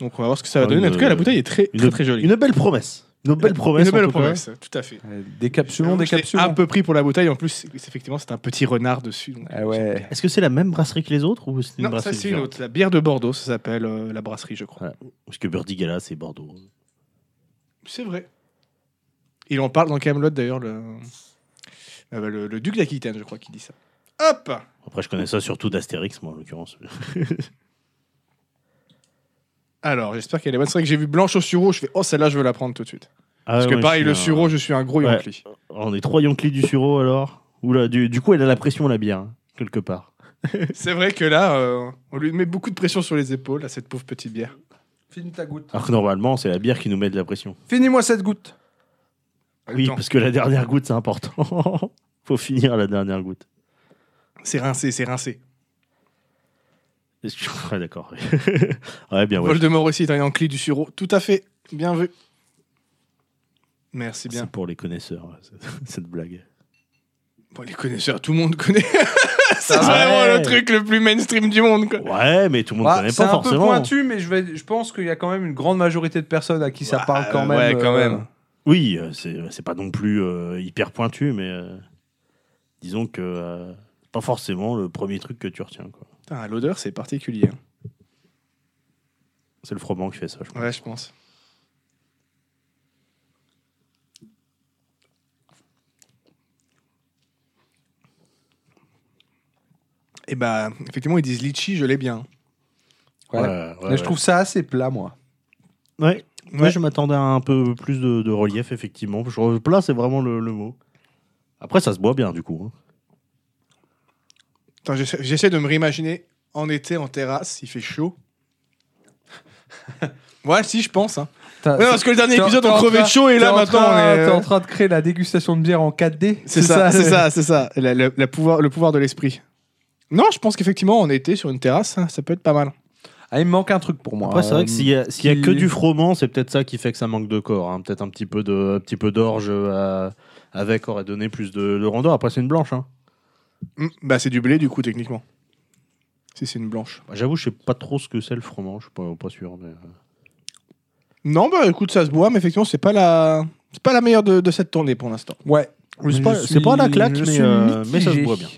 Speaker 3: Donc on va voir ce que ça va
Speaker 2: Ah,
Speaker 3: donner. En
Speaker 2: une-
Speaker 3: tout cas, la bouteille est très, très, très jolie.
Speaker 2: Une belle promesse. Une belle promesse.
Speaker 3: Une
Speaker 2: en
Speaker 3: belle
Speaker 2: tout cas.
Speaker 3: promesse, tout à fait.
Speaker 1: Euh, Décapsulons,
Speaker 3: Je l'ai
Speaker 1: décapsulons.
Speaker 3: un peu pris pour la bouteille. En plus, c'est- effectivement, c'est un petit renard dessus. donc-
Speaker 1: Ah ouais.
Speaker 2: Est-ce que c'est la même brasserie que les autres ou c'est une
Speaker 3: Non, ça
Speaker 2: brasserie
Speaker 3: c'est une
Speaker 2: différente
Speaker 3: autre. La bière de Bordeaux, ça s'appelle euh, la brasserie, je crois.
Speaker 2: Parce que Birdie Gala, c'est Bordeaux.
Speaker 3: C'est vrai. Il en parle dans Camelot d'ailleurs, le... Ah bah, le, le duc d'Aquitaine, je crois, qui dit ça. Hop
Speaker 2: Après, je connais ça surtout d'Astérix, moi, en l'occurrence.
Speaker 3: Alors, j'espère qu'elle est bonne. C'est vrai que j'ai vu Blanche au sureau, je fais Oh, celle-là, je veux la prendre tout de suite.
Speaker 2: Ah
Speaker 3: Parce que pareil, le sureau, je suis un gros
Speaker 2: Ouais.
Speaker 3: Yankee.
Speaker 2: On est trois Yonkli du sureau, alors Oula, du, du coup, elle a la pression, la bière, hein, quelque part.
Speaker 3: C'est vrai que là, euh, on lui met beaucoup de pression sur les épaules à cette pauvre petite bière.
Speaker 1: Finis ta goutte.
Speaker 2: Alors que normalement, c'est la bière qui nous met de la pression.
Speaker 1: Finis-moi cette goutte.
Speaker 2: Oui,
Speaker 3: Attends,
Speaker 2: parce que la dernière goutte, c'est important. Faut finir la dernière goutte.
Speaker 3: C'est rincé, c'est rincé.
Speaker 2: Ouais, d'accord. Ah ouais, bien, ouais.
Speaker 3: Voldemort aussi est un Yankee du sureau. Tout à fait. Bien vu. Merci bien.
Speaker 2: C'est pour les connaisseurs, ouais, cette- cette blague.
Speaker 3: Bon, les connaisseurs, tout le monde connaît. c'est
Speaker 1: Ouais.
Speaker 3: vraiment le truc le plus mainstream du monde. Quoi.
Speaker 2: Ouais, mais tout le monde
Speaker 3: Ah,
Speaker 1: Bah,
Speaker 2: connaît
Speaker 1: c'est
Speaker 2: pas
Speaker 1: un
Speaker 2: forcément.
Speaker 1: peu pointu, mais je, vais, je pense qu'il y a quand même une grande majorité de personnes à qui ça
Speaker 3: Ouais,
Speaker 1: parle quand même. euh,
Speaker 3: ouais, quand même.
Speaker 2: Oui, euh, c'est c'est pas non plus euh, hyper pointu, mais euh, disons que euh, pas forcément le premier truc que tu retiens. quoi.
Speaker 3: Putain, L'odeur, c'est particulier. hein.
Speaker 2: C'est le froment qui fait ça, je crois.
Speaker 3: Ouais, je pense. Et bah, effectivement, ils disent litchi, je l'ai bien.
Speaker 1: Ouais.
Speaker 2: ouais,
Speaker 1: Mais je trouve ça assez plat, moi.
Speaker 2: Ouais.
Speaker 3: Ouais.
Speaker 2: Moi, je m'attendais à un peu plus de, de relief, effectivement. Je, plat, c'est vraiment le, le mot. Après, ça se boit bien, du coup. hein.
Speaker 3: Attends, j'essa- J'essaie de me réimaginer en été en terrasse, il fait chaud. ouais, si, je pense. hein.
Speaker 1: T'as-
Speaker 3: Ouais, parce que le dernier
Speaker 1: t'es en-
Speaker 3: épisode,
Speaker 1: t'es
Speaker 3: on
Speaker 1: en
Speaker 3: crevait de
Speaker 1: train-
Speaker 3: chaud et
Speaker 1: t'es
Speaker 3: là
Speaker 1: en
Speaker 3: maintenant. on
Speaker 1: train-
Speaker 3: est- euh,
Speaker 1: T'es en train de créer la dégustation de bière en 4D.
Speaker 3: C'est ça, c'est ça, c'est ça. La- le, la pouvoir, le pouvoir de l'esprit. Non, je pense qu'effectivement, en été, sur une terrasse, hein, ça peut être pas mal.
Speaker 1: Ah, il me manque un truc pour moi.
Speaker 2: Après, c'est vrai
Speaker 1: Euh,
Speaker 2: que s'il y a, s'il y a que
Speaker 1: qui-
Speaker 2: du froment, c'est peut-être ça qui fait que ça manque de corps. hein. Peut-être un petit peu de, un petit peu d'orge euh, avec aurait donné plus de, de rondeur. Après, c'est une blanche. hein.
Speaker 3: Mm, bah, c'est du blé, du coup, techniquement. Si c'est une blanche.
Speaker 2: Bah, J'avoue, je sais pas trop ce que c'est le froment. Je suis pas, pas sûr. mais, euh,
Speaker 3: Non, bah, écoute, ça se boit, mais effectivement, c'est pas la. C'est pas la meilleure de, de cette tournée pour l'instant.
Speaker 1: euh, Ouais.
Speaker 2: C'est
Speaker 1: Je
Speaker 2: pas-
Speaker 1: suis-
Speaker 2: c'est pas la claque,
Speaker 1: je
Speaker 2: mais,
Speaker 1: suis
Speaker 2: euh, mais ça se
Speaker 1: mitigé.
Speaker 2: boit bien.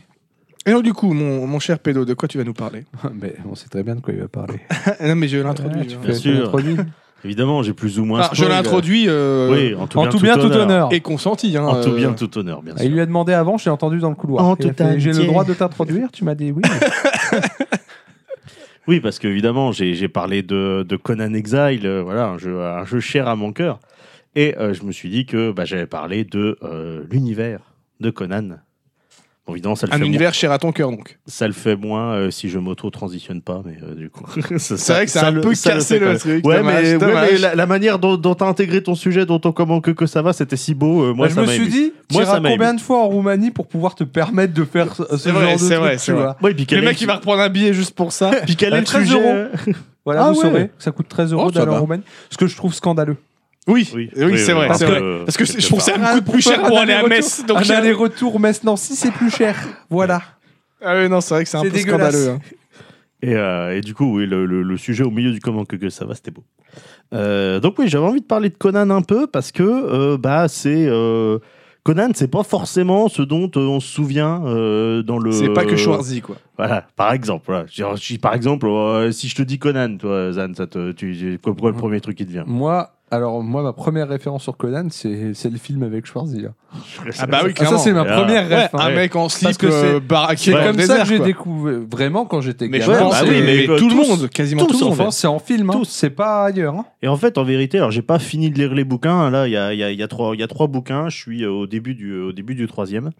Speaker 3: Et donc, du coup, mon, mon cher pédo, de quoi tu vas nous parler
Speaker 1: mais on sait très bien de quoi il va parler.
Speaker 3: Non, mais je
Speaker 1: Ah,
Speaker 3: l'introduis.
Speaker 1: tu
Speaker 3: hein.
Speaker 1: fais- tu
Speaker 2: sûr.
Speaker 1: l'introduis
Speaker 2: Évidemment, j'ai plus ou moins.
Speaker 3: Ah, je
Speaker 2: spoil.
Speaker 3: l'introduis euh,
Speaker 2: Oui, en tout,
Speaker 1: En tout bien, tout honneur.
Speaker 3: et consenti. hein,
Speaker 2: En tout
Speaker 3: euh,
Speaker 2: bien, tout honneur, bien
Speaker 1: Ah, Il
Speaker 2: sûr.
Speaker 1: lui a demandé avant, j'ai entendu dans le couloir.
Speaker 2: En
Speaker 1: Il a
Speaker 2: toute
Speaker 1: fait, J'ai le
Speaker 2: amitié.
Speaker 1: droit de t'introduire Tu m'as dit oui.
Speaker 2: Oui, parce qu'évidemment, j'ai j'ai parlé de, de Conan Exile, euh, voilà, un jeu, un jeu cher à mon cœur. Et euh, je me suis dit que bah, j'avais parlé de euh, l'univers de Conan. Bon, évidemment, ça le,
Speaker 3: Un
Speaker 2: fait, moins-
Speaker 3: univers cher à ton cœur, donc.
Speaker 2: ça le fait moins euh, si je m'auto-transitionne pas, mais euh, du coup.
Speaker 3: C'est vrai que ça a un peu cassé le truc.
Speaker 2: Ouais,
Speaker 3: dommage,
Speaker 2: mais, ouais,
Speaker 3: dommage.
Speaker 2: mais la, la manière dont dont t'as intégré ton sujet, dont on, comment que, que ça va, c'était si beau. euh, moi,
Speaker 1: Bah, je
Speaker 2: ça
Speaker 1: me
Speaker 2: m'a
Speaker 1: suis
Speaker 2: ému.
Speaker 1: dit, tu
Speaker 2: Moi, ça
Speaker 1: iras
Speaker 2: m'a
Speaker 1: combien
Speaker 2: ému.
Speaker 1: de fois en Roumanie pour pouvoir te permettre de faire ce, ce
Speaker 3: C'est vrai,
Speaker 1: genre de
Speaker 3: c'est
Speaker 1: truc
Speaker 3: vrai,
Speaker 1: tu
Speaker 3: c'est vrai.
Speaker 1: vois.
Speaker 2: Ouais, et puis
Speaker 3: Le
Speaker 2: quel est
Speaker 3: mec, il va reprendre un billet juste pour ça.
Speaker 2: Puis quel
Speaker 1: Euh,
Speaker 2: est le
Speaker 1: 13
Speaker 2: sujet,
Speaker 1: euros.
Speaker 2: euh,
Speaker 1: Voilà,
Speaker 2: Ah
Speaker 1: vous
Speaker 2: ouais.
Speaker 1: saurez, ça coûte 13 euros
Speaker 3: Oh, ça
Speaker 1: d'aller en
Speaker 3: va.
Speaker 1: Roumanie, ce que je trouve scandaleux.
Speaker 3: Oui, oui,
Speaker 2: Oui,
Speaker 3: c'est vrai.
Speaker 2: Parce
Speaker 3: c'est
Speaker 2: que-
Speaker 3: vrai. Parce que c'est- je trouve que ça
Speaker 1: Ah,
Speaker 3: me coûte
Speaker 1: pour
Speaker 3: plus
Speaker 1: faire
Speaker 3: cher
Speaker 1: un
Speaker 3: pour aller à
Speaker 1: aller-retour.
Speaker 3: Metz. Donc
Speaker 1: un
Speaker 3: j'ai-
Speaker 1: Ah, aller-retour Metz-Nancy, c'est plus cher. Voilà.
Speaker 3: Ah oui, non, c'est vrai que c'est un
Speaker 1: C'est
Speaker 3: peu
Speaker 1: dégueulasse.
Speaker 3: scandaleux. hein.
Speaker 2: Et, euh, et du coup, oui, le, le- le sujet au milieu du comment que, que ça va, c'était beau. Euh, donc oui, j'avais envie de parler de Conan un peu parce que euh, bah c'est euh, Conan, c'est pas forcément ce dont euh, on se souvient euh, dans le.
Speaker 3: C'est pas que Schwarzy, quoi.
Speaker 2: Voilà, par exemple. Voilà. Je dis- je dis par exemple, euh, si je te dis Conan, toi, Zan, ça te, tu, tu- quoi, quoi, le premier truc qui te vient
Speaker 1: Moi, alors moi, ma première référence sur Conan, c'est c'est le film avec Schwarzenegger.
Speaker 3: Ah bah
Speaker 1: Ah,
Speaker 3: oui,
Speaker 1: ça,
Speaker 3: clairement.
Speaker 1: c'est ma
Speaker 2: Ah,
Speaker 1: première
Speaker 3: Ouais,
Speaker 1: ref. hein.
Speaker 3: un mec en slip
Speaker 1: que c'est-
Speaker 3: euh, baraqué
Speaker 1: C'est
Speaker 3: dans le
Speaker 1: comme ça
Speaker 3: désert,
Speaker 1: que j'ai
Speaker 3: quoi.
Speaker 1: découvert vraiment quand j'étais
Speaker 3: Mais je
Speaker 1: gamin, Ah
Speaker 3: pense
Speaker 2: bah
Speaker 1: c'est-
Speaker 2: oui, mais
Speaker 3: que
Speaker 2: que
Speaker 3: tout le
Speaker 2: tous-
Speaker 3: monde, quasiment
Speaker 2: tous,
Speaker 3: tout le
Speaker 2: en
Speaker 3: monde.
Speaker 1: Enfin, c'est en film, hein.
Speaker 2: Tous.
Speaker 1: c'est pas ailleurs. hein.
Speaker 2: Et en fait, en vérité, alors j'ai pas fini de lire les bouquins. hein. Là, il y a, il y, a, il y a trois, il y a trois bouquins. Je suis euh, au début du, au début du troisième.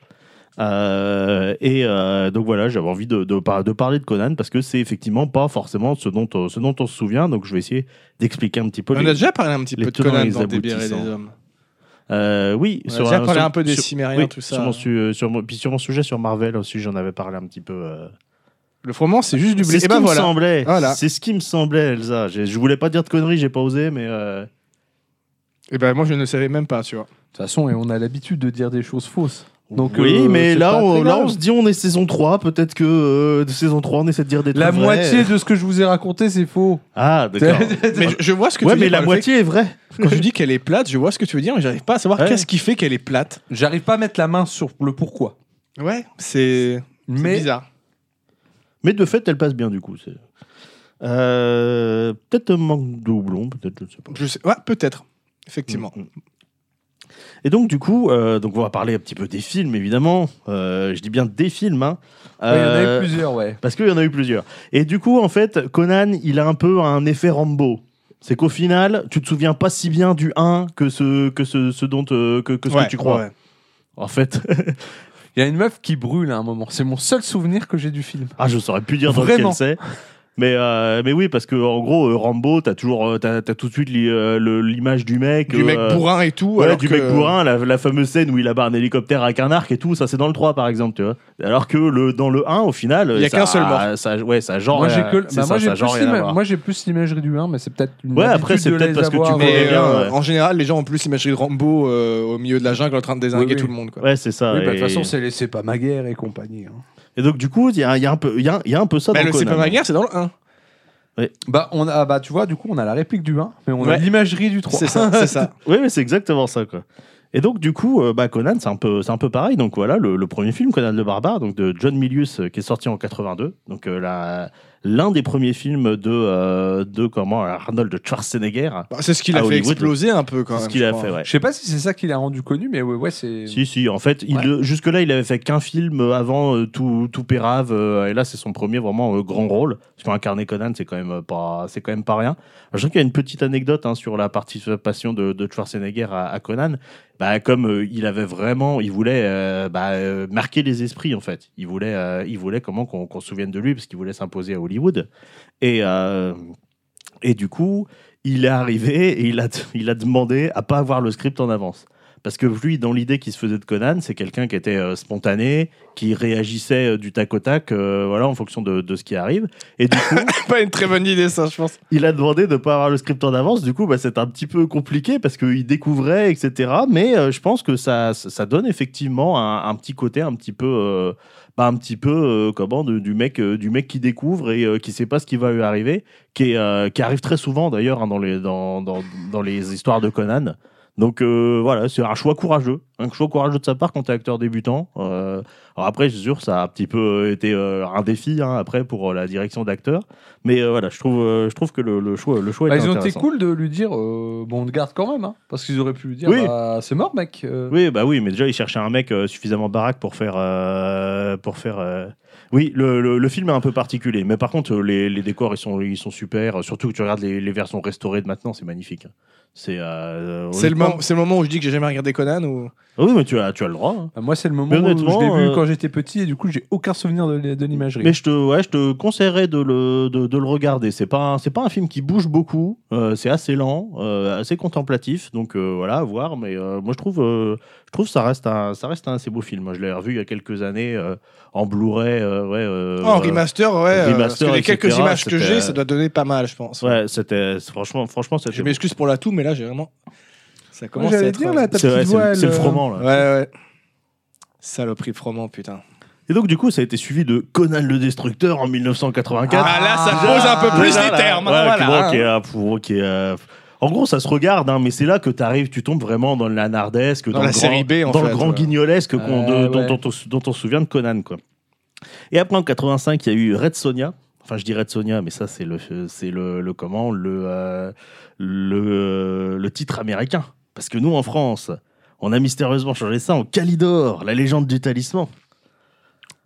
Speaker 2: Euh, et euh, donc voilà, j'avais envie de, de, par- de parler de Conan parce que c'est effectivement pas forcément ce dont, on- ce dont on se souvient. Donc je vais essayer d'expliquer un petit peu.
Speaker 3: On
Speaker 2: les-
Speaker 3: a déjà parlé un petit
Speaker 2: les
Speaker 3: peu de
Speaker 2: tenants et
Speaker 3: Conan
Speaker 2: les
Speaker 3: dans Des bières et des
Speaker 2: aboutissants.
Speaker 3: hommes.
Speaker 2: Euh, oui,
Speaker 3: On a déjà parlé
Speaker 2: sur-
Speaker 3: un peu des
Speaker 2: sur-
Speaker 3: Cimériens,
Speaker 2: oui,
Speaker 3: tout ça.
Speaker 2: Sur mon, su- sur mon- puis sur mon sujet sur Marvel aussi, j'en avais parlé un petit peu. euh,
Speaker 3: Le froment, c'est juste du blé.
Speaker 2: C'est
Speaker 3: Et
Speaker 2: ce
Speaker 3: bah
Speaker 2: qui me
Speaker 3: voilà.
Speaker 2: semblait.
Speaker 3: Voilà.
Speaker 2: C'est ce qui me semblait, Elsa. J'ai- Je, voulais pas dire de conneries, j'ai pas osé, mais euh,
Speaker 3: Et bah moi, je ne le savais même pas, tu vois.
Speaker 1: De toute façon, et on a l'habitude de dire des choses fausses. Donc,
Speaker 2: oui,
Speaker 1: euh,
Speaker 2: mais
Speaker 1: c'est
Speaker 2: là
Speaker 1: pas
Speaker 2: on,
Speaker 1: très
Speaker 2: là,
Speaker 1: grave.
Speaker 2: on se dit on est saison 3, peut-être que euh, de saison 3 on essaie de dire des
Speaker 1: La
Speaker 2: trucs vrais.
Speaker 1: moitié de ce que je vous ai raconté, c'est faux.
Speaker 2: Ah, d'accord.
Speaker 3: Mais je- je vois ce que tu
Speaker 2: ouais,
Speaker 3: veux
Speaker 2: mais
Speaker 3: dire.
Speaker 2: la
Speaker 3: par le fait
Speaker 2: moitié est vraie.
Speaker 3: que- Quand tu dis qu'elle est plate, je vois ce que tu veux dire, mais j'arrive pas à savoir
Speaker 2: Ouais.
Speaker 3: qu'est-ce qui fait qu'elle est plate.
Speaker 1: J'arrive pas à mettre la main sur le pourquoi.
Speaker 3: Ouais, c'est c'est
Speaker 1: Mais
Speaker 3: bizarre.
Speaker 2: Mais de fait, elle passe bien du coup. c'est- Euh, peut-être un manque de doublon, peut-être, je ne sais pas.
Speaker 3: Je sais- Ouais, peut-être. Effectivement.
Speaker 2: Mm, mm. Et donc, du coup, euh, donc on va parler un petit peu des films, évidemment. Euh, je dis bien des films. Hein.
Speaker 1: Ouais, il y en avait
Speaker 2: Euh,
Speaker 1: plusieurs, ouais.
Speaker 2: Parce qu'il y en a eu plusieurs. Et du coup, en fait, Conan, il a un peu un effet Rambo. C'est qu'au final, tu te souviens pas si bien du 1 que ce, que ce, ce dont euh, que, que ce
Speaker 3: Ouais,
Speaker 2: que tu crois.
Speaker 3: ouais.
Speaker 2: En fait,
Speaker 1: Il y a une meuf qui brûle à un moment. C'est mon seul souvenir que j'ai du film.
Speaker 2: ah, je saurais plus dire dans
Speaker 1: Vraiment.
Speaker 2: lequel c'est. Mais, euh, mais oui, parce que en gros, euh, Rambo, t'as toujours, euh, t'as, t'as tout de suite l'i- euh, le- l'image du mec.
Speaker 3: Du mec
Speaker 2: euh,
Speaker 3: bourrin et tout.
Speaker 2: Ouais,
Speaker 3: alors
Speaker 2: du
Speaker 3: que-
Speaker 2: mec bourrin, la, la fameuse scène où il abat un hélicoptère avec un arc et tout, ça c'est dans le 3 par exemple, tu vois. Alors que le, dans le 1, au final.
Speaker 3: Il y a
Speaker 2: ça-
Speaker 3: qu'un seul mort.
Speaker 2: Ça, ouais, ça genre.
Speaker 1: moi, j'ai
Speaker 2: euh,
Speaker 1: que-
Speaker 2: c'est
Speaker 1: bah,
Speaker 2: ça,
Speaker 1: moi, j'ai
Speaker 2: ça genre
Speaker 1: plus
Speaker 2: rien à
Speaker 1: l'ima-
Speaker 2: voir.
Speaker 1: moi, j'ai plus l'imagerie du 1, mais c'est peut-être une
Speaker 2: Ouais, après,
Speaker 1: habitude
Speaker 2: c'est
Speaker 1: de
Speaker 2: peut-être
Speaker 1: les
Speaker 2: parce que tu
Speaker 1: avoir,
Speaker 3: Mais
Speaker 2: connais bien,
Speaker 3: euh,
Speaker 2: ouais.
Speaker 3: en général, les gens ont plus l'imagerie de Rambo euh, au milieu de la jungle en train de désinguer
Speaker 1: Oui, oui.
Speaker 3: tout le monde. Quoi.
Speaker 2: Ouais, c'est ça.
Speaker 1: Oui, bah, de
Speaker 2: et-
Speaker 1: toute façon, c'est laissé pas ma guerre et compagnie. hein.
Speaker 2: Et donc, du coup, il y a, il y a un peu il y a, il y a un peu ça
Speaker 3: Bah,
Speaker 2: dans
Speaker 3: le C'est
Speaker 2: Conan.
Speaker 3: pas ma guerre, c'est dans le 1.
Speaker 1: Bah, on a, bah, tu vois, du coup, on a la réplique du 1, mais on a
Speaker 3: Ouais.
Speaker 1: l'imagerie du 3.
Speaker 3: C'est ça, c'est ça.
Speaker 2: Oui, mais c'est exactement ça, quoi. Et donc, du coup, euh, bah, Conan, c'est un, peu, c'est un peu pareil. Donc, voilà, le, le premier film, Conan le Barbare, donc de John Milius, euh, qui est sorti en 82. Donc, euh, la- l'un des premiers films de, euh, de comment, Arnold Schwarzenegger.
Speaker 3: Bah, c'est ce qui
Speaker 2: Ah,
Speaker 3: l'a fait
Speaker 2: Hollywood,
Speaker 3: exploser un peu quand
Speaker 2: C'est
Speaker 3: même.
Speaker 2: ce qu'il
Speaker 3: je
Speaker 2: a
Speaker 3: crois.
Speaker 2: fait, ouais.
Speaker 1: Je sais pas si c'est ça qui l'a rendu connu, mais ouais, ouais c'est.
Speaker 2: Si, si, en fait, il,
Speaker 1: Ouais.
Speaker 2: euh, jusque-là, il avait fait qu'un film euh, avant euh, tout, tout Pérave, euh, et là, c'est son premier vraiment euh, grand rôle. Parce qu'incarner Conan, c'est quand, même euh, pas- c'est quand même pas rien. Je crois qu'il y a une petite anecdote hein, sur la participation de, de Schwarzenegger à, à Conan. Bah, comme euh, il avait vraiment, il voulait euh, bah, euh, marquer les esprits, en fait. Il voulait, euh, il voulait comment qu'on qu'on se souvienne de lui, parce qu'il voulait s'imposer à Hollywood. Et, euh, et du coup, il est arrivé et il a, il a demandé à pas avoir le script en avance. Parce que lui, dans l'idée qu'il se faisait de Conan, c'est quelqu'un qui était euh, spontané, qui réagissait euh, du tac au tac, euh, voilà, en fonction de, de ce qui arrive. Et du coup,
Speaker 3: Pas une très bonne idée, ça, je pense.
Speaker 2: il a demandé de ne pas avoir le script en avance. Du coup, bah, c'est un petit peu compliqué parce qu'il découvrait, etc. Mais euh, je pense que ça, ça donne effectivement un, un petit côté un petit peu, euh, bah, un petit peu euh, comment, de- du, mec, euh, du mec qui découvre et euh, qui ne sait pas ce qui va lui arriver, qui, est, euh, qui arrive très souvent d'ailleurs hein, dans, les, dans, dans, dans les histoires de Conan. Donc euh, voilà, c'est un choix courageux, un choix courageux de sa part quand t'es acteur débutant. Euh, alors après, je suis sûr, ça a un petit peu euh, été euh, un défi hein, après pour euh, la direction d'acteur. Mais euh, voilà, je trouve, euh, je trouve que le, le choix, le choix
Speaker 1: Bah,
Speaker 2: était
Speaker 1: ils ont été
Speaker 2: intéressant.
Speaker 1: cool de lui dire, euh, bon, on te garde quand même, hein, parce qu'ils auraient pu lui dire,
Speaker 2: Oui.
Speaker 1: bah, c'est mort, mec. euh.
Speaker 2: Oui, bah oui, mais déjà ils cherchaient un mec euh, suffisamment baraque pour faire, euh, pour faire. euh, Oui, le, le- le film est un peu particulier, mais par contre euh, les, les décors ils sont, ils sont super. Surtout que tu regardes les, les versions restaurées de maintenant, c'est magnifique. C'est. euh,
Speaker 3: C'est le,
Speaker 2: honnêtement-
Speaker 3: moment- c'est le moment où je dis que j'ai jamais regardé Conan ou.
Speaker 2: Oui, mais tu as, tu as le droit. hein.
Speaker 1: Bah, moi, c'est le moment
Speaker 2: Mais
Speaker 1: où je
Speaker 2: honnêtement,
Speaker 1: l'ai vu
Speaker 2: euh,
Speaker 1: quand j'étais petit, et du coup, j'ai aucun souvenir de, de l'imagerie.
Speaker 2: Mais je te, ouais, je te conseillerais de le, de, de le regarder. C'est pas, un- c'est pas un film qui bouge beaucoup. euh, c'est assez lent, euh, assez contemplatif. Donc euh, voilà, à voir. Mais euh, moi, je trouve, euh, je trouve ça reste un, ça reste un assez beau film. Je l'ai revu il y a quelques années euh, en Blu-ray. euh, ouais. euh,
Speaker 3: Oh, en
Speaker 2: euh,
Speaker 3: remaster, ouais. euh, parce
Speaker 2: remaster,
Speaker 3: que les quelques
Speaker 2: etc.,
Speaker 3: images que
Speaker 2: c'était- euh,
Speaker 3: j'ai, ça doit donner pas mal, je pense.
Speaker 2: Ouais, c'était franchement, franchement, c'était.
Speaker 3: Je m'excuse pour la toux, mais là, j'ai vraiment. Ça
Speaker 1: Moi,
Speaker 3: commence à
Speaker 1: j'allais
Speaker 3: être.
Speaker 1: dire, là, ta
Speaker 2: C'est, ouais,
Speaker 1: petite
Speaker 2: c'est-
Speaker 1: voix,
Speaker 2: c'est le
Speaker 1: elle, euh,
Speaker 2: froment là.
Speaker 3: Ouais, ouais. Saloperie de froment, putain.
Speaker 2: Et donc du coup, ça a été suivi de Conan le Destructeur en 1984.
Speaker 1: Ah, là, ça
Speaker 2: pose
Speaker 1: un peu
Speaker 2: Ah, là, là. Ouais, qui, bon, qui est, euh, pour- qui est, euh, En gros, ça se regarde, hein, mais c'est là que tu arrives, tu tombes vraiment dans le lanardesque, dans,
Speaker 3: la
Speaker 2: le
Speaker 3: série
Speaker 2: grand,
Speaker 3: B, en
Speaker 2: dans le
Speaker 3: fait,
Speaker 2: grand
Speaker 3: ouais.
Speaker 2: guignolesque qu'on- de-
Speaker 1: Ouais,
Speaker 2: dont,
Speaker 1: ouais.
Speaker 2: dont on, se- dont on se souvient de Conan. Quoi. Et après, en 85, il y a eu Red Sonia. Enfin, je dis Red Sonia, mais ça, c'est le, c'est le, le comment, le, euh, le, le titre américain. Parce que nous, en France, on a mystérieusement changé ça en Calidor, la légende du talisman.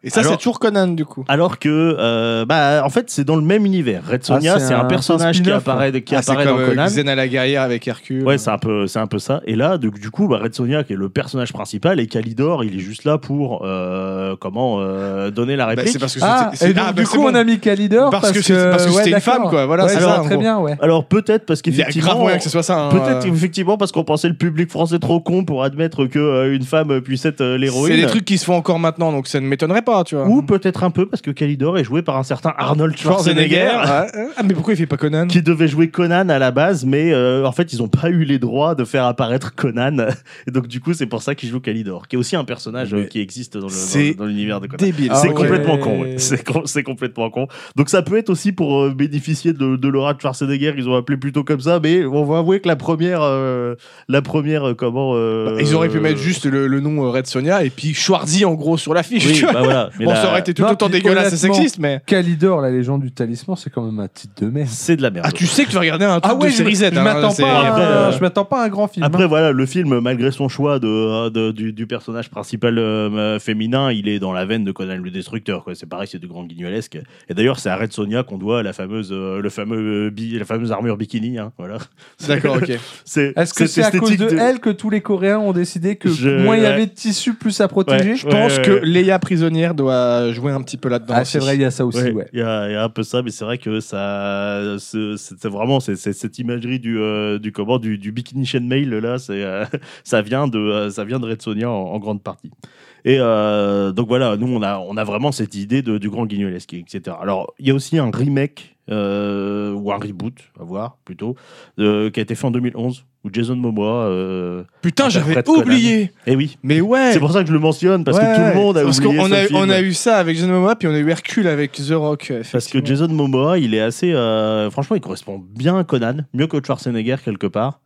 Speaker 3: Et ça,
Speaker 2: Alors-
Speaker 3: c'est toujours Conan, du coup.
Speaker 2: Alors que, euh, bah, en fait, c'est dans le même univers. Red Sonia,
Speaker 1: Ah, c'est
Speaker 2: c'est un,
Speaker 1: un-
Speaker 2: personnage
Speaker 1: c'est un
Speaker 2: qui
Speaker 1: spin-off,
Speaker 2: apparaît, qui
Speaker 3: Ah, c'est
Speaker 2: apparaît
Speaker 3: comme
Speaker 2: dans
Speaker 3: euh,
Speaker 2: Conan.
Speaker 3: Xena la guerrière avec Hercule.
Speaker 2: Ouais, c'est un peu, c'est un peu ça. Et là, du, du coup, bah, Red Sonia, qui est le personnage principal, et Calidor, il est juste là pour euh, comment euh, donner la
Speaker 3: Bah,
Speaker 2: réplique.
Speaker 3: c'est parce que
Speaker 1: Ah,
Speaker 3: c'était-
Speaker 1: et
Speaker 3: c'est-
Speaker 1: donc,
Speaker 3: ah, bah,
Speaker 1: du
Speaker 3: c'est
Speaker 1: coup,
Speaker 3: bon.
Speaker 1: on a mis Calidor.
Speaker 3: Parce
Speaker 1: Parce,
Speaker 3: que c'est- parce que
Speaker 1: ouais,
Speaker 3: c'était une
Speaker 1: d'accord.
Speaker 3: femme, quoi, voilà,
Speaker 1: Ouais,
Speaker 3: c'est
Speaker 1: je
Speaker 3: ça,
Speaker 1: vois
Speaker 3: en
Speaker 1: très
Speaker 3: gros.
Speaker 1: bien, ouais.
Speaker 2: Alors peut-être parce
Speaker 3: Il y a grave
Speaker 2: qu'effectivement,
Speaker 3: moyen que ce soit ça. hein.
Speaker 2: peut-être effectivement parce qu'on pensait le public français trop con pour admettre que euh, une femme puisse être euh, l'héroïne.
Speaker 3: C'est des trucs qui se font encore maintenant, donc ça ne m'étonnerait pas, tu vois.
Speaker 2: Ou peut-être un peu parce que Calidor est joué par un certain Arnold Schwarzenegger.
Speaker 3: ouais. Ah, mais pourquoi il fait pas Conan
Speaker 2: qui devait jouer Conan à la base, mais euh, en fait, ils n'ont pas eu les droits de faire apparaître Conan. Et donc, du coup, c'est pour ça qu'il joue Calidor, qui est aussi un personnage euh,
Speaker 3: Mais
Speaker 2: qui existe dans le-
Speaker 3: c'est
Speaker 2: dans- dans l'univers de Conan.
Speaker 3: Débile.
Speaker 1: Ah
Speaker 2: c'est
Speaker 1: ouais.
Speaker 2: complètement con, ouais. c'est com- c'est complètement con. Donc ça peut être aussi pour euh, bénéficier de, de l'aura de Schwarzenegger, ils ont appelé plutôt comme ça, mais on va avouer que la première, euh, la première, euh, comment euh,
Speaker 3: Bah, Ils auraient pu mettre juste le, le nom euh, Red Sonia et puis Schwarzy en gros sur l'affiche.
Speaker 2: Oui,
Speaker 3: tu vois.
Speaker 2: bah voilà. Mais
Speaker 3: bon,
Speaker 2: la-
Speaker 3: ça aurait été tout
Speaker 1: Non,
Speaker 3: autant
Speaker 1: puis
Speaker 3: dégueulasse et
Speaker 1: honnêtement-
Speaker 3: sexiste, mais.
Speaker 1: Calidor, la légende du talisman, c'est quand même un titre de merde.
Speaker 2: C'est de la merde.
Speaker 3: Ah, tu sais que tu vas regarder un truc de
Speaker 1: je
Speaker 3: série Z.
Speaker 1: je
Speaker 3: hein,
Speaker 1: m'attends
Speaker 3: c'est-
Speaker 1: pas hein. à un-
Speaker 2: Après, euh,
Speaker 1: je m'attends pas à un grand film. hein.
Speaker 2: Après, voilà, le film, malgré son choix de, euh, de- du, du personnage principal euh, euh, féminin, il est dans la veine de Conan le Destructeur. quoi. C'est pareil, c'est du grand guignolesque. Et d'ailleurs, c'est à Red Sonia qu'on doit la fameuse, euh, le fameux, euh, bi- la fameuse armure bikini. hein, voilà.
Speaker 3: D'accord, ok.
Speaker 2: C'est,
Speaker 1: Est-ce que c'est
Speaker 2: cette
Speaker 1: à cause
Speaker 2: esthétique
Speaker 1: de, elle que tous les Coréens ont décidé que
Speaker 2: Je-
Speaker 1: moins il y
Speaker 2: ouais.
Speaker 1: avait de tissu, plus à protéger
Speaker 2: Ouais.
Speaker 3: Je pense que Leia prisonnière Wagner doit jouer un petit peu là-dedans.
Speaker 1: Ah, c'est
Speaker 3: aussi.
Speaker 1: vrai, il y a ça aussi,
Speaker 2: Ouais,
Speaker 1: ouais.
Speaker 2: Il y, a il y a un peu ça, mais c'est vrai que ça, ce- c'était vraiment c'est, c'est cette imagerie du euh, du comment du, du bikini chain mail là, c'est euh, ça vient de euh, ça vient de Red Sonia en, en grande partie. Et euh, donc voilà, nous on a on a vraiment cette idée de, du grand guignolesque, etc. Alors il y a aussi un remake euh, ou un reboot, à voir plutôt, euh, qui a été fait en 2011 où Jason Momoa. Euh...
Speaker 3: Putain, j'avais
Speaker 2: Interprète Conan.
Speaker 3: oublié.
Speaker 2: Eh oui,
Speaker 3: Mais ouais.
Speaker 2: c'est pour ça que je le mentionne parce
Speaker 3: Ouais,
Speaker 2: que tout le
Speaker 3: ouais.
Speaker 2: monde a
Speaker 3: Parce
Speaker 2: oublié
Speaker 3: qu'on
Speaker 2: ce
Speaker 3: a,
Speaker 2: film.
Speaker 3: on a eu ça avec Jason Momoa, puis on a eu Hercule avec The Rock. euh,
Speaker 2: Parce que
Speaker 3: effectivement.
Speaker 2: Jason Momoa, il est assez. euh, franchement, il correspond bien à Conan, mieux que Schwarzenegger quelque part.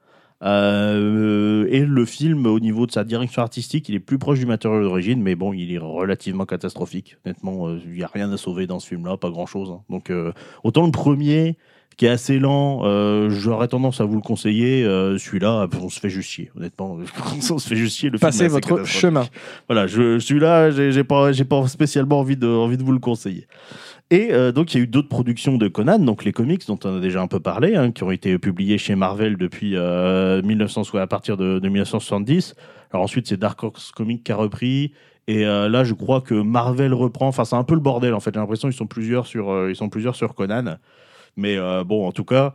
Speaker 2: Euh, et le film, au niveau de sa direction artistique, il est plus proche du matériau d'origine, mais bon, il est relativement catastrophique. Honnêtement, euh, il n'y a rien à sauver dans ce film-là, pas grand-chose. hein. Donc, euh, autant le premier, qui est assez lent, euh, j'aurais tendance à vous le conseiller. euh, Celui-là, on se fait juste chier, honnêtement. on se fait juste chier. Le film est
Speaker 3: Passez
Speaker 2: assez
Speaker 3: votre
Speaker 2: catastrophique
Speaker 3: chemin.
Speaker 2: voilà, je, celui-là, j'ai, j'ai pas, j'ai pas spécialement envie de, envie de vous le conseiller. Et euh, donc, il y a eu d'autres productions de Conan, donc les comics dont on a déjà un peu parlé, hein, qui ont été publiés chez Marvel depuis euh, 1900, soit à partir de, de 1970. Alors ensuite, c'est Dark Horse Comics qui a repris. Et euh, là, je crois que Marvel reprend. Enfin, c'est un peu le bordel, en fait. J'ai l'impression qu'ils sont plusieurs sur, euh, ils sont plusieurs sur Conan. Mais euh, bon, en tout cas,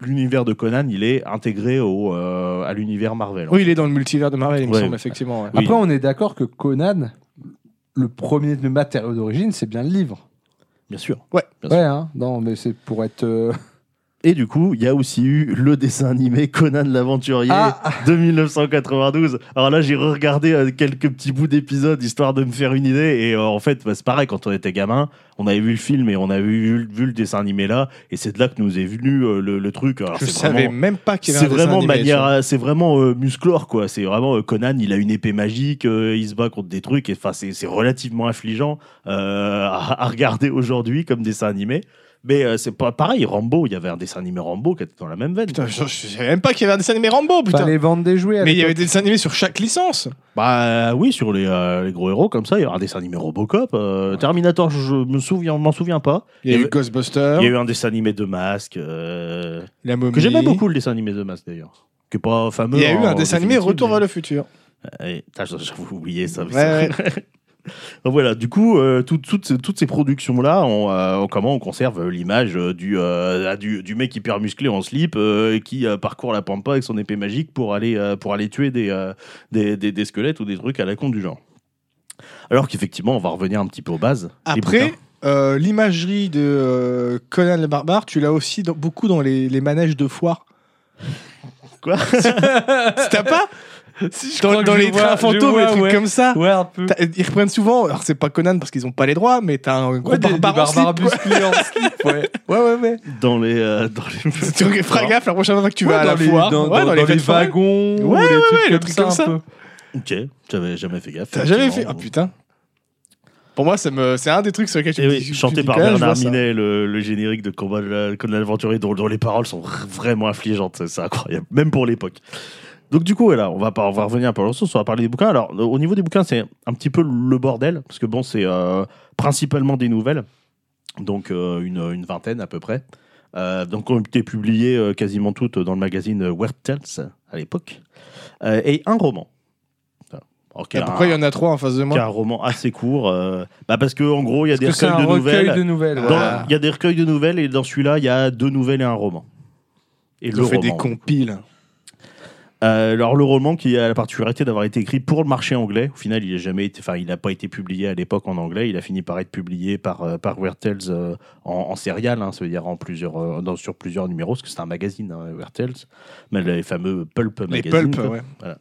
Speaker 2: l'univers de Conan, il est intégré au, euh, à l'univers Marvel. en
Speaker 3: Oui, il est dans le multivers de Marvel, il me
Speaker 2: Ouais.
Speaker 3: semble, effectivement. ouais.
Speaker 2: Oui.
Speaker 1: Après, on est d'accord que Conan, le premier de matériau d'origine, c'est bien le livre.
Speaker 2: fait, Bien sûr. Bien sûr.
Speaker 1: Ouais, hein. Non, mais c'est pour être. euh,
Speaker 2: Et du coup, il y a aussi eu le dessin animé Conan l'Aventurier
Speaker 1: Ah
Speaker 2: de 1992. Alors là, j'ai regardé euh, quelques petits bouts d'épisodes histoire de me faire une idée. Et euh, en fait, bah, c'est pareil, quand on était gamin, on avait vu le film et on avait vu, vu le dessin animé là. Et c'est de là que nous est venu euh, le, le truc. Alors,
Speaker 3: Je
Speaker 2: c'est
Speaker 3: savais
Speaker 2: vraiment-
Speaker 3: même pas qu'il y avait
Speaker 2: c'est
Speaker 3: un dessin
Speaker 2: vraiment
Speaker 3: animé,
Speaker 2: manière,
Speaker 3: ça.
Speaker 2: euh, c'est vraiment euh, musclore quoi. C'est vraiment euh, Conan, il a une épée magique, euh, il se bat contre des trucs. Et enfin, c'est c'est relativement affligeant euh, à, à regarder aujourd'hui comme dessin animé. Mais euh, c'est pas pareil. Rambo, il y avait un dessin animé Rambo qui était dans la même veine.
Speaker 3: Putain, je, je savais même pas qu'il y avait un dessin animé Rambo, putain.
Speaker 1: Fallait vendre des jouets. à
Speaker 3: Mais il y
Speaker 1: l'époque.
Speaker 3: avait des dessins animés sur chaque licence.
Speaker 2: Bah oui, sur les, euh, les gros héros comme ça, il y aura un dessin animé Robocop, euh, Terminator. Je je me souviens, m'en souviens pas.
Speaker 3: Il y a
Speaker 2: Il y
Speaker 3: eu
Speaker 2: avait-
Speaker 3: Ghostbusters,
Speaker 2: Il y a eu un dessin animé de masque euh,
Speaker 3: La Momie.
Speaker 2: que j'aimais beaucoup le dessin animé de masque d'ailleurs. Qui est pas fameux.
Speaker 3: Il y a eu
Speaker 2: en
Speaker 3: un dessin animé
Speaker 2: définitive,
Speaker 3: Retour
Speaker 2: mais-
Speaker 3: vers le futur.
Speaker 2: Eh, putain, j'avais oublié ça. mais
Speaker 3: Ouais,
Speaker 2: c'est- Donc voilà, du coup, euh, tout- toutes ces- toutes ces productions-là, on, euh, on- comment on conserve l'image euh, du, euh, ah, du, du mec hyper musclé en slip euh, qui euh, parcourt la pampa avec son épée magique pour aller, euh, pour aller tuer des, euh, des, des- des squelettes ou des trucs à la con du genre. Alors qu'effectivement, on va revenir un petit peu aux bases. Les
Speaker 3: Après,
Speaker 2: bouquins.
Speaker 3: euh, l'imagerie de euh, Conan le barbare, tu l'as aussi dans- beaucoup dans les, les manèges de foire.
Speaker 2: Quoi
Speaker 3: T'as pas
Speaker 1: Si, je
Speaker 3: Dans,
Speaker 1: crois que
Speaker 3: dans
Speaker 1: je
Speaker 3: les
Speaker 1: vois-
Speaker 3: trains
Speaker 1: je
Speaker 3: fantômes, les
Speaker 1: vois,
Speaker 3: trucs
Speaker 1: ouais.
Speaker 3: comme ça.
Speaker 1: Ouais, un peu.
Speaker 3: T'as- Ils reprennent souvent, alors c'est pas Conan parce qu'ils ont pas les droits, mais t'as un gros
Speaker 1: Ouais, des, des
Speaker 3: barbare en slip,
Speaker 1: barbares musclés en slip, ouais. Ouais, ouais, ouais.
Speaker 2: dans les. euh, dans les...
Speaker 3: Tu feras gaffe la prochaine fois que tu
Speaker 1: Ouais,
Speaker 3: vas à la
Speaker 1: dans les-
Speaker 3: foire.
Speaker 1: Dans,
Speaker 3: Ouais,
Speaker 1: dans-
Speaker 3: dans
Speaker 1: dans les
Speaker 3: fêtes foraines.
Speaker 1: wagons,
Speaker 3: Ouais, ouais,
Speaker 1: les trucs
Speaker 3: ouais, les
Speaker 1: comme
Speaker 3: trucs
Speaker 1: ça,
Speaker 3: comme
Speaker 1: un
Speaker 3: ça.
Speaker 1: peu.
Speaker 2: Ok, j'avais jamais fait gaffe.
Speaker 3: T'as jamais fait
Speaker 2: effectivement.
Speaker 3: Ah putain. Pour moi, ça me... c'est un des trucs sur lesquels tu
Speaker 2: Eh
Speaker 3: me
Speaker 2: oui,
Speaker 3: dis- tu
Speaker 2: chanté
Speaker 3: me dis,
Speaker 2: par
Speaker 3: quand même, je
Speaker 2: Bernard
Speaker 3: vois ça.
Speaker 2: Minet, le, le générique de Combat de la- Conan l'Aventurier, dont, dont les paroles sont r- vraiment affligeantes. C'est- C'est incroyable, même pour l'époque. Donc, du coup, voilà, on va, pas- on va revenir un peu à la source, on va parler des bouquins. Alors, au niveau des bouquins, c'est un petit peu le bordel, parce que bon, c'est euh, principalement des nouvelles, donc euh, une, une vingtaine à peu près. Euh, donc, ont été publiées euh, quasiment toutes dans le magazine euh, Weird Tales à l'époque, Euh, et un roman. Enfin, ok,
Speaker 3: Et
Speaker 2: un-
Speaker 3: Pourquoi il y en a trois en face de
Speaker 2: qui est un
Speaker 3: moi
Speaker 2: roman assez court. euh, bah parce que en gros, il y a des
Speaker 1: Parce que c'est
Speaker 2: recueils
Speaker 1: un
Speaker 2: de
Speaker 1: recueil
Speaker 2: nouvelles.
Speaker 1: de nouvelles.
Speaker 2: Dans- Il
Speaker 1: ouais.
Speaker 3: Ah.
Speaker 2: y a des recueils de nouvelles et dans celui-là, il y a deux nouvelles et un roman. Et
Speaker 3: Ils
Speaker 2: le
Speaker 3: ont fait
Speaker 2: roman.
Speaker 3: des compiles.
Speaker 2: Euh, alors le roman qui a la particularité d'avoir été écrit pour le marché anglais. Au final, il a jamais été, enfin, il n'a pas été publié à l'époque en anglais. Il a fini par être publié par euh, par Weird Tales, euh, en, en serial, hein, ça veut dire en plusieurs, euh, dans, sur plusieurs numéros, parce que c'est un magazine, hein, Weird Tales, mais les fameux pulp
Speaker 3: Les
Speaker 2: magazines.
Speaker 3: pulps,
Speaker 2: quoi.
Speaker 3: ouais.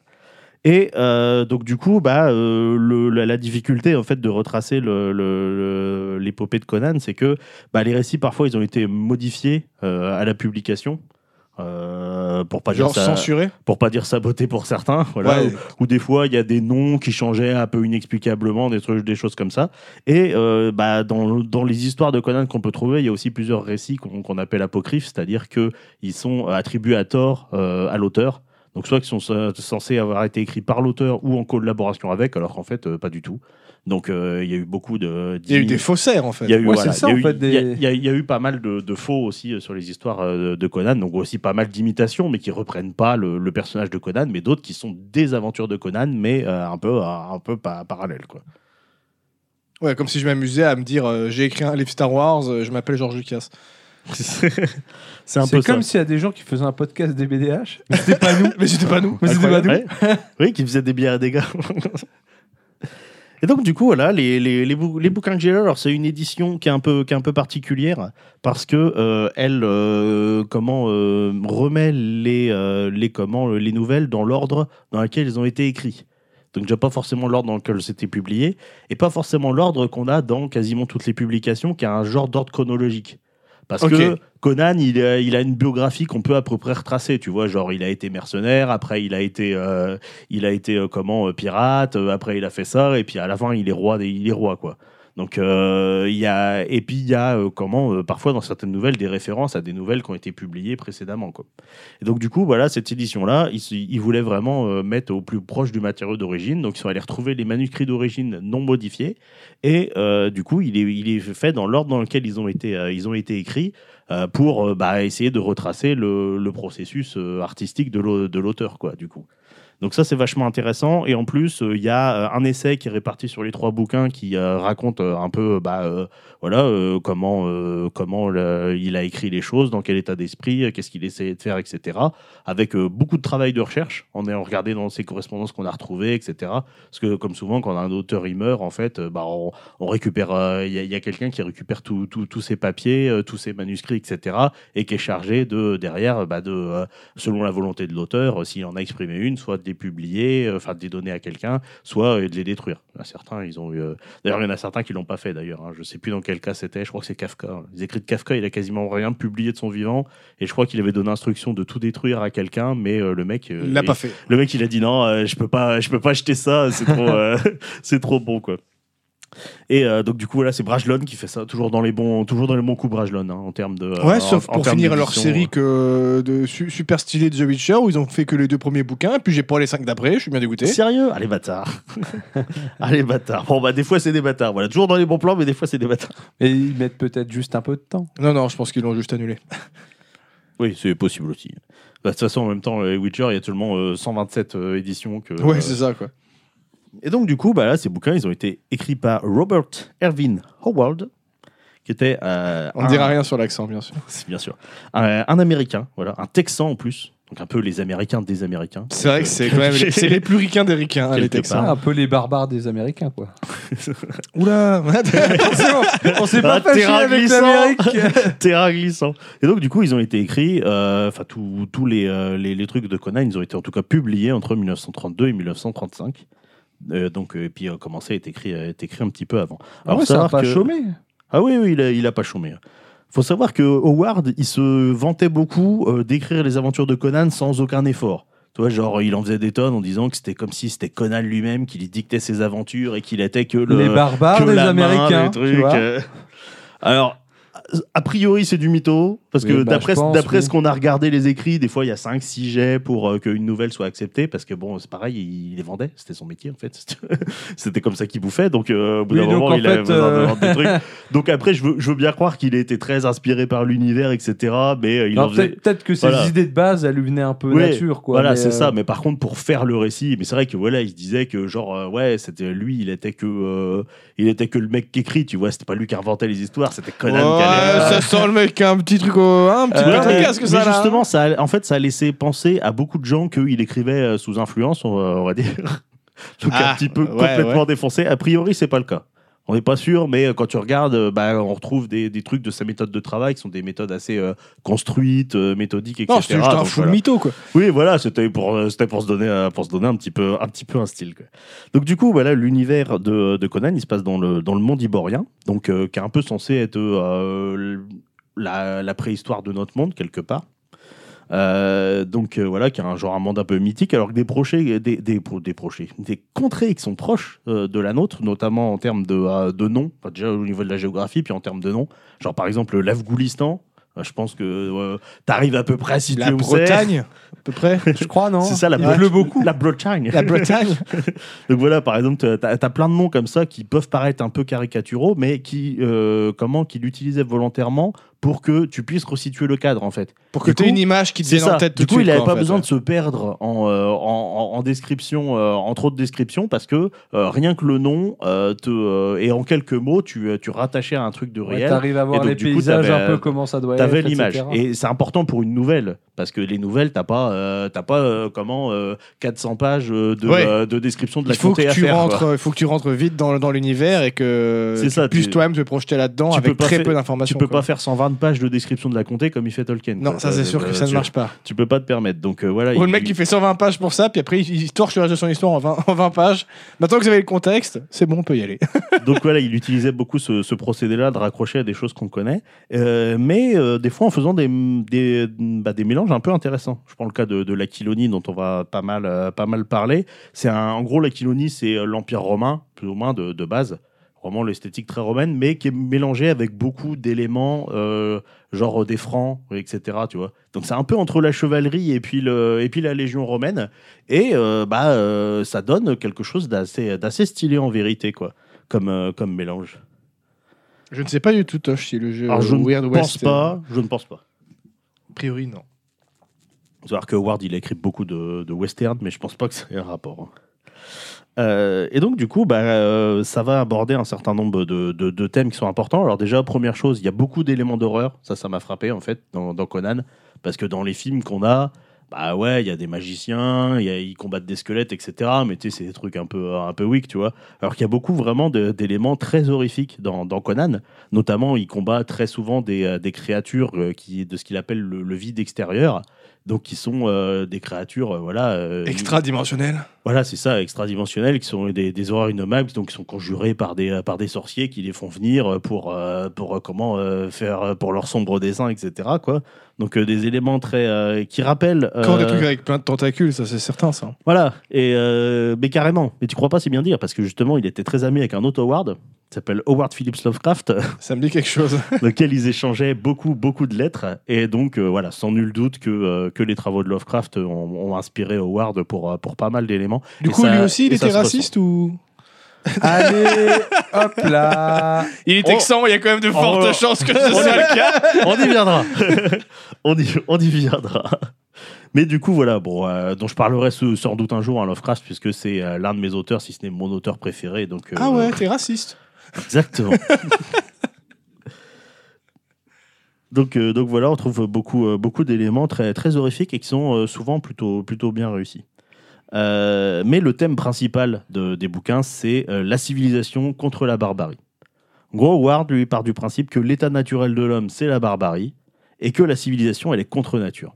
Speaker 2: Et euh, donc du coup, bah, euh, le- la, la difficulté en fait de retracer le- le- le- l'épopée de Conan, c'est que bah, les récits parfois ils ont été modifiés euh, à la publication euh, pour pas
Speaker 3: Genre
Speaker 2: dire ça,
Speaker 3: censurés.
Speaker 2: pour pas dire saboter pour certains, voilà.
Speaker 3: Ouais.
Speaker 2: Ou, ou des fois il y a des noms qui changeaient un peu inexplicablement, des trucs, des choses comme ça. Et euh, bah, dans, dans les histoires de Conan qu'on peut trouver, il y a aussi plusieurs récits qu'on qu'on appelle apocryphes, c'est-à-dire que ils sont attribués à tort euh, à l'auteur. Donc soit qui sont euh, censés avoir été écrits par l'auteur ou en collaboration avec, alors qu'en fait euh, pas du tout. Donc euh, il y a eu beaucoup de.
Speaker 3: Il y a eu des faussaires en fait.
Speaker 2: Il y a eu,
Speaker 1: Ouais,
Speaker 2: voilà,
Speaker 1: c'est ça,
Speaker 2: il y a
Speaker 1: en
Speaker 2: eu-
Speaker 1: fait, des-
Speaker 2: il y a- il y a- il y a eu pas mal de, de faux aussi euh, sur les histoires euh, de Conan, donc aussi pas mal d'imitations, mais qui reprennent pas le, le personnage de Conan, mais d'autres qui sont des aventures de Conan, mais euh, un peu, un peu pas parallèles. Quoi.
Speaker 3: Ouais, comme si je m'amusais à me dire euh, j'ai écrit un livre Star Wars, euh, je m'appelle George Lucas.
Speaker 2: c'est un
Speaker 1: C'est
Speaker 2: peu ça.
Speaker 1: comme s'il y a des gens qui faisaient un podcast des BDH, mais c'était pas nous.
Speaker 3: Mais c'était pas nous.
Speaker 1: Mais c'était pas nous.
Speaker 2: Ouais. Oui, qui faisait des bières à des gars. Et donc, du coup, voilà, les, les, les, bou- les bouquins que j'ai là, alors c'est une édition qui est un peu, qui est un peu particulière parce que euh, elle euh, comment, euh, remet les, euh, les, comment, les nouvelles dans l'ordre dans lequel ils ont été écrits. Donc, déjà pas forcément l'ordre dans lequel c'était publié et pas forcément l'ordre qu'on a dans quasiment toutes les publications qui a un genre d'ordre chronologique. Parce
Speaker 3: Ok.
Speaker 2: que Conan, il a, il a une biographie qu'on peut à peu près retracer, tu vois. Genre, il a été mercenaire, après, il a été, euh, il a été euh, comment, euh, pirate, euh, après, il a fait ça, et puis à la fin, il est roi, des- il est roi quoi. Donc, euh, il y a, et puis, il y a, euh, comment, euh, parfois, dans certaines nouvelles, des références à des nouvelles qui ont été publiées précédemment, quoi. Et donc, du coup, voilà, cette édition-là, ils, s- ils voulaient vraiment euh, mettre au plus proche du matériau d'origine. Donc, ils sont allés retrouver les manuscrits d'origine non modifiés. Et euh, du coup, il est, il est fait dans l'ordre dans lequel ils ont été, euh, ils ont été écrits euh, pour euh, bah, essayer de retracer le, le processus euh, artistique de l'au- de l'auteur, quoi, du coup. Donc ça, c'est vachement intéressant. Et en plus, euh, il y a euh, un essai qui est réparti sur les trois bouquins qui euh, raconte euh, un peu bah, euh, voilà, euh, comment, euh, comment le- il a écrit les choses, dans quel état d'esprit, euh, qu'est-ce qu'il essayait de faire, etc. Avec euh, beaucoup de travail de recherche, en ayant regardé dans ses correspondances qu'on a retrouvées, etc. Parce que comme souvent, quand un auteur il meurt, en fait, euh, bah, on, on récupère, euh, il y a- il y a, quelqu'un qui récupère tout- tout- tous ses papiers, euh, tous ses manuscrits, etc. Et qui est chargé de, derrière, euh, bah, de... euh, selon la volonté de l'auteur, euh, s'il en a exprimé une, soit de les publier, euh, enfin de les donner à quelqu'un, soit euh, de les détruire. Il y en a certains, ils ont eu. euh, D'ailleurs, il y en a certains qui l'ont pas fait. D'ailleurs, hein. je sais plus dans quel cas c'était. Je crois que c'est Kafka. hein. Les écrits de Kafka, il a quasiment rien publié de son vivant, et je crois qu'il avait donné instruction de tout détruire à quelqu'un, mais euh, le mec, euh,
Speaker 3: Il l'a
Speaker 2: il-
Speaker 3: pas fait.
Speaker 2: le mec, il a dit non, euh, je peux pas, je peux pas acheter ça, c'est trop, euh, c'est trop bon quoi. Et euh, donc du coup voilà, c'est Brajlon qui fait ça, toujours dans les bons, toujours dans les bons coups Brajlon hein, en termes de. euh,
Speaker 3: Ouais,
Speaker 2: en-
Speaker 3: sauf
Speaker 2: en
Speaker 3: pour
Speaker 2: termes
Speaker 3: finir leur
Speaker 2: d'édition, euh.
Speaker 3: série que euh, de su- super stylée de The Witcher où ils ont fait que les deux premiers bouquins, puis j'ai pas les cinq d'après, je suis bien dégoûté.
Speaker 2: Sérieux Allez, bâtard. Allez, bâtard. Bon, bah, des fois, c'est des bâtards. Voilà, toujours dans les bons plans, mais des fois, c'est des bâtards.
Speaker 1: Et ils mettent peut-être juste un peu de temps.
Speaker 3: Non, non, je pense qu'ils l'ont juste annulé.
Speaker 2: Oui, c'est possible aussi. Bah, De toute façon, en même temps, les Witcher, il y a seulement euh, 127 euh, éditions. Que,
Speaker 3: Ouais,
Speaker 2: euh,
Speaker 3: c'est ça quoi.
Speaker 2: Et donc, du coup, bah, là, ces bouquins, ils ont été écrits par Robert Erwin Howard, qui était. euh,
Speaker 3: On
Speaker 2: un-
Speaker 3: dira rien sur l'accent, bien sûr.
Speaker 2: C'est Bien sûr. Euh, Un, un Américain, voilà, un Texan en plus. Donc, un peu les Américains des Américains.
Speaker 3: C'est vrai que c'est quand même les- c'est les plus ricains des ricains, hein, les
Speaker 2: Quelque
Speaker 3: Texans.
Speaker 2: part.
Speaker 1: Ah, un peu les barbares des Américains, quoi.
Speaker 3: Oula
Speaker 1: on s'est
Speaker 2: pas
Speaker 1: pas
Speaker 2: Ah,
Speaker 1: fâché
Speaker 2: fâché terrain avec
Speaker 1: avec
Speaker 2: glissant.
Speaker 1: l'Amérique.
Speaker 2: l'Amérique. terrain glissant. Et donc, du coup, ils ont été écrits, euh, enfin, tous tous les, euh, les, les trucs de Conan, ils ont été en tout cas publiés entre 1932 et 1935. Euh, donc, euh, et puis, euh, commencé à être écrit, à être écrit un petit peu avant.
Speaker 1: Ah ouais,
Speaker 2: faut
Speaker 1: ça a
Speaker 2: savoir
Speaker 1: pas
Speaker 2: que-
Speaker 1: chômé.
Speaker 2: Ah oui, oui, il a, il a pas chômé. hein. Faut savoir que Howard, il se vantait beaucoup euh, d'écrire les aventures de Conan sans aucun effort. Tu vois, genre, il en faisait des tonnes en disant que c'était comme si c'était Conan lui-même qui lui dictait ses aventures et qu'il était que le
Speaker 1: Les barbares
Speaker 2: que
Speaker 1: des
Speaker 2: la main,
Speaker 1: Américains.
Speaker 2: le
Speaker 1: tu
Speaker 2: truc,
Speaker 1: vois.
Speaker 2: euh. Alors, a priori, c'est du mytho, parce que
Speaker 1: Oui, bah,
Speaker 2: d'après
Speaker 1: je pense,
Speaker 2: d'après
Speaker 1: oui.
Speaker 2: ce qu'on a regardé les écrits, des fois, il y a 5-6 jets pour euh, qu'une nouvelle soit acceptée, parce que bon, c'est pareil, il, il les vendait, c'était son métier en fait. c'était comme ça qu'il bouffait, donc euh, au bout
Speaker 1: Oui,
Speaker 2: d'un
Speaker 1: donc,
Speaker 2: moment,
Speaker 1: en
Speaker 2: il avait
Speaker 1: fait,
Speaker 2: besoin de
Speaker 1: euh,
Speaker 2: vendre des trucs. Donc après, je veux, je veux bien croire qu'il a été très inspiré par l'univers, etc., mais euh, il
Speaker 1: Non,
Speaker 2: en faisait.
Speaker 1: peut-être, peut-être que ses
Speaker 2: Voilà.
Speaker 1: idées de base, elles lui venaient un peu
Speaker 2: Oui,
Speaker 1: nature, quoi.
Speaker 2: Voilà,
Speaker 1: mais,
Speaker 2: c'est
Speaker 1: euh,
Speaker 2: ça. Mais par contre, pour faire le récit, mais c'est vrai que voilà, il se disait que genre euh, ouais, c'était lui, il était que euh, il était que le mec qui écrit, tu vois, c'était pas lui qui inventait les histoires, c'était Conan qui allait.
Speaker 3: ça sent le mec qui a un petit truc au. hein, Un petit
Speaker 1: Euh,
Speaker 3: peu
Speaker 2: Ouais,
Speaker 1: ouais,
Speaker 2: mais,
Speaker 3: casque, ça
Speaker 2: mais
Speaker 3: là. hein.
Speaker 2: justement, ça, a- en fait, ça a laissé penser à beaucoup de gens qu'il écrivait euh, sous influence, on va, on va dire. Donc un
Speaker 3: Ah,
Speaker 2: petit peu
Speaker 3: ouais,
Speaker 2: complètement
Speaker 3: ouais.
Speaker 2: défoncé. A priori, c'est pas le cas. On n'est pas sûr, mais euh, quand tu regardes, euh, bah, on retrouve des, des trucs de sa méthode de travail qui sont des méthodes assez euh, construites, euh, méthodiques, etc.
Speaker 3: Non, c'était juste un
Speaker 2: Donc,
Speaker 3: fou
Speaker 2: voilà.
Speaker 3: mytho quoi.
Speaker 2: Oui, voilà, c'était pour, euh, c'était pour se donner, euh, pour se donner un petit peu, un petit peu un style. quoi. Donc du coup, voilà, l'univers de, de Conan, il se passe dans le, dans le monde iborien, donc euh, qui est un peu censé être euh, la, la préhistoire de notre monde quelque part. Euh, donc euh, voilà, qui a un genre un monde un peu mythique, alors que des prochets, des, des, pro- des prochets, des contrées qui sont proches euh, de la nôtre, notamment en termes de, euh, de noms, enfin, déjà au niveau de la géographie, puis en termes de noms, genre par exemple l'Afgoulistan. euh, Je pense que euh, t'arrives à peu près à situer
Speaker 3: La
Speaker 2: où c'est.
Speaker 3: Bretagne, à peu près.
Speaker 1: Je crois, non
Speaker 2: C'est ça la
Speaker 1: Hein Il
Speaker 2: Bretagne.
Speaker 1: pleut beaucoup.
Speaker 2: La Bretagne.
Speaker 3: La Bretagne.
Speaker 2: Donc voilà, par exemple, t'as as plein de noms comme ça qui peuvent paraître un peu caricaturaux, mais qui, euh, comment, qui l'utilisaient volontairement pour que tu puisses resituer le cadre en fait.
Speaker 3: Pour que
Speaker 2: Du
Speaker 3: tu aies
Speaker 2: coup,
Speaker 3: une image qui te
Speaker 2: C'est
Speaker 3: vienne en
Speaker 2: ça.
Speaker 3: tête tout
Speaker 2: du
Speaker 3: de
Speaker 2: coup,
Speaker 3: suite.
Speaker 2: il n'avait
Speaker 3: quoi,
Speaker 2: pas
Speaker 3: en fait.
Speaker 2: besoin de se perdre en, euh, en, en- en description, euh, en trop de descriptions, parce que euh, rien que le nom euh, te, euh, et en quelques mots, tu, euh, tu rattachais à un truc de
Speaker 1: Ouais,
Speaker 2: réel.
Speaker 1: T'arrives à voir
Speaker 2: donc,
Speaker 1: les
Speaker 2: du coup,
Speaker 1: paysages
Speaker 2: t'avais,
Speaker 1: un peu
Speaker 2: euh,
Speaker 1: comment ça doit être.
Speaker 2: T'avais l'image.
Speaker 1: etc.
Speaker 2: Et c'est important pour une nouvelle, parce que les nouvelles, t'as pas, euh, t'as pas euh, comment, euh, 400 pages euh, de,
Speaker 3: Ouais.
Speaker 2: euh, de description de la
Speaker 3: Il faut
Speaker 2: comté
Speaker 3: que,
Speaker 2: à
Speaker 3: tu
Speaker 2: faire,
Speaker 3: rentres,
Speaker 2: quoi.
Speaker 3: euh, faut que tu rentres vite dans, dans l'univers et que
Speaker 2: C'est
Speaker 3: tu
Speaker 2: ça,
Speaker 3: puisses
Speaker 2: tu-
Speaker 3: toi-même te projeter là-dedans
Speaker 2: tu
Speaker 3: avec
Speaker 2: peux pas
Speaker 3: très
Speaker 2: faire-
Speaker 3: peu
Speaker 2: Tu
Speaker 3: d'informations.
Speaker 2: peux
Speaker 3: quoi.
Speaker 2: pas faire 120 pages de description de la comté comme il fait Tolkien.
Speaker 3: Non,
Speaker 2: quoi.
Speaker 3: ça c'est
Speaker 2: Euh,
Speaker 3: sûr
Speaker 2: euh,
Speaker 3: que ça ne
Speaker 2: tu-
Speaker 3: marche pas.
Speaker 2: Tu peux pas te permettre. Donc euh, voilà.
Speaker 3: Ou le
Speaker 2: il-
Speaker 3: mec qui fait 120 pages pour ça, puis après il, il torche le reste de son histoire en 20, en 20 pages. Maintenant que vous avez le contexte, c'est bon, on peut y aller.
Speaker 2: Donc voilà, il utilisait beaucoup ce, ce procédé-là de raccrocher à des choses qu'on connaît, euh, mais euh, des fois en faisant des, des, bah, des mélanges un peu intéressants. Je prends le cas de, de l'Aquilonie dont on va pas mal, euh, pas mal parler. C'est un- en gros l'Aquilonie, c'est euh, l'Empire romain, plus ou moins de, de base. Vraiment l'esthétique très romaine, mais qui est mélangée avec beaucoup d'éléments, euh, genre des francs, etc. Tu vois. Donc c'est un peu entre la chevalerie et puis, le, et puis la légion romaine. Et euh, bah, euh, ça donne quelque chose d'assez d'assez stylé en vérité, quoi comme, euh, comme mélange.
Speaker 3: Je ne sais pas du tout, Tosh, si le jeu
Speaker 2: Alors, je
Speaker 3: euh, Weird
Speaker 2: ne pense
Speaker 3: West, euh,
Speaker 2: pas. Je ne pense pas.
Speaker 3: a priori, non.
Speaker 2: Faut savoir que Ward, il a écrit beaucoup de, de westerns, mais je pense pas que c'est un rapport. hein. Euh, et donc, du coup, bah, euh, ça va aborder un certain nombre de, de- de thèmes qui sont importants. Alors, déjà, première chose, il y a beaucoup d'éléments d'horreur. Ça, ça m'a frappé, en fait, dans, dans Conan. Parce que dans les films qu'on a, bah ouais, il y a des magiciens, il y a- ils combattent des squelettes, etc. Mais tu sais, c'est des trucs un peu, un peu weak, tu vois. Alors qu'il y a beaucoup vraiment de- d'éléments très horrifiques dans, dans Conan. Notamment, il combat très souvent des, euh, des créatures euh, qui, de ce qu'il appelle le, le vide extérieur. Donc, qui sont euh, des créatures, euh, voilà. euh,
Speaker 3: Extra-dimensionnel.
Speaker 2: voilà, c'est ça, extradimensionnels, qui sont des, des horreurs innommables, donc qui sont conjurés par des, par des sorciers qui les font venir pour, euh, pour euh, comment euh, faire euh, pour leur sombre dessin, etc. Quoi. Donc euh, des éléments très euh, qui rappellent. euh,
Speaker 3: Quand des trucs avec plein de tentacules, ça c'est certain, ça.
Speaker 2: Voilà, et euh, mais carrément. Mais tu crois pas, c'est bien dire, parce que justement, il était très ami avec un autre Howard, qui s'appelle Howard Phillips Lovecraft,
Speaker 3: Ça me dit quelque chose.
Speaker 2: lequel ils échangeaient beaucoup, beaucoup de lettres. Et donc, euh, voilà, sans nul doute que, euh, que les travaux de Lovecraft ont, ont inspiré Howard pour, euh, pour pas mal d'éléments.
Speaker 3: Du
Speaker 2: Et
Speaker 3: coup,
Speaker 2: ça-
Speaker 3: lui aussi, il
Speaker 2: et ça
Speaker 3: était
Speaker 2: se
Speaker 3: raciste ou
Speaker 1: Allez, hop là.
Speaker 3: Il est
Speaker 2: Oh.
Speaker 3: texan, il y a quand même de fortes
Speaker 2: Oh.
Speaker 3: chances que
Speaker 2: On
Speaker 3: ce soit
Speaker 2: est-
Speaker 3: le cas.
Speaker 2: on y viendra. on, y, on y viendra. Mais du coup, voilà, bon, euh, dont je parlerai sous- sans doute un jour à Lovecraft, puisque c'est euh, l'un de mes auteurs, si ce n'est mon auteur préféré. Donc, euh,
Speaker 3: Ah ouais, t'es raciste.
Speaker 2: Exactement. donc, euh, donc voilà, on trouve beaucoup, euh, beaucoup d'éléments très, très horrifiques et qui sont euh, souvent plutôt, plutôt bien réussis. Euh, mais le thème principal de- des bouquins, c'est euh, la civilisation contre la barbarie. En gros, Ward lui part du principe que l'état naturel de l'homme, c'est la barbarie et que la civilisation, elle est contre nature.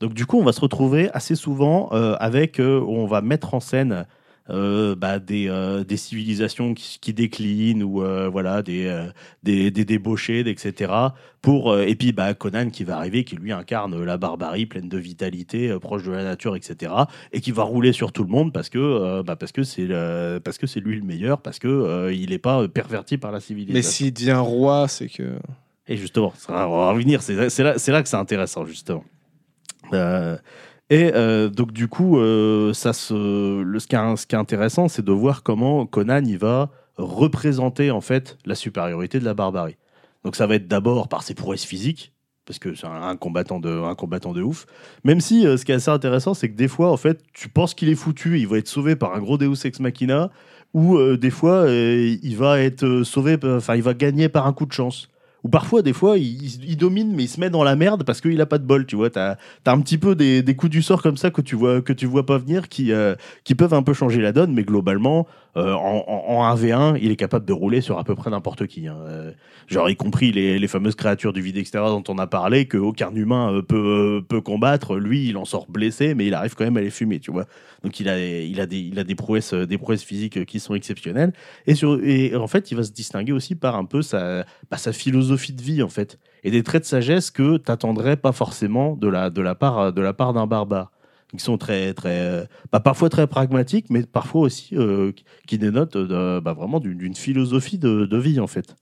Speaker 2: Donc du coup, on va se retrouver assez souvent euh, avec, euh, où on va mettre en scène euh, bah, des, euh, des civilisations qui, qui déclinent ou euh, voilà des, euh, des, des débauchés, etc. Pour, euh, et puis bah, Conan qui va arriver, qui lui incarne la barbarie pleine de vitalité, euh, proche de la nature, etc. Et qui va rouler sur tout le monde parce que euh, bah, parce que c'est le- parce que c'est lui le meilleur, parce que euh, il n'est pas euh, perverti par la civilisation.
Speaker 3: Mais s'il devient roi, c'est que.
Speaker 2: Et justement, ça, on va revenir, c'est c'est là, c'est là que c'est intéressant, justement. Euh, et euh, donc, du coup, euh, ça se, le, ce, qui est, ce qui est intéressant, c'est de voir comment Conan il va représenter en fait la supériorité de la barbarie. Donc, ça va être d'abord par ses prouesses physiques, parce que c'est un, un combattant de, un combattant de ouf. Même si euh, ce qui est assez intéressant, c'est que des fois, en fait, tu penses qu'il est foutu, il va être sauvé par un gros Deus ex machina, ou euh, des fois, euh, il va être euh, sauvé, par- enfin, il va gagner par un coup de chance. Ou parfois, des fois, il, il- il domine, mais il se met dans la merde parce qu'il a pas de bol, tu vois. T'as as un petit peu des, des coups du sort comme ça que tu vois, que tu vois pas venir qui, euh, qui peuvent un peu changer la donne, mais globalement, euh, en, en- en 1v1, il est capable de rouler sur à peu près n'importe qui. hein. Euh, genre, y compris les, les fameuses créatures du vide extérieur dont on a parlé, que aucun humain euh, peut, euh, peut combattre. Lui, il en sort blessé, mais il arrive quand même à les fumer, tu vois. Donc, il a, il a, des, il a des, prouesses, euh, des prouesses physiques euh, qui sont exceptionnelles. Et, sur, et en fait, il va se distinguer aussi par un peu sa, bah, sa philosophie de vie en fait et des traits de sagesse que t'attendrais pas forcément de la de la part de la part d'un barbare qui sont très très euh, bah, parfois très pragmatiques mais parfois aussi euh, qui dénotent euh, de- bah, vraiment d'une d'une philosophie de, de vie en fait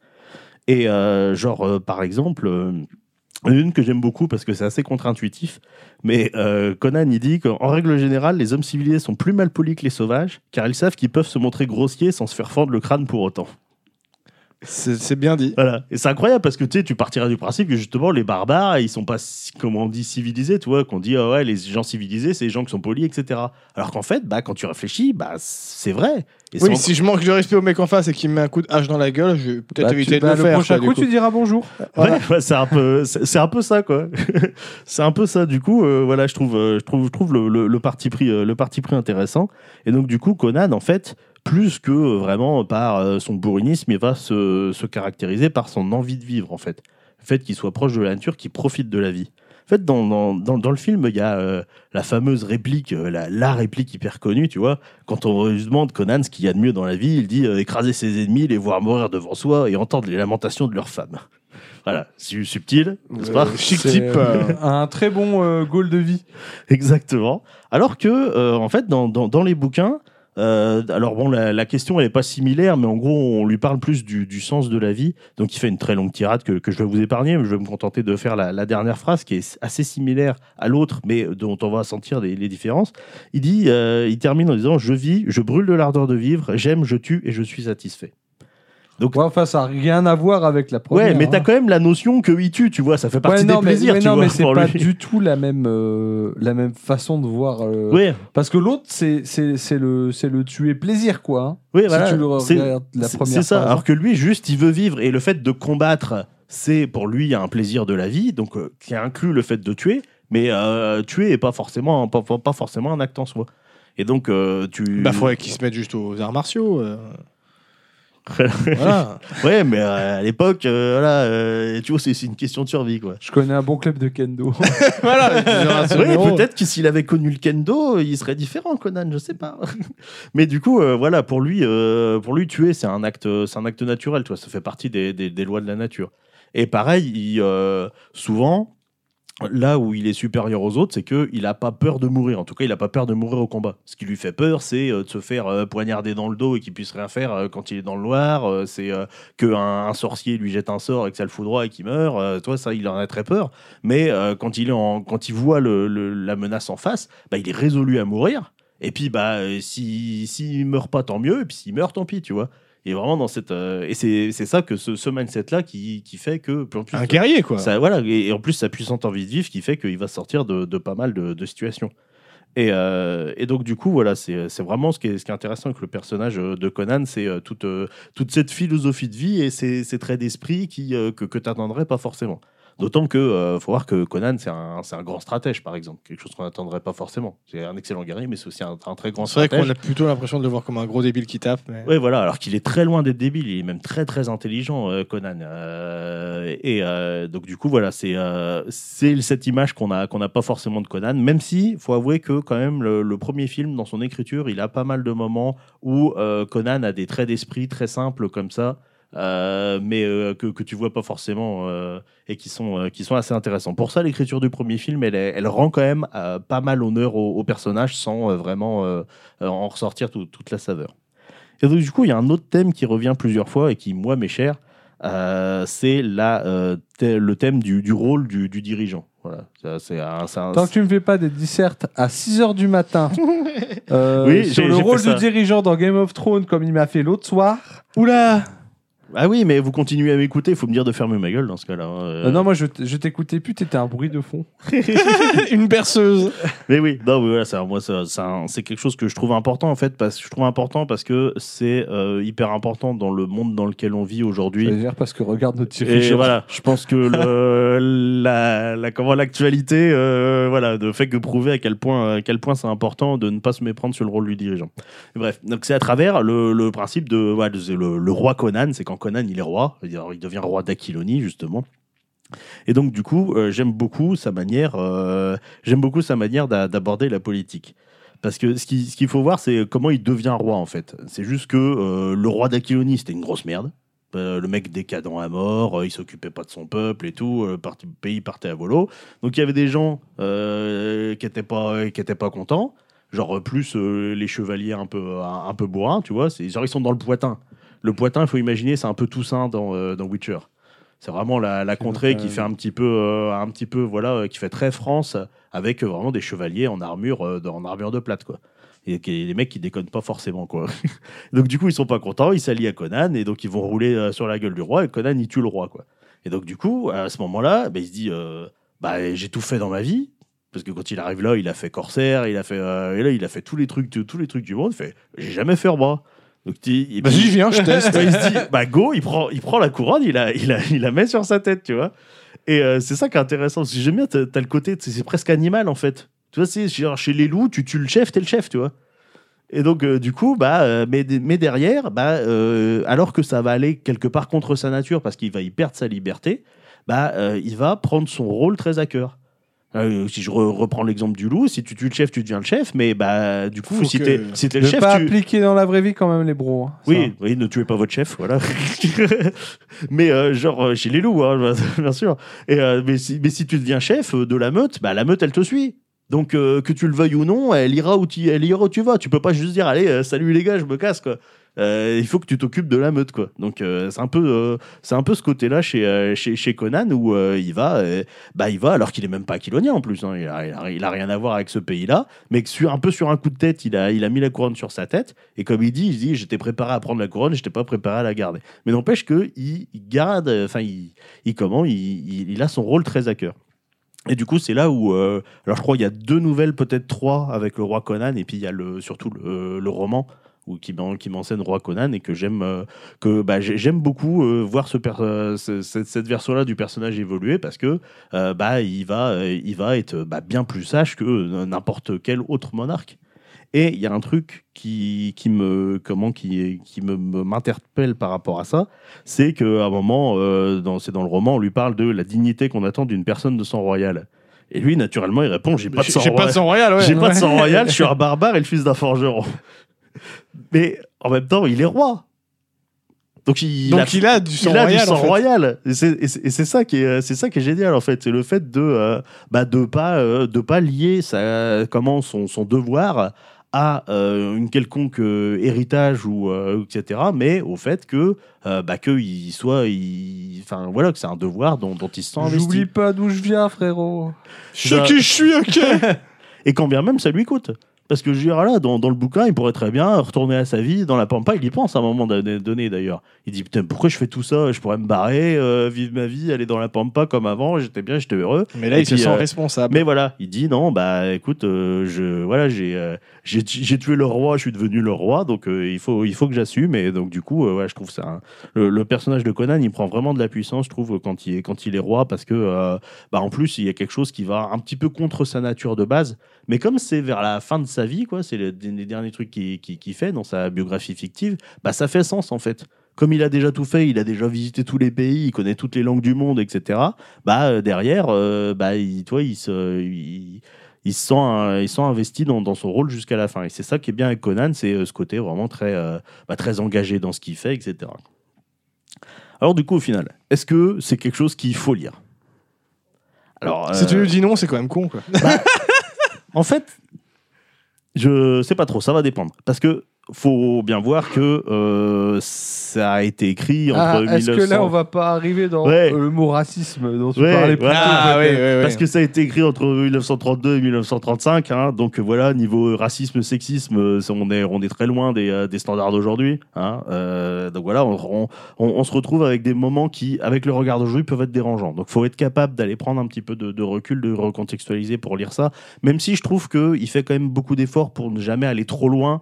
Speaker 2: et euh, genre euh, par exemple euh, une que j'aime beaucoup parce que c'est assez contre-intuitif, mais euh, Conan il dit qu'en règle générale, les hommes civilisés sont plus mal polis que les sauvages, car ils savent qu'ils peuvent se montrer grossiers sans se faire fendre le crâne pour autant.
Speaker 3: C'est c'est bien dit.
Speaker 2: Voilà. Et c'est incroyable parce que tu sais, tu partiras du principe que justement les barbares, ils sont pas, si- comment on dit, civilisés, tu vois, qu'on dit ah ouais, les gens civilisés, c'est les gens qui sont polis, etc. Alors qu'en fait, bah, quand tu réfléchis, bah, c'est vrai. Et c'est
Speaker 3: Oui,
Speaker 2: en-
Speaker 3: si je manque de respect au mec en face et qu'il me met un coup de hache dans la gueule, je vais peut-être
Speaker 1: Bah,
Speaker 3: éviter
Speaker 1: tu-
Speaker 3: de
Speaker 1: bah,
Speaker 3: le faire.
Speaker 1: prochain
Speaker 3: quoi, du
Speaker 1: coup,
Speaker 3: coup.
Speaker 1: tu diras bonjour.
Speaker 2: Ouais,
Speaker 1: Voilà.
Speaker 2: ouais, c'est un peu, c'est c'est un peu ça quoi. c'est un peu ça. Du coup, euh, voilà, je trouve, euh, je trouve, je trouve le, le- le parti pris, euh, le parti pris intéressant. Et donc du coup, Conan, en fait, plus que euh, vraiment par euh, son bourrinisme, il va se, se caractériser par son envie de vivre en fait. Le fait qu'il soit proche de la nature, qu'il profite de la vie. En fait, dans, dans, dans, dans le film, il y a euh, la fameuse réplique, euh, la, la réplique hyper connue, tu vois. Quand on lui demande Conan ce qu'il y a de mieux dans la vie, il dit euh, écraser ses ennemis, les voir mourir devant soi et entendre les lamentations de leurs femmes. Voilà, c'est subtil, n'est-ce pas
Speaker 3: Euh, chic
Speaker 1: C'est,
Speaker 3: type.
Speaker 1: euh,
Speaker 3: euh,
Speaker 1: un très bon euh, goal de vie.
Speaker 2: Exactement. Alors que, euh, en fait, dans, dans, dans les bouquins, euh, alors bon, la, la question, elle n'est pas similaire, mais en gros, on lui parle plus du, du sens de la vie. Donc, il fait une très longue tirade que, que je vais vous épargner, mais je vais me contenter de faire la, la dernière phrase qui est assez similaire à l'autre, mais dont on va sentir les, les différences. Il dit, euh, il termine en disant Je vis, je brûle de l'ardeur de vivre, j'aime, je tue et je suis satisfait.
Speaker 1: Ouais, enfin, ça n'a rien à voir avec la première.
Speaker 2: Ouais, mais t'as
Speaker 1: hein.
Speaker 2: quand même la notion que il tue, tu vois, ça fait partie
Speaker 1: Ouais, non,
Speaker 2: des
Speaker 1: mais,
Speaker 2: plaisirs,
Speaker 1: ouais,
Speaker 2: tu
Speaker 1: non,
Speaker 2: vois,
Speaker 1: mais c'est
Speaker 2: pour
Speaker 1: pas
Speaker 2: lui.
Speaker 1: du tout la même, euh, la même façon de voir. euh,
Speaker 2: Ouais,
Speaker 1: Parce que l'autre, c'est, c'est, c'est le, c'est le tuer plaisir, quoi. hein.
Speaker 2: ouais,
Speaker 1: Si
Speaker 2: voilà.
Speaker 1: tu le
Speaker 2: C'est-
Speaker 1: regardes la
Speaker 2: C'est-
Speaker 1: première
Speaker 2: C'est ça,
Speaker 1: phrase. hein.
Speaker 2: alors que lui, juste, il veut vivre. Et le fait de combattre, c'est pour lui un plaisir de la vie, donc euh, qui inclut le fait de tuer, mais euh, tuer n'est pas forcément, pas, pas- pas forcément un acte en soi. Et donc, euh, tu.
Speaker 3: Bah, faudrait qu'il se mette juste aux arts martiaux. euh.
Speaker 2: Voilà.
Speaker 3: voilà.
Speaker 2: Ouais, mais euh, à l'époque, euh, voilà, euh, tu vois, c'est c'est une question de survie, quoi.
Speaker 1: Je connais un bon club de kendo.
Speaker 3: voilà.
Speaker 2: Oui, peut-être que s'il avait connu le kendo, il serait différent, Conan, je sais pas. Mais du coup, euh, voilà, pour lui, euh, pour lui, tuer, c'est un acte, c'est un acte naturel, tu vois, ça fait partie des, des- des lois de la nature. Et pareil, il, euh, souvent, là où il est supérieur aux autres, c'est que il a pas peur de mourir. En tout cas, il a pas peur de mourir au combat. Ce qui lui fait peur, c'est euh, de se faire euh, poignarder dans le dos et qu'il puisse rien faire euh, quand il est dans le noir. euh, c'est euh, que un, un sorcier lui jette un sort et que ça le foudroie et qu'il meurt. euh, toi, ça, il en a très peur. Mais euh, quand, il est en- quand il voit le- le- la menace en face, bah, il est résolu à mourir. Et puis, bah, euh, si- s'il meurt pas, tant mieux. Et puis, s'il meurt, tant pis, tu vois. Il est vraiment dans cette. euh, et c'est c'est ça que ce, ce mindset-là qui, qui fait que. puis en plus,
Speaker 3: Un guerrier, quoi.
Speaker 2: ça, voilà, et, et en plus, sa puissante envie de vivre qui fait qu'il va sortir de, de pas mal de, de situations. Et, euh, et donc, du coup, voilà, c'est c'est vraiment ce qui, est, ce qui est intéressant avec le personnage euh, de Conan, c'est euh, toute, euh, toute cette philosophie de vie et ces, ces traits d'esprit qui, euh, que, que tu pas forcément. D'autant que euh, faut voir que Conan, c'est un, c'est un grand stratège, par exemple, quelque chose qu'on n'attendrait pas forcément. C'est un excellent guerrier, mais c'est aussi un, un très grand
Speaker 3: C'est vrai
Speaker 2: stratège.
Speaker 3: qu'on a plutôt l'impression de le voir comme un gros débile qui tape. mais-
Speaker 2: Ouais, voilà, alors qu'il est très loin d'être débile, il est même très très intelligent, euh, Conan. Euh, et euh, donc, du coup, voilà, c'est euh, c'est cette image qu'on n'a qu'on n'a pas forcément de Conan, même si, faut avouer que, quand même, le, le premier film, dans son écriture, il a pas mal de moments où euh, Conan a des traits d'esprit très simples comme ça, euh, mais euh, que, que tu vois pas forcément euh, et qui sont, euh, qui sont assez intéressants. Pour ça, l'écriture du premier film, elle, est- elle rend quand même euh, pas mal honneur au, au personnage sans euh, vraiment euh, en ressortir tout- toute la saveur. Et donc, du coup, il y a un autre thème qui revient plusieurs fois et qui, moi, m'est cher. euh, c'est la, euh, thé- le thème du, du rôle du, du dirigeant. Voilà. Ça, C'est un- c'est un-
Speaker 1: Tant que tu me fais pas des dissertes à 6h du matin euh,
Speaker 2: Oui,
Speaker 1: sur
Speaker 2: j'ai-
Speaker 1: le
Speaker 2: j'ai
Speaker 1: rôle
Speaker 2: fait ça.
Speaker 1: du dirigeant dans Game of Thrones comme il m'a fait l'autre soir.
Speaker 3: Oula
Speaker 2: Ah oui, mais vous continuez à m'écouter, il faut me dire de fermer ma gueule dans ce cas-là. hein. Euh,
Speaker 1: Euh, non, moi je, t- je t'écoutais plus, t'étais un bruit de fond.
Speaker 3: Une berceuse
Speaker 2: Mais oui, non, mais voilà, ça, moi, ça, ça- c'est quelque chose que je trouve important en fait, parce que je trouve important parce que c'est euh, hyper important dans le monde dans lequel on vit aujourd'hui.
Speaker 1: Je veux dire, parce que regarde notre
Speaker 2: Et
Speaker 1: dirigeant.
Speaker 2: voilà, je pense que le- la, la- comment l'actualité, euh, voilà, ne fait que prouver à quel point, à quel point c'est important de ne pas se méprendre sur le rôle du dirigeant. Et bref, donc c'est à travers le, le principe de, ouais, de- c'est le, le roi Conan, c'est quand Conan il est roi, alors il devient roi d'Aquilonie justement. Et donc du coup, euh, j'aime beaucoup sa manière, euh, j'aime beaucoup sa manière d'a- d'aborder la politique. Parce que ce qui- ce qu'il faut voir, c'est comment il devient roi en fait. C'est juste que euh, le roi d'Aquilonie, c'était une grosse merde. Euh, le mec décadent à mort, euh, il s'occupait pas de son peuple et tout, euh, le parti- le pays partait à volo. Donc il y avait des gens euh, qui étaient pas qui étaient pas contents, genre euh, plus euh, les chevaliers un peu un, un peu bourrins, tu vois, c'est genre ils sont dans le Poitin. Le Poitin, il faut imaginer, c'est un peu Toussaint dans euh, dans Witcher. C'est vraiment la, la
Speaker 1: C'est
Speaker 2: contrée
Speaker 1: donc, euh,
Speaker 2: qui fait un petit peu euh, un petit peu voilà euh, qui fait très France avec euh, vraiment des chevaliers en armure euh, de- en armure de plate quoi. et que les mecs qui déconnent pas forcément quoi. donc du coup ils sont pas contents, ils s'allient à Conan et donc ils vont rouler euh, sur la gueule du roi et Conan il tue le roi quoi. Et donc du coup à ce moment-là, bah, il se dit euh, bah j'ai tout fait dans ma vie parce que quand il arrive là, il a fait corsaire, il a fait euh, et là il a fait tous les trucs tous les trucs du monde, il fait j'ai jamais fait roi. Donc tu- et puis-
Speaker 3: Vas-y, Bah, viens, je teste.
Speaker 2: Ouais, il se dit, bah go, il prend, il prend la couronne, il la, il, la, il la met sur sa tête, tu vois. Et euh, c'est ça qui est intéressant, parce que j'aime bien, t'as t'as le côté, c'est c'est presque animal en fait. Tu vois, c'est genre chez les loups, tu tues le chef, t'es le chef, tu vois. Et donc, euh, du coup, bah, euh, mais, mais derrière, bah, euh, alors que ça va aller quelque part contre sa nature, parce qu'il va y perdre sa liberté, bah, euh, il va prendre son rôle très à cœur. Euh, si je re- reprends l'exemple du loup, si tu tues le chef, tu deviens le chef, mais bah, du coup,
Speaker 3: Faut
Speaker 2: si
Speaker 3: que-
Speaker 2: t'es si t'es
Speaker 1: Ne
Speaker 2: le chef,
Speaker 1: pas
Speaker 2: tu...
Speaker 1: appliquer dans la vraie vie quand même les bros. hein, ça.
Speaker 2: Oui, oui, ne tuez pas votre chef, voilà. mais euh, genre euh, chez les loups, hein, bien sûr. Et, euh, mais, si, mais si tu deviens chef euh, de la meute, bah, la meute, elle te suit. Donc euh, que tu le veuilles ou non, elle ira où tu, elle ira où tu vas. Tu peux pas juste dire, allez, euh, salut les gars, je me casse quoi. Euh, il faut que tu t'occupes de la meute quoi. Donc euh, c'est un peu, euh, c'est un peu ce côté-là chez, euh, chez chez Conan où euh, il va, euh, bah il va alors qu'il est même pas aquilonien en plus. hein. il, a, il a- il a rien à voir avec ce pays-là, mais que sur un peu sur un coup de tête, il a il a mis la couronne sur sa tête. Et comme il dit, il dit j'étais préparé à prendre la couronne, j'étais pas préparé à la garder. Mais n'empêche que il il garde, euh, enfin il, il comment, il, il, il a son rôle très à cœur. Et du coup, c'est là où, euh, alors je crois, il y a deux nouvelles, peut-être trois, avec le roi Conan, et puis il y a le, surtout le, le roman où, qui, m'en- qui m'enseigne roi Conan et que j'aime, euh, que bah, j'ai- j'aime beaucoup euh, voir ce per- euh, ce- cette, cette version-là du personnage évoluer parce que euh, bah il va, euh, il va être bah, bien plus sage que euh, n'importe quel autre monarque. Et il y a un truc qui, qui me comment qui, qui me me- m'interpelle par rapport à ça, c'est qu'à un moment, euh, dans, c'est dans le roman, on lui parle de la dignité qu'on attend d'une personne de sang royal. Et lui, naturellement, il répond J'ai pas de sang
Speaker 3: J'ai pas
Speaker 2: royal.
Speaker 3: de sang royal, ouais.
Speaker 2: J'ai pas
Speaker 3: Ouais.
Speaker 2: de sang royal, je suis un barbare et le fils d'un forgeron. Mais en même temps, il est roi. Donc il, a,
Speaker 3: Donc il a du sang
Speaker 2: il a
Speaker 3: royal.
Speaker 2: du sang
Speaker 3: en fait.
Speaker 2: royal. Et c'est- Et c'est et c'est ça qui est, euh, c'est ça qui est génial en fait, c'est le fait de euh, bah, de pas euh, de pas lier sa, comment son, son devoir à euh, une quelconque euh, héritage ou euh, etc. Mais au fait que euh, bah, que il soit, il- enfin voilà que c'est un devoir dont, dont il se sent investi.
Speaker 1: J'oublie pas d'où je viens, frérot.
Speaker 3: Je sais qui je suis, ok.
Speaker 2: Et quand bien même ça lui coûte. Parce que je veux dire, là, dans, dans le bouquin, il pourrait très bien retourner à sa vie dans la pampa. Il y pense à un moment donné, donné, d'ailleurs. Il dit Putain, pourquoi je fais tout ça Je pourrais me barrer, euh, vivre ma vie, aller dans la pampa comme avant. J'étais bien, j'étais heureux.
Speaker 3: Mais là,
Speaker 2: Et
Speaker 3: il se
Speaker 2: puis,
Speaker 3: sent
Speaker 2: euh,
Speaker 3: responsable.
Speaker 2: Mais voilà, il dit Non, bah écoute, euh, je, voilà, j'ai, euh, j'ai, tu- j'ai tué le roi, je suis devenu le roi, donc euh, il, faut, il faut que j'assume. Et donc, du coup, euh, ouais, je trouve ça. un- le, le personnage de Conan, il prend vraiment de la puissance, je trouve, quand il est, quand il est roi, parce que, euh, bah, en plus, il y a quelque chose qui va un petit peu contre sa nature de base. Mais comme c'est vers la fin de sa vie, quoi, c'est le- les derniers trucs qu'il qui, fait dans sa biographie fictive, bah, ça fait sens, en fait. Comme il a déjà tout fait, il a déjà visité tous les pays, il connaît toutes les langues du monde, etc. Bah, euh, derrière, euh, bah, il, toi, il se. il- il se sent, euh, il se sent investi dans, dans son rôle jusqu'à la fin. Et c'est ça qui est bien avec Conan, c'est euh, ce côté vraiment très, euh, bah, très engagé dans ce qu'il fait, etc. Alors du coup, au final, est-ce que c'est quelque chose qu'il faut lire Alors,
Speaker 3: Si tu
Speaker 2: euh,
Speaker 3: lui dis non, c'est quand même con, quoi.
Speaker 2: en fait, je sais pas trop, ça va dépendre. Parce que faut bien voir que euh, ça a été écrit entre
Speaker 1: Ah, Est-ce
Speaker 2: 1900...
Speaker 1: que là, on va pas arriver dans
Speaker 2: Ouais.
Speaker 1: euh, le mot racisme dont tu
Speaker 2: Ouais,
Speaker 1: parlais plus
Speaker 2: voilà.
Speaker 1: tôt,
Speaker 3: Ah,
Speaker 1: peut-être
Speaker 3: ouais, ouais, ouais.
Speaker 2: Parce que ça a été écrit entre 1932 et 1935, hein, donc voilà, niveau racisme, sexisme, euh, ça, on est, on est très loin des, euh, des standards d'aujourd'hui. hein, euh, donc voilà, on, on- on- on se retrouve avec des moments qui, avec le regard d'aujourd'hui, peuvent être dérangeants. Donc faut être capable d'aller prendre un petit peu de, de recul, de recontextualiser pour lire ça, même si je trouve qu'il fait quand même beaucoup d'efforts pour ne jamais aller trop loin.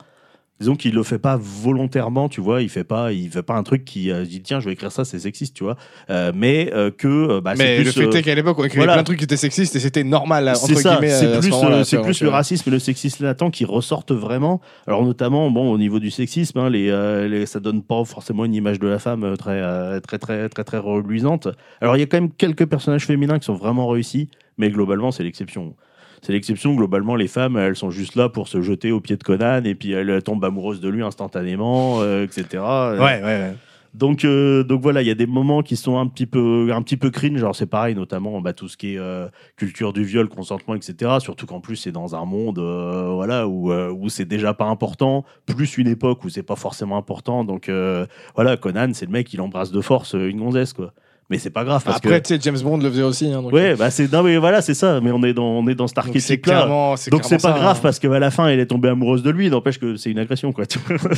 Speaker 2: Disons qu'il le fait pas volontairement, tu vois. Il fait pas, il fait pas un truc qui euh, dit tiens, je vais écrire ça, c'est sexiste, tu vois. Euh, mais euh, que euh, bah, c'est
Speaker 3: mais
Speaker 2: plus,
Speaker 3: le fait
Speaker 2: euh,
Speaker 3: est qu'à l'époque, on écrivait
Speaker 2: voilà.
Speaker 3: plein de trucs qui étaient sexistes et c'était normal, entre
Speaker 2: c'est ça,
Speaker 3: guillemets.
Speaker 2: c'est
Speaker 3: à ce
Speaker 2: plus,
Speaker 3: moment-là,
Speaker 2: euh,
Speaker 3: tu
Speaker 2: c'est
Speaker 3: vois,
Speaker 2: plus
Speaker 3: donc,
Speaker 2: le
Speaker 3: euh,
Speaker 2: racisme et le sexisme latent qui ressortent vraiment. Alors notamment, bon, au niveau du sexisme, hein, les, euh, les- ça donne pas forcément une image de la femme euh, très, euh, très, très, très, très reluisante. Alors il y a quand même quelques personnages féminins qui sont vraiment réussis, mais globalement c'est l'exception. C'est l'exception, globalement, les femmes, elles sont juste là pour se jeter aux pieds de Conan et puis elles tombent amoureuses de lui instantanément, euh, etc.
Speaker 3: Ouais, ouais, ouais.
Speaker 2: Donc, euh, donc voilà, il y a des moments qui sont un petit peu, un petit peu cringe. Genre, c'est pareil, notamment bah, tout ce qui est euh, culture du viol, consentement, etc. Surtout qu'en plus, c'est dans un monde euh, voilà, où, euh, où c'est déjà pas important, plus une époque où c'est pas forcément important. Donc euh, voilà, Conan, c'est le mec, il embrasse de force euh, une gonzesse, quoi. Mais c'est pas grave parce
Speaker 3: Après,
Speaker 2: que.
Speaker 3: tu sais, James Bond le faisait aussi. hein, donc-
Speaker 2: Ouais, bah c'est non mais voilà c'est ça. Mais on est dans on est dans cet
Speaker 3: donc c'est
Speaker 2: archétype-là.
Speaker 3: clairement.
Speaker 2: Donc c'est pas
Speaker 3: clairement ça,
Speaker 2: grave
Speaker 3: hein.
Speaker 2: parce qu'à la fin elle est tombée amoureuse de lui. N'empêche que c'est une agression quoi.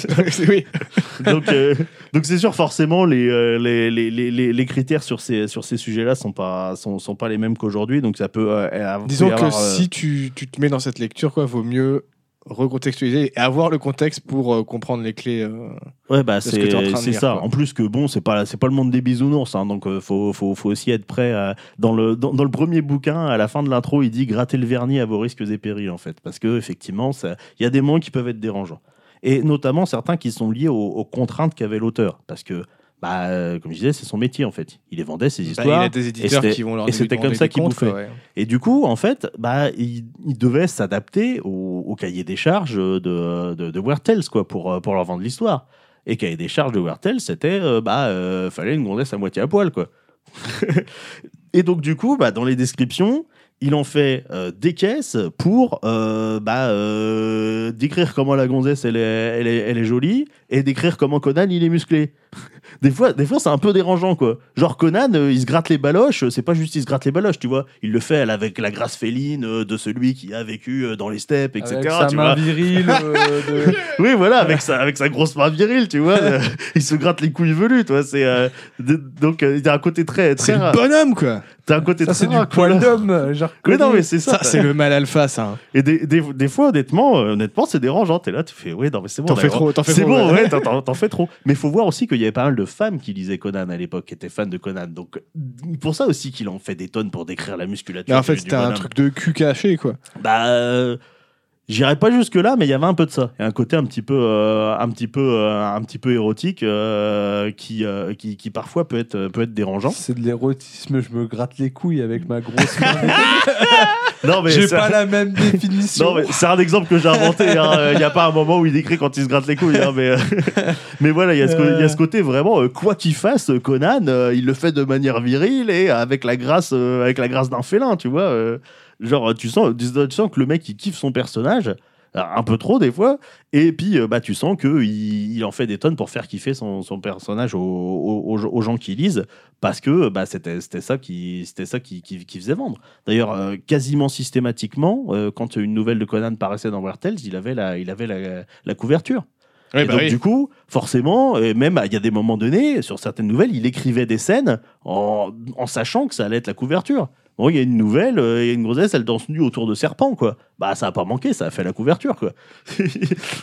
Speaker 3: oui.
Speaker 2: donc euh, donc c'est sûr forcément les, euh, les, les, les, les- les critères sur ces sur ces sujets-là sont pas sont, sont pas les mêmes qu'aujourd'hui. Donc ça peut. euh, euh,
Speaker 3: Disons
Speaker 2: peut y
Speaker 3: que
Speaker 2: avoir, euh,
Speaker 3: si tu, tu te mets dans cette lecture, quoi, vaut mieux recontextualiser et avoir le contexte pour euh, comprendre les clés. euh.
Speaker 2: Ouais, bah
Speaker 3: ce
Speaker 2: c'est
Speaker 3: que t'es en train de
Speaker 2: c'est
Speaker 3: dire,
Speaker 2: ça.
Speaker 3: quoi.
Speaker 2: En plus que bon, c'est pas c'est pas le monde des bisounours, hein, donc euh, faut, faut faut aussi être prêt. à- Dans le dans, dans le premier bouquin, à la fin de l'intro, il dit gratter le vernis à vos risques et périls en fait, parce que effectivement, ça- il y a des moments qui peuvent être dérangeants, et notamment certains qui sont liés aux, aux contraintes qu'avait l'auteur, parce que bah euh, comme je disais, c'est son métier en fait. Il les vendait ces
Speaker 3: Bah, il y
Speaker 2: histoires.
Speaker 3: a des éditeurs
Speaker 2: c'était-
Speaker 3: qui vont leur
Speaker 2: et c'était
Speaker 3: demander
Speaker 2: comme ça
Speaker 3: des
Speaker 2: qu'ils
Speaker 3: comptes, quoi,
Speaker 2: bouffaient.
Speaker 3: ouais.
Speaker 2: Et du coup, en fait, bah, ils, ils devaient s'adapter au, au cahier des charges de, de, de Weird Tales, quoi, pour, euh, pour leur vendre l'histoire. Et cahier des charges de Weird Tales, c'était, euh, bah, euh, fallait une gondesse à moitié à poil, quoi. Et donc, du coup, bah, dans les descriptions, il en fait euh, des caisses pour euh, bah, euh, décrire comment la gonzesse elle est, elle est, elle est jolie et décrire comment Conan il est musclé. des fois, des fois c'est un peu dérangeant quoi. Genre Conan euh, il se gratte les baloches, euh, c'est pas juste il se gratte les baloches, tu vois. Il le fait elle, avec la grâce féline euh, de celui qui a vécu euh, dans les steppes, etc.
Speaker 1: Avec sa
Speaker 2: tu
Speaker 1: main
Speaker 2: vois.
Speaker 1: virile. euh, de-
Speaker 2: Oui, voilà, avec sa, avec sa grosse main virile, tu vois. euh, il se gratte les couilles velues, toi. C'est euh, de- donc euh, il y a un côté très
Speaker 3: C'est
Speaker 2: très
Speaker 3: le
Speaker 2: rare.
Speaker 3: bonhomme, quoi.
Speaker 2: T'as un côté
Speaker 1: Ça,
Speaker 2: très
Speaker 1: c'est du
Speaker 2: rare,
Speaker 1: poil
Speaker 2: Conan.
Speaker 1: d'homme. euh, j'ai
Speaker 2: Oui, non,
Speaker 1: reconnu.
Speaker 2: mais c'est ça.
Speaker 3: Ça, c'est le mal alpha, ça. hein.
Speaker 2: Et des, des, des fois, honnêtement, euh, honnêtement c'est dérangeant. T'es là, tu fais, ouais, non, mais c'est bon.
Speaker 3: T'en
Speaker 2: on a-
Speaker 3: fais trop, t'en fais
Speaker 2: C'est
Speaker 3: trop,
Speaker 2: bon,
Speaker 3: ouais.
Speaker 2: ouais, t'en- t'en t'en fais trop. Mais faut voir aussi qu'il y avait pas mal de femmes qui lisaient Conan à l'époque, qui étaient fans de Conan. Donc, euh, pour ça aussi qu'il en fait des tonnes pour décrire la musculature.
Speaker 3: Mais en fait,
Speaker 2: du- du
Speaker 3: c'était un
Speaker 2: bonhomme.
Speaker 3: truc de cul caché, quoi.
Speaker 2: Bah. euh, J'irais pas jusque là, mais il y avait un peu de ça. Il y a un côté un petit peu, euh, un petit peu, euh, un petit peu érotique euh, qui, euh, qui, qui parfois peut être, peut être dérangeant.
Speaker 1: C'est de l'érotisme, je me gratte les couilles avec ma grosse main.
Speaker 2: Non mais
Speaker 1: J'ai
Speaker 2: ça-
Speaker 1: pas la même définition.
Speaker 2: Non, mais c'est un exemple que j'ai inventé. hein. Il n'y a pas un moment où il décrit quand il se gratte les couilles. hein, mais, euh, mais voilà, il y, a ce co- il y a ce côté vraiment, euh, quoi qu'il fasse, euh, Conan, euh, il le fait de manière virile et avec la grâce, euh, avec la grâce d'un félin, tu vois. euh, genre, tu sens, tu sens- tu sens que le mec, il kiffe son personnage. euh, Un peu trop des fois, et puis euh, bah, tu sens qu'il il en fait des tonnes pour faire kiffer son, son personnage aux, aux- aux- aux gens qui lisent, parce que bah, c'était c'était ça, qui, c'était ça qui- qui- qui faisait vendre. D'ailleurs, euh, quasiment systématiquement, euh, quand une nouvelle de Conan paraissait dans Weird Tales, il avait la, il avait la, la couverture.
Speaker 3: Ouais,
Speaker 2: et donc, du coup, forcément, et même euh, il y a des moments donnés, sur certaines nouvelles, il écrivait des scènes en, en sachant que ça allait être la couverture. Bon, il y a une nouvelle, euh, il y a une grossesse, elle danse nue autour de serpent, quoi. Bah, ça a pas manqué, ça a fait la couverture, quoi.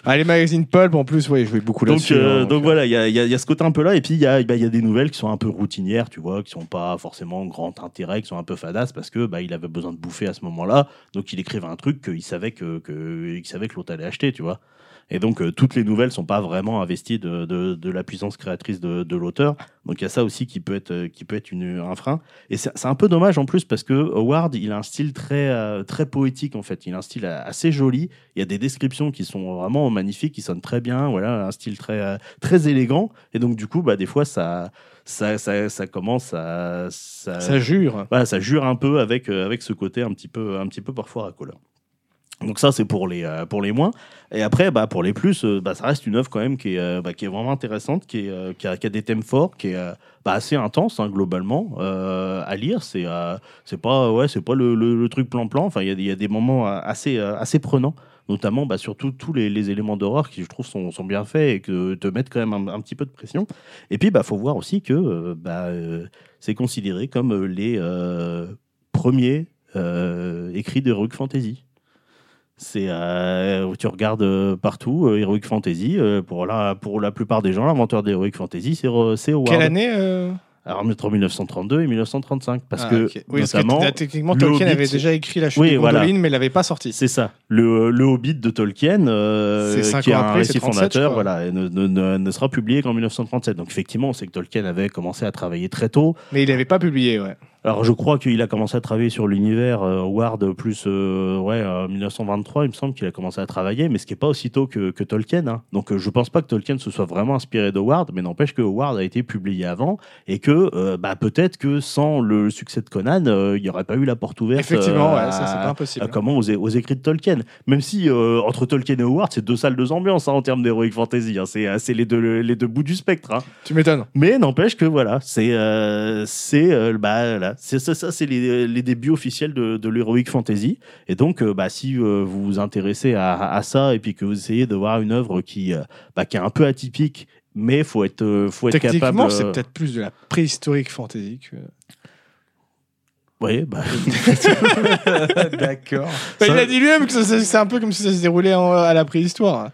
Speaker 3: Ah, les magazines Pulp, en plus, ouais, ils jouaient beaucoup
Speaker 2: donc,
Speaker 3: là-dessus.
Speaker 2: euh,
Speaker 3: hein.
Speaker 2: donc voilà, il y a, il y a- il y a ce côté un peu là, et puis il y a, bah, il y a des nouvelles qui sont un peu routinières, tu vois, qui sont pas forcément grand intérêt, qui sont un peu fadas parce que bah, il avait besoin de bouffer à ce moment-là, donc il écrivait un truc qu'il savait que, que, qu'il savait que l'autre allait acheter, tu vois. Et donc euh, toutes les nouvelles sont pas vraiment investies de, de, de la puissance créatrice de, de l'auteur, donc il y a ça aussi qui peut être, euh, qui peut être une, un frein. Et c'est c'est un peu dommage en plus parce que Howard, il a un style très, euh, très poétique en fait. Il a un style euh, assez joli. Il y a des descriptions qui sont vraiment magnifiques, qui sonnent très bien. Voilà, un style très, euh, très élégant. Et donc, du coup, bah, des fois, ça, ça, ça, ça commence à. Ça,
Speaker 3: Ça jure.
Speaker 2: voilà, ça jure un peu avec, euh, avec ce côté un petit peu, un petit peu parfois racoleur. Donc ça, c'est pour les, euh, pour les moins. Et après, bah, pour les plus, euh, bah, ça reste une œuvre quand même qui est, euh, bah, qui est vraiment intéressante, qui, est, euh, qui, a, qui a des thèmes forts, qui est euh, bah, assez intense hein, globalement euh, à lire. C'est euh, c'est pas, ouais, c'est pas le, le- le truc plan-plan. Enfin, il y a, des- il y a des moments euh, assez, euh, assez prenants, notamment bah, surtout tous les, les éléments d'horreur qui, je trouve, sont, sont bien faits et que te mettent quand même un, un petit peu de pression. Et puis, bah, faut voir aussi que euh, bah, euh, c'est considéré comme euh, les euh, premiers euh, écrits d'Heroic Fantasy. C'est euh, tu regardes euh, partout euh, Heroic Fantasy euh, pour la pour la plupart des gens l'inventeur d'Heroic Fantasy c'est Ro- c'est Howard.
Speaker 3: Quelle année euh
Speaker 2: Alors entre 1932 et 1935 parce
Speaker 3: Ah,
Speaker 2: que
Speaker 3: ok. Oui, parce que
Speaker 2: notamment
Speaker 3: là, techniquement,
Speaker 2: le
Speaker 3: Tolkien
Speaker 2: Hobbit,
Speaker 3: avait
Speaker 2: c'est-
Speaker 3: déjà écrit La chute
Speaker 2: Oui,
Speaker 3: de
Speaker 2: voilà.
Speaker 3: Gondolin, mais il l'avait pas sorti.
Speaker 2: C'est ça. Le, le Hobbit de Tolkien, euh,
Speaker 3: C'est cinq
Speaker 2: qui est
Speaker 3: ans
Speaker 2: un
Speaker 3: après, c'est
Speaker 2: récit
Speaker 3: 37,
Speaker 2: fondateur,
Speaker 3: je crois.
Speaker 2: voilà, et ne, ne- ne- ne sera publié qu'en 1937. Donc effectivement, on sait que Tolkien avait commencé à travailler très tôt.
Speaker 3: Mais il l'avait pas publié, ouais.
Speaker 2: Alors je crois qu'il a commencé à travailler sur l'univers euh, Ward plus euh, ouais euh, 1923 il me semble qu'il a commencé à travailler mais ce qui est pas aussitôt que, que Tolkien hein. donc euh, je pense pas que Tolkien se soit vraiment inspiré de Ward mais n'empêche que Ward a été publié avant et que euh, bah, peut-être que sans le succès de Conan euh, il n'y aurait pas eu la porte ouverte
Speaker 3: Effectivement,
Speaker 2: euh,
Speaker 3: ouais, ça, c'est
Speaker 2: à-
Speaker 3: pas hein. impossible.
Speaker 2: euh, comment aux, é- aux écrits de Tolkien. Même si euh, entre Tolkien et Howard, c'est deux salles, deux ambiances hein, en termes d'heroic fantasy. hein. c'est euh, c'est les deux, les deux bouts du spectre. hein.
Speaker 3: Tu m'étonnes.
Speaker 2: Mais n'empêche que voilà, c'est euh, c'est euh, bah, là, c'est ça, ça, c'est les, les débuts officiels de, de l'heroic fantasy. Et donc, euh, bah, si euh, vous vous intéressez à, à ça et puis que vous essayez de voir une œuvre qui, euh, bah, qui est un peu atypique, mais faut être euh, faut être capable.
Speaker 3: Techniquement, c'est
Speaker 2: euh,
Speaker 3: peut-être plus de la préhistorique fantasy que.
Speaker 2: ouais, bah,
Speaker 1: D'accord.
Speaker 3: Bah,
Speaker 2: Ça-
Speaker 3: il a dit lui-même que ça- ça- c'est un peu comme si ça se déroulait en- à la préhistoire.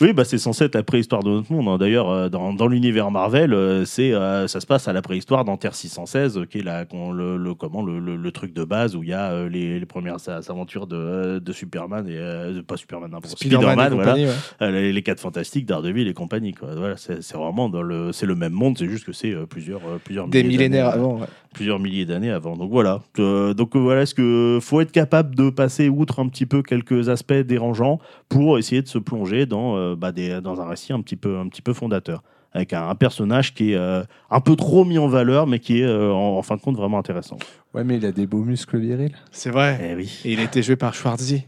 Speaker 2: Oui, bah, c'est censé être la préhistoire de notre monde. hein. D'ailleurs, euh, dans, dans l'univers Marvel, euh, c'est euh, ça se passe à la préhistoire dans Terre 616, euh, qui est la, qu'on- le, le- comment, le, le- le truc de base où il y a euh, les, les premières sa- aventures de, euh, de Superman, et, euh, pas Superman, non, Spider-Man,
Speaker 3: et
Speaker 2: voilà,
Speaker 3: compagnie, ouais.
Speaker 2: Euh, les, les quatre fantastiques, Daredevil et compagnie. Quoi. Voilà, c'est c'est vraiment dans le, c'est le même monde, c'est juste que c'est euh, plusieurs, euh, plusieurs
Speaker 3: Des
Speaker 2: milliers
Speaker 3: millénaires
Speaker 2: d'années, euh,
Speaker 3: avant. ouais.
Speaker 2: plusieurs milliers d'années avant. Donc voilà. Euh, donc euh, voilà ce que faut être capable de passer outre un petit peu quelques aspects dérangeants pour essayer de se plonger dans euh, bah, des- dans un récit un petit peu un petit peu fondateur avec un, un personnage qui est euh, un peu trop mis en valeur mais qui est euh, en, en fin de compte vraiment intéressant.
Speaker 1: Ouais, mais il a des beaux muscles virils.
Speaker 3: C'est vrai.
Speaker 2: Eh oui.
Speaker 3: Et il a été joué par Schwarzy.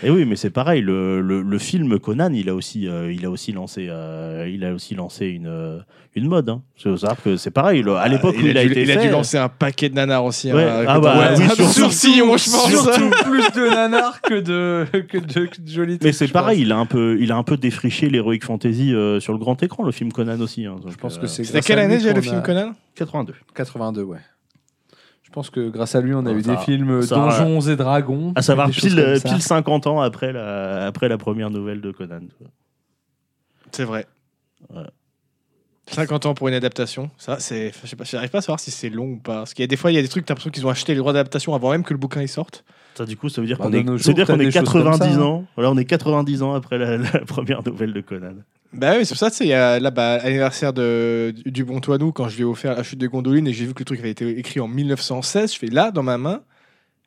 Speaker 2: Et Eh oui, mais c'est pareil. Le, le- le film Conan, il a aussi, euh, il a aussi lancé, euh, il a aussi lancé une euh, une mode. Hein. C'est c'est-à-dire que c'est pareil. le- à l'époque où il a,
Speaker 3: dû,
Speaker 2: été
Speaker 3: Bah, il a
Speaker 2: fait,
Speaker 3: dû lancer un paquet de nanars aussi.
Speaker 2: Ouais.
Speaker 3: hein,
Speaker 2: Ah
Speaker 3: quand
Speaker 2: bah,
Speaker 3: on-
Speaker 2: oui,
Speaker 3: un
Speaker 2: surtout-
Speaker 3: sourcillon, je pense.
Speaker 1: Surtout plus de nanars que de, que de, que de jolies
Speaker 2: Mais
Speaker 1: têtes,
Speaker 2: c'est
Speaker 1: je pense.
Speaker 2: pareil, il a un peu, il a un peu défriché l'heroic fantasy euh, sur le grand écran, le film Conan aussi. hein. Donc,
Speaker 1: Je pense
Speaker 2: euh,
Speaker 1: que c'est.
Speaker 3: C'était
Speaker 1: grâce
Speaker 3: quelle
Speaker 1: à
Speaker 3: année
Speaker 1: lui
Speaker 3: déjà le
Speaker 1: qu'on
Speaker 3: film
Speaker 1: a-
Speaker 3: Conan
Speaker 2: 82.
Speaker 1: 82, ouais. Je pense que grâce à lui, on a
Speaker 2: Ah,
Speaker 1: eu
Speaker 2: ça-
Speaker 1: des films euh,
Speaker 2: ça-
Speaker 1: Donjons et Dragons.
Speaker 2: À savoir
Speaker 1: des choses
Speaker 2: pile,
Speaker 1: comme
Speaker 2: euh,
Speaker 1: ça.
Speaker 2: pile 50 ans après la, après la première nouvelle de Conan.
Speaker 3: C'est vrai.
Speaker 2: Ouais.
Speaker 3: 50 ans pour une adaptation, ça c'est, je sais pas, j'arrive pas à savoir si c'est long ou pas. Parce qu'il y a des fois, il y a des trucs, t'as l'impression qu'ils ont acheté les droits d'adaptation avant même que le bouquin y sorte.
Speaker 2: Ça, du coup, ça veut dire
Speaker 1: Bah,
Speaker 2: qu'on
Speaker 1: de
Speaker 2: est,
Speaker 1: nos
Speaker 2: ça
Speaker 1: jours,
Speaker 2: veut dire
Speaker 1: t'as
Speaker 2: qu'on est
Speaker 1: des choses comme
Speaker 2: 90
Speaker 1: ça, hein.
Speaker 2: ans. Voilà, on est 90 ans après la, la première nouvelle de Conan.
Speaker 3: Bah oui, c'est pour ça, tu sais, il y a là, bah, anniversaire de, du du Bon Toinou, quand je lui ai offert la chute de Gondoline et que j'ai vu que le truc avait été écrit en 1916, je fais là, dans ma main,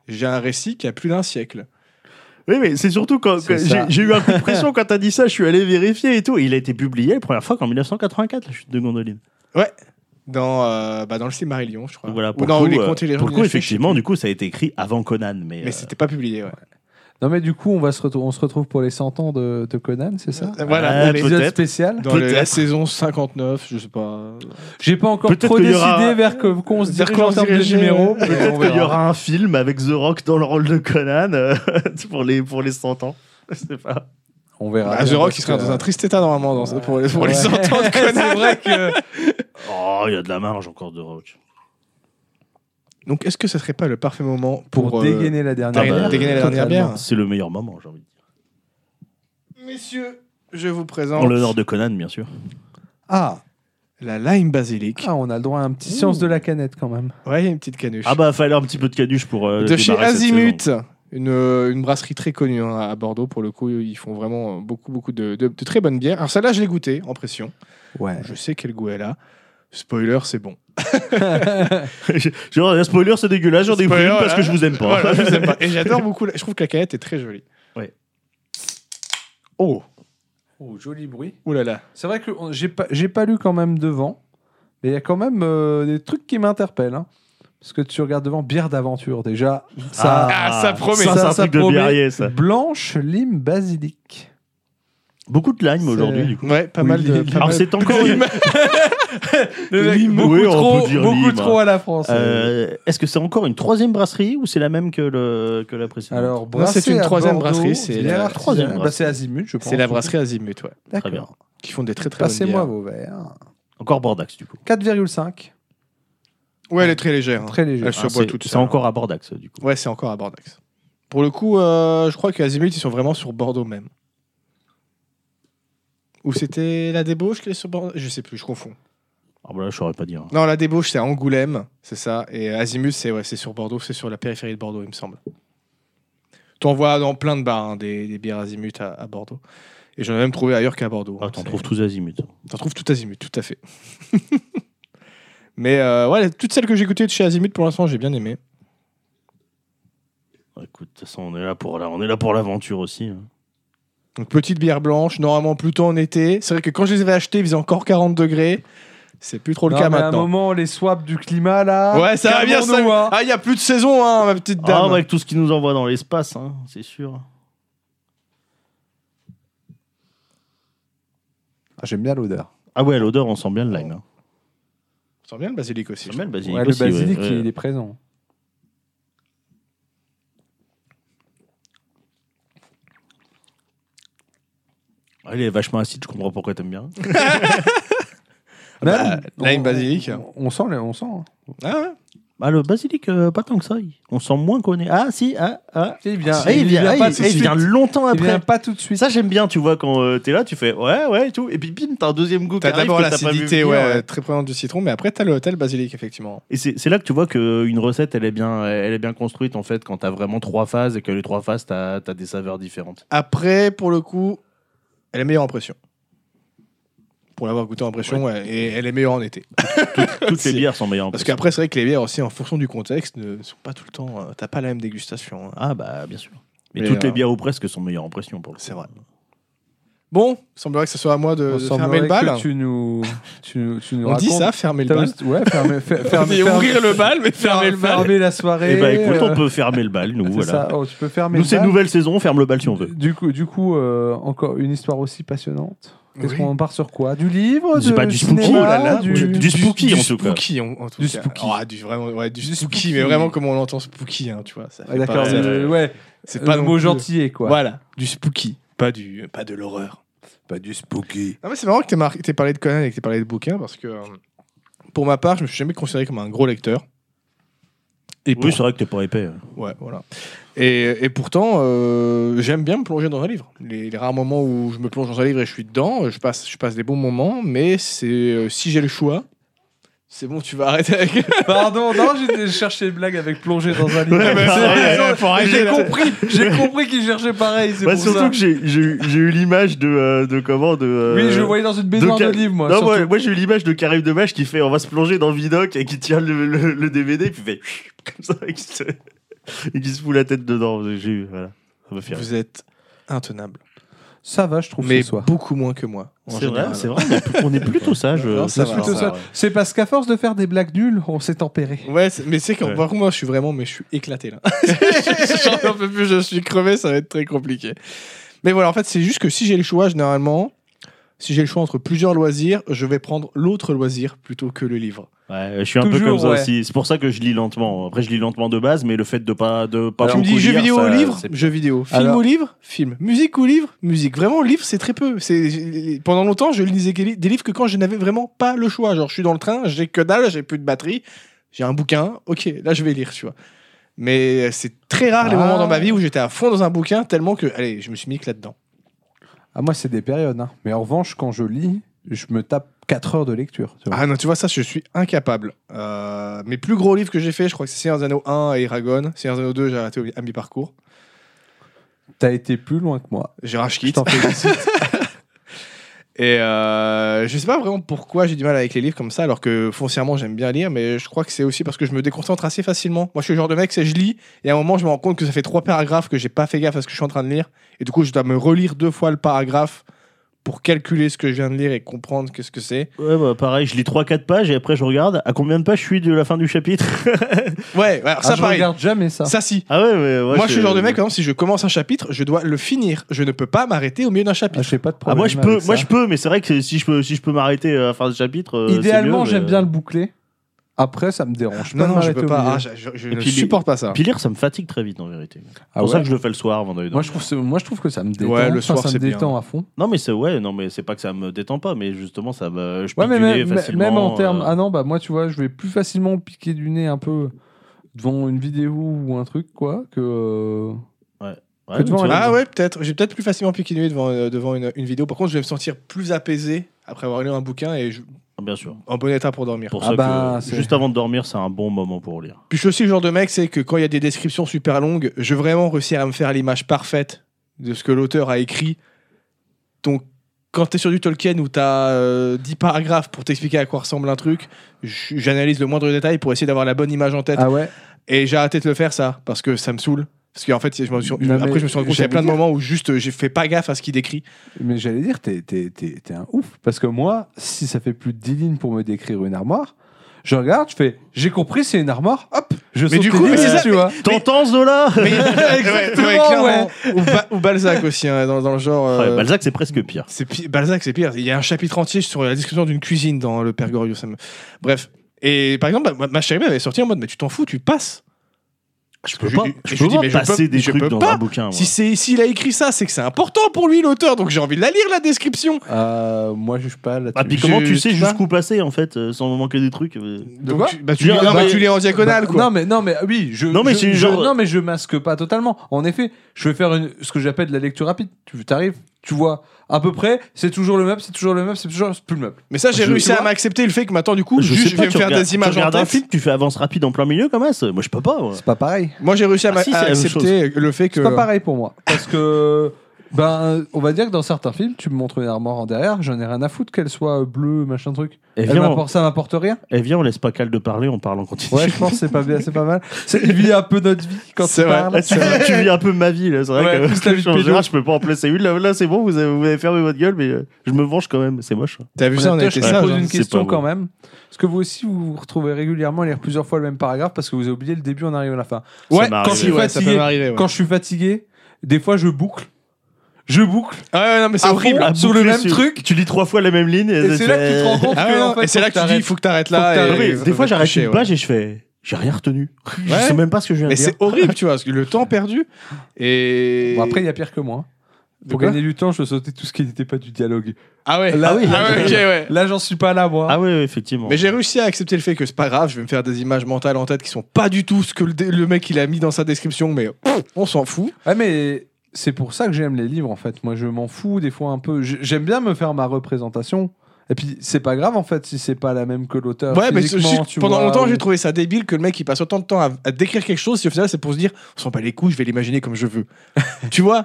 Speaker 3: j'ai un récit qui a plus d'un siècle.
Speaker 2: Oui, mais c'est surtout quand,
Speaker 1: C'est
Speaker 2: quand j'ai
Speaker 1: ça.
Speaker 2: j'ai eu un coup de pression quand t'as dit ça, je suis allé vérifier et tout. Il a été publié la première fois qu'en 1984, la chute de Gondoline.
Speaker 3: Dans, euh, bah, dans le Cimmarillion, je crois.
Speaker 2: Donc voilà,
Speaker 3: Ou
Speaker 2: pour
Speaker 3: dans
Speaker 2: le coup,
Speaker 3: les
Speaker 2: euh,
Speaker 3: contes et les
Speaker 2: pour le
Speaker 3: légendes
Speaker 2: coup,
Speaker 3: de Fées, je sais
Speaker 2: effectivement,
Speaker 3: plus.
Speaker 2: du coup, ça a été écrit avant Conan. Mais,
Speaker 3: Mais
Speaker 2: euh,
Speaker 3: c'était pas publié, ouais.
Speaker 1: Non, mais du coup, on, va se retrouve- on se retrouve pour les 100 ans de, de Conan, c'est ça
Speaker 3: Euh, Voilà,
Speaker 2: Ah,
Speaker 3: allez.
Speaker 1: Épisode
Speaker 2: peut-être.
Speaker 1: spécial.
Speaker 3: dans le- la
Speaker 2: peut-être.
Speaker 3: saison 59, je sais pas.
Speaker 1: J'ai pas encore
Speaker 2: Peut-être
Speaker 1: trop
Speaker 2: qu'il y
Speaker 1: décidé
Speaker 2: aura-
Speaker 1: vers que- qu'on se
Speaker 3: Vers
Speaker 1: dirige
Speaker 3: quoi on
Speaker 1: en
Speaker 3: se
Speaker 1: termes de
Speaker 3: dirigeait.
Speaker 1: numéro. mais on
Speaker 2: Peut-être qu'il y
Speaker 1: verra.
Speaker 2: aura un film avec The Rock dans le rôle de Conan euh, pour, les, pour les 100 ans. Je sais pas.
Speaker 1: On
Speaker 2: Ah,
Speaker 1: verra.
Speaker 3: Bah, The
Speaker 1: bien,
Speaker 3: Rock,
Speaker 1: parce
Speaker 3: il serait
Speaker 1: que-
Speaker 3: dans un triste état normalement dans- pour, les- pour les
Speaker 1: Ouais.
Speaker 3: entendre
Speaker 1: C'est
Speaker 3: connaître.
Speaker 1: vrai que.
Speaker 2: Oh, il y a de la marge encore de Rock.
Speaker 3: Donc, est-ce que ce serait pas le parfait moment pour,
Speaker 1: Pour, dégainer la dernière
Speaker 3: Ah bah,
Speaker 1: bière.
Speaker 3: dégainer la dernière
Speaker 1: Totalement.
Speaker 3: bière.
Speaker 2: C'est le meilleur moment, j'ai envie de dire.
Speaker 3: euh, messieurs, je vous
Speaker 2: En
Speaker 3: présente
Speaker 2: l'honneur de Conan, bien sûr.
Speaker 1: Ah,
Speaker 3: la lime basilic.
Speaker 1: ah, on a le droit à un petit science de la canette quand même.
Speaker 3: Ouais, il y a une petite canuche.
Speaker 2: Ah bah, fallait un petit peu de caduche pour. euh,
Speaker 3: de chez
Speaker 2: démarrer cette
Speaker 3: Azimut,
Speaker 2: saison.
Speaker 3: une, euh, une brasserie très connue hein, à Bordeaux. Pour le coup, ils font vraiment euh, beaucoup, beaucoup de, de- de très bonnes bières. Alors celle-là, je l'ai goûtée en pression.
Speaker 1: Ouais.
Speaker 3: Je sais quel goût elle a. Spoiler, c'est bon.
Speaker 2: Genre, un spoiler, c'est dégueulasse, j'en ai pris
Speaker 3: Spoiler,
Speaker 2: une parce
Speaker 3: là.
Speaker 2: que je vous aime pas.
Speaker 3: Voilà, je sais pas. Et j'adore beaucoup. la- Je trouve que la canette est très jolie.
Speaker 2: Ouais.
Speaker 3: Oh,
Speaker 1: Oh, joli bruit.
Speaker 3: Ouh là là.
Speaker 1: C'est vrai que on- j'ai pas, j'ai pas lu quand même devant, mais il y a quand même euh, des trucs qui m'interpellent. hein. Parce que tu regardes devant, bière d'aventure déjà. Ça,
Speaker 3: Ah, ça promet.
Speaker 2: Ça, c'est
Speaker 1: Ça,
Speaker 2: un
Speaker 1: ça
Speaker 2: truc de
Speaker 1: promet.
Speaker 2: biarrier, ça.
Speaker 1: Blanche lime basilic.
Speaker 2: Beaucoup de lime
Speaker 1: C'est-
Speaker 2: aujourd'hui, du coup.
Speaker 3: Ouais, pas
Speaker 1: Oui,
Speaker 3: mal de.
Speaker 1: il-
Speaker 3: pas
Speaker 2: Alors,
Speaker 3: mal-
Speaker 2: c'est encore une. Lime,
Speaker 1: beaucoup
Speaker 2: oui, on
Speaker 1: trop,
Speaker 2: peut dire
Speaker 1: beaucoup
Speaker 2: lime, hein.
Speaker 3: hein.
Speaker 1: trop à la France.
Speaker 2: Euh, Est-ce que c'est encore une troisième brasserie ou c'est la même que, le, que la précédente
Speaker 1: Alors,
Speaker 3: Non, c'est
Speaker 1: brassée
Speaker 3: une
Speaker 1: à
Speaker 3: troisième
Speaker 1: Bordeaux,
Speaker 3: brasserie, c'est
Speaker 1: bière
Speaker 3: la-
Speaker 1: artisanale.
Speaker 2: troisième
Speaker 1: Bah, c'est Azimut, je pense.
Speaker 3: C'est la brasserie Azimut, ouais.
Speaker 2: Très bien.
Speaker 1: D'accord.
Speaker 3: Qui font des très très bonnes
Speaker 1: Passez-moi
Speaker 3: bières.
Speaker 1: vos verres.
Speaker 2: Encore Bordax, du coup.
Speaker 1: 4,5.
Speaker 3: Ouais, elle est très légère. hein.
Speaker 1: Très léger.
Speaker 3: Elle se
Speaker 2: Ah,
Speaker 3: boit
Speaker 2: c'est-
Speaker 3: toute
Speaker 2: C'est
Speaker 3: seule.
Speaker 2: encore à Bordax, du coup.
Speaker 3: Ouais, c'est encore à Bordeaux. Pour le coup, euh, je crois que Azimut, ils sont vraiment sur Bordeaux même. Ou c'était la débauche qui est sur Bordeaux Je sais plus, je confonds.
Speaker 2: Ah, bah là, je saurais pas dire.
Speaker 3: Non, la débauche, c'est à Angoulême, c'est ça. Et Azimut, c'est ouais, c'est sur Bordeaux, c'est sur la périphérie de Bordeaux, il me semble. T'en vois dans plein de bars, hein, des, des bières Azimut à, à Bordeaux. Et j'en ai même trouvé ailleurs qu'à Bordeaux.
Speaker 2: Ah,
Speaker 3: hein,
Speaker 2: t'en
Speaker 3: c'est-
Speaker 2: trouves tous azimuts.
Speaker 3: T'en trouves tout azimut, tout à fait. Mais euh, ouais, toutes celles que j'ai écoutées de chez Azimut pour l'instant, j'ai bien aimé.
Speaker 2: Écoute, de toute façon, on est là pour la- on est là pour l'aventure aussi. hein.
Speaker 3: Donc petite bière blanche, normalement plutôt en été. C'est vrai que quand je les avais achetées, il faisait encore 40 degrés. C'est plus trop le
Speaker 1: Non,
Speaker 3: cas
Speaker 1: mais à un
Speaker 3: maintenant.
Speaker 1: moment, les swaps du climat, là.
Speaker 3: Ouais, ça va bien ça.
Speaker 1: calmons-nous, hein.
Speaker 3: Ah, il y a plus de saison hein, ma petite
Speaker 2: Ah,
Speaker 3: dame.
Speaker 2: ouais, avec tout ce qui nous envoie dans l'espace, hein, c'est sûr.
Speaker 1: Ah, J'aime bien l'odeur.
Speaker 2: Ah ouais, l'odeur, on sent bien le lime. hein.
Speaker 3: On sent bien le basilic aussi.
Speaker 2: On sent bien le basilic.
Speaker 1: Ouais, le
Speaker 2: aussi, ouais,
Speaker 1: basilic,
Speaker 2: ouais.
Speaker 1: il est présent.
Speaker 2: Ah, il est vachement acide, je comprends pourquoi t'aimes bien.
Speaker 1: Même,
Speaker 3: bah, lime,
Speaker 1: on-
Speaker 3: basilic.
Speaker 1: on- On sent, le- on sent. hein.
Speaker 3: Ah ouais.
Speaker 2: Ah, le basilic, euh, pas tant que ça. il- On sent moins qu'on est. Ah, si, ah, ah.
Speaker 1: Il vient,
Speaker 2: Ah, il vient, ah,
Speaker 1: pas
Speaker 2: il-
Speaker 1: tout de
Speaker 2: il vient
Speaker 1: suite.
Speaker 2: longtemps
Speaker 1: Il vient
Speaker 2: après.
Speaker 1: pas tout de suite.
Speaker 2: Ça, j'aime bien, tu vois, quand euh, t'es là, tu fais ouais, ouais, et tout. Et puis, bim, t'as un deuxième goût qui
Speaker 3: T'as
Speaker 2: arrive.
Speaker 3: d'abord
Speaker 2: que t'as pas vu
Speaker 3: l'acidité,
Speaker 2: venir,
Speaker 3: ouais,
Speaker 2: ouais.
Speaker 3: très présente du citron, mais après t'as le, t'as le basilic effectivement.
Speaker 2: Et c'est c'est là que tu vois qu'une recette, elle est, bien, elle est bien construite, en fait, quand t'as vraiment trois phases et que les trois phases, t'as as des saveurs différentes.
Speaker 3: Après, pour le coup, elle est meilleure en pression. Pour l'avoir goûté en pression, ouais, et elle est meilleure en été.
Speaker 2: Toutes les
Speaker 3: Si.
Speaker 2: bières sont meilleures en
Speaker 3: Parce
Speaker 2: plus.
Speaker 3: qu'après, c'est vrai que les bières aussi, en fonction du contexte, ne sont pas tout le temps. euh, T'as pas la même dégustation. hein.
Speaker 2: Ah, bah, bien sûr. Mais,
Speaker 3: Mais,
Speaker 2: toutes les
Speaker 3: euh,
Speaker 2: bières ou presque sont meilleures en pression, pour le coup.
Speaker 3: C'est vrai. Bon, il semblerait que ce soit à moi de,
Speaker 1: On
Speaker 3: de fermer
Speaker 1: semblerait
Speaker 3: Euh, le bal.
Speaker 1: que Tu nous, tu nous, tu nous
Speaker 3: On dit
Speaker 1: racontes
Speaker 3: ça, fermer le
Speaker 1: ta-
Speaker 3: bal.
Speaker 1: Ouais, fermer, fer- fermer,
Speaker 3: On dit
Speaker 1: fermer-
Speaker 3: ouvrir le bal, mais fermer le bal.
Speaker 1: fermer la soirée.
Speaker 2: Eh bah, écoute, on
Speaker 1: euh,
Speaker 2: peut fermer le bal, nous,
Speaker 1: c'est
Speaker 2: voilà.
Speaker 1: ça. Oh, tu peux fermer
Speaker 2: Nous,
Speaker 1: le
Speaker 2: c'est
Speaker 1: bal.
Speaker 2: nouvelle saison, on ferme le bal si on veut.
Speaker 1: Du coup, du coup euh, encore une histoire aussi passionnante. Qu'est-ce
Speaker 3: Oui.
Speaker 1: qu'on part sur quoi Du livre
Speaker 2: Je sais
Speaker 1: de,
Speaker 2: pas, du spooky.
Speaker 1: cinéma,
Speaker 2: Oh là là,
Speaker 1: du...
Speaker 2: du- du- spooky, en tout cas.
Speaker 3: spooky, en, en tout
Speaker 1: Du
Speaker 3: cas.
Speaker 1: spooky.
Speaker 3: Ah, du, vraiment, ouais, du,
Speaker 1: Du
Speaker 3: spooky,
Speaker 1: spooky.
Speaker 3: mais vraiment comme on l'entend spooky, hein, tu vois. Ça
Speaker 1: Ah,
Speaker 3: fait
Speaker 1: D'accord,
Speaker 3: pas-
Speaker 2: Ouais,
Speaker 1: euh,
Speaker 2: ouais.
Speaker 1: ouais.
Speaker 3: c'est
Speaker 1: pas le
Speaker 3: non
Speaker 1: mot
Speaker 3: plus-
Speaker 1: gentil, quoi.
Speaker 3: Voilà, du spooky, pas, du, pas de l'horreur.
Speaker 1: Pas du spooky.
Speaker 3: Non, mais c'est marrant que t'aies mar- t'aies parlé de Conan et que t'aies parlé de bouquins parce que, euh, pour ma part, je me suis jamais considéré comme un gros lecteur. Et
Speaker 2: Oui,
Speaker 3: pour-
Speaker 2: c'est vrai que t'es pas épais. hein.
Speaker 3: Ouais, voilà. Et, et pourtant, euh, j'aime bien me plonger dans un livre. Les, les rares moments où je me plonge dans un livre et je suis dedans, je passe, je passe des bons moments, mais c'est euh, si j'ai le choix, c'est bon, tu vas arrêter avec.
Speaker 1: Pardon, non, j'étais cherché une blague avec plonger dans un livre.
Speaker 2: Ouais, mais
Speaker 1: bah, C'est
Speaker 2: ouais,
Speaker 1: raison,
Speaker 2: ouais, faut arrêter,
Speaker 1: J'ai
Speaker 2: là.
Speaker 1: compris, j'ai compris qu'il cherchait pareil. C'est
Speaker 2: Ah, Bah,
Speaker 1: pour
Speaker 2: surtout
Speaker 1: ça.
Speaker 2: que j'ai j'ai eu, j'ai eu l'image de, euh, de comment de, euh,
Speaker 1: Oui, je le voyais dans une baignoire de
Speaker 2: ca-
Speaker 1: livres, moi.
Speaker 2: Non,
Speaker 1: surtout.
Speaker 2: moi, moi, j'ai eu l'image de Karim Debache qui fait on va se plonger dans Vidoc et qui tient le, le- le DVD et puis fait comme ça et qui se, et qui se fout la tête dedans. J'ai eu, voilà. Ça m'a fait rire.
Speaker 3: Vous êtes intenable,
Speaker 1: Ça va, je trouve,
Speaker 3: mais
Speaker 1: ce soir.
Speaker 3: beaucoup moins que moi. en
Speaker 2: C'est vrai,
Speaker 3: général.
Speaker 2: c'est vrai, on est pl- on est plutôt sage. euh,
Speaker 3: Non, ça
Speaker 2: ce
Speaker 3: va,
Speaker 2: soir.
Speaker 1: Plutôt
Speaker 3: ça
Speaker 1: ça. C'est parce qu'à force de faire des blagues nulles, on s'est tempéré.
Speaker 3: Ouais, c'est- mais c'est qu'en
Speaker 2: Ouais.
Speaker 3: par contre, moi, je suis vraiment, mais je suis éclaté là. J'en peux plus, je suis crevé, ça va être très compliqué. Mais voilà, en fait, c'est juste que si j'ai le choix, généralement, si j'ai le choix entre plusieurs loisirs, je vais prendre l'autre loisir plutôt que le livre.
Speaker 2: Ouais, je suis un peu
Speaker 1: Toujours,
Speaker 2: comme ça
Speaker 1: ouais.
Speaker 2: aussi. C'est pour ça que je lis lentement. Après, je lis lentement de base, mais le fait de pas de pas
Speaker 3: tu me dis
Speaker 2: beaucoup
Speaker 3: jeux
Speaker 2: lire,
Speaker 3: vidéo
Speaker 2: ça-
Speaker 3: ou livre
Speaker 2: c'est-
Speaker 3: Jeux vidéo. Film
Speaker 1: Alors-
Speaker 3: ou livre Film. Musique ou livre Musique. Vraiment, livre, c'est très peu. C'est Pendant longtemps, je lisais que li- des livres que quand je n'avais vraiment pas le choix. Genre, je suis dans le train, j'ai que dalle, j'ai plus de batterie, j'ai un bouquin, ok, là, je vais lire, tu vois. Mais euh, c'est très rare les
Speaker 1: Ah.
Speaker 3: moments dans ma vie où j'étais à fond dans un bouquin tellement que, allez, je me suis mis que là-dedans.
Speaker 1: Ah, moi, c'est des périodes. hein. Mais en revanche, quand je lis, je me tape 4 heures de lecture. tu vois.
Speaker 3: Ah non, tu vois, ça, je suis incapable. Euh, mes plus gros livres que j'ai fait, je crois que c'est Seigneur des Anneaux 1 et Eragon. Seigneur des Anneaux 2, j'ai arrêté au- à mi-parcours.
Speaker 1: T'as été plus loin que moi.
Speaker 3: J'ai racheté.
Speaker 1: Je t'en félicite.
Speaker 3: Et euh, je sais pas vraiment pourquoi j'ai du mal avec les livres comme ça, alors que foncièrement j'aime bien lire, mais je crois que c'est aussi parce que je me déconcentre assez facilement. Moi je suis le genre de mec, c'est je lis, et à un moment je me rends compte que ça fait trois paragraphes que j'ai pas fait gaffe à ce que je suis en train de lire, et du coup je dois me relire deux fois le paragraphe pour calculer ce que je viens de lire et comprendre qu'est-ce que c'est.
Speaker 2: Ouais, bah, pareil, je lis 3-4 pages et après je regarde à combien de pages je suis de la fin du chapitre.
Speaker 3: Ouais, ouais, alors
Speaker 1: Ah,
Speaker 3: ça
Speaker 1: je
Speaker 3: pareil.
Speaker 1: regarde jamais ça.
Speaker 3: Ça si.
Speaker 2: ah ouais, mais ouais,
Speaker 3: Moi je suis le genre de mec, par exemple, si je commence un chapitre, je dois le finir. Je ne peux pas m'arrêter au milieu d'un
Speaker 1: Ah,
Speaker 3: chapitre.
Speaker 1: je sais pas de
Speaker 2: Ah,
Speaker 1: problème.
Speaker 2: moi je peux,
Speaker 1: avec
Speaker 2: moi
Speaker 1: ça.
Speaker 2: je peux, mais c'est vrai que si je peux, si je peux m'arrêter à la fin du chapitre. euh, c'est
Speaker 1: Idéalement,
Speaker 2: mieux, mais-
Speaker 1: j'aime bien le boucler. Après, ça me dérange
Speaker 3: non,
Speaker 1: pas.
Speaker 3: non, je
Speaker 1: m'arrêter
Speaker 3: peux
Speaker 1: au
Speaker 3: pas.
Speaker 1: milieu.
Speaker 3: Ah, je je- je
Speaker 2: Et
Speaker 3: ne
Speaker 2: puis les-
Speaker 3: supporte pas ça.
Speaker 2: Puis lire, ça me fatigue très vite en vérité. C'est
Speaker 1: Ah
Speaker 2: pour ça
Speaker 1: ouais.
Speaker 2: que je le fais le soir avant d'aller dormir.
Speaker 1: Moi, je trouve, ça- moi, je trouve que ça me détend.
Speaker 3: Ouais, le
Speaker 1: Enfin,
Speaker 3: soir,
Speaker 1: ça me
Speaker 3: c'est bien.
Speaker 1: détend à fond.
Speaker 2: Non, mais c'est ouais, non, mais c'est pas que ça me détend pas, mais justement, ça me. Je
Speaker 1: Ouais,
Speaker 2: pique
Speaker 1: mais
Speaker 2: du nez
Speaker 1: même,
Speaker 2: facilement.
Speaker 1: même en termes.
Speaker 2: euh,
Speaker 1: Ah non, bah moi, tu vois, je vais plus facilement piquer du nez un peu devant une vidéo ou un truc, quoi, que. euh,
Speaker 2: ouais,
Speaker 1: que devant
Speaker 2: tu vois,
Speaker 3: Ah ouais, peut-être. J'ai peut-être plus facilement piqué du nez devant, euh, devant une, une vidéo. Par contre, je vais me sentir plus apaisé après avoir lu un bouquin et je-
Speaker 2: Ah, Bien sûr.
Speaker 3: en bon état pour dormir.
Speaker 2: Pour
Speaker 1: Ah
Speaker 2: ça
Speaker 1: bah,
Speaker 2: que
Speaker 1: c'est-
Speaker 2: juste avant de dormir, c'est un bon moment pour lire.
Speaker 3: Puis je suis aussi le genre de mec, c'est que quand il y a des descriptions super longues, je veux vraiment réussir à me faire l'image parfaite de ce que l'auteur a écrit. Donc, quand t'es sur du Tolkien où t'as euh, 10 paragraphes pour t'expliquer à quoi ressemble un truc, j- j'analyse le moindre détail pour essayer d'avoir la bonne image en tête.
Speaker 1: Ah ouais
Speaker 3: Et j'ai arrêté de le faire, ça, parce que ça me saoule. Parce qu'en fait, je me suis-
Speaker 1: Non, mais
Speaker 3: après, je me suis rendu compte qu'il y a
Speaker 1: j'allais
Speaker 3: plein de
Speaker 1: dire.
Speaker 3: moments où juste euh, j'ai fait pas gaffe à ce qu'il décrit.
Speaker 1: Mais j'allais dire, t'es, t'es- t'es- t'es un ouf. Parce que moi, si ça fait plus de 10 lignes pour me décrire une armoire, je regarde, je fais, j'ai compris, c'est une armoire, hop, je saute les
Speaker 3: du coup,
Speaker 1: lignes,
Speaker 3: mais c'est ça,
Speaker 1: tu vois.
Speaker 2: T'entends Zola
Speaker 3: Mais,
Speaker 1: Exactement,
Speaker 3: clairement. Ou, Ba- ou Balzac aussi, hein, dans, dans le genre. euh,
Speaker 2: Ouais, Balzac, c'est presque pire.
Speaker 3: C'est pi- Balzac, c'est pire. Il y a un chapitre entier sur la description d'une cuisine dans le Père Goriot. ça me- Bref. Et par exemple, bah, ma- ma chérie m'avait sorti en mode Mais tu t'en fous, tu passes.
Speaker 2: Ah Je peux
Speaker 3: Je-
Speaker 2: pas, je
Speaker 3: je- je
Speaker 2: peux
Speaker 3: dis,
Speaker 2: pas
Speaker 3: mais je
Speaker 2: passer
Speaker 3: peux-
Speaker 2: des
Speaker 3: je
Speaker 2: trucs
Speaker 3: peux
Speaker 2: dans
Speaker 3: pas.
Speaker 2: un bouquin. moi.
Speaker 3: Si c'est s'il a écrit ça, c'est que c'est important pour lui, l'auteur. Donc j'ai envie de la lire, la description.
Speaker 1: Euh, moi, je juge pas là-dessus.
Speaker 2: Ah, puis
Speaker 3: Je-
Speaker 2: comment tu
Speaker 3: je
Speaker 2: sais
Speaker 3: sais pas.
Speaker 2: jusqu'où passer en fait, euh, sans manquer des trucs euh.
Speaker 1: De quoi
Speaker 3: Donc, tu, bah, tu
Speaker 2: Je veux
Speaker 3: lis-
Speaker 2: dire, non,
Speaker 3: bah,
Speaker 2: mais-
Speaker 3: tu lis en diagonale,
Speaker 1: Bah,
Speaker 3: quoi.
Speaker 1: Non, mais, non, mais oui, je,
Speaker 2: Non, mais
Speaker 1: je-
Speaker 2: c'est
Speaker 1: je-
Speaker 2: genre-
Speaker 1: non, mais je masque pas totalement. En effet, je vais faire une- ce que j'appelle de la lecture rapide. Tu arrives, tu vois, à peu près, c'est toujours le meuble, c'est toujours le meuble, c'est toujours c'est plus le meuble.
Speaker 3: mais ça, j'ai
Speaker 2: je-
Speaker 3: réussi
Speaker 2: tu
Speaker 3: à
Speaker 2: vois.
Speaker 3: m'accepter le fait que maintenant, du coup,
Speaker 2: je
Speaker 3: juste,
Speaker 2: sais
Speaker 3: je
Speaker 2: pas,
Speaker 3: vais me
Speaker 2: tu
Speaker 3: faire
Speaker 2: regardes,
Speaker 3: des images
Speaker 2: tu
Speaker 3: en
Speaker 2: regardes un
Speaker 3: tête.
Speaker 2: film, tu fais avance rapide en plein milieu comme ça. Moi, je peux pas. moi.
Speaker 1: C'est pas pareil.
Speaker 3: Moi, j'ai réussi à, m'a-
Speaker 2: Ah, si,
Speaker 3: à
Speaker 2: c'est la même
Speaker 3: accepter le fait que.
Speaker 1: C'est pas pareil pour moi. Parce que, ben, on va dire que dans certains films, tu me montres une armoire en derrière, j'en ai rien à foutre qu'elle soit bleue, machin truc.
Speaker 2: Et
Speaker 1: Elle
Speaker 2: Eh, viens, on,
Speaker 1: m'apporte- ça m'apporte rien.
Speaker 2: eh, viens, on laisse pas Cal de parler, on parle en continu.
Speaker 1: Ouais, je pense que c'est pas bien, c'est pas mal. C'est- Il vit un peu notre vie quand
Speaker 3: C'est
Speaker 1: il
Speaker 3: vrai.
Speaker 1: parle.
Speaker 2: Là, tu, tu vis un peu ma vie, là. C'est vrai
Speaker 1: Ouais,
Speaker 2: que
Speaker 1: plus la vie de
Speaker 2: en
Speaker 1: pédo.
Speaker 2: général, je peux pas en placer une. Là, là, c'est bon, vous avez, vous avez fermé votre gueule, mais euh, je me venge quand même. C'est moche.
Speaker 3: T'as vu ça, on a
Speaker 1: Honnêtement,
Speaker 3: été
Speaker 1: je
Speaker 3: sage.
Speaker 1: pose
Speaker 3: hein.
Speaker 1: une
Speaker 2: c'est pas
Speaker 1: question
Speaker 2: bon.
Speaker 1: quand même. Parce que vous aussi, vous vous retrouvez régulièrement à lire plusieurs fois le même paragraphe parce que vous avez oublié le début, on arrive à la fin.
Speaker 2: Ça
Speaker 3: Ouais,
Speaker 2: m'est
Speaker 3: quand
Speaker 2: arrivé.
Speaker 3: je suis
Speaker 1: Ouais, ça peut
Speaker 3: fatigué. ouais.
Speaker 1: Quand je suis fatigué, des fois je boucle. Je boucle
Speaker 3: Ouais, ouais, non, mais c'est
Speaker 1: à
Speaker 3: horrible.
Speaker 1: fond
Speaker 2: À
Speaker 1: sur le
Speaker 2: boucler
Speaker 1: même
Speaker 2: sur-
Speaker 1: truc.
Speaker 2: euh, Tu lis trois fois la même ligne.
Speaker 1: Et c'est là que tu te rends compte
Speaker 3: Ah
Speaker 1: que,
Speaker 3: ouais,
Speaker 1: en
Speaker 3: non,
Speaker 1: fait,
Speaker 3: et c'est
Speaker 1: faut
Speaker 3: là
Speaker 1: que
Speaker 3: que tu dis il faut que t'arrêtes
Speaker 1: Faut que
Speaker 3: là.
Speaker 1: t'arrêtes.
Speaker 3: et-
Speaker 2: Oui, des fois, j'arrête
Speaker 3: coucher,
Speaker 2: une
Speaker 3: ouais.
Speaker 2: page et je fais. J'ai rien retenu. Je
Speaker 3: Ouais.
Speaker 2: sais même pas ce que je viens de
Speaker 3: Mais
Speaker 2: dire.
Speaker 3: c'est
Speaker 1: hein.
Speaker 3: horrible, tu vois, parce que le temps perdu. Et.
Speaker 1: Bon, après, il y a pire que moi.
Speaker 3: De
Speaker 1: Pour
Speaker 3: quoi
Speaker 1: gagner du temps, je sautais tout ce qui n'était pas du dialogue.
Speaker 3: Ah ouais,
Speaker 1: Là,
Speaker 3: ah
Speaker 1: oui.
Speaker 3: ouais, ok, ouais.
Speaker 1: Là, j'en suis pas là, moi.
Speaker 2: Ah, ouais, ouais, effectivement.
Speaker 3: Mais j'ai réussi à accepter le fait que c'est pas grave, je vais me faire des images mentales en tête qui sont pas du tout ce que le, dé- le mec il a mis dans sa description, mais pff, on s'en fout.
Speaker 1: Ouais, mais c'est pour ça que j'aime les livres en fait. Moi, je m'en fous des fois un peu. J- J'aime bien me faire ma représentation. Et puis, c'est pas grave en fait si c'est pas la même que l'auteur.
Speaker 3: ouais, mais c'est-
Speaker 1: physiquement,
Speaker 3: c'est-
Speaker 1: tu
Speaker 3: pendant
Speaker 1: vois,
Speaker 3: longtemps
Speaker 1: ou-
Speaker 3: j'ai trouvé ça débile que le mec il passe autant de temps à, à décrire quelque chose, si au final c'est pour se dire on s'en bat les couilles, je vais l'imaginer comme je veux. tu vois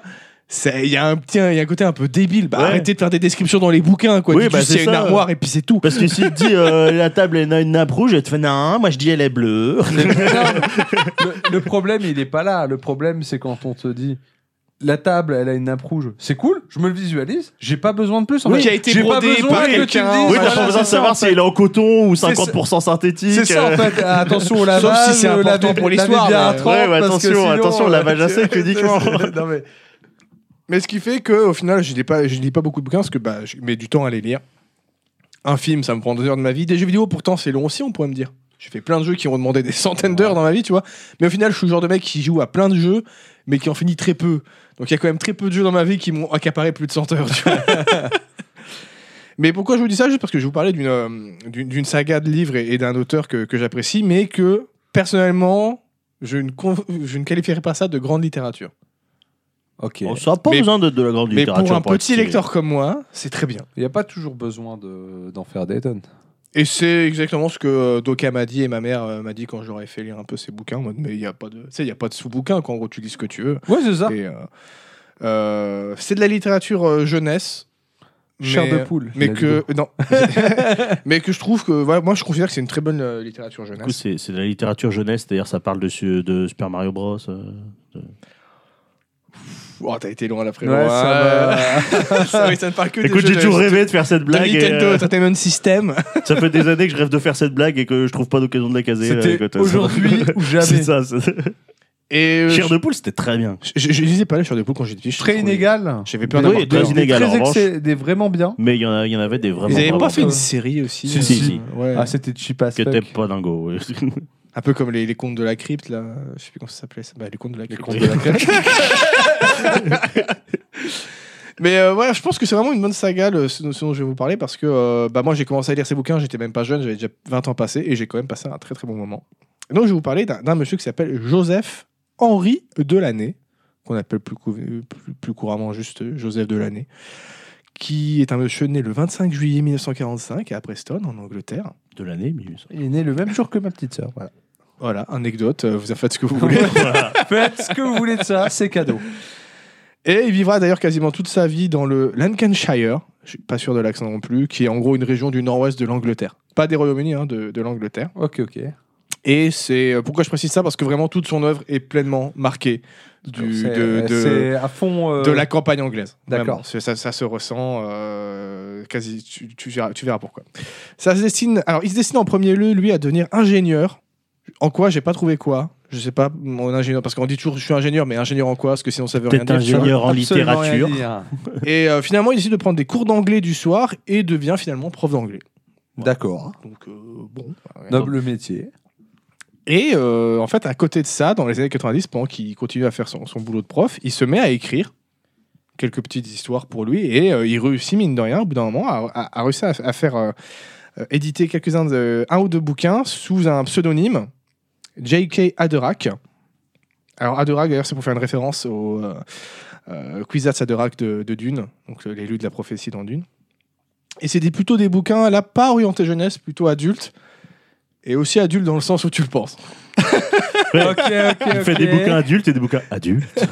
Speaker 3: C'est- il y, a un petit- il y a un côté un peu débile. Bah,
Speaker 2: Ouais.
Speaker 3: Arrêtez de faire des descriptions dans les bouquins, quoi.
Speaker 2: Oui,
Speaker 3: Dites
Speaker 2: bah,
Speaker 3: juste,
Speaker 2: c'est
Speaker 3: il y a une
Speaker 2: ça.
Speaker 3: armoire et puis c'est tout.
Speaker 2: Parce que si tu dis euh, la table elle a une nappe rouge, elle te fait non, moi je dis elle est bleue.
Speaker 1: Mais non, le, le problème, il est pas là. Le problème, c'est quand on te dit. La table, elle a une nappe rouge. C'est cool, je me le visualise. J'ai pas besoin de plus. en
Speaker 3: Oui,
Speaker 1: fait.
Speaker 3: qui a été
Speaker 1: J'ai pas
Speaker 3: brodé
Speaker 1: besoin
Speaker 3: par
Speaker 1: que tu me
Speaker 3: quelqu'un,
Speaker 1: dises,
Speaker 3: Oui,
Speaker 2: Oui,
Speaker 3: t'as
Speaker 1: voilà,
Speaker 2: t'as pas
Speaker 1: c'est
Speaker 2: besoin de
Speaker 1: ça,
Speaker 2: savoir
Speaker 1: en
Speaker 2: si il est en coton ou 50% synthétique. euh.
Speaker 1: C'est ça en fait, Ah, attention au lavage.
Speaker 3: si c'est
Speaker 1: euh,
Speaker 3: important
Speaker 1: lavez-
Speaker 3: pour
Speaker 1: lavez
Speaker 3: l'hissoire,
Speaker 1: bien à
Speaker 3: mais-
Speaker 1: 30,
Speaker 2: Ouais, ouais,
Speaker 1: parce que
Speaker 2: attention,
Speaker 1: sinon,
Speaker 2: attention,
Speaker 1: euh,
Speaker 2: lavage à sec
Speaker 1: c'est-
Speaker 2: uniquement.
Speaker 1: non, mais-
Speaker 3: Mais ce qui fait que au final, je lis pas, je lis pas beaucoup de bouquins parce que bah, je mets du temps à les lire. Un film, ça me prend deux heures de ma vie. Des jeux vidéo, pourtant, c'est long aussi, on pourrait me dire. J'ai fait plein de jeux qui ont demandé des centaines d'heures dans ma vie, tu vois. Mais au final, je suis le genre de mec qui joue à plein de jeux, mais qui en finit très peu. Donc il y a quand même très peu de jeux dans ma vie qui m'ont accaparé plus de 100 heures, tu vois. mais pourquoi je vous dis ça Juste parce que je vous parlais d'une euh, d'une d'une saga de livres et, et d'un auteur que, que j'apprécie, mais que personnellement, je ne, con- je ne qualifierais pas ça de grande littérature.
Speaker 1: Ok.
Speaker 2: On sort pas
Speaker 3: Mais-
Speaker 2: besoin hein, de, de la grande
Speaker 3: Mais
Speaker 2: littérature.
Speaker 3: pour un
Speaker 2: être
Speaker 3: petit
Speaker 2: stylé.
Speaker 3: lecteur comme moi, c'est très bien.
Speaker 1: Il n'y a pas toujours besoin de- d'en faire des tonnes.
Speaker 3: Et c'est exactement ce que euh, Doka m'a dit et ma mère euh, m'a dit quand je leur ai fait lire un peu ces bouquins. en mode, mais il n'y a pas de, tu sais, il y a pas de sous-bouquin. quoi. En gros, tu lis ce que tu veux.
Speaker 1: Ouais, c'est ça.
Speaker 3: Et, euh, euh, c'est de la littérature euh, jeunesse.
Speaker 1: Chair
Speaker 3: mais-
Speaker 1: de poule.
Speaker 3: Mais
Speaker 1: il a dit
Speaker 3: que
Speaker 1: bon.
Speaker 3: non, mais que je trouve que voilà, moi je considère que c'est une très bonne euh, littérature
Speaker 2: Du coup,
Speaker 3: jeunesse.
Speaker 2: c'est c'est de la littérature jeunesse, c'est-à-dire ça parle de, su- de Super Mario Bros. euh.
Speaker 3: Oh, t'as été loin la frérot.
Speaker 1: Ouais, ça
Speaker 3: Ah, ça, oui, ça ne parle que
Speaker 2: Écoute,
Speaker 3: des jeux
Speaker 2: j'ai toujours
Speaker 3: de-
Speaker 2: rêvé de faire cette
Speaker 3: de
Speaker 2: blague. et,
Speaker 3: Nintendo
Speaker 2: euh,
Speaker 3: Entertainment System.
Speaker 2: ça fait des années que je rêve de faire cette blague et que je trouve pas d'occasion de la
Speaker 1: va.
Speaker 2: caser. là, écoute,
Speaker 1: C'était
Speaker 2: euh,
Speaker 1: aujourd'hui ou jamais.
Speaker 2: C'est ça. c'est-
Speaker 3: Et euh,
Speaker 2: Chair de poule, c'était très bien.
Speaker 3: je- je je lisais pas les Chair de poule quand j'étais petit. je
Speaker 1: Très
Speaker 3: trouvais-
Speaker 1: inégal.
Speaker 3: J'avais peur
Speaker 2: Oui, très
Speaker 3: d'avoir peur.
Speaker 1: Des
Speaker 2: inégal,
Speaker 1: très
Speaker 2: en revanche.
Speaker 1: excès- des vraiment bien.
Speaker 2: Mais il y, en a- il y en avait des vraiment.
Speaker 3: Ils avaient
Speaker 2: vraiment
Speaker 3: pas fait
Speaker 2: bien.
Speaker 3: une série aussi
Speaker 2: Si,
Speaker 3: euh,
Speaker 2: si, si.
Speaker 3: ouais.
Speaker 1: Ah, c'était cheap as
Speaker 2: que
Speaker 1: fuck.
Speaker 2: t'es pas dingo. oui.
Speaker 3: Un peu comme les, les contes de la crypte, là. Je sais plus comment ça s'appelait. ça. Bah, les contes de la crypte.
Speaker 2: contes de la
Speaker 3: Mais euh, ouais, je pense que c'est vraiment une bonne saga, le, ce, ce dont je vais vous parler, parce que euh, bah, moi, j'ai commencé à lire ces bouquins, j'étais même pas jeune, j'avais déjà 20 ans passé, et j'ai quand même passé un très très bon moment. Et donc, je vais vous parler d'un d'un monsieur qui s'appelle Joseph Henri Delaney, qu'on appelle plus, cou- plus, plus couramment juste Joseph Delaney, qui est un monsieur né le 25 juillet 1945 à Preston, en Angleterre.
Speaker 2: De l'année, mais il
Speaker 1: Il est né le même jour que ma petite sœur. Voilà.
Speaker 3: Voilà, anecdote, euh, vous en faites ce que vous voulez.
Speaker 1: Faites ce que vous voulez de ça, c'est cadeau.
Speaker 3: Et il vivra d'ailleurs quasiment toute sa vie dans le Lancashire. je suis pas sûr de l'accent non plus, qui est en gros une région du nord-ouest de l'Angleterre. Pas des Royaumes-Unis, hein, de, de l'Angleterre.
Speaker 1: Ok, ok.
Speaker 3: Et c'est euh, pourquoi je précise ça, parce que vraiment toute son œuvre est pleinement marquée du,
Speaker 1: C'est- euh,
Speaker 3: de, de-
Speaker 1: c'est à fond. euh,
Speaker 3: de la campagne anglaise.
Speaker 1: D'accord.
Speaker 3: Vraiment, c'est- Ça, ça se ressent euh, quasi. Tu, tu verras, tu verras pourquoi. Ça se destine. Alors, il se destine en premier lieu, lui, à devenir ingénieur. En quoi J'ai pas trouvé quoi. Je sais pas, mon ingénieur. Parce qu'on dit toujours, je suis ingénieur, mais ingénieur en quoi Parce que sinon, ça veut rien
Speaker 2: Peut-être
Speaker 3: dire. tu vois.
Speaker 2: ingénieur en
Speaker 1: absolument rien
Speaker 2: littérature.
Speaker 1: dire.
Speaker 3: Et euh, finalement, il décide de prendre des cours d'anglais du soir et devient finalement prof d'anglais.
Speaker 1: D'accord.
Speaker 3: Donc, euh, bon.
Speaker 1: Noble métier.
Speaker 3: Et euh, en fait, à côté de ça, dans les années 90, pendant qu'il continue à faire son, son boulot de prof, il se met à écrire quelques petites histoires pour lui et euh, il réussit, mine de rien, au bout d'un moment, à, à- à réussir à, à faire euh, euh, éditer quelques-uns de un ou deux bouquins sous un pseudonyme, J.K. Aderak. Alors, Aderak, d'ailleurs, c'est pour faire une référence au euh, euh, Kwisatz Aderak de, de Dune, donc le- l'élu de la prophétie dans Dune. Et c'est des- plutôt des bouquins, là, pas orientés jeunesse, plutôt adultes. Et aussi adultes dans le sens où tu le penses.
Speaker 1: ok, ok.
Speaker 2: Il fait
Speaker 1: ok.
Speaker 2: des bouquins adultes et des bouquins adultes.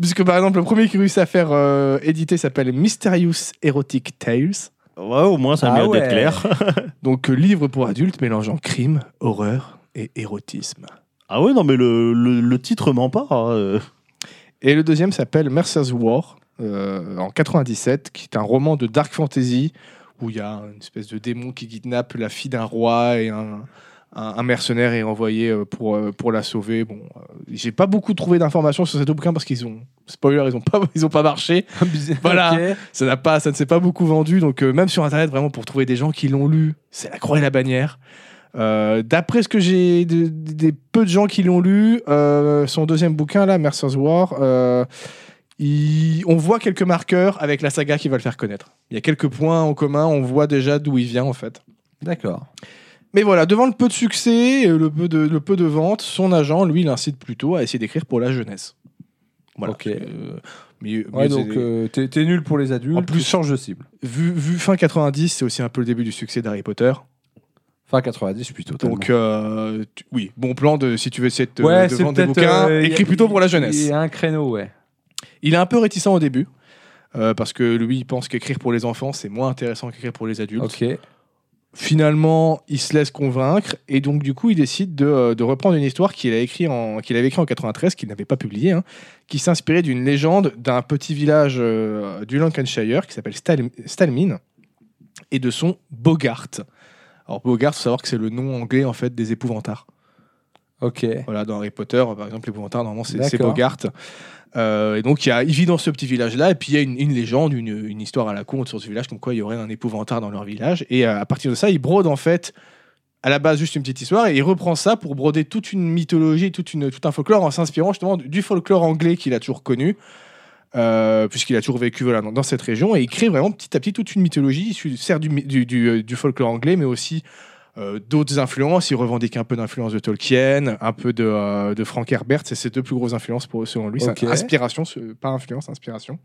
Speaker 3: Puisque par exemple, le premier qui réussit à faire euh, éditer s'appelle Mysterious Erotic Tales.
Speaker 2: Ouais, au moins, ça a
Speaker 1: Ah
Speaker 2: mérite
Speaker 1: ouais.
Speaker 2: d'être clair.
Speaker 3: Donc, euh, livre pour adultes mélangeant crime, horreur et érotisme.
Speaker 2: Ah ouais, non, mais le, le, le titre ment pas. hein, euh.
Speaker 3: Et le deuxième s'appelle Mercer's War, euh, en 97, qui est un roman de dark fantasy où il y a une espèce de démon qui kidnappe la fille d'un roi et un, un- un mercenaire est envoyé euh, pour, euh, pour la sauver. Bon, euh, j'ai pas beaucoup trouvé d'informations sur ces deux bouquins parce qu'ils ont, spoiler, ils ont pas, ils ont pas marché. Voilà.
Speaker 1: Ok.
Speaker 3: ça n'a pas ça ne s'est pas beaucoup vendu donc euh, même sur internet vraiment pour trouver des gens qui l'ont lu c'est la croix et la bannière Euh, d'après ce que j'ai de- de- des peu de gens qui l'ont lu euh, son deuxième bouquin là Mercer's War euh, il- on voit quelques marqueurs avec la saga qui va le faire connaître il y a quelques points en commun on voit déjà d'où il vient en fait
Speaker 1: D'accord.
Speaker 3: mais voilà, devant le peu de succès et le peu de, le peu de ventes, son agent, lui, l'incite plutôt à essayer d'écrire pour la jeunesse. Voilà.
Speaker 1: Ok.
Speaker 3: Euh, mais-
Speaker 1: Ouais,
Speaker 3: mais
Speaker 1: donc
Speaker 3: c'est-
Speaker 1: euh, t'es t'es nul pour les adultes.
Speaker 3: En
Speaker 1: tu
Speaker 3: plus-
Speaker 1: changes de cible.
Speaker 3: vu, vu fin 90, c'est aussi un peu le début du succès d'Harry Potter.
Speaker 1: Enfin, 90 plutôt.
Speaker 3: Donc, euh, tu- oui, bon plan de si tu veux essayer de, te-
Speaker 1: ouais,
Speaker 3: de
Speaker 1: c'est
Speaker 3: vendre des
Speaker 1: peut-être.
Speaker 3: bouquins,
Speaker 1: euh, y a-
Speaker 3: écris plutôt pour la
Speaker 1: Il
Speaker 3: jeunesse.
Speaker 1: y a un créneau, ouais.
Speaker 3: Il est un peu réticent au début, euh, parce que lui, il pense qu'écrire pour les enfants, c'est moins intéressant qu'écrire pour les adultes.
Speaker 1: Ok.
Speaker 3: Finalement, il se laisse convaincre, et donc, du coup, il décide de, euh, de reprendre une histoire qu'il a écrit en- qu'il avait écrite en 93, qu'il n'avait pas publiée, hein, qui s'inspirait d'une légende d'un petit village euh, du Lancashire qui s'appelle Stal- Stalmin, et de son Bogart. Alors, Bogart, faut savoir que c'est le nom anglais, en fait, des épouvantards.
Speaker 1: Ok.
Speaker 3: Voilà, dans Harry Potter, par exemple, l'épouvantard, normalement, c'est c'est
Speaker 1: D'accord.
Speaker 3: Bogart. Euh, et donc, il, y a, il vit dans ce petit village-là, et puis il y a une, une légende, une, une histoire à la con sur ce village, comme quoi il y aurait un épouvantard dans leur village. Et euh, à partir de ça, il brode en fait, à la base, juste une petite histoire, et il reprend ça pour broder toute une mythologie, toute une, tout un folklore, en s'inspirant justement du- du folklore anglais qu'il a toujours connu, euh, puisqu'il a toujours vécu voilà, dans, dans cette région, et il crée vraiment petit à petit toute une mythologie issue, certes, du, mi- du, du, euh, du folklore anglais, mais aussi euh, d'autres influences. Il revendique un peu d'influence de Tolkien, un peu de, euh, de Frank Herbert. C'est ses deux plus grosses influences pour, selon lui.
Speaker 1: Ok.
Speaker 3: C'est inspiration, ce- pas influence, inspiration.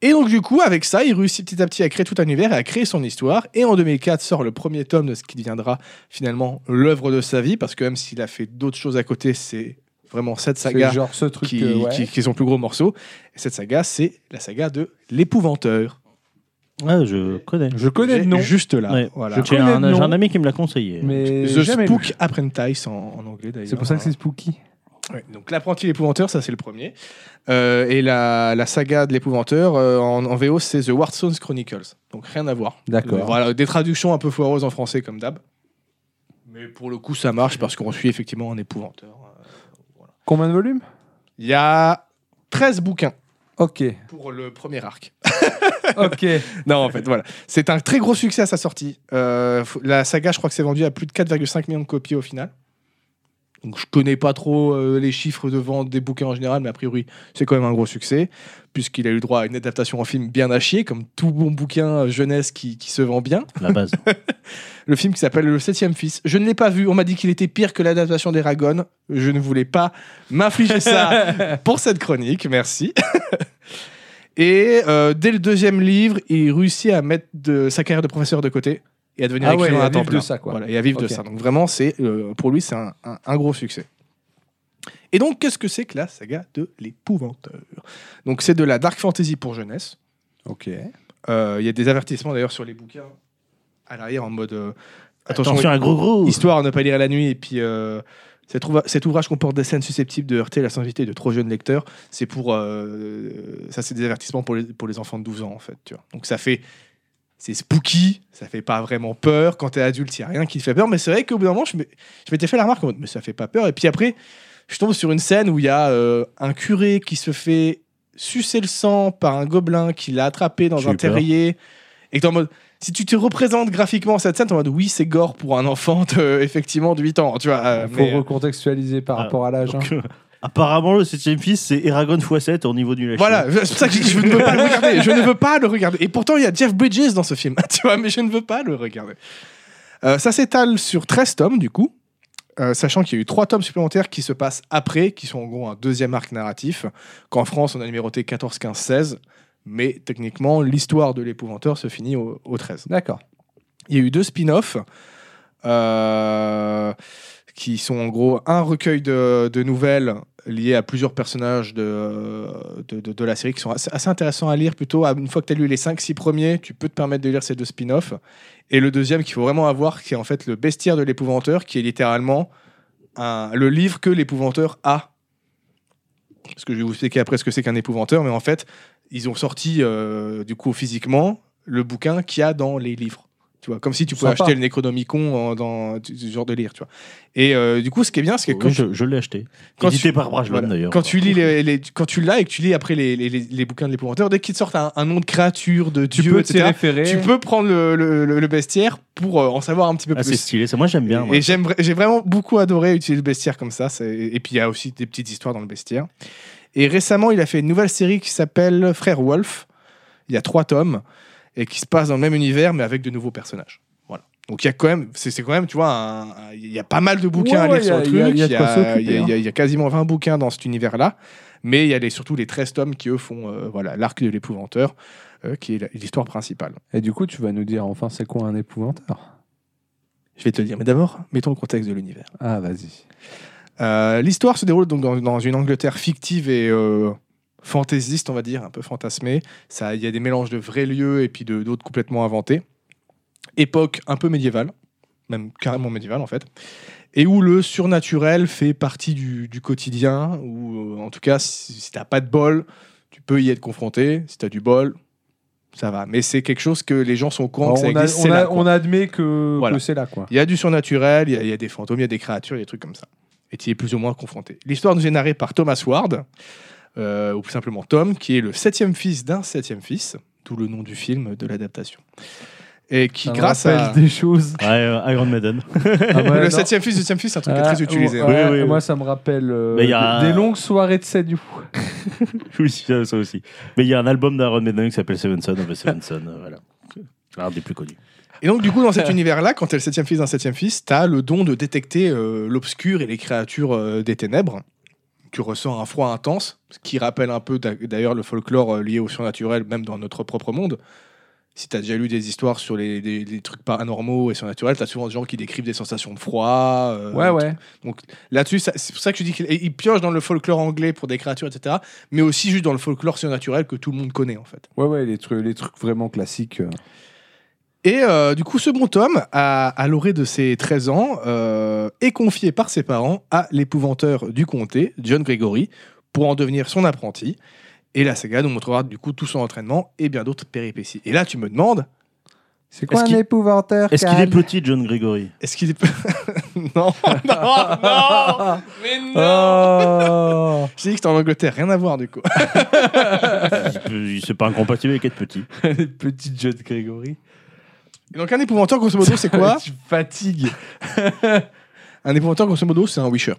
Speaker 3: Et donc, du coup, avec ça, il réussit petit à petit à créer tout un univers et à créer son histoire. Et en 2004 sort le premier tome de ce qui deviendra finalement l'œuvre de sa vie, parce que même s'il a fait d'autres choses à côté, c'est vraiment cette
Speaker 1: C'est
Speaker 3: saga
Speaker 1: genre ce truc.
Speaker 3: qui,
Speaker 1: euh, ouais.
Speaker 3: qui- qui est son plus gros morceau. Et cette saga, c'est la saga de l'épouvanteur.
Speaker 2: Ouais, je connais.
Speaker 1: Je connais le nom.
Speaker 3: J'ai Juste là.
Speaker 2: Ouais.
Speaker 3: Voilà.
Speaker 1: Je
Speaker 2: J'ai
Speaker 1: connais
Speaker 2: un,
Speaker 1: le nom.
Speaker 2: j'ai un ami qui me l'a conseillé. euh,
Speaker 1: Mais
Speaker 3: The
Speaker 1: jamais lu.
Speaker 3: Spook Apprentice en, en anglais d'ailleurs.
Speaker 1: C'est pour ça que c'est spooky.
Speaker 3: Ouais, donc l'apprenti l'épouvanteur, ça c'est le premier. Euh, et la, la saga de l'épouvanteur euh, en, en VO, c'est The Warzone Chronicles. Donc rien à voir.
Speaker 1: D'accord.
Speaker 3: Euh, Voilà, des traductions un peu foireuses en français comme d'hab. Mais pour le coup, ça marche parce qu'on suit effectivement un épouvanteur.
Speaker 1: Combien de volumes
Speaker 3: Il y a 13 bouquins
Speaker 1: Ok.
Speaker 3: pour le premier arc.
Speaker 1: Ok.
Speaker 3: Non, en fait, voilà. C'est un très gros succès à sa sortie. Euh, faut- la saga, je crois que c'est vendu à plus de 4,5 millions de copies au final. Donc, je connais pas trop euh, les chiffres de vente des bouquins en général, mais a priori, c'est quand même un gros succès, puisqu'il a eu droit à une adaptation en film bien à chier, comme tout bon bouquin euh, jeunesse qui, qui se vend bien.
Speaker 2: La base.
Speaker 3: Le film qui s'appelle Le Septième Fils. Je ne l'ai pas vu. On m'a dit qu'il était pire que l'adaptation des Ragones. Je ne voulais pas m'infliger ça pour cette chronique, merci. et euh, dès le deuxième livre, il réussit à mettre de, sa carrière de professeur de côté et à devenir
Speaker 1: Ah ouais,
Speaker 3: écrivain
Speaker 1: et à
Speaker 3: à temps
Speaker 1: vivre de
Speaker 3: plein.
Speaker 1: ça, quoi.
Speaker 3: Voilà, et à vivre
Speaker 1: Ok.
Speaker 3: de ça. Donc vraiment, c'est euh, pour lui, c'est un, un- un gros succès. Et donc, qu'est-ce que c'est que la saga de l'épouvanteur Donc, c'est de la dark fantasy pour jeunesse.
Speaker 1: Ok.
Speaker 3: Euh, Il y a des avertissements d'ailleurs sur les bouquins à l'arrière en mode euh,
Speaker 2: Attention,
Speaker 3: attention,
Speaker 2: à gros gros.
Speaker 3: histoire à ne pas lire à la nuit. Et puis euh, cet, ouva- cet ouvrage comporte des scènes susceptibles de heurter la sensibilité de trop jeunes lecteurs. C'est pour euh, ça, c'est des avertissements pour les, pour les enfants de 12 ans en fait. Tu vois. Donc ça fait c'est spooky, ça fait pas vraiment peur. Quand t'es adulte, il y a rien qui te fait peur. Mais c'est vrai qu'au bout d'un moment, je me- je m'étais fait la remarque, en mode, mais ça fait pas peur. Et puis après, je tombe sur une scène où il y a euh, un curé qui se fait sucer le sang par un gobelin qui l'a attrapé dans
Speaker 2: J'ai
Speaker 3: un
Speaker 2: eu peur.
Speaker 3: terrier. Et que t'es en mode, si tu te représentes graphiquement cette scène, t'es en mode, oui, c'est gore pour un enfant de, effectivement de 8 ans. Tu vois, euh,
Speaker 1: Faut
Speaker 3: mais, euh,
Speaker 1: recontextualiser par
Speaker 2: Ah,
Speaker 1: rapport à l'âge. hein.
Speaker 2: Donc, euh, apparemment, le 7ème fils, c'est Eragon x7 au niveau du lâcher. Oh,
Speaker 3: voilà, c'est pour ça que je, je ne veux pas le regarder. Je ne veux pas le regarder. Et pourtant, il y a Jeff Bridges dans ce film, tu vois, mais je ne veux pas le regarder. Euh, ça s'étale sur 13 tomes, du coup, euh, sachant qu'il y a eu 3 tomes supplémentaires qui se passent après, qui sont en gros un deuxième arc narratif, qu'en France, on a numéroté 14, 15, 16, mais techniquement, l'histoire de l'épouvanteur se finit au, au 13.
Speaker 1: D'accord.
Speaker 3: Il y a eu deux spin-offs euh, qui sont en gros un recueil de, de nouvelles liées à plusieurs personnages de, euh, de, de- de la série qui sont assez, assez intéressants à lire plutôt. À- Une fois que tu as lu les 5-6 premiers, tu peux te permettre de lire ces deux spin-offs. Et le deuxième qu'il faut vraiment avoir, qui est en fait le bestiaire de l'épouvanteur, qui est littéralement un- le livre que l'épouvanteur a. Parce que je vais vous expliquer après ce que c'est qu'un épouvanteur, mais en fait, ils ont sorti euh, du coup physiquement le bouquin qu'il y a dans les livres. Tu vois, comme si tu pouvais
Speaker 1: Sympa.
Speaker 3: acheter le Necronomicon en- dans tu- ce genre de livre, tu vois. Et euh, du coup, ce qui est bien, c'est que quand
Speaker 2: Oui, je je l'ai acheté.
Speaker 3: Quand
Speaker 2: Édité
Speaker 3: tu-
Speaker 2: par Brajlon
Speaker 3: voilà.
Speaker 2: d'ailleurs.
Speaker 3: Quand tu lis les, les- quand tu l'as et que tu lis après les, les, les- les bouquins de l'épouvanteur, dès qu'ils te sortent un, un nom de créature, de
Speaker 1: Tu
Speaker 3: dieu,
Speaker 1: peux t'y
Speaker 3: etc.,
Speaker 1: référer.
Speaker 3: tu peux prendre le, le- le- le bestiaire pour euh, en savoir un petit peu
Speaker 2: Ah, c'est
Speaker 3: plus.
Speaker 2: stylé. C'est moi j'aime bien. moi.
Speaker 3: Et j'aime vra- j'ai vraiment beaucoup adoré utiliser le bestiaire comme ça. c'est- Et puis il y a aussi des petites histoires dans le bestiaire. Et récemment, il a fait une nouvelle série qui s'appelle Frère Wolf. Il y a trois tomes et qui se passe dans le même univers, mais avec de nouveaux personnages. Voilà. Donc il y a quand même, c'est c'est quand même, tu vois, un- un- il y a pas mal de bouquins
Speaker 1: Ouais,
Speaker 3: à lire
Speaker 1: ouais,
Speaker 3: sur
Speaker 1: il
Speaker 3: le
Speaker 1: y a-
Speaker 3: truc.
Speaker 1: il y a de quoi s'occuper,
Speaker 3: il y a-
Speaker 1: hein.
Speaker 3: il y a- il y a quasiment 20 bouquins dans cet univers-là. Mais il y a les, surtout les 13 tomes qui, eux, font euh, voilà l'arc de l'épouvanteur, euh, qui est la- l'histoire principale.
Speaker 1: Et du coup, tu vas nous dire enfin c'est quoi un épouvanteur
Speaker 3: Je vais te le dire. Mais d'abord, mettons le contexte de l'univers.
Speaker 1: Ah, vas-y.
Speaker 3: Euh, l'histoire se déroule donc dans, dans une Angleterre fictive et euh, fantaisiste, on va dire, un peu fantasmée. Ça, il y a des mélanges de vrais lieux et puis de d'autres complètement inventés. Époque un peu médiévale, même carrément médiévale en fait, et où le surnaturel fait partie du, du quotidien. Ou en tout cas, si, si t'as pas de bol, tu peux y être confronté. Si t'as du bol, ça va. Mais c'est quelque chose que les gens sont au courant que ça
Speaker 1: on, a-
Speaker 3: existe,
Speaker 1: on
Speaker 3: c'est
Speaker 1: a-
Speaker 3: là, quoi.
Speaker 1: on admet que,
Speaker 3: Voilà.
Speaker 1: que c'est là, quoi.
Speaker 3: Il y a du surnaturel, il y a- il y, a des fantômes, il y a des créatures, il y a des trucs comme ça. Et tu y es plus ou moins confronté. L'histoire nous est narrée par Thomas Ward, euh, ou plus simplement Tom, qui est le septième fils d'un septième fils, d'où le nom du film de l'adaptation. Et qui,
Speaker 1: Ça me
Speaker 3: grâce
Speaker 1: rappelle
Speaker 3: à.
Speaker 1: des choses.
Speaker 2: Ouais, euh, Iron Maiden.
Speaker 1: Ah, ouais,
Speaker 3: le
Speaker 1: non.
Speaker 3: septième fils, septième fils, c'est un truc qui est
Speaker 1: Ah,
Speaker 3: très utilisé.
Speaker 1: ouais,
Speaker 2: Oui, oui, oui.
Speaker 1: Moi, ça me rappelle euh,
Speaker 2: Mais il y a-
Speaker 1: des, des longues soirées de Sadu.
Speaker 3: Euh,
Speaker 2: oui, ça ça aussi. Mais il y a un album d'Iron Maiden qui s'appelle Seven Son of a Seven Son. euh, voilà. L'un des plus connus.
Speaker 3: Et donc, du coup, dans cet univers-là, quand t'es le septième fils d'un septième fils, t'as le don de détecter euh, l'obscur et les créatures euh, des ténèbres. Tu ressens un froid intense, ce qui rappelle un peu d'a- d'ailleurs le folklore euh, lié au surnaturel, même dans notre propre monde. Si t'as déjà lu des histoires sur les, les- les trucs paranormaux et surnaturels, t'as souvent des gens qui décrivent des sensations de froid. euh,
Speaker 1: Ouais, ouais.
Speaker 3: Là-dessus, ça- c'est pour ça que je dis qu'il il pioche dans le folklore anglais pour des créatures, etc., mais aussi juste dans le folklore surnaturel que tout le monde connaît, en fait.
Speaker 1: Ouais, ouais, les trucs, les trucs vraiment classiques. euh.
Speaker 3: Et euh, du coup, ce bon Tom, à, à l'orée de ses 13 ans, euh, est confié par ses parents à l'épouvanteur du comté, John Gregory, pour en devenir son apprenti. Et la saga nous montrera du coup tout son entraînement et bien d'autres péripéties. Et là, tu me demandes,
Speaker 1: C'est quoi
Speaker 2: Est-ce
Speaker 1: un
Speaker 2: qu'il-
Speaker 1: épouvanteur
Speaker 2: Est-ce qu'il est
Speaker 1: Karl
Speaker 2: petit, John Gregory
Speaker 3: est-ce qu'il est... non, non, non,
Speaker 1: Ah,
Speaker 3: mais non
Speaker 1: ah,
Speaker 3: J'ai dit que c'était en Angleterre, rien à voir du coup.
Speaker 2: Il peut- il- C'est pas incompatible avec être petit.
Speaker 1: oh Les petits John Gregory.
Speaker 3: Et donc un épouvanteur, grosso modo, c'est quoi
Speaker 1: Tu fatigues.
Speaker 3: Un épouvanteur, grosso modo, c'est un wisher.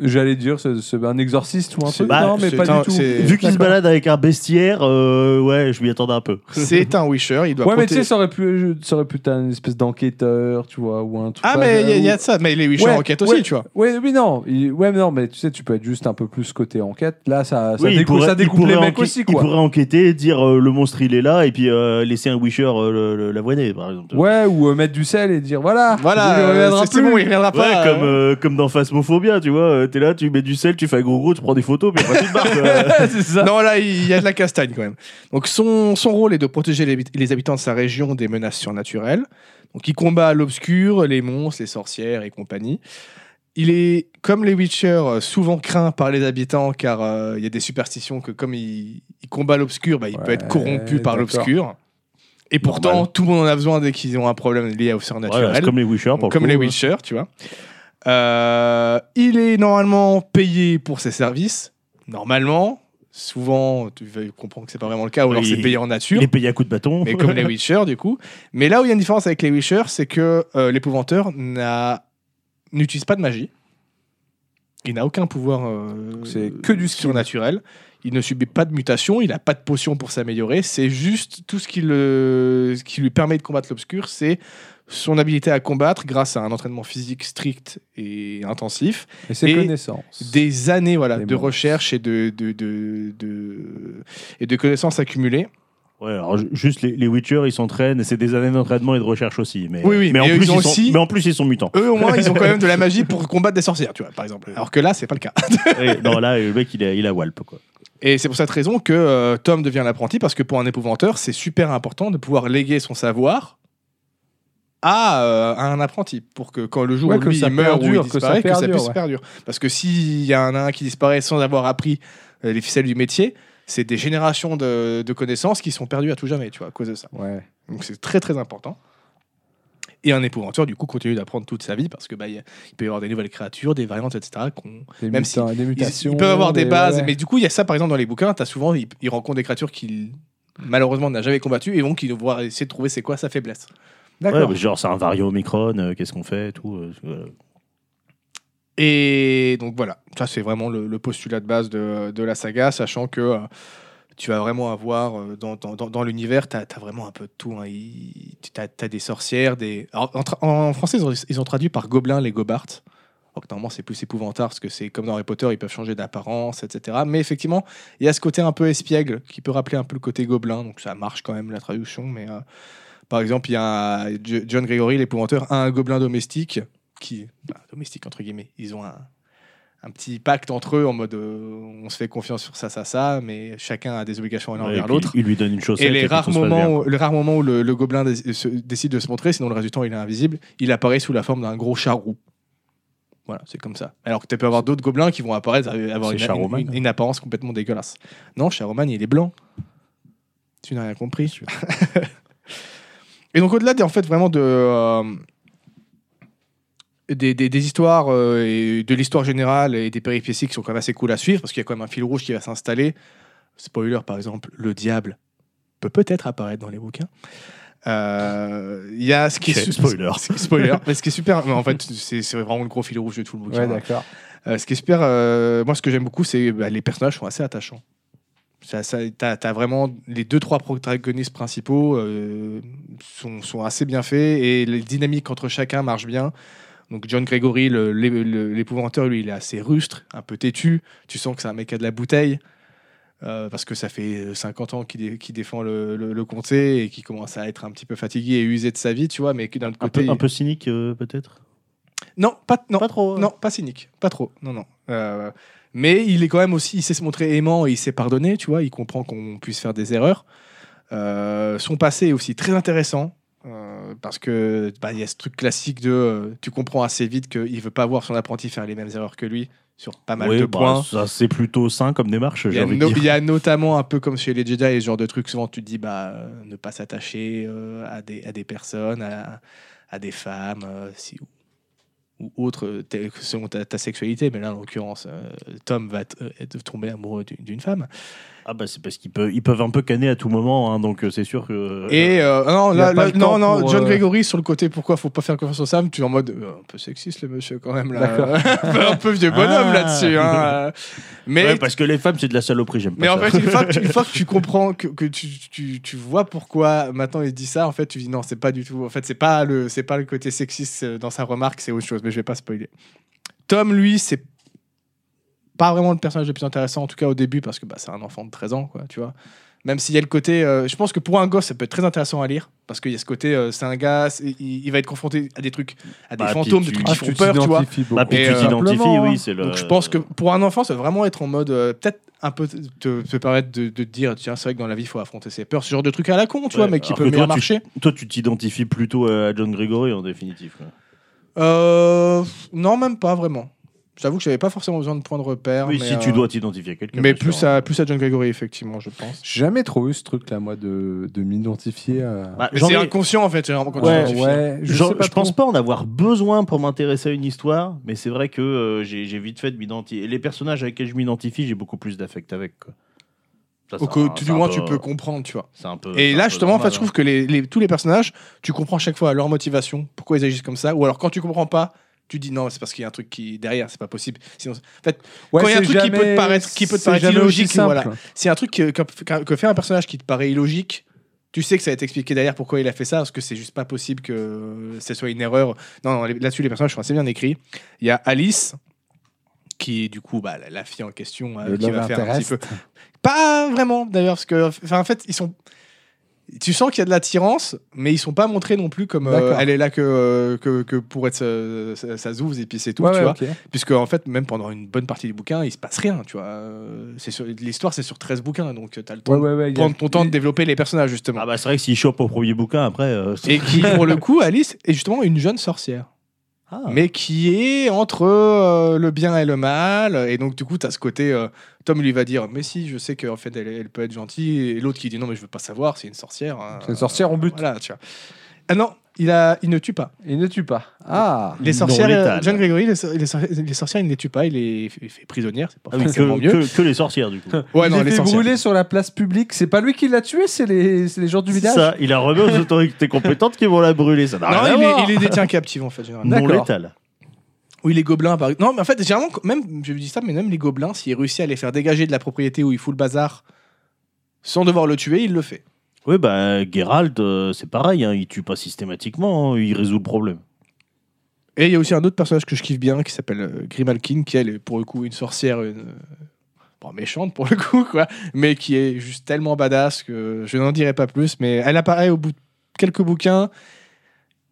Speaker 1: J'allais dire, c'est c'est un exorciste ou un
Speaker 3: C'est-
Speaker 1: truc.
Speaker 2: bah,
Speaker 1: non, mais
Speaker 3: c'est
Speaker 1: pas
Speaker 3: un-
Speaker 1: du tout.
Speaker 3: c'est-
Speaker 2: Vu qu'il se
Speaker 1: D'accord.
Speaker 2: balade avec un bestiaire, euh, ouais, je m'y attendais un peu.
Speaker 3: C'est un wisher, il doit
Speaker 1: Ouais, mais tu
Speaker 3: protéger-
Speaker 1: sais, ça aurait pu, ça aurait pu être un espèce d'enquêteur, tu vois, ou un truc.
Speaker 3: Ah,
Speaker 1: pas-
Speaker 3: mais il y a- il y, a
Speaker 1: ou-
Speaker 3: de ça, mais les wishers
Speaker 1: Ouais,
Speaker 3: enquêtent
Speaker 1: ouais.
Speaker 3: aussi, tu vois.
Speaker 1: Ouais, oui, non. il- Ouais, mais non, mais tu sais, tu peux être juste un peu plus côté enquête. Là, ça, ça,
Speaker 2: Oui, il
Speaker 1: découpe,
Speaker 2: pourrait-
Speaker 1: ça
Speaker 2: il
Speaker 1: découpe les
Speaker 2: pourrait
Speaker 1: mecs
Speaker 2: enquê-
Speaker 1: aussi,
Speaker 2: Il
Speaker 1: quoi.
Speaker 2: pourrait enquêter, dire euh, le monstre il est là, et puis euh, laisser un Wisher euh, le- le- l'avoiner, par exemple.
Speaker 1: Ouais, ou euh, mettre du sel et dire voilà.
Speaker 3: Voilà,
Speaker 1: il
Speaker 3: euh,
Speaker 1: reviendra
Speaker 3: c'est
Speaker 1: plus.
Speaker 3: c'est bon, il reviendra
Speaker 2: Ouais,
Speaker 3: pas.
Speaker 2: comme,
Speaker 3: euh.
Speaker 2: euh, comme dans Phasmophobia, tu vois, euh, euh, t'es là, tu mets du sel, tu fais un gros gros, tu prends des photos, puis après tu te barres. quoi.
Speaker 1: c'est ça.
Speaker 3: Non, là, il y a de la castagne quand même. Donc, son, son rôle est de protéger les, les habitants de sa région des menaces surnaturelles. Donc, il combat l'obscur, les monstres, les sorcières et compagnie. Il est, comme les Witcher, euh, souvent craint par les habitants car euh, il y a des superstitions que, comme il, il combat l'obscur, bah, il peut
Speaker 1: Ouais,
Speaker 3: être corrompu
Speaker 1: d'accord.
Speaker 3: par l'obscur. Et pourtant,
Speaker 2: Normal.
Speaker 3: tout le monde en a besoin dès qu'ils ont un problème lié au surnaturel.
Speaker 2: Voilà, c'est comme les Wishers, pour
Speaker 3: Donc,
Speaker 2: le
Speaker 3: comme
Speaker 2: coup,
Speaker 3: les
Speaker 2: hein.
Speaker 3: Witcher, tu vois. Euh, il est normalement payé pour ses services. Normalement, souvent, tu vas comprendre que c'est pas vraiment le cas, ou alors
Speaker 2: Oui.
Speaker 3: c'est payé en nature.
Speaker 2: Les pays à coups de bâton.
Speaker 3: Mais comme les Witcher, du coup. Mais là où il y a une différence avec les Witcher, c'est que euh, l'épouvanteur n'a- n'utilise pas de magie. Il n'a aucun pouvoir euh,
Speaker 1: C'est que du skill.
Speaker 3: surnaturel. Il ne subit pas de mutation, il n'a pas de potion pour s'améliorer. C'est juste tout ce qui, le- ce qui lui permet de combattre l'obscur, c'est son habilité à combattre grâce à un entraînement physique strict et intensif
Speaker 1: Et ses
Speaker 3: Et
Speaker 1: connaissances.
Speaker 3: des années voilà,
Speaker 1: Des
Speaker 3: de
Speaker 1: monstres.
Speaker 3: recherche et de, de, de, de- et de connaissances accumulées.
Speaker 2: Ouais, alors ju- juste les, les Witcher, ils s'entraînent, et c'est des années d'entraînement et de recherche aussi. Mais,
Speaker 3: Oui, oui,
Speaker 2: mais, en,
Speaker 3: mais eux,
Speaker 2: plus,
Speaker 3: ils ont
Speaker 2: sont,
Speaker 3: aussi-
Speaker 2: mais en plus, ils sont mutants.
Speaker 3: Eux, au moins, ils ont quand même de la magie pour combattre des sorcières, tu vois, par exemple. Alors que là, c'est pas le cas.
Speaker 2: Ouais, non, là, le mec, il a, il a Walp, quoi.
Speaker 3: Et c'est pour cette raison que euh, Tom devient l'apprenti, parce que pour un épouvanteur, c'est super important de pouvoir léguer son savoir à, euh, à un apprenti, pour que quand le jour
Speaker 1: Ouais,
Speaker 3: où
Speaker 1: que
Speaker 3: lui
Speaker 1: ça
Speaker 3: il meurt ou il
Speaker 1: perdure, que ça
Speaker 3: disparaît, que ça,
Speaker 1: perdure,
Speaker 3: puisse
Speaker 1: ouais.
Speaker 3: perdure. Parce que s'il y a un, un qui disparaît sans avoir appris euh, les ficelles du métier, c'est des générations de, de connaissances qui sont perdues à tout jamais, tu vois, à cause de ça.
Speaker 1: Ouais.
Speaker 3: Donc c'est très très important. Et un épouvanteur, du coup, continue d'apprendre toute sa vie parce que bah, il y a- il peut y avoir des nouvelles créatures, des variantes, etc. qu'on-
Speaker 1: Des,
Speaker 3: Même
Speaker 1: mutants- des
Speaker 3: Ils,
Speaker 1: mutations.
Speaker 3: ils peuvent avoir des bases,
Speaker 1: ouais.
Speaker 3: mais du coup, il y a ça par exemple dans les bouquins. T'as souvent, ils, ils rencontrent des créatures qu'ils malheureusement n'a jamais combattues et donc ils vont devoir essayer de trouver c'est quoi sa faiblesse.
Speaker 1: D'accord.
Speaker 2: Ouais, mais genre, c'est un variant Omicron, euh, qu'est-ce qu'on fait, tout. euh, voilà.
Speaker 3: Et donc voilà, ça c'est vraiment le, le postulat de base de, de la saga, sachant que euh, tu vas vraiment avoir euh, dans, dans, dans, dans l'univers, tu as, vraiment un peu de tout. hein. Tu as, des sorcières, des. Alors, en, tra- en français, ils ont, ils ont traduit par gobelins les gobarts. Donc normalement, c'est plus épouvantard parce que c'est comme dans Harry Potter, ils peuvent changer d'apparence, etc. Mais effectivement, il y a ce côté un peu espiègle qui peut rappeler un peu le côté gobelin, donc ça marche quand même la traduction. Mais euh, par exemple, il y a un- Jo- John Gregory, l'épouvanteur, a un gobelin domestique qui, bah, domestique entre guillemets, ils ont un, un petit pacte entre eux en mode euh, on se fait confiance sur ça, ça, ça, mais chacun a des obligations l'un
Speaker 2: Ouais, et
Speaker 3: envers
Speaker 2: puis,
Speaker 3: l'autre.
Speaker 2: Il lui donne une chaussette.
Speaker 3: Et les
Speaker 2: puis
Speaker 3: rares,
Speaker 2: tout se passe
Speaker 3: moments
Speaker 2: bien.
Speaker 3: où, les rares moments où le, le gobelin dé- se- décide de se montrer, sinon le reste du temps il est invisible, il apparaît sous la forme d'un gros chat roux. Voilà, c'est comme ça. Alors que tu peux avoir d'autres gobelins qui vont apparaître, euh, avoir
Speaker 2: C'est
Speaker 3: une,
Speaker 2: Charoman.
Speaker 3: une- une apparence complètement dégueulasse. Non, Charoman, il est blanc. Tu n'as rien compris. Et donc au-delà des, en fait vraiment de euh, des, des- des histoires euh, et de l'histoire générale et des péripéties qui sont quand même assez cool à suivre parce qu'il y a quand même un fil rouge qui va s'installer. Spoiler par exemple, le diable peut peut-être apparaître dans les bouquins. Euh, Il y a ce qui est
Speaker 2: Ok,
Speaker 3: su-
Speaker 2: spoiler.
Speaker 3: spoiler, mais ce qui est super, mais en fait c'est c'est vraiment le gros fil rouge de tout le bouquin.
Speaker 1: Ouais, d'accord.
Speaker 3: Euh, ce qui est super, euh, moi ce que j'aime beaucoup, c'est bah, les personnages sont assez attachants. Ça, ça, t'as, t'as vraiment les deux trois protagonistes principaux euh, sont, sont assez bien faits et les dynamiques entre chacun marchent bien. Donc John Gregory, le- l'é- le- l'épouvanteur, lui, il est assez rustre, un peu têtu. Tu sens que c'est un mec à de la bouteille. euh, parce que ça fait 50 ans qu'il, dé- qu'il défend le, le- le comté et qu'il commence à être un petit peu fatigué et usé de sa vie, tu vois, mais que d'un autre
Speaker 2: Un
Speaker 3: côté...
Speaker 2: peu, un peu cynique, euh, peut-être
Speaker 3: Non, pas, non,
Speaker 2: Pas trop. hein.
Speaker 3: non, pas cynique, pas trop. Non, non. Euh, mais il est quand même aussi, il sait se montrer aimant et il sait pardonner, tu vois. Il comprend qu'on puisse faire des erreurs. Euh, son passé est aussi très intéressant euh, parce que bah, il y a ce truc classique de, euh, tu comprends assez vite qu'il veut pas voir son apprenti faire les mêmes erreurs que lui sur pas mal
Speaker 2: Ouais,
Speaker 3: de
Speaker 2: bah,
Speaker 3: points.
Speaker 2: ça, c'est plutôt sain comme démarche,
Speaker 3: Il y,
Speaker 2: j'ai
Speaker 3: a
Speaker 2: envie de
Speaker 3: no-
Speaker 2: dire.
Speaker 3: il y a notamment un peu comme chez les Jedi, ce genre de trucs, souvent tu te dis bah, euh, ne pas s'attacher euh, à, des, à des personnes, à, à des femmes, euh, si, ou, ou autre, euh, tel- selon ta, ta sexualité. Mais là, en l'occurrence, euh, Tom va t- euh, être- tomber amoureux d'une- d'une femme.
Speaker 2: Ah, bah, c'est parce qu'ils peuvent, ils peuvent un peu canner à tout moment, hein, donc euh, c'est sûr que. euh,
Speaker 3: Et euh, non,
Speaker 1: il a
Speaker 3: là,
Speaker 1: pas
Speaker 3: là-
Speaker 1: le
Speaker 3: non,
Speaker 1: temps
Speaker 3: non,
Speaker 1: pour,
Speaker 3: John
Speaker 1: euh,
Speaker 3: Gregory sur le côté pourquoi faut pas faire confiance aux femmes, tu es en mode euh, un peu sexiste le monsieur quand même là, un peu- un peu vieux bonhomme
Speaker 2: Ah.
Speaker 3: là-dessus. hein. Mais
Speaker 2: ouais, parce que les femmes, c'est de la saloperie, j'aime pas
Speaker 3: Mais en
Speaker 2: ça.
Speaker 3: fait, une fois que tu, une fois que tu comprends, que, que tu, tu, tu vois pourquoi maintenant il dit ça, en fait, tu dis non, c'est pas du tout. En fait, c'est pas le, c'est pas le côté sexiste euh, dans sa remarque, c'est autre chose, mais je vais pas spoiler. Tom, lui, c'est pas vraiment le personnage le plus intéressant, en tout cas au début, parce que bah, c'est un enfant de 13 ans, quoi, tu vois. Même s'il y a le côté. euh, je pense que pour un gosse, ça peut être très intéressant à lire. Parce qu'il y a ce côté, euh, c'est un gars, c'est- il, il va être confronté à des trucs, à
Speaker 2: Bah,
Speaker 3: des
Speaker 2: puis
Speaker 3: fantômes,
Speaker 2: tu-
Speaker 3: des trucs
Speaker 1: Ah,
Speaker 3: qui font peur, tu vois.
Speaker 1: t'identifies beaucoup.
Speaker 2: Bah, puis
Speaker 3: Et,
Speaker 2: tu
Speaker 3: euh,
Speaker 2: t'identifies,
Speaker 1: simplement, hein.
Speaker 2: oui, c'est le.
Speaker 3: Donc je pense que pour un enfant, ça va vraiment être en mode euh, peut-être un peu te, te- te permettre de, de te dire tiens c'est vrai que dans la vie il faut affronter ses peurs ce genre de truc à la con tu vois
Speaker 2: Ouais,
Speaker 3: mais qui
Speaker 2: alors
Speaker 3: peut
Speaker 2: que
Speaker 3: bien
Speaker 2: toi,
Speaker 3: marcher
Speaker 2: Toi, tu t'identifies plutôt à John Gregory en définitive. quoi.
Speaker 3: Euh, non même pas vraiment j'avoue que j'avais pas forcément besoin de points de repère
Speaker 2: Oui,
Speaker 3: mais,
Speaker 2: si
Speaker 3: euh,
Speaker 2: tu dois t'identifier à quelqu'un.
Speaker 3: mais
Speaker 2: bien
Speaker 3: plus
Speaker 2: sûr,
Speaker 3: à
Speaker 2: hein.
Speaker 3: plus à John Gregory effectivement je pense
Speaker 1: J'ai jamais trop eu ce truc-là, moi, de, de m'identifier à.
Speaker 2: Bah,
Speaker 3: Mais
Speaker 2: j'en
Speaker 3: c'est
Speaker 2: ai-
Speaker 3: inconscient en fait généralement, quand tu
Speaker 2: Ouais,
Speaker 3: identifies.
Speaker 1: ouais,
Speaker 2: Je,
Speaker 1: je,
Speaker 2: je
Speaker 1: sais pas
Speaker 2: pense
Speaker 1: trop.
Speaker 2: pas en avoir besoin pour m'intéresser à une histoire, mais c'est vrai que euh, j'ai j'ai vite fait de m'identifier. Et les personnages avec lesquels je m'identifie, j'ai beaucoup plus d'affect avec. Quoi. Ça,
Speaker 3: Ou
Speaker 2: c'est
Speaker 3: que
Speaker 2: un-
Speaker 3: tout
Speaker 2: c'est
Speaker 3: du
Speaker 2: un
Speaker 3: moins
Speaker 2: peu-
Speaker 3: tu peux comprendre tu vois
Speaker 2: c'est un peu-
Speaker 3: et
Speaker 2: c'est un
Speaker 3: là
Speaker 2: peu
Speaker 3: justement en fait
Speaker 2: normal,
Speaker 3: je trouve que les, les- tous les personnages tu comprends chaque fois leur motivation pourquoi ils agissent comme ça ou alors quand tu comprends pas tu dis non c'est parce qu'il y a un truc qui derrière c'est pas possible sinon
Speaker 1: Ouais,
Speaker 3: Quand il y a un
Speaker 1: c'est
Speaker 3: truc qui peut te
Speaker 1: jamais-
Speaker 3: paraître- qui peut te
Speaker 1: c'est
Speaker 3: paraître
Speaker 1: jamais aussi
Speaker 3: illogique,
Speaker 1: simple.
Speaker 3: voilà. C'est un truc que, que- que fait un personnage qui te paraît illogique. Tu sais que ça va t'expliquer derrière pourquoi il a fait ça, parce que c'est juste pas possible que ce soit une erreur. Non, non, les- là-dessus, les personnages sont assez bien écrits. Il y a Alice, qui est du coup bah, la- la fille en question, euh,
Speaker 1: Le
Speaker 3: qui
Speaker 1: love
Speaker 3: va faire un petit
Speaker 1: interest.
Speaker 3: peu. Pas vraiment, d'ailleurs, parce que, enfin, en fait, ils sont. Tu sens qu'il y a de l'attirance, mais ils sont pas montrés non plus comme euh,
Speaker 1: D'accord.
Speaker 3: elle est là que, euh, que, que pour être sa, sa, sa zouze et puis c'est tout,
Speaker 1: Ouais,
Speaker 3: tu
Speaker 1: ouais,
Speaker 3: vois.
Speaker 1: ok.
Speaker 3: Puisque, en fait, même pendant une bonne partie du bouquin, il se passe rien, tu vois. Euh, c'est sur- L'histoire, c'est sur 13 bouquins, donc tu as le temps
Speaker 1: Ouais, ouais, ouais,
Speaker 3: de
Speaker 1: il y a-
Speaker 3: prendre ton temps de développer les personnages, justement.
Speaker 2: Ah bah c'est vrai que s'il chope au premier bouquin après. euh, c'est-
Speaker 3: Et qui, pour le coup, Alice est justement une jeune sorcière,
Speaker 2: Ah.
Speaker 3: mais qui est entre euh, le bien et le mal. Et donc, du coup, tu as ce côté. euh, Tom lui va dire Mais si, je sais qu'en fait, elle, elle peut être gentille. Et l'autre qui dit Non, mais je veux pas savoir, c'est une sorcière. hein.
Speaker 1: C'est une sorcière, on bute.
Speaker 3: Voilà, tu vois. Ah non, il, a, il ne tue pas.
Speaker 1: Il ne tue pas. Ah
Speaker 3: Les
Speaker 2: Non
Speaker 3: sorcières, euh,
Speaker 2: létale.
Speaker 3: John Gregory, les, so- les sor- les sorcières, il ne les tue pas, il les fait, il fait prisonnières. C'est pas
Speaker 2: Ah oui, que,
Speaker 3: forcément mieux.
Speaker 2: que- que les sorcières du coup.
Speaker 3: Ouais,
Speaker 1: il
Speaker 3: non,
Speaker 1: les fait
Speaker 3: l'essentiel.
Speaker 1: brûler sur la place publique. C'est pas lui qui l'a tué, c'est les, c'est les gens du
Speaker 2: C'est
Speaker 1: village.
Speaker 2: ça, il a remis aux autorités compétentes qui vont la brûler. Ça n'a
Speaker 3: Non,
Speaker 2: rien
Speaker 3: il
Speaker 2: à
Speaker 3: est,
Speaker 2: voir.
Speaker 3: il est détient captif en fait, généralement.
Speaker 2: non
Speaker 1: D'accord.
Speaker 2: létal.
Speaker 3: Ou il est gobelin, par Non, mais en fait, généralement, quand- même, je dis ça, mais même les gobelins, s'il réussit à les faire dégager de la propriété où il fout le bazar sans devoir le tuer, il le fait.
Speaker 2: Oui, bah Geralt, euh, c'est pareil, hein, il tue pas systématiquement, hein, il résout le problème.
Speaker 3: Et il y a aussi un autre personnage que je kiffe bien qui s'appelle euh, Grimalkin, qui elle est pour le coup une sorcière, une. euh, Bon, méchante pour le coup, quoi, mais qui est juste tellement badass que je n'en dirai pas plus. Mais elle apparaît au bout de quelques bouquins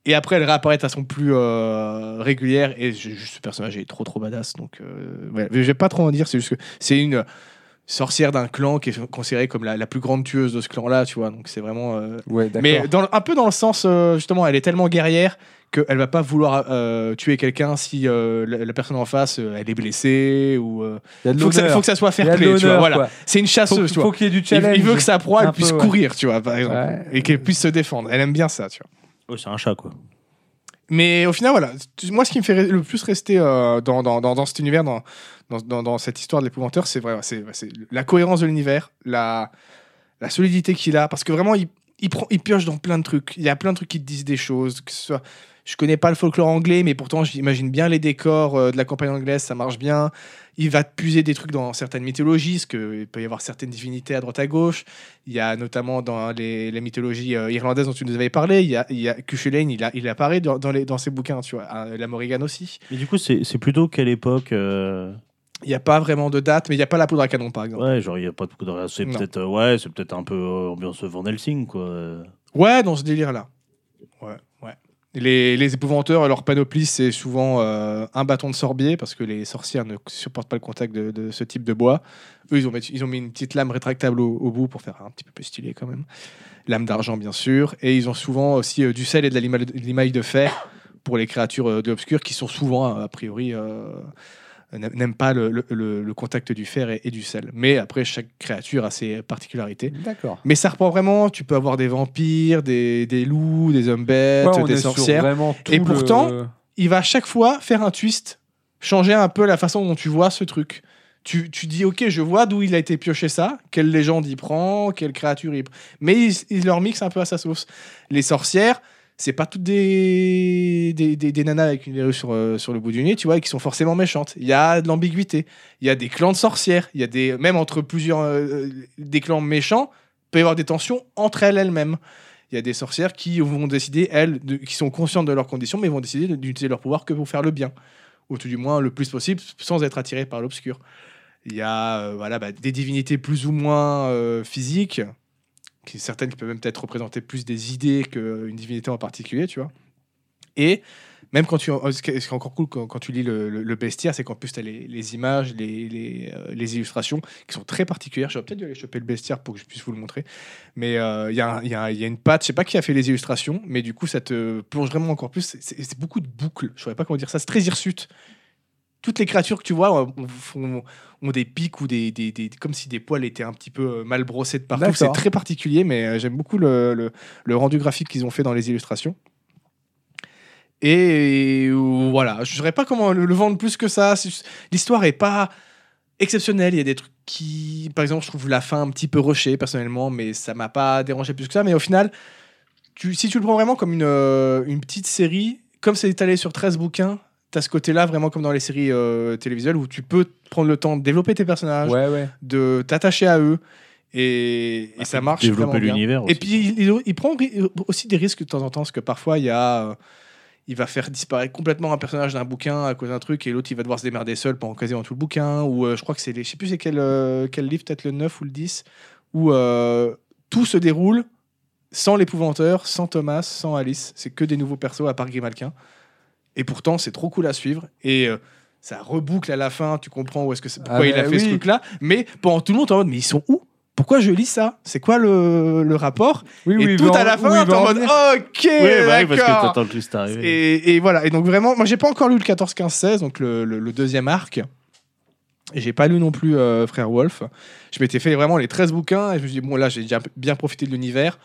Speaker 3: et après elle réapparaît de façon plus euh, régulière. Et ju- juste ce personnage est trop trop badass donc euh, ouais, mais je vais pas trop en dire. C'est juste que c'est une sorcière d'un clan qui est considérée comme la, la plus grande tueuse de ce clan là, tu vois. Donc c'est vraiment euh,
Speaker 1: Ouais, d'accord.
Speaker 3: mais dans, le- un peu dans le sens, euh, justement, elle est tellement guerrière qu'elle va pas vouloir euh, tuer quelqu'un si euh, la, la personne en face, euh, elle est blessée ou... euh,
Speaker 1: Il y a de
Speaker 3: faut, que ça,
Speaker 1: l'honneur.
Speaker 3: faut que ça soit
Speaker 1: Il y a de
Speaker 3: fair play, tu vois.
Speaker 1: l'honneur,
Speaker 3: Voilà.
Speaker 1: quoi.
Speaker 3: C'est une
Speaker 1: Faut, que-
Speaker 3: chasseuse, tu vois.
Speaker 1: faut qu'il y ait du
Speaker 3: Il,
Speaker 1: challenge.
Speaker 3: il veut que sa proie
Speaker 1: Un
Speaker 3: elle puisse
Speaker 1: peu, ouais.
Speaker 3: courir, tu vois, par exemple.
Speaker 1: Ouais.
Speaker 3: Et qu'elle puisse se défendre. Elle aime bien ça, tu vois.
Speaker 2: Oh, c'est un chat quoi.
Speaker 3: Mais au final, voilà. Tu- Moi, ce qui me fait re- le plus rester euh, dans, dans, dans, dans cet univers, dans, dans, dans, dans cette histoire de l'épouvanteur, c'est vrai, c'est c'est la cohérence de l'univers, la, la solidité qu'il a. Parce que vraiment, il, il, prend, il pioche dans plein de trucs. Il y a plein de trucs qui te disent des choses. Que ce soit, je connais pas le folklore anglais, mais pourtant, j'imagine bien les décors euh, de la campagne anglaise, ça marche bien. Il va te puiser des trucs dans certaines mythologies, parce qu'il peut y avoir certaines divinités à droite à gauche. Il y a notamment dans les, les mythologies euh, irlandaises dont tu nous avais parlé, il y a, il y a Cuchulainn, il, a- il apparaît dans, dans les, dans ses bouquins, tu vois. Euh, La Morrigan aussi.
Speaker 2: Mais du coup, c'est c'est plutôt quelle époque euh,
Speaker 3: Il n'y a pas vraiment de date, mais il n'y a pas la poudre à canon, par exemple.
Speaker 2: Ouais, genre il y a pas beaucoup de c'est
Speaker 3: Non.
Speaker 2: peut-être euh, ouais, c'est peut-être un peu euh, ambiance Van Helsing quoi. euh.
Speaker 3: Ouais, dans ce délire-là. Ouais, ouais. Les, les épouvanteurs, leur panoplie, c'est souvent euh, un bâton de sorbier, parce que les sorcières ne supportent pas le contact de, de ce type de bois. Eux, ils ont, mis, ils ont mis une petite lame rétractable au, au bout pour faire un petit peu plus stylé quand même. Lame d'argent, bien sûr. Et ils ont souvent aussi euh, du sel et de la lima- de limaille de fer pour les créatures euh, de l'obscur, qui sont souvent, euh, a priori, euh, n'a- n'aiment pas le, le- le- le contact du fer et- et du sel. Mais après, chaque créature a ses particularités.
Speaker 1: D'accord.
Speaker 3: Mais ça reprend vraiment, tu peux avoir des vampires, des, des loups, des hommes bêtes,
Speaker 1: Ouais, on
Speaker 3: des
Speaker 1: est sur
Speaker 3: sorcières.
Speaker 1: vraiment tout
Speaker 3: Et
Speaker 1: le-
Speaker 3: pourtant, Il va à chaque fois faire un twist, changer un peu la façon dont tu vois ce truc. Tu, tu dis, ok, je vois d'où il a été pioché ça, quelle légende il prend, quelle créature il prend. Mais il, il leur mixe un peu à sa sauce. Les sorcières, c'est pas toutes des, des, des- des nanas avec une verrue sur, euh, sur le bout du nez, tu vois, et qui sont forcément méchantes. Il y a de l'ambiguïté. Il y a des clans de sorcières. Il y a des, même entre plusieurs, euh, euh, des clans méchants, il peut y avoir des tensions entre elles elles-mêmes. Il y a des sorcières qui vont décider, elles, de- qui sont conscientes de leurs conditions, mais vont décider de- d'utiliser leur pouvoir que pour faire le bien. Ou tout du moins le plus possible, sans être attirées par l'obscur. Il y a euh, voilà, bah, des divinités plus ou moins euh, physiques. qui, certaines qui peuvent même peut-être représenter plus des idées qu'une divinité en particulier, tu vois. Et même quand tu, euh, ce qui est ce qui est encore cool quand, quand tu lis le, le- le bestiaire, c'est qu'en plus, tu as les, les images, les, les, euh, les illustrations qui sont très particulières. J'aurais peut-être dû aller choper le bestiaire pour que je puisse vous le montrer. Mais euh, il y, a un- il y a un- il y a une patte, je sais pas qui a fait les illustrations, mais du coup, ça te plonge vraiment encore plus. C'est- C'est c'est beaucoup de boucles, je saurais pas comment dire ça. C'est très hirsute. Toutes les créatures que tu vois euh, ont, font- ont des pics ou des, des- des- comme si des poils étaient un petit peu euh, mal brossés de partout.
Speaker 1: D'accord.
Speaker 3: C'est très particulier, mais euh, j'aime beaucoup le- le- le rendu graphique qu'ils ont fait dans les illustrations. Et euh, voilà, je ne saurais pas comment le, le vendre plus que ça. C'est juste- L'histoire est pas exceptionnelle. Il y a des trucs qui, par exemple, je trouve la fin un petit peu rushée personnellement, mais ça m'a pas dérangé plus que ça. Mais au final, tu- si tu le prends vraiment comme une, euh, une petite série, comme c'est étalé sur 13 bouquins, tu as ce côté-là vraiment comme dans les séries euh, télévisuelles où tu peux prendre le temps de développer tes personnages,
Speaker 1: Ouais, ouais.
Speaker 3: de t'attacher à eux. Et, et ça marche.
Speaker 2: Ah, Développer
Speaker 3: vraiment bien.
Speaker 2: l'univers aussi.
Speaker 3: Et puis il, il- il prend ri- aussi des risques de temps en temps, parce que parfois il y a, euh, il va faire disparaître complètement un personnage d'un bouquin à cause d'un truc, et l'autre il va devoir se démerder seul pendant quasiment tout le bouquin. Ou euh, je crois que c'est, les- je sais plus c'est quel, euh, quel livre, peut-être le 9 ou le 10, où euh, tout se déroule sans l'épouvanteur, sans Thomas, sans Alice. C'est que des nouveaux persos à part Grimalkin. Et pourtant c'est trop cool à suivre. Et euh, ça reboucle à la fin, tu comprends où est-ce que c'est, pourquoi
Speaker 1: Ah
Speaker 3: il a
Speaker 1: bah
Speaker 3: fait ce
Speaker 1: oui.
Speaker 3: truc-là. Mais pendant tout le monde, t'es en mode, mais ils sont où pourquoi je lis ça C'est quoi le, le rapport
Speaker 1: Oui,
Speaker 3: Et
Speaker 1: oui, il
Speaker 3: tout
Speaker 1: va
Speaker 3: à
Speaker 1: en-
Speaker 3: la
Speaker 1: oui,
Speaker 3: fin,
Speaker 1: il
Speaker 3: t'es
Speaker 1: va
Speaker 3: en
Speaker 1: en
Speaker 3: mode
Speaker 1: venir.
Speaker 3: OK,
Speaker 2: Ouais, bah oui, parce que
Speaker 3: d'accord.
Speaker 2: t'attends que juste arriver.
Speaker 3: Et, et voilà. Et donc vraiment, moi j'ai pas encore lu le 14, 15, 16, donc le, le- le deuxième arc. Et J'ai pas lu non plus euh, Frère Wolf. Je m'étais fait vraiment les 13 bouquins et je me suis dit, bon, là j'ai déjà bien profité de l'univers.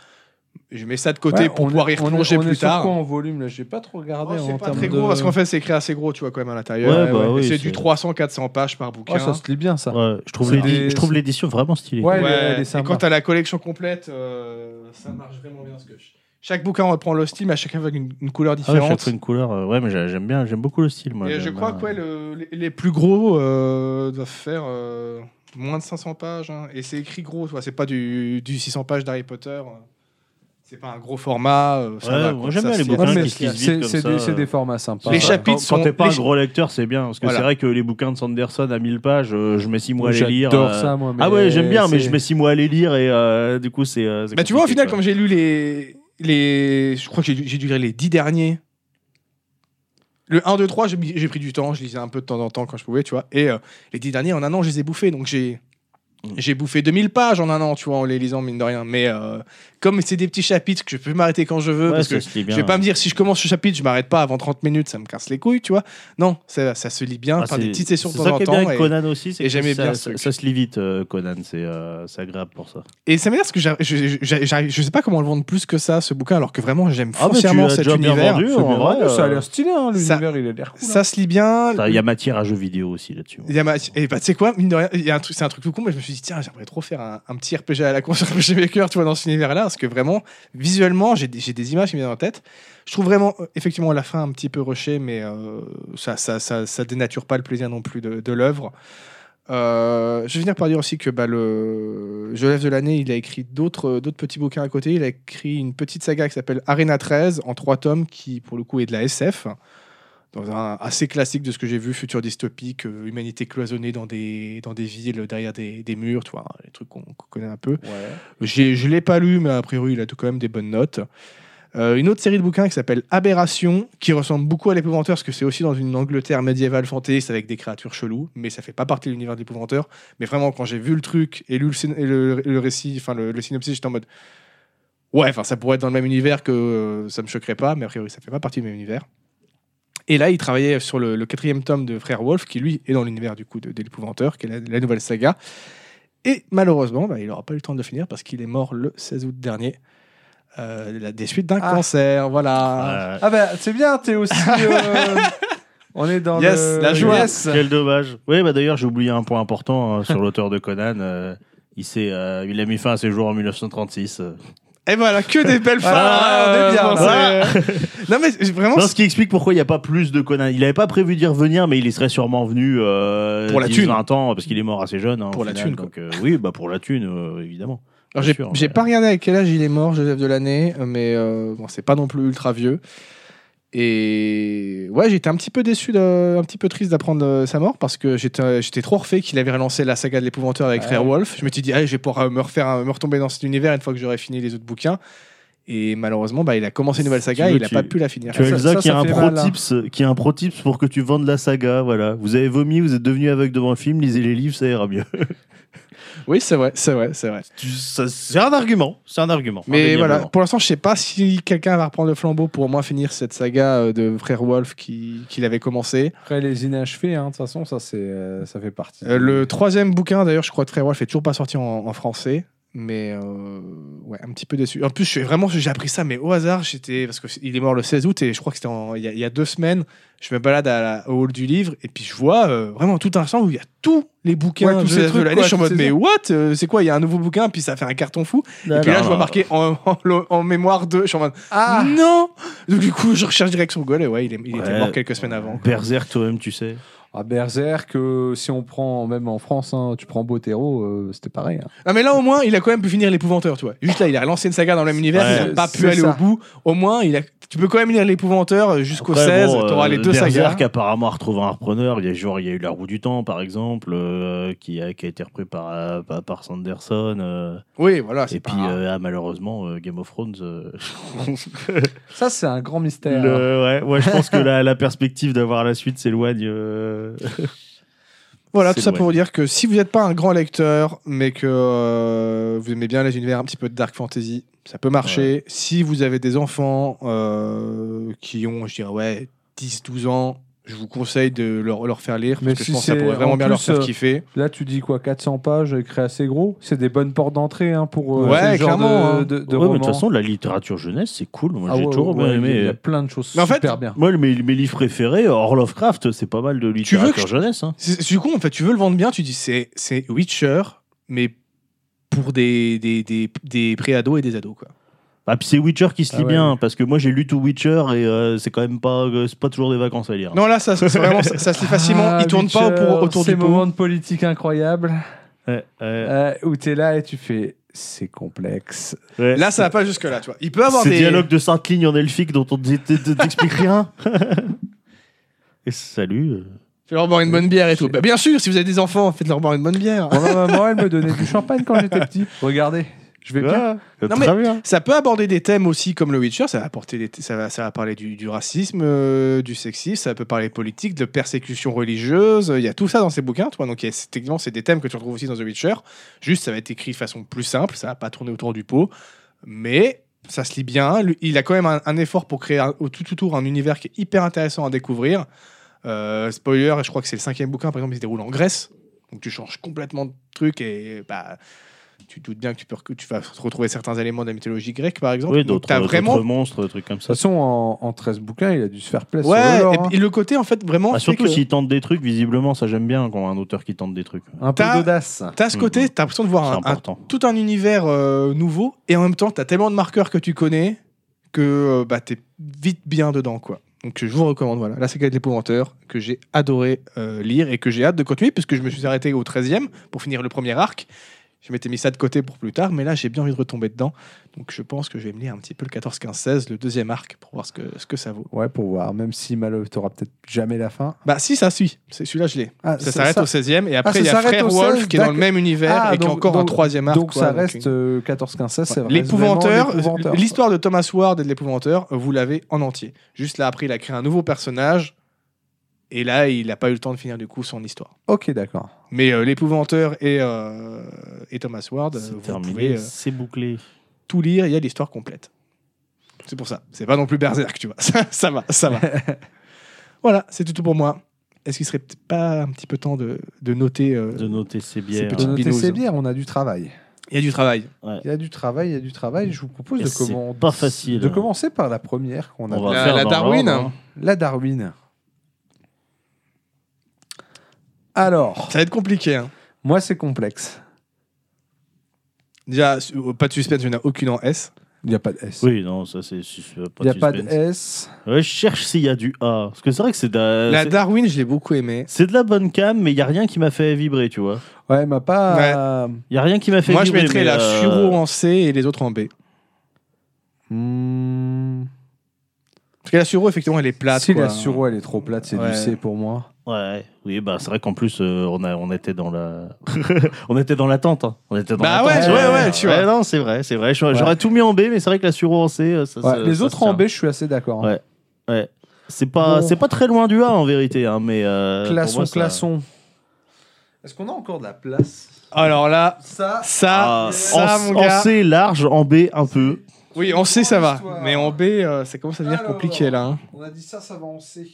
Speaker 3: Je mets ça de côté
Speaker 1: Ouais,
Speaker 3: pour
Speaker 1: on
Speaker 3: pouvoir
Speaker 1: est-
Speaker 3: y replonger
Speaker 1: on est, on est
Speaker 3: plus
Speaker 1: sur Oh,
Speaker 3: tard.
Speaker 1: quoi en volume là J'ai pas trop regardé
Speaker 3: Oh,
Speaker 1: en
Speaker 3: c'est pas
Speaker 1: termes
Speaker 3: très
Speaker 1: de-
Speaker 3: gros parce qu'en fait c'est écrit assez gros, tu vois, quand même à l'intérieur.
Speaker 2: Ouais, bah oui,
Speaker 3: Et c'est
Speaker 2: c'est-
Speaker 3: du 300-400 pages par bouquin.
Speaker 1: Oh, ça se lit bien ça.
Speaker 2: Ouais, je trouve
Speaker 1: C'est
Speaker 2: l'édi-
Speaker 1: des-
Speaker 2: je trouve l'édition vraiment stylée. Ah
Speaker 1: Ouais. elle est-
Speaker 3: Ouais,
Speaker 1: elle est
Speaker 3: et
Speaker 1: sympa.
Speaker 3: quand t'as la collection complète, euh, ça marche vraiment bien ce que je- Chaque bouquin reprend le style, mais à chacun avec une, une couleur
Speaker 2: Ah ouais,
Speaker 3: différente.
Speaker 2: chaque fois une couleur. euh, Ouais, mais j'a- j'aime bien, j'aime beaucoup le style. Moi,
Speaker 3: et je
Speaker 2: J'aime
Speaker 3: crois
Speaker 2: bien.
Speaker 3: que ouais, le- les, les plus gros euh, doivent faire euh, moins de 500 pages. hein. Et c'est écrit gros, tu vois, c'est pas du, du 600 pages d'Harry Potter. euh. C'est pas un gros format. euh, ça
Speaker 2: Ouais,
Speaker 3: va,
Speaker 2: moi,
Speaker 3: quoi,
Speaker 2: j'aime
Speaker 3: ça
Speaker 2: bien les
Speaker 3: se lit.
Speaker 1: Ouais,
Speaker 2: bouquins
Speaker 3: Ouais,
Speaker 1: mais
Speaker 2: qui se lisent vite
Speaker 1: c'est
Speaker 2: comme
Speaker 1: c'est
Speaker 2: ça,
Speaker 1: des,
Speaker 2: euh.
Speaker 1: c'est des formats sympas.
Speaker 3: Les
Speaker 1: Ouais.
Speaker 3: chapitres
Speaker 2: quand, quand
Speaker 3: sont-
Speaker 2: t'es pas
Speaker 3: les
Speaker 2: un
Speaker 3: cha-
Speaker 2: gros lecteur, c'est bien. Parce que
Speaker 3: Voilà.
Speaker 2: c'est vrai que les bouquins de Sanderson à 1000 pages, euh, je mets 6 mois à les lire.
Speaker 1: J'adore
Speaker 2: euh,
Speaker 1: ça moi.
Speaker 2: Ah
Speaker 1: mais
Speaker 2: ouais, j'aime bien, mais
Speaker 1: c'est-
Speaker 2: je mets 6 mois à les lire et euh, du coup, c'est. euh, c'est
Speaker 3: Bah, tu vois, au
Speaker 2: compliqué,
Speaker 3: final,
Speaker 2: quoi.
Speaker 3: comme j'ai lu les, les. Je crois que j'ai dû- j'ai dû lire les 10 derniers. Le 1, 2, 3, j'ai mis- j'ai pris du temps, je lisais un peu de temps en temps quand je pouvais, tu vois. Et euh, les 10 derniers, en un an, je les ai bouffés. Donc j'ai.
Speaker 2: Mm.
Speaker 3: J'ai bouffé 2000 pages en un an, tu vois, en les lisant, mine de rien. Mais euh, comme c'est des petits chapitres que je peux m'arrêter quand je veux,
Speaker 2: Ouais,
Speaker 3: parce
Speaker 2: ça
Speaker 3: que
Speaker 2: se lit
Speaker 3: je
Speaker 2: bien. hein.
Speaker 3: vais pas me dire si je commence ce chapitre, je m'arrête pas avant 30 minutes, ça me casse les couilles, tu vois. Non, ça, ça se lit bien
Speaker 2: Ah,
Speaker 3: par des
Speaker 2: c'est-
Speaker 3: petites sessions de
Speaker 2: c'est
Speaker 3: temps en
Speaker 2: ça qui est bien
Speaker 3: temps.
Speaker 2: avec
Speaker 3: Et,
Speaker 2: Conan aussi, c'est
Speaker 3: et
Speaker 2: que
Speaker 3: j'aimais
Speaker 2: ça-
Speaker 3: bien ce
Speaker 2: ça,
Speaker 3: truc. Ah,
Speaker 2: ça se lit vite, euh, Conan, c'est euh, c'est agréable pour ça.
Speaker 3: et ça m'énerve parce que j'arrive- je, je- j'arrive- je sais pas comment le vendre plus que ça, ce bouquin, alors que vraiment j'aime
Speaker 2: Ah,
Speaker 3: foncièrement
Speaker 2: tu l'as
Speaker 3: cet
Speaker 2: déjà bien
Speaker 3: univers.
Speaker 2: vendu,
Speaker 1: c'est
Speaker 2: en
Speaker 1: bien
Speaker 2: vrai.
Speaker 1: vendu, Ça a
Speaker 2: euh,
Speaker 1: l'air stylé, hein,
Speaker 3: ça-
Speaker 1: l'univers il a l'air cool.
Speaker 3: Ça se lit bien.
Speaker 2: ça- Il y a matière à jeux vidéo aussi là-dessus. hein.
Speaker 3: Il y a ma- Et bah, tu sais quoi, mine de rien, il y a un truc, c'est un truc tout con, mais je me suis dit, tiens, j'aimerais trop faire un, un petit RPG à la con sur RPG Maker, tu vois, dans cet univers-là, parce que vraiment, visuellement, j'ai des, j'ai des images qui me viennent en tête. Je trouve vraiment, euh, effectivement, la fin un petit peu rushée, mais euh, ça, ça, ça, ça dénature pas le plaisir non plus de, de l'œuvre. Euh, je vais finir par dire aussi que bah, le Je lève de l'année, il a écrit d'autres euh, d'autres petits bouquins à côté. Il a écrit une petite saga qui s'appelle Arena 13 en trois tomes, qui pour le coup est de la SF dans un assez classique de ce que j'ai vu, futur dystopique, euh, humanité cloisonnée dans des, dans des villes, derrière des, des murs, tu vois, hein, les trucs qu'on qu'on connaît un peu.
Speaker 1: Ouais.
Speaker 3: J'ai- Je ne l'ai pas lu, mais a priori, il a tout quand même des bonnes notes. Euh, une autre série de bouquins qui s'appelle Aberration, qui ressemble beaucoup à l'épouvanteur, parce que c'est aussi dans une Angleterre médiévale fantaisiste avec des créatures cheloues, mais ça fait pas partie de l'univers de l'épouvanteur. Mais vraiment, quand j'ai vu le truc et lu le, syn- et le- le récit, enfin le, le synopsis, j'étais en mode ouais, enfin ça pourrait être dans le même univers que euh, ça me choquerait pas, mais a priori ça fait pas partie du même univers. Et là, il travaillait sur le, le quatrième tome de Frère Wolf, qui lui est dans l'univers du coup de, de l'épouvanteur, qui est la, la nouvelle saga. Et malheureusement, bah, il n'aura pas eu le temps de le finir parce qu'il est mort le 16 août dernier. euh, la- des suites d'un
Speaker 1: Ah.
Speaker 3: cancer, voilà.
Speaker 2: Ah,
Speaker 1: Ah bah c'est bien, t'es aussi. euh, On est dans
Speaker 3: Yes,
Speaker 1: le-
Speaker 3: la joie.
Speaker 1: Yes.
Speaker 2: Quel dommage. Oui, bah d'ailleurs, j'ai oublié un point important hein, sur l'auteur de Conan. euh, il, s'est, euh, il a mis fin à ses jours en 1936. euh.
Speaker 3: Et voilà, que des belles fins.
Speaker 1: Ah, on est bien,
Speaker 3: français.
Speaker 2: là.
Speaker 3: non mais c'est- vraiment,
Speaker 2: Non, ce qui explique pourquoi il n'y a pas plus de Conan. Il n'avait pas prévu d'y revenir, mais il y serait sûrement venu euh,
Speaker 3: Pour la
Speaker 2: 10,
Speaker 3: thune.
Speaker 2: 20 ans, parce qu'il est mort assez jeune. hein, au
Speaker 3: Pour la
Speaker 2: final.
Speaker 3: thune, quoi.
Speaker 2: Donc, euh, oui, bah, pour la thune, euh, évidemment. Bien
Speaker 3: Alors, j'ai
Speaker 2: sûr,
Speaker 3: j'ai
Speaker 2: mais-
Speaker 3: pas regardé à quel âge il est mort, Joseph de l'année, mais euh, bon, c'est pas non plus ultra vieux. Et ouais, j'étais un petit peu déçu, de- un petit peu triste d'apprendre euh, sa mort parce que j'étais j'étais trop refait qu'il avait relancé la saga de l'épouvanteur avec
Speaker 2: Ah
Speaker 1: Ouais.
Speaker 3: Frère Wolf. Je me suis dit, allez, je vais pouvoir euh, me, refaire, un- me retomber dans cet univers une fois que j'aurai fini les autres bouquins. Et malheureusement, bah, il a commencé une nouvelle saga
Speaker 2: Tu
Speaker 3: et
Speaker 2: veux,
Speaker 3: il n'a
Speaker 2: tu-
Speaker 3: pas pu la finir.
Speaker 2: Tu as
Speaker 1: ça-
Speaker 2: Elsa
Speaker 1: ça,
Speaker 2: qui,
Speaker 1: ça
Speaker 2: a un
Speaker 1: fait
Speaker 2: pro
Speaker 1: mal, hein.
Speaker 2: tips, euh, qui a un pro tips pour que tu vendes la saga. Voilà. Vous avez vomi, vous êtes devenu aveugle devant un film, lisez les livres, ça ira mieux.
Speaker 3: Oui, c'est vrai, c'est vrai, c'est vrai.
Speaker 2: Tu- ça- c'est un argument. C'est un argument.
Speaker 3: Mais voilà,
Speaker 2: indéniablement.
Speaker 3: pour l'instant, je sais pas si quelqu'un va reprendre le flambeau pour au moins finir cette saga euh, de Frère Wolf qui- qu'il avait commencé.
Speaker 1: Après, les inachevés, hein, de toute façon, ça, c'est, euh, ça fait partie.
Speaker 3: Euh, le troisième bouquin, d'ailleurs, je crois de Frère Wolf est toujours pas sorti en, en français. Mais euh, ouais, un petit peu déçu. En plus, je suis vraiment, j'ai appris ça, mais au hasard, j'étais parce qu'il est mort le 16 août et je crois que c'était en- il y, a- il y a deux semaines. Je me balade à la- au hall du livre et puis je vois euh, vraiment tout un champ où il y a tous les bouquins
Speaker 1: Ouais, tous
Speaker 3: de-
Speaker 1: ces
Speaker 3: de
Speaker 1: trucs,
Speaker 3: l'année.
Speaker 1: quoi,
Speaker 3: je suis en
Speaker 1: toutes
Speaker 3: mode,
Speaker 1: ces
Speaker 3: mais what Euh, C'est quoi Il y a un nouveau bouquin, puis ça fait un carton fou. Et puis là,
Speaker 2: non,
Speaker 3: je vois
Speaker 2: non.
Speaker 3: marqué en, en- en mémoire de. Je suis en mode,
Speaker 1: Ah
Speaker 3: non Donc du coup, je recherche direct sur Google et ouais, il, est- il était
Speaker 2: Ouais.
Speaker 3: mort quelques semaines avant.
Speaker 2: Berserk, toi-même, tu sais.
Speaker 1: À ah, Berserk, euh, si on prend, même en France, hein, tu prends Botero, euh, c'était pareil. hein.
Speaker 3: Ah mais là au moins, il a quand même pu finir l'épouvanteur, tu vois. Juste là, il a lancé une saga dans le même univers,
Speaker 2: Ouais.
Speaker 3: il n'a pas
Speaker 1: C'est
Speaker 3: pu aller
Speaker 1: ça.
Speaker 3: au bout. Au moins, il a... tu peux quand même lire l'épouvanteur euh, jusqu'au
Speaker 2: Après,
Speaker 3: 16,
Speaker 2: bon,
Speaker 3: tu auras
Speaker 2: euh,
Speaker 3: les deux sagas.
Speaker 2: Berserk apparemment a retrouvé un repreneur. Il y a, genre, il y a eu La Roue du Temps, par exemple, euh, qui, a, qui a été repris par, euh, par, par Sanderson. euh,
Speaker 3: Oui, voilà, c'est
Speaker 2: et
Speaker 3: pas...
Speaker 2: puis, euh, ah, malheureusement, euh, Game of Thrones. euh,
Speaker 1: Ça, c'est un grand mystère. hein.
Speaker 2: le- ouais, ouais, je pense que la, la perspective d'avoir la suite s'éloigne. euh,
Speaker 3: Voilà,
Speaker 2: c'est
Speaker 3: tout ça
Speaker 2: loin.
Speaker 3: pour vous dire que si vous n'êtes pas un grand lecteur, mais que euh, vous aimez bien les univers un petit peu de dark fantasy, ça peut marcher. Si vous avez des enfants euh, qui ont, je dirais, ouais, 10-12 ans, je vous conseille de leur, leur faire lire,
Speaker 1: Mais
Speaker 3: parce que
Speaker 1: si
Speaker 3: je pense que ça
Speaker 1: c'est-
Speaker 3: pourrait
Speaker 1: en
Speaker 3: vraiment bien leur
Speaker 1: plus,
Speaker 3: faire
Speaker 1: euh,
Speaker 3: kiffer.
Speaker 1: Là, tu dis quoi 400 pages, écrit assez gros C'est des bonnes portes d'entrée hein, pour euh, ce
Speaker 3: Ouais,
Speaker 1: genre
Speaker 3: clairement,
Speaker 1: de,
Speaker 3: hein.
Speaker 1: de, de
Speaker 2: ouais, mais de
Speaker 1: roman.
Speaker 2: toute façon, la littérature jeunesse, c'est cool. Moi,
Speaker 1: Ah
Speaker 2: j'ai
Speaker 1: ouais,
Speaker 2: toujours
Speaker 1: ouais,
Speaker 2: bien aimé. euh,
Speaker 1: Il y a plein de choses
Speaker 3: Mais en fait,
Speaker 1: super bien.
Speaker 2: Moi, mes, mes livres préférés, euh, hors Lovecraft, c'est pas mal de
Speaker 3: Tu veux que
Speaker 2: littérature
Speaker 3: je-
Speaker 2: jeunesse. hein.
Speaker 3: C'est- c'est Du coup, en fait, tu veux le vendre bien, tu dis c'est c'est Witcher, mais pour des, des, des, des pré-ados et des ados. Quoi.
Speaker 2: Ah, puis c'est Witcher qui se
Speaker 1: Ah
Speaker 2: lit
Speaker 1: ouais.
Speaker 2: bien, parce que moi j'ai lu tout Witcher et euh, c'est quand même pas, euh, c'est pas toujours des vacances à lire.
Speaker 3: Non, là, ça, c'est vraiment, ça, ça se lit facilement.
Speaker 1: Ah,
Speaker 3: il tourne pas
Speaker 1: Witcher,
Speaker 3: pour- autour
Speaker 1: Ces
Speaker 3: du pot.
Speaker 1: moments de politique incroyables
Speaker 2: Ouais, ouais,
Speaker 1: euh, où tu es là et tu fais c'est complexe.
Speaker 2: ouais.
Speaker 3: Là, ça va pas jusque-là. tu vois. Il peut avoir
Speaker 2: Ces
Speaker 3: des.
Speaker 2: dialogues de sainte ligne en elfique dont on t- t- t- t'explique rien. et salut. euh.
Speaker 3: Fais leur boire une bonne bière et tout. Bah, bien sûr, si vous avez des enfants, faites leur boire une bonne bière.
Speaker 1: Mon maman, elle me donnait du champagne quand j'étais petit. Regardez, je vais bien.
Speaker 2: Ouais,
Speaker 3: hein. Non,
Speaker 2: Ah, euh, très bien.
Speaker 3: Ça peut aborder des thèmes aussi comme le Witcher, ça va, apporter des th- ça va, ça va parler du, du racisme, euh, du sexisme, ça peut parler politique, de persécution religieuse, euh, il y a tout ça dans ces bouquins, toi. Donc il y a- c'est- techniquement, c'est des thèmes que tu retrouves aussi dans The Witcher, juste ça va être écrit de façon plus simple, ça va pas tourner autour du pot, mais ça se lit bien, Lui- il a quand même un, un effort pour créer un- au tout autour un univers qui est hyper intéressant à découvrir. Euh, spoiler, je crois que c'est le cinquième bouquin, par exemple, il se déroule en Grèce, donc tu changes complètement de truc et bah, tu te doutes bien que tu, peux, que tu vas retrouver certains éléments de la mythologie grecque, par exemple.
Speaker 2: Oui,
Speaker 3: Donc,
Speaker 2: d'autres
Speaker 3: t'as
Speaker 2: vraiment...
Speaker 3: vraiment.
Speaker 2: monstres, des trucs comme
Speaker 1: De
Speaker 2: ça.
Speaker 1: toute façon, en, en 13 bouquins, il a dû se faire plaisir.
Speaker 3: Ouais,
Speaker 1: sur le
Speaker 3: et,
Speaker 1: lore, hein.
Speaker 3: puis le côté, en fait, vraiment.
Speaker 2: Ah,
Speaker 3: fait
Speaker 2: surtout
Speaker 3: que
Speaker 2: s'ils tentent des trucs, visiblement, ça j'aime bien quand un auteur qui tente des trucs.
Speaker 1: Un peu
Speaker 3: t'as-
Speaker 1: d'audace.
Speaker 3: T'as ce côté, t'as l'impression de
Speaker 2: Mm, C'est
Speaker 3: voir un, un-
Speaker 2: important.
Speaker 3: tout un univers euh, nouveau, et en même temps, t'as tellement de marqueurs que tu connais que euh, bah, t'es vite bien dedans, quoi. Donc, je vous recommande, voilà, la saga de l'épouvanteur, que j'ai adoré euh, lire et que j'ai hâte de continuer, puisque je me suis arrêté au 13e pour finir le premier arc. Je m'étais mis ça de côté pour plus tard, mais là, j'ai bien envie de retomber dedans. Donc, je pense que je vais me lire un petit peu le 14, 15, 16, le deuxième arc, pour voir ce que, ce que ça vaut.
Speaker 1: Ouais, pour voir. Même si Malo, t'auras peut-être jamais la fin.
Speaker 3: Bah si, ça suit. C'est celui-là, je l'ai.
Speaker 1: Ah,
Speaker 3: Ça s'arrête au 16e et après
Speaker 1: ça
Speaker 3: il y a
Speaker 1: s'arrête
Speaker 3: Frère
Speaker 1: au
Speaker 3: Wolf
Speaker 1: 16,
Speaker 3: qui est dans le
Speaker 1: d'accord.
Speaker 3: même univers
Speaker 1: Ah,
Speaker 3: et qui est
Speaker 1: donc-
Speaker 3: encore en
Speaker 1: donc-
Speaker 3: troisième arc.
Speaker 1: Donc
Speaker 3: quoi,
Speaker 1: ça
Speaker 3: donc,
Speaker 1: reste
Speaker 3: euh,
Speaker 1: 14-15-16, c'est vrai.
Speaker 3: L'épouvanteur, l'histoire de Thomas Ward et de l'épouvanteur, vous l'avez en entier. Juste là, après, il a créé un nouveau personnage et là, il n'a pas eu le temps de finir du coup son histoire.
Speaker 1: Ok, d'accord.
Speaker 3: Mais euh, l'épouvanteur et, euh, et Thomas Ward, euh,
Speaker 2: C'est
Speaker 3: vous
Speaker 2: terminé,
Speaker 3: pouvez euh,
Speaker 2: c'est bouclé.
Speaker 3: tout lire, il y a l'histoire complète. C'est pour ça. C'est pas non plus Berserk, tu vois. Ça, ça va, ça va. voilà, c'est tout pour moi. Est-ce qu'il serait peut-être pas un petit peu temps de, de noter euh,
Speaker 2: De noter ses bières.
Speaker 1: De
Speaker 3: petite
Speaker 1: noter
Speaker 3: binouze.
Speaker 1: ses bières, on a du travail.
Speaker 3: Il y a du travail.
Speaker 1: Il y a du travail, il y a du travail. Je vous propose
Speaker 2: Et
Speaker 1: de,
Speaker 2: c'est
Speaker 1: commen-
Speaker 2: pas facile.
Speaker 1: de commencer par la première qu'on a.
Speaker 2: On va
Speaker 3: La-
Speaker 2: faire
Speaker 3: la
Speaker 2: dans
Speaker 3: Darwin,
Speaker 2: l'ordre, hein.
Speaker 1: La Darwin. Alors,
Speaker 3: Ça va être compliqué. hein.
Speaker 1: moi c'est complexe.
Speaker 3: Déjà, su- euh, pas de suspense, il n'y en a aucune en S.
Speaker 1: Il n'y a pas de S.
Speaker 2: Oui, non, ça c'est c'est pas
Speaker 1: Il n'y a
Speaker 2: de
Speaker 1: pas de
Speaker 2: suspense.
Speaker 1: S.
Speaker 2: Ouais, je cherche s'il y a du A. Parce que c'est vrai que c'est de la,
Speaker 3: La
Speaker 2: Euh, c'est-
Speaker 3: Darwin, je l'ai beaucoup aimé.
Speaker 2: c'est de la bonne cam, mais il y a rien qui m'a fait vibrer, tu vois.
Speaker 1: Ouais, m'a pas.
Speaker 2: Il y a rien qui m'a fait
Speaker 3: Moi, je
Speaker 2: vibrer.
Speaker 3: mettrais
Speaker 2: mais,
Speaker 3: la
Speaker 2: euh,
Speaker 3: Furo en C et les autres en B.
Speaker 1: Hmm.
Speaker 3: Parce que la suro, effectivement, elle est plate.
Speaker 1: si
Speaker 3: quoi.
Speaker 1: la suro elle est trop plate, c'est
Speaker 3: Ouais.
Speaker 1: du C pour moi.
Speaker 2: Ouais, oui, bah c'est vrai qu'en plus euh, on a on était dans la on était dans l'attente. hein. On était dans
Speaker 3: Bah
Speaker 2: l'attente.
Speaker 1: ouais, ouais,
Speaker 3: ouais, tu vois.
Speaker 2: non, c'est vrai, c'est vrai. J'aurais j'aurais tout mis en B, mais c'est vrai que la suro en C, euh, ça,
Speaker 1: Ouais,
Speaker 2: se- ça
Speaker 1: les
Speaker 2: se
Speaker 1: autres en
Speaker 2: tient.
Speaker 1: B, je suis assez d'accord. hein.
Speaker 2: Ouais. c'est pas
Speaker 1: Bon.
Speaker 2: c'est pas très loin du A en vérité, hein, mais euh, pour
Speaker 1: Classons,
Speaker 2: moi, ça-
Speaker 1: classons. Est-ce qu'on a encore de la place
Speaker 3: Alors là,
Speaker 1: Ça,
Speaker 3: ça,
Speaker 2: Ah,
Speaker 3: ça,
Speaker 2: en,
Speaker 3: mon
Speaker 2: en
Speaker 3: gars.
Speaker 2: C large, en B un peu.
Speaker 3: Oui, en C, ça va.
Speaker 1: Histoire.
Speaker 3: Mais en B, euh, ça commence à devenir
Speaker 1: Alors.
Speaker 3: compliqué là. hein.
Speaker 1: on a dit ça, ça va en C.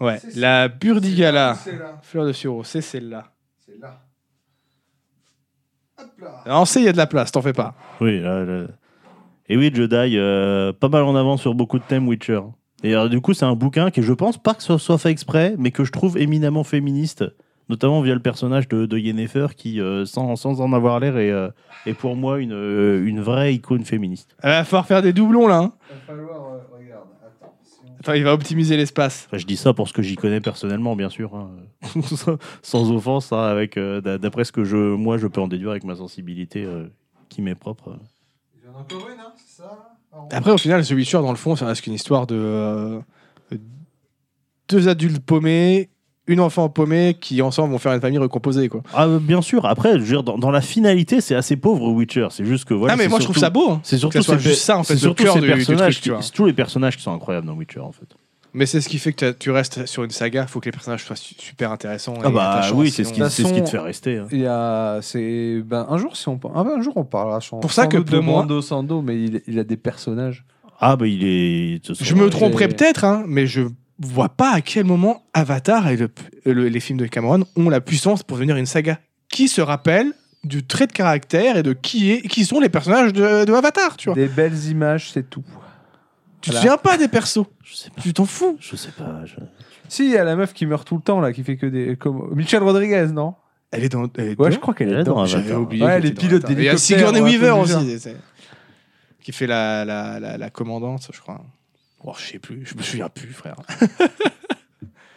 Speaker 3: Ouais.
Speaker 1: C'est ça.
Speaker 3: La Burdigala,
Speaker 1: C'est là.
Speaker 3: fleur de sureau, c'est celle-là.
Speaker 1: C'est là. Hop là.
Speaker 3: En C, il y a de la place, t'en fais pas.
Speaker 2: Oui, là, là. Et oui, Jedi, euh, pas mal en avant sur beaucoup de thèmes Witcher. Et euh, du coup, c'est un bouquin qui, je pense, pas que ce soit fait exprès, mais que je trouve éminemment féministe, notamment via le personnage de, de Yennefer, qui, euh, sans, sans en avoir l'air, est, euh, est pour moi une, euh, une vraie icône féministe.
Speaker 3: Il va falloir faire des doublons là. hein.
Speaker 1: Il va falloir. euh, regarde, attends. si on-
Speaker 3: Attends, il va optimiser l'espace.
Speaker 2: Enfin, je dis ça pour ce que j'y connais personnellement, bien sûr, hein. Sans- sans offense, hein, avec euh, d'a- d'après ce que je, moi, je peux en déduire avec ma sensibilité euh, qui m'est propre. hein.
Speaker 1: Il y en a encore une, hein, c'est ça Alors, on-
Speaker 3: Après, au final, ce Witcher, dans le fond, ça reste qu'une histoire de euh, deux adultes paumés, une enfant paumée qui ensemble vont faire une famille recomposée. Quoi.
Speaker 2: Ah, euh, bien sûr. Après, je veux dire, dans, dans la finalité, c'est assez pauvre Witcher. C'est juste que voilà.
Speaker 3: ah, mais
Speaker 2: c'est
Speaker 3: moi, je trouve
Speaker 2: surtout-
Speaker 3: ça beau. hein.
Speaker 2: C'est surtout
Speaker 3: Que ça soit
Speaker 2: ces-
Speaker 3: juste ça, en
Speaker 2: c'est
Speaker 3: fait, le
Speaker 2: surtout
Speaker 3: cœur
Speaker 2: ces
Speaker 3: du- du
Speaker 2: personnages.
Speaker 3: truc, tu
Speaker 2: qui-
Speaker 3: vois.
Speaker 2: c'est tous les personnages qui sont incroyables dans Witcher, en fait.
Speaker 3: Mais c'est ce qui fait que t'as- tu restes sur une saga. faut que les personnages soient su- super intéressants.
Speaker 2: Ah
Speaker 3: et
Speaker 2: bah
Speaker 3: attachants,
Speaker 2: oui, c'est ce,
Speaker 3: sinon-
Speaker 2: qui,
Speaker 1: De toute
Speaker 2: c'est ce qui
Speaker 1: façon-
Speaker 2: te fait rester. hein.
Speaker 1: Il y a, c'est, ben, un jour si on, par- ah ben, un jour on parlera. sans-
Speaker 3: Pour ça
Speaker 1: sans
Speaker 3: que
Speaker 1: doute
Speaker 3: pour
Speaker 1: de
Speaker 3: moi-
Speaker 1: Mando Sando, mais il, il a des personnages.
Speaker 2: Ah bah il est. ce
Speaker 3: Je
Speaker 2: sont-
Speaker 3: me
Speaker 2: euh,
Speaker 3: tromperais peut-être, hein, mais je vois pas à quel moment Avatar et le- le- les films de Cameron ont la puissance pour devenir une saga. Qui se rappelle du trait de caractère et de qui, est, qui sont les personnages de, de Avatar, tu vois
Speaker 1: Des belles images, c'est tout.
Speaker 3: Tu te
Speaker 1: Voilà.
Speaker 3: souviens pas des persos,
Speaker 2: Je sais pas.
Speaker 3: tu t'en fous.
Speaker 2: Je sais pas. je-
Speaker 1: Si, il y a la meuf qui meurt tout le temps là, qui fait que des, comme Michelle Rodriguez, non
Speaker 3: Elle est dans. Elle est
Speaker 1: Ouais,
Speaker 3: dans-
Speaker 1: je crois qu'elle
Speaker 2: Elle
Speaker 1: est
Speaker 2: est dans
Speaker 1: dedans.
Speaker 2: Avatar.
Speaker 3: J'avais oublié.
Speaker 1: Ouais,
Speaker 3: qu'elle
Speaker 1: les
Speaker 3: était dans
Speaker 1: pilotes
Speaker 3: Avatar. Il y a
Speaker 1: d'hélicoptères,
Speaker 3: Sigourney
Speaker 1: ouais,
Speaker 3: Weaver
Speaker 1: un peu
Speaker 3: aussi,
Speaker 1: bizarre.
Speaker 3: c'est- c'est- qui fait la, la, la, la commandante, je crois. Oh, je sais plus, je me souviens plus, frère.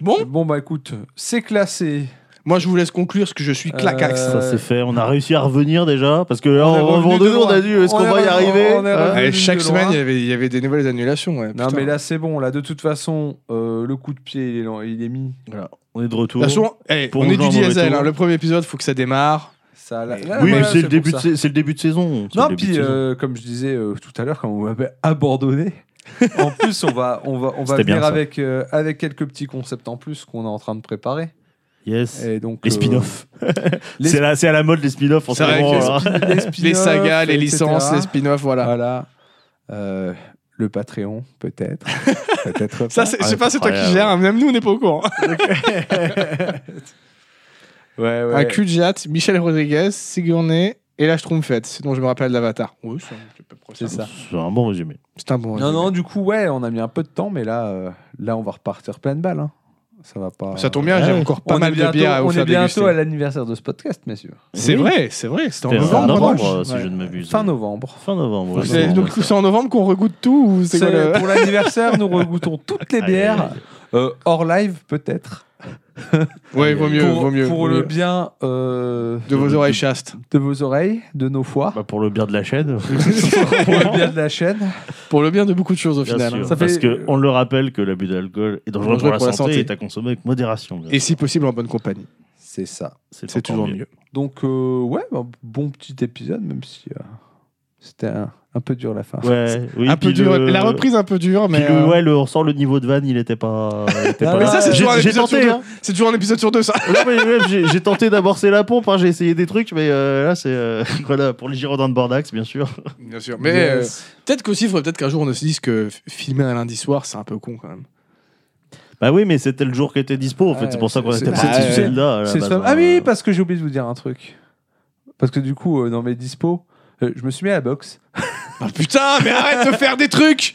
Speaker 3: bon,
Speaker 1: Bon bah écoute, c'est classé.
Speaker 3: moi je vous laisse conclure ce que je suis claquax.
Speaker 1: Euh,
Speaker 2: Ça c'est fait. On a réussi à revenir déjà parce que là,
Speaker 1: On est
Speaker 2: en
Speaker 1: revenu
Speaker 2: revenant
Speaker 1: de
Speaker 2: deux, on
Speaker 1: loin.
Speaker 2: a dû. Est-ce
Speaker 1: On
Speaker 2: qu'on
Speaker 1: est
Speaker 2: va y
Speaker 1: revenu-
Speaker 2: arriver
Speaker 1: on est
Speaker 2: hein
Speaker 1: revenu.
Speaker 3: Ouais,
Speaker 1: de
Speaker 3: chaque
Speaker 1: loin.
Speaker 3: semaine, il y avait- il y avait des nouvelles annulations. ouais,
Speaker 1: Non
Speaker 3: putain.
Speaker 1: mais là c'est bon, là de toute façon, euh, le coup de pied il est, lan- il est mis.
Speaker 2: Voilà, On est de retour.
Speaker 3: De toute façon, hey,
Speaker 2: Pour
Speaker 3: on est
Speaker 2: nous
Speaker 3: du
Speaker 2: joindre au
Speaker 3: diesel.
Speaker 2: retour.
Speaker 3: hein, le premier épisode, faut que ça démarre.
Speaker 1: Ça, là-
Speaker 3: Oui,
Speaker 1: là,
Speaker 2: oui,
Speaker 1: voilà,
Speaker 2: mais c'est le,
Speaker 1: pour
Speaker 2: début de
Speaker 1: ça.
Speaker 2: sa- c'est le début de saison. c'est le
Speaker 1: Non,
Speaker 2: début de
Speaker 1: puis
Speaker 2: saison.
Speaker 1: euh, comme je disais euh, tout à l'heure, quand on m'avait abandonné, en plus on va, on va, on va
Speaker 2: C'était
Speaker 1: venir
Speaker 2: bien, ça.
Speaker 1: avec, euh, avec quelques petits concepts en plus qu'on est en train de préparer.
Speaker 2: Yes.
Speaker 1: Et donc,
Speaker 2: Les
Speaker 1: euh,
Speaker 2: spin-offs.
Speaker 1: les-
Speaker 2: C'est la- c'est à la mode les spin-offs en ce
Speaker 3: C'est vrai
Speaker 2: moment. hein.
Speaker 3: que les
Speaker 2: alors.
Speaker 1: les,
Speaker 3: les
Speaker 1: spin-offs,
Speaker 3: sagas, les
Speaker 1: etc.
Speaker 3: licences, les spin-offs, voilà.
Speaker 1: Voilà. Euh, le Patreon, peut-être. peut-être
Speaker 3: Ça, c'est,
Speaker 2: Ah,
Speaker 3: je sais pas, c'est toi qui
Speaker 2: incroyable.
Speaker 3: gères. hein, Même nous, on n'est pas au courant.
Speaker 1: pas. Ouais, ouais.
Speaker 3: Un cul de jatte, Michel Rodriguez, Sigourney et la Schtroumpfette. C'est dont je me rappelle d'Avatar. Oui, c'est, un petit peu proche. hein.
Speaker 1: C'est ça.
Speaker 2: C'est un bon résumé.
Speaker 3: C'est un bon.
Speaker 1: Non,
Speaker 3: résumé.
Speaker 1: non, du coup, ouais, on a mis un peu de temps, mais là, euh, là on va repartir plein de balles. hein. Ça va pas.
Speaker 3: Ça tombe bien,
Speaker 2: Ouais.
Speaker 3: j'ai encore pas
Speaker 1: on
Speaker 3: mal
Speaker 1: est bientôt,
Speaker 3: de bières à vous
Speaker 1: on est
Speaker 3: faire
Speaker 1: bientôt
Speaker 3: déguster.
Speaker 1: à l'anniversaire de ce podcast, messieurs.
Speaker 3: C'est
Speaker 2: Oui.
Speaker 3: vrai, c'est vrai. C'était en
Speaker 2: C'était
Speaker 3: novembre.
Speaker 2: en
Speaker 3: non
Speaker 2: novembre, euh, si
Speaker 1: ouais.
Speaker 2: je ne m'abuse.
Speaker 1: Fin novembre.
Speaker 2: Fin novembre. bah,
Speaker 1: Fin novembre,
Speaker 2: oui,
Speaker 3: C'est-
Speaker 2: c'est
Speaker 3: donc
Speaker 2: ça.
Speaker 3: c'est en novembre qu'on regoute tout ou c'est quoi
Speaker 1: C'est-
Speaker 3: le-
Speaker 1: Pour l'anniversaire, nous regoutons toutes les
Speaker 2: Aïe, aïe,
Speaker 1: bières,
Speaker 2: aïe.
Speaker 1: euh, hors live peut-être,
Speaker 3: Ouais, vaut mieux,
Speaker 1: pour,
Speaker 3: vaut mieux.
Speaker 1: pour
Speaker 3: vaut
Speaker 1: le
Speaker 3: mieux.
Speaker 1: bien euh,
Speaker 3: De vos oreilles chastes.
Speaker 1: de vos oreilles, de nos foies,
Speaker 2: Bah, pour le bien de la chaîne.
Speaker 1: pour le bien de la chaîne.
Speaker 3: Pour le bien de beaucoup de choses au
Speaker 2: Bien
Speaker 3: final.
Speaker 2: sûr,
Speaker 3: hein.
Speaker 1: Ça
Speaker 2: parce
Speaker 1: fait-
Speaker 2: que on le rappelle que l'abus d'alcool est dangereux pour, la, santé, et à consommer avec modération. bien
Speaker 3: Et
Speaker 2: sûr.
Speaker 3: si possible en bonne compagnie.
Speaker 1: C'est ça.
Speaker 3: C'est
Speaker 2: encore
Speaker 3: toujours mieux.
Speaker 1: Donc, euh, ouais, bah, bon petit épisode, même si euh, c'était un, un peu dur la fin.
Speaker 2: Ouais, oui,
Speaker 3: un peu
Speaker 2: puis
Speaker 3: dur.
Speaker 2: le-
Speaker 3: La reprise un peu dure,
Speaker 2: puis
Speaker 3: mais.
Speaker 2: le-
Speaker 3: euh, Ah
Speaker 2: ouais, le, on sent le niveau de van, il était pas. il était
Speaker 1: Non,
Speaker 2: pas
Speaker 1: mais
Speaker 2: là.
Speaker 1: ça, c'est
Speaker 2: J'ai-
Speaker 3: toujours un
Speaker 2: j'ai
Speaker 3: épisode
Speaker 2: tenté.
Speaker 3: sur
Speaker 2: hein.
Speaker 3: C'est toujours un épisode sur deux, ça.
Speaker 2: Non, mais même, j'ai- J'ai tenté d'amorcer la pompe, hein, j'ai essayé des trucs, mais euh, là, c'est. euh, voilà, pour les Girondins de Bordax, bien sûr.
Speaker 3: Bien sûr. Mais euh,
Speaker 1: Yes.
Speaker 3: peut-être qu'aussi, il faudrait peut-être qu'un jour on se dise que f- filmer un lundi soir, c'est un peu con quand même.
Speaker 2: Bah oui, mais c'était le jour qui était dispo, en fait.
Speaker 1: Ouais,
Speaker 2: c'est pour ça qu'on
Speaker 1: c'est-
Speaker 2: était
Speaker 1: c'est-
Speaker 2: parti
Speaker 3: c'est-
Speaker 2: sur là
Speaker 1: C'est spam. Ah
Speaker 2: euh.
Speaker 1: oui, parce que j'ai oublié de vous dire un truc. Parce que du coup, euh, dans mes dispos, euh, je me suis mis à la boxe.
Speaker 3: Ah putain, mais arrête de faire des trucs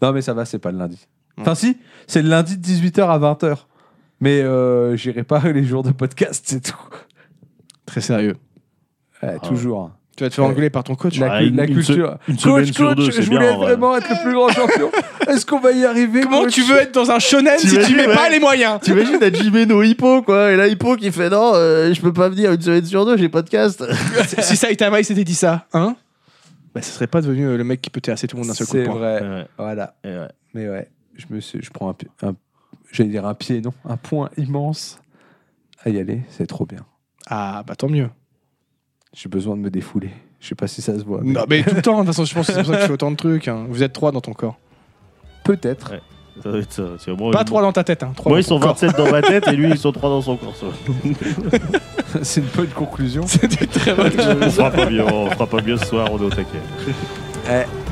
Speaker 1: Non, mais ça va, c'est pas le lundi.
Speaker 3: Mm.
Speaker 1: Enfin, si, c'est le lundi de 18h à 20h. Mais euh, j'irai pas les jours de podcast, c'est tout.
Speaker 3: Très sérieux.
Speaker 1: Ouais,
Speaker 2: Ah.
Speaker 1: Toujours. hein.
Speaker 3: Tu vas te faire engueuler par ton coach.
Speaker 1: La,
Speaker 2: Ouais,
Speaker 1: cu-
Speaker 2: une-
Speaker 1: la
Speaker 2: une se-
Speaker 1: culture.
Speaker 2: une
Speaker 1: coach,
Speaker 2: semaine sur
Speaker 1: coach,
Speaker 2: deux,
Speaker 1: je
Speaker 2: c'est
Speaker 1: voulais
Speaker 2: bien, en vrai.
Speaker 1: vraiment être le plus grand champion. Est-ce qu'on va y arriver
Speaker 3: Comment
Speaker 1: coach
Speaker 3: tu veux être dans un shonen si tu
Speaker 2: T'imagines,
Speaker 3: mets pas
Speaker 2: ouais.
Speaker 3: les moyens
Speaker 2: T'imagines à Jimeno Hippo, quoi. Et là, Hippo qui fait non, euh, je peux pas venir une semaine sur deux, j'ai podcast.
Speaker 3: Si Saitama il s'était dit ça, hein bah, ce serait pas devenu euh, le mec qui peut terrasser tout le monde d'un seul coup de
Speaker 1: C'est
Speaker 3: poing.
Speaker 1: vrai.
Speaker 2: Ouais,
Speaker 1: Voilà.
Speaker 2: ouais, ouais.
Speaker 1: Mais ouais, je me suis, je prends un, pi- un- j'allais dire un pied, non, un point immense à y aller. C'est trop bien.
Speaker 3: Ah, bah tant mieux.
Speaker 1: J'ai besoin de me défouler. Je sais pas si ça se voit. mais
Speaker 3: Non, mais tout le temps, de toute façon, je pense que c'est pour ça que je fais autant de trucs. hein. Vous êtes trois dans ton corps.
Speaker 1: Peut-être.
Speaker 2: Ouais. Ça doit être ça. C'est- moi,
Speaker 3: Pas
Speaker 2: ils-
Speaker 3: trois dans ta tête, hein. Trois
Speaker 2: Moi,
Speaker 3: dans
Speaker 2: ils
Speaker 3: ton
Speaker 2: sont
Speaker 3: corps.
Speaker 2: 27 dans ma tête et lui, ils sont 3 dans son corps. ça.
Speaker 1: C'est une bonne conclusion.
Speaker 3: C'était très bon.
Speaker 2: on fera pas mieux, on fera pas mieux ce soir, on est au taquet.
Speaker 1: Eh,